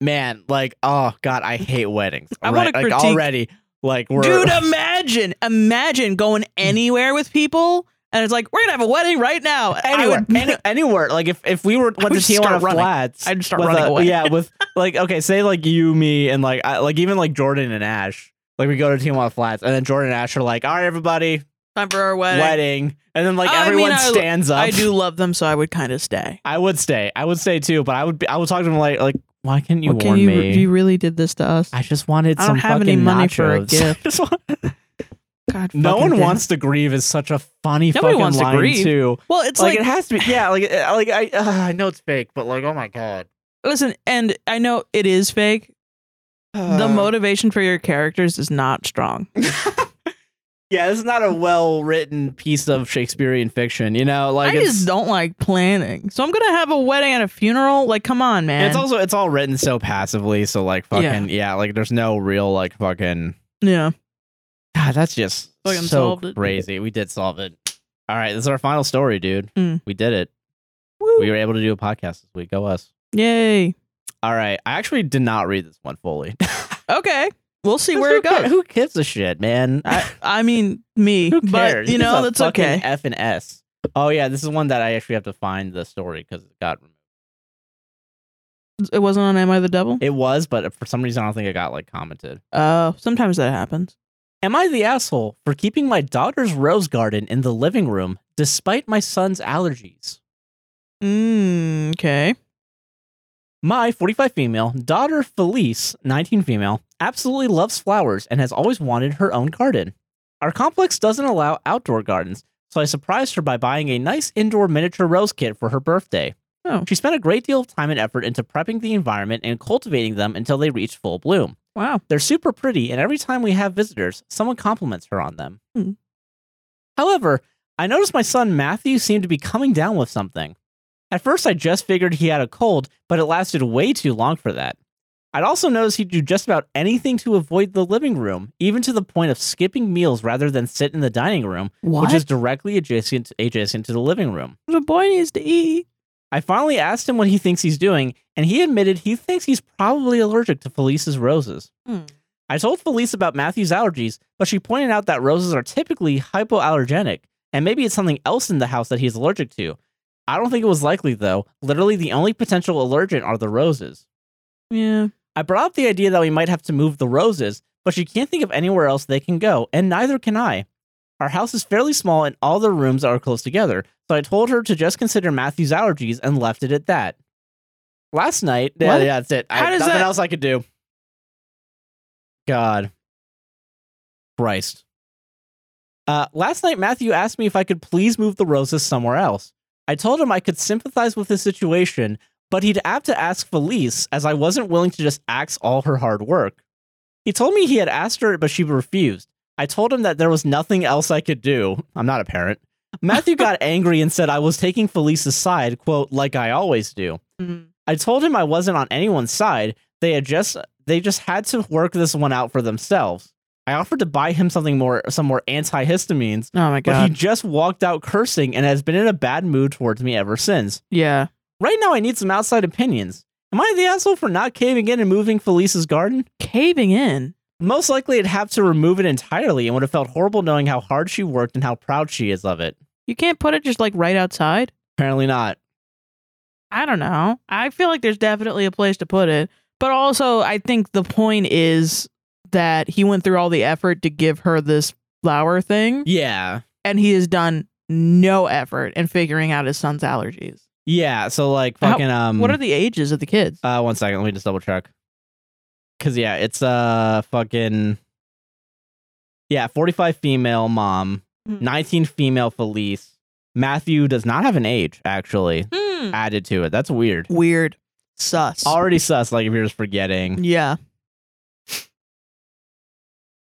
Speaker 1: man, like, oh god, I hate weddings.
Speaker 2: I
Speaker 1: right?
Speaker 2: wanna
Speaker 1: like
Speaker 2: critique-
Speaker 1: already, like we're
Speaker 2: Dude, imagine, imagine going anywhere with people, and it's like we're gonna have a wedding right now. I
Speaker 1: anywhere,
Speaker 2: would-
Speaker 1: any, anywhere. Like if, if we were went
Speaker 2: would
Speaker 1: to
Speaker 2: just start
Speaker 1: Tijuana
Speaker 2: running.
Speaker 1: Flats,
Speaker 2: I'd start
Speaker 1: with
Speaker 2: running
Speaker 1: a-
Speaker 2: away.
Speaker 1: Yeah, with like okay, say like you, me, and like I, like even like Jordan and Ash. Like we go to Tijuana Flats, and then Jordan and Ash are like, "All right, everybody,
Speaker 2: time for our wedding.
Speaker 1: wedding,", and then like
Speaker 2: I mean,
Speaker 1: everyone
Speaker 2: I-
Speaker 1: stands up.
Speaker 2: I do love them, so I would kind of stay.
Speaker 1: I would stay. I would stay too, but I would be, I would talk to him like like why couldn't you
Speaker 2: What
Speaker 1: warn
Speaker 2: you,
Speaker 1: me?
Speaker 2: you really did this to us.
Speaker 1: I just wanted
Speaker 2: I
Speaker 1: some
Speaker 2: don't have
Speaker 1: fucking
Speaker 2: any money for a
Speaker 1: nachos.
Speaker 2: gift.
Speaker 1: Just want-
Speaker 2: God,
Speaker 1: no
Speaker 2: fucking
Speaker 1: one
Speaker 2: damn.
Speaker 1: wants to grieve is such a funny
Speaker 2: Nobody
Speaker 1: fucking
Speaker 2: wants to
Speaker 1: line
Speaker 2: grieve.
Speaker 1: too.
Speaker 2: Well, it's
Speaker 1: like,
Speaker 2: like,
Speaker 1: it has to be yeah. Like uh, like I uh, I know it's fake, but like oh my god.
Speaker 2: listen, and I know it is fake. the
Speaker 1: Uh,
Speaker 2: motivation for your characters is not strong.
Speaker 1: yeah, this is not a well written piece of Shakespearean fiction. You know, like
Speaker 2: I
Speaker 1: it's,
Speaker 2: just don't like planning, so I'm gonna have a wedding and a funeral. Like, come on,
Speaker 1: and
Speaker 2: man.
Speaker 1: it's also it's all written so passively. So like
Speaker 2: Yeah.
Speaker 1: fucking yeah, like there's no real like fucking.
Speaker 2: yeah,
Speaker 1: God, that's just
Speaker 2: Fucking
Speaker 1: so
Speaker 2: solved it.
Speaker 1: crazy. We did solve it. All right, this is our final story, dude.
Speaker 2: Mm.
Speaker 1: We did it.
Speaker 2: Woo.
Speaker 1: We were able to do a podcast this week. Go us.
Speaker 2: yay.
Speaker 1: All right. I actually did not read this one fully.
Speaker 2: Okay, we'll see
Speaker 1: Who
Speaker 2: where it
Speaker 1: ca-
Speaker 2: goes.
Speaker 1: Who gives a shit, man?
Speaker 2: I, I mean, me,
Speaker 1: Who
Speaker 2: but
Speaker 1: cares?
Speaker 2: you
Speaker 1: This is
Speaker 2: know
Speaker 1: a
Speaker 2: that's
Speaker 1: fucking
Speaker 2: okay.
Speaker 1: F and S. Oh yeah, this is one that I actually have to find the story because it got removed.
Speaker 2: It wasn't on Am I the Devil?
Speaker 1: It was, but for some reason I don't think it got like commented.
Speaker 2: Oh, sometimes that happens.
Speaker 1: Am I the asshole for keeping my daughter's rose garden in the living room despite my son's allergies?
Speaker 2: Mm, okay.
Speaker 1: My 45 female daughter Felice, 19 female, absolutely loves flowers and has always wanted her own garden. Our complex doesn't allow outdoor gardens, so I surprised her by buying a nice indoor miniature rose kit for her birthday.
Speaker 2: Oh.
Speaker 1: She spent a great deal of time and effort into prepping the environment and cultivating them until they reached full bloom.
Speaker 2: Wow.
Speaker 1: They're super pretty, and every time we have visitors, someone compliments her on them.
Speaker 2: Hmm.
Speaker 1: However, I noticed my son Matthew seemed to be coming down with something. At first, I just figured he had a cold, but it lasted way too long for that. I'd also noticed he'd do just about anything to avoid the living room, even to the point of skipping meals rather than sit in the dining room,
Speaker 2: What?
Speaker 1: which is directly adjacent adjacent to the living room.
Speaker 2: the boy needs to eat.
Speaker 1: I finally asked him what he thinks he's doing, and he admitted he thinks he's probably allergic to Felice's roses.
Speaker 2: Hmm.
Speaker 1: I told Felice about Matthew's allergies, but she pointed out that roses are typically hypoallergenic, and maybe it's something else in the house that he's allergic to. I don't think it was likely, though. Literally, the only potential allergen are the roses.
Speaker 2: Yeah.
Speaker 1: I brought up the idea that we might have to move the roses, but she can't think of anywhere else they can go, and neither can I. Our house is fairly small and all the rooms are close together, so I told her to just consider Matthew's allergies and left it at that. Last night, yeah,
Speaker 2: What?
Speaker 1: yeah, that's it. I-
Speaker 2: How does
Speaker 1: nothing
Speaker 2: that-
Speaker 1: else I could do. God. Christ. Uh, last night, Matthew asked me if I could please move the roses somewhere else. I told him I could sympathize with his situation, but he'd have to ask Felice, as I wasn't willing to just axe all her hard work. He told me he had asked her, but she refused. I told him that there was nothing else I could do. I'm not a parent. Matthew got angry and said I was taking Felice's side, quote, like I always do.
Speaker 2: Mm.
Speaker 1: I told him I wasn't on anyone's side. They had just they just had to work this one out for themselves. I offered to buy him something more some more antihistamines,
Speaker 2: Oh my
Speaker 1: but he
Speaker 2: god.
Speaker 1: just walked out cursing and has been in a bad mood towards me ever since.
Speaker 2: yeah.
Speaker 1: Right now I need some outside opinions. Am I the asshole for not caving in and moving Felice's garden?
Speaker 2: Caving in.
Speaker 1: Most likely I'd have to remove it entirely and would have felt horrible knowing how hard she worked and how proud she is of it.
Speaker 2: You can't put it just like right outside.
Speaker 1: Apparently not.
Speaker 2: I don't know. I feel like there's definitely a place to put it, but also I think the point is that he went through all the effort to give her this flower thing.
Speaker 1: Yeah.
Speaker 2: and he has done no effort in figuring out his son's allergies.
Speaker 1: Yeah, so like
Speaker 2: How-
Speaker 1: fucking um
Speaker 2: what are the ages of the kids?
Speaker 1: Uh, one second. Let me just double check. Cause yeah, it's uh fucking yeah, forty five female mom,
Speaker 2: Mhm.
Speaker 1: nineteen female Felice. Matthew does not have an age actually
Speaker 2: Hmm. Mm.
Speaker 1: added to it. That's weird.
Speaker 2: Weird. Sus.
Speaker 1: Already sus. Like if you're just forgetting.
Speaker 2: yeah.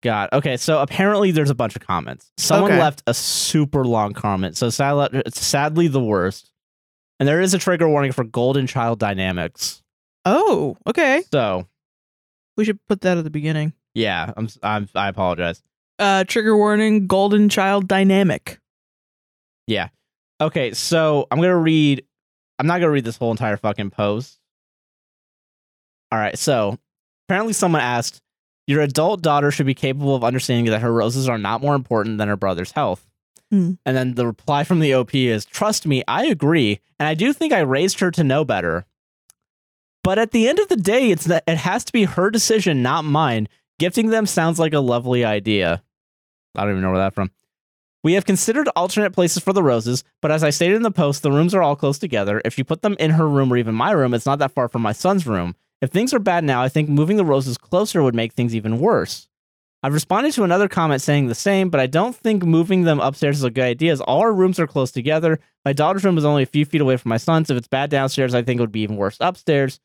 Speaker 1: God. Okay. So apparently there's a bunch of comments. Someone
Speaker 2: Okay.
Speaker 1: left a super long comment. So sadly, sadly the worst. And there is a trigger warning for golden child dynamics.
Speaker 2: Oh, okay.
Speaker 1: So
Speaker 2: We should put that at the beginning.
Speaker 1: yeah, I'm I'm I apologize.
Speaker 2: Uh, trigger warning: Golden Child dynamic.
Speaker 1: Okay, so I'm gonna read. I'm not gonna read this whole entire fucking post. All right, so apparently someone asked, "Your adult daughter should be capable of understanding that her roses are not more important than her brother's health."
Speaker 2: Hmm.
Speaker 1: And then the reply from the OP is, "Trust me, I agree, and I do think I raised her to know better. But at the end of the day, it's that it has to be her decision, not mine. Gifting them sounds like a lovely idea. I don't even know where that from." We have considered alternate places for the roses, but as I stated in the post, the rooms are all close together. If you put them in her room or even my room, it's not that far from my son's room. If things are bad now, I think moving the roses closer would make things even worse. I've responded to another comment saying the same, but I don't think moving them upstairs is a good idea as all our rooms are close together. My daughter's room is only a few feet away from my son's. If it's bad downstairs, I think it would be even worse upstairs.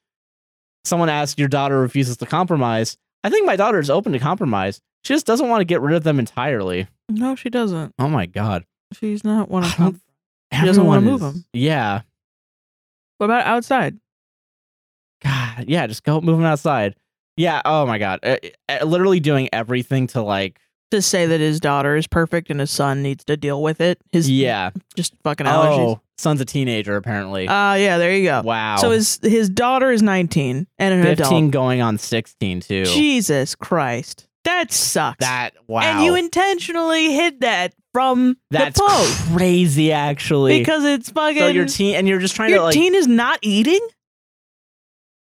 Speaker 1: Someone asked, Your daughter refuses to compromise. I think my daughter is open to compromise. She just doesn't want to get rid of them entirely.
Speaker 2: No, she doesn't.
Speaker 1: Oh my god.
Speaker 2: She's not one
Speaker 1: I
Speaker 2: of
Speaker 1: don't-
Speaker 2: them. He doesn't wanna
Speaker 1: everyone
Speaker 2: move
Speaker 1: is-
Speaker 2: him.
Speaker 1: Yeah.
Speaker 2: What about outside?
Speaker 1: God. Yeah. Just go move him outside. Yeah. Oh my God. Uh, uh, literally doing everything to like.
Speaker 2: To say that his daughter is perfect and his son needs to deal with it. His
Speaker 1: Yeah.
Speaker 2: just fucking allergies.
Speaker 1: Oh, son's a teenager apparently.
Speaker 2: Uh yeah, there you go.
Speaker 1: wow.
Speaker 2: So his his daughter is 19 and an
Speaker 1: fifteen
Speaker 2: adult.
Speaker 1: going on sixteen too.
Speaker 2: Jesus Christ. That sucks.
Speaker 1: That wow.
Speaker 2: And you intentionally hid that from
Speaker 1: That's
Speaker 2: the post
Speaker 1: crazy actually.
Speaker 2: because it's fucking
Speaker 1: so your teen and you're just trying
Speaker 2: your
Speaker 1: to like.
Speaker 2: teen is not eating?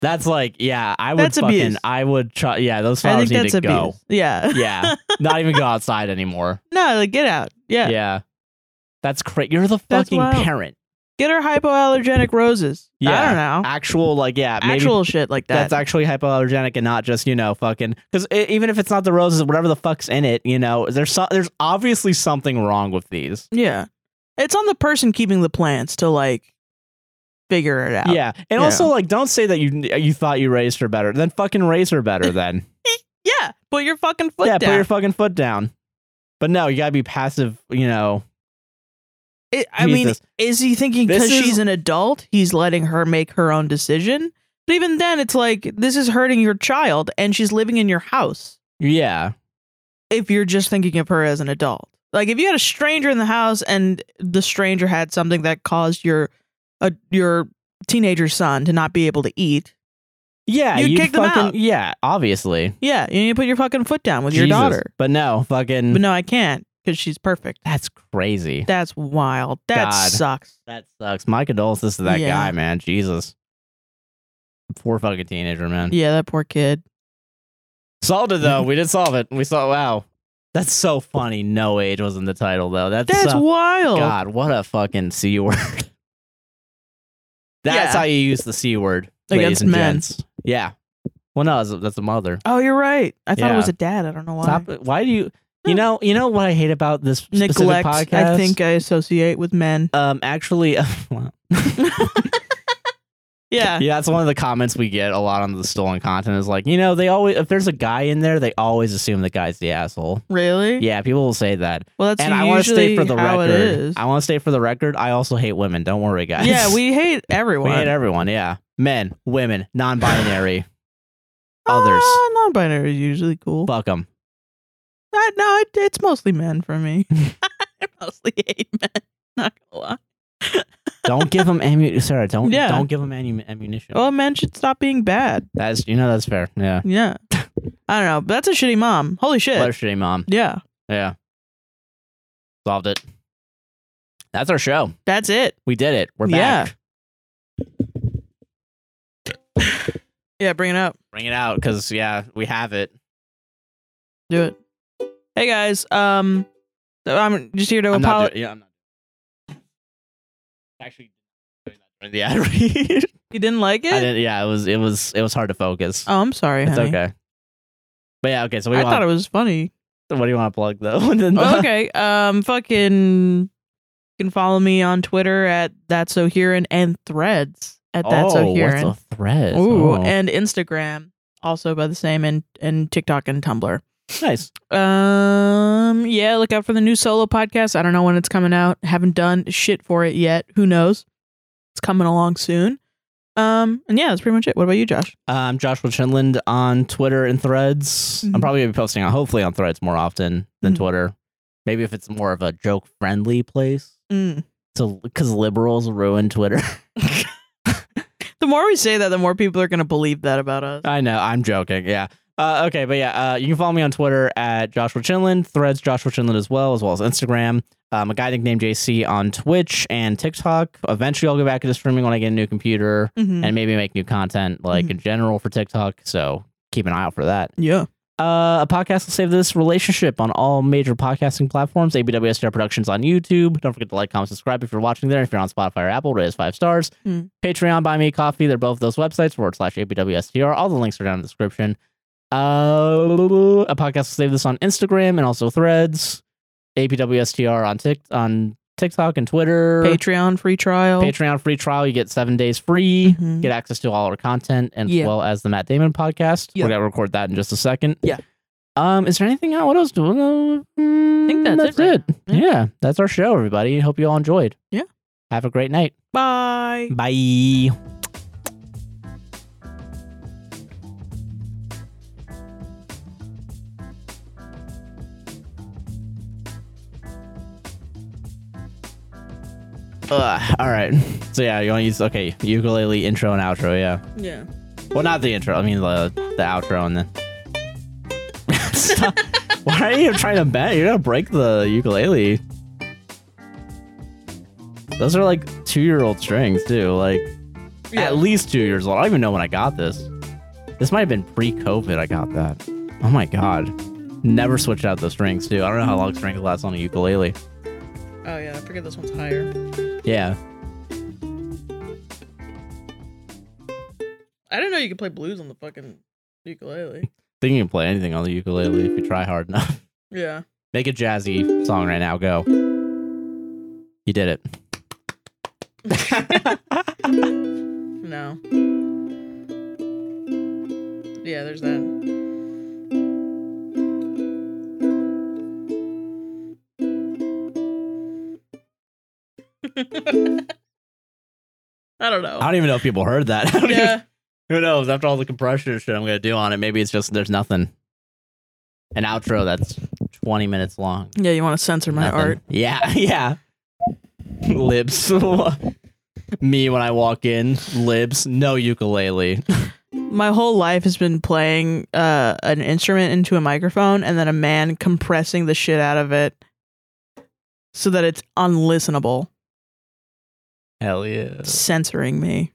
Speaker 1: that's like yeah. I would
Speaker 2: That's
Speaker 1: fucking.
Speaker 2: abuse.
Speaker 1: I would try. Yeah. Those
Speaker 2: I
Speaker 1: flowers
Speaker 2: think
Speaker 1: need
Speaker 2: that's
Speaker 1: to go.
Speaker 2: abuse. Yeah.
Speaker 1: Yeah. Not even go outside anymore.
Speaker 2: no, like get out. Yeah.
Speaker 1: Yeah. That's crazy. You're the
Speaker 2: That's
Speaker 1: fucking
Speaker 2: wild.
Speaker 1: parent.
Speaker 2: Get her hypoallergenic roses. I
Speaker 1: Yeah.
Speaker 2: don't know.
Speaker 1: Actual like yeah. Maybe
Speaker 2: Oh. Actual shit like that.
Speaker 1: that's actually hypoallergenic and not just you know fucking because even if it's not the roses whatever the fuck's in it you know there's so, there's obviously something wrong with these
Speaker 2: yeah. It's on the person keeping the plants to like figure it out.
Speaker 1: yeah and
Speaker 2: Yeah.
Speaker 1: also like don't say that you you thought you raised her better then fucking raise her better then
Speaker 2: Yeah. Put your fucking foot
Speaker 1: yeah
Speaker 2: down.
Speaker 1: put your fucking foot down but no you gotta be passive you know
Speaker 2: It- I mean,
Speaker 1: Jesus.
Speaker 2: is he thinking
Speaker 1: This
Speaker 2: because
Speaker 1: is-
Speaker 2: she's an adult, he's letting her make her own decision? But even then, it's like this is hurting your child, and she's living in your house.
Speaker 1: yeah
Speaker 2: If you're just thinking of her as an adult, like if you had a stranger in the house and the stranger had something that caused your uh, your teenager son to not be able to eat,
Speaker 1: yeah
Speaker 2: You'd kick them
Speaker 1: fucking,
Speaker 2: out.
Speaker 1: yeah obviously
Speaker 2: yeah, you need to put your fucking foot down with your
Speaker 1: Jesus. Mm.
Speaker 2: daughter.
Speaker 1: but no fucking
Speaker 2: But no, I can't because she's perfect.
Speaker 1: that's crazy
Speaker 2: That's wild. That
Speaker 1: God.
Speaker 2: sucks.
Speaker 1: that sucks my condolences to that
Speaker 2: Yeah.
Speaker 1: guy man jesus poor fucking teenager man
Speaker 2: Yeah, that poor kid.
Speaker 1: Solved it though. we did solve it. We saw. Wow, that's so funny. No age was in the title though. That's,
Speaker 2: That's
Speaker 1: so-
Speaker 2: wild.
Speaker 1: God. What a fucking c word. that's
Speaker 2: Yeah.
Speaker 1: how you use the c word ladies
Speaker 2: Against
Speaker 1: and
Speaker 2: men.
Speaker 1: gents. Yeah. Well, no, that's a, that's a mother.
Speaker 2: Oh, you're right. I thought
Speaker 1: Yeah.
Speaker 2: it was a dad. I don't know why.
Speaker 1: Stop it. Why do you? You know. You know what I hate about this specific
Speaker 2: Neglect.
Speaker 1: podcast.
Speaker 2: I think I associate with men.
Speaker 1: Um. Actually. well,
Speaker 2: Yeah.
Speaker 1: yeah, that's one of the comments we get a lot on the stolen content is like, you know, they always if there's a guy in there, they always assume the guy's the asshole.
Speaker 2: Really?
Speaker 1: Yeah, people will say that.
Speaker 2: Well, that's
Speaker 1: and I want to
Speaker 2: usually
Speaker 1: state for the
Speaker 2: how
Speaker 1: record.
Speaker 2: it is.
Speaker 1: I want to state for the record. I also hate women. Don't worry, guys.
Speaker 2: yeah, we hate
Speaker 1: we
Speaker 2: everyone.
Speaker 1: hate everyone. Yeah, men, women, non-binary, others.
Speaker 2: Ah, non-binary is usually cool.
Speaker 1: Fuck them.
Speaker 2: I, no, it, it's mostly men for me. I mostly hate men. Not gonna lie.
Speaker 1: Don't give them ammunition, Sarah. Don't.
Speaker 2: Yeah. Oh.
Speaker 1: Don't give them ammu- ammunition.
Speaker 2: Well, men should stop being bad.
Speaker 1: That's you know that's fair. Yeah.
Speaker 2: Yeah. I don't know. But that's a shitty mom. Holy shit.
Speaker 1: What a shitty mom.
Speaker 2: yeah.
Speaker 1: Yeah. Solved it. That's our show.
Speaker 2: That's it.
Speaker 1: We did it. We're
Speaker 2: Yeah.
Speaker 1: back.
Speaker 2: Yeah, bring it up.
Speaker 1: Bring it out, cause yeah, we have it.
Speaker 2: Do it. Hey guys, um, I'm just here to
Speaker 1: I'm not
Speaker 2: apologize.
Speaker 1: do- yeah, I'm not. Actually, doing that during the ad read.
Speaker 2: you didn't like it?
Speaker 1: I didn't, yeah, it was it was it was hard to focus.
Speaker 2: Oh, I'm sorry,
Speaker 1: it's
Speaker 2: honey.
Speaker 1: okay. But yeah, okay. So we
Speaker 2: I
Speaker 1: want,
Speaker 2: thought it was funny.
Speaker 1: what do you want to plug though? And then-
Speaker 2: Well, okay. Um, fucking, you can follow me on Twitter at that's so herein and threads at that's so
Speaker 1: oh,
Speaker 2: herein.
Speaker 1: what's a thread?
Speaker 2: Ooh,
Speaker 1: Oh,
Speaker 2: and Instagram also by the same and and TikTok and Tumblr.
Speaker 1: nice.
Speaker 2: Um, yeah, look out for the new solo podcast. I don't know when it's coming out. Haven't done shit for it yet. Who knows? It's coming along soon. Um, and yeah, that's pretty much it. What about you, Josh?
Speaker 1: Um, Joshua Chinland on Twitter and Threads. I'm
Speaker 2: Mhm.
Speaker 1: probably gonna be uh, posting on hopefully on Threads more often than
Speaker 2: Mhm.
Speaker 1: Twitter. Maybe if it's more of a joke friendly place.
Speaker 2: Mm.
Speaker 1: So, because liberals ruin Twitter.
Speaker 2: The more we say that, the more people are going to believe that about us.
Speaker 1: I know. I'm joking. Yeah. Uh, okay, but yeah, uh, you can follow me on Twitter at Joshua Chinlin, Threads Joshua Chinlin as well, as well as Instagram. Um, a guy nicknamed JC on Twitch and TikTok. Eventually, I'll go back into streaming when I get a new computer
Speaker 2: Mhm.
Speaker 1: and maybe make new content, like in general for TikTok. So keep an eye out for that.
Speaker 2: yeah.
Speaker 1: Uh, a podcast will save this relationship on all major podcasting platforms. ABWSTR Productions on YouTube. Don't forget to like, comment, subscribe if you're watching there. If you're on Spotify or Apple, rate us five stars.
Speaker 2: Hmm.
Speaker 1: Patreon, Buy Me a Coffee. They're both those websites forward slash ABWSTR. All the links are down in the description. Uh, a podcast will save this on Instagram and also Threads. ABWSTR on Tik on TikTok and Twitter.
Speaker 2: Patreon free trial.
Speaker 1: Patreon free trial. You get seven days free.
Speaker 2: Mhm.
Speaker 1: Get access to all our content and
Speaker 2: Yeah.
Speaker 1: as well as the Matt Damon podcast.
Speaker 2: Yeah.
Speaker 1: We're gonna record that in just a second.
Speaker 2: Yeah.
Speaker 1: Um, is there anything else? What else do we know? I
Speaker 2: think that's it right now.
Speaker 1: Yeah. that's our show, everybody. Hope you all enjoyed.
Speaker 2: Yeah.
Speaker 1: Have a great night.
Speaker 2: Bye.
Speaker 1: Bye. Ugh, all right. So yeah, you want to use okay ukulele intro and outro? Yeah.
Speaker 2: Yeah.
Speaker 1: Well, not the intro. I mean the the outro and then. Stop. Why are you trying to bend? You're gonna break the ukulele. Those are like two year old strings too. Like
Speaker 2: Yeah.
Speaker 1: at least two years old. I don't even know when I got this. This might have been pre COVID. I got that. Oh my god. Never switched out the strings too. I don't know how long strings last on a ukulele.
Speaker 2: Oh yeah, I forget this one's higher.
Speaker 1: Yeah.
Speaker 2: I didn't know you could play blues on the fucking ukulele.
Speaker 1: Think you can play anything on the ukulele if you try hard enough.
Speaker 2: Yeah.
Speaker 1: Make a jazzy song right now. Go. You did it.
Speaker 2: No. Yeah, there's that. I don't know.
Speaker 1: I don't even know if people heard that. I don't even-
Speaker 2: yeah.
Speaker 1: who knows? After all the compression and shit I'm gonna do on it, maybe it's just there's nothing. An outro that's 20 minutes long.
Speaker 2: Yeah, you want to censor my
Speaker 1: Nothing.
Speaker 2: art.
Speaker 1: Yeah, yeah. Libs. Me when I walk in, libs, no ukulele.
Speaker 2: My whole life has been playing uh, an instrument into a microphone and then a man compressing the shit out of it so that it's unlistenable,
Speaker 1: Hell yeah.
Speaker 2: censoring me.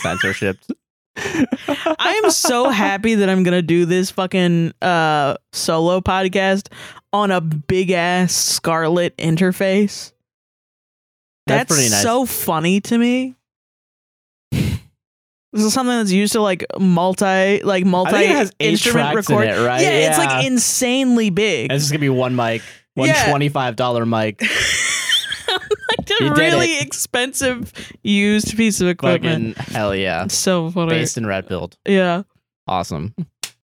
Speaker 1: Censorship.
Speaker 2: I am so happy that I'm gonna do this fucking uh solo podcast on a big ass scarlet interface.
Speaker 1: That's pretty nice.
Speaker 2: so funny to me. this is something that's used to like multi like
Speaker 1: I
Speaker 2: multi
Speaker 1: think it has eight
Speaker 2: instrument
Speaker 1: tracks
Speaker 2: record.
Speaker 1: in it, right?
Speaker 2: yeah, it's like insanely big.
Speaker 1: it's just gonna be one mic, one
Speaker 2: Yeah.
Speaker 1: $25 mic,
Speaker 2: like
Speaker 1: You
Speaker 2: a
Speaker 1: did it.
Speaker 2: really expensive used piece of equipment.
Speaker 1: fucking hell yeah.
Speaker 2: It's so funny.
Speaker 1: Based in Redfield.
Speaker 2: Yeah.
Speaker 1: Awesome.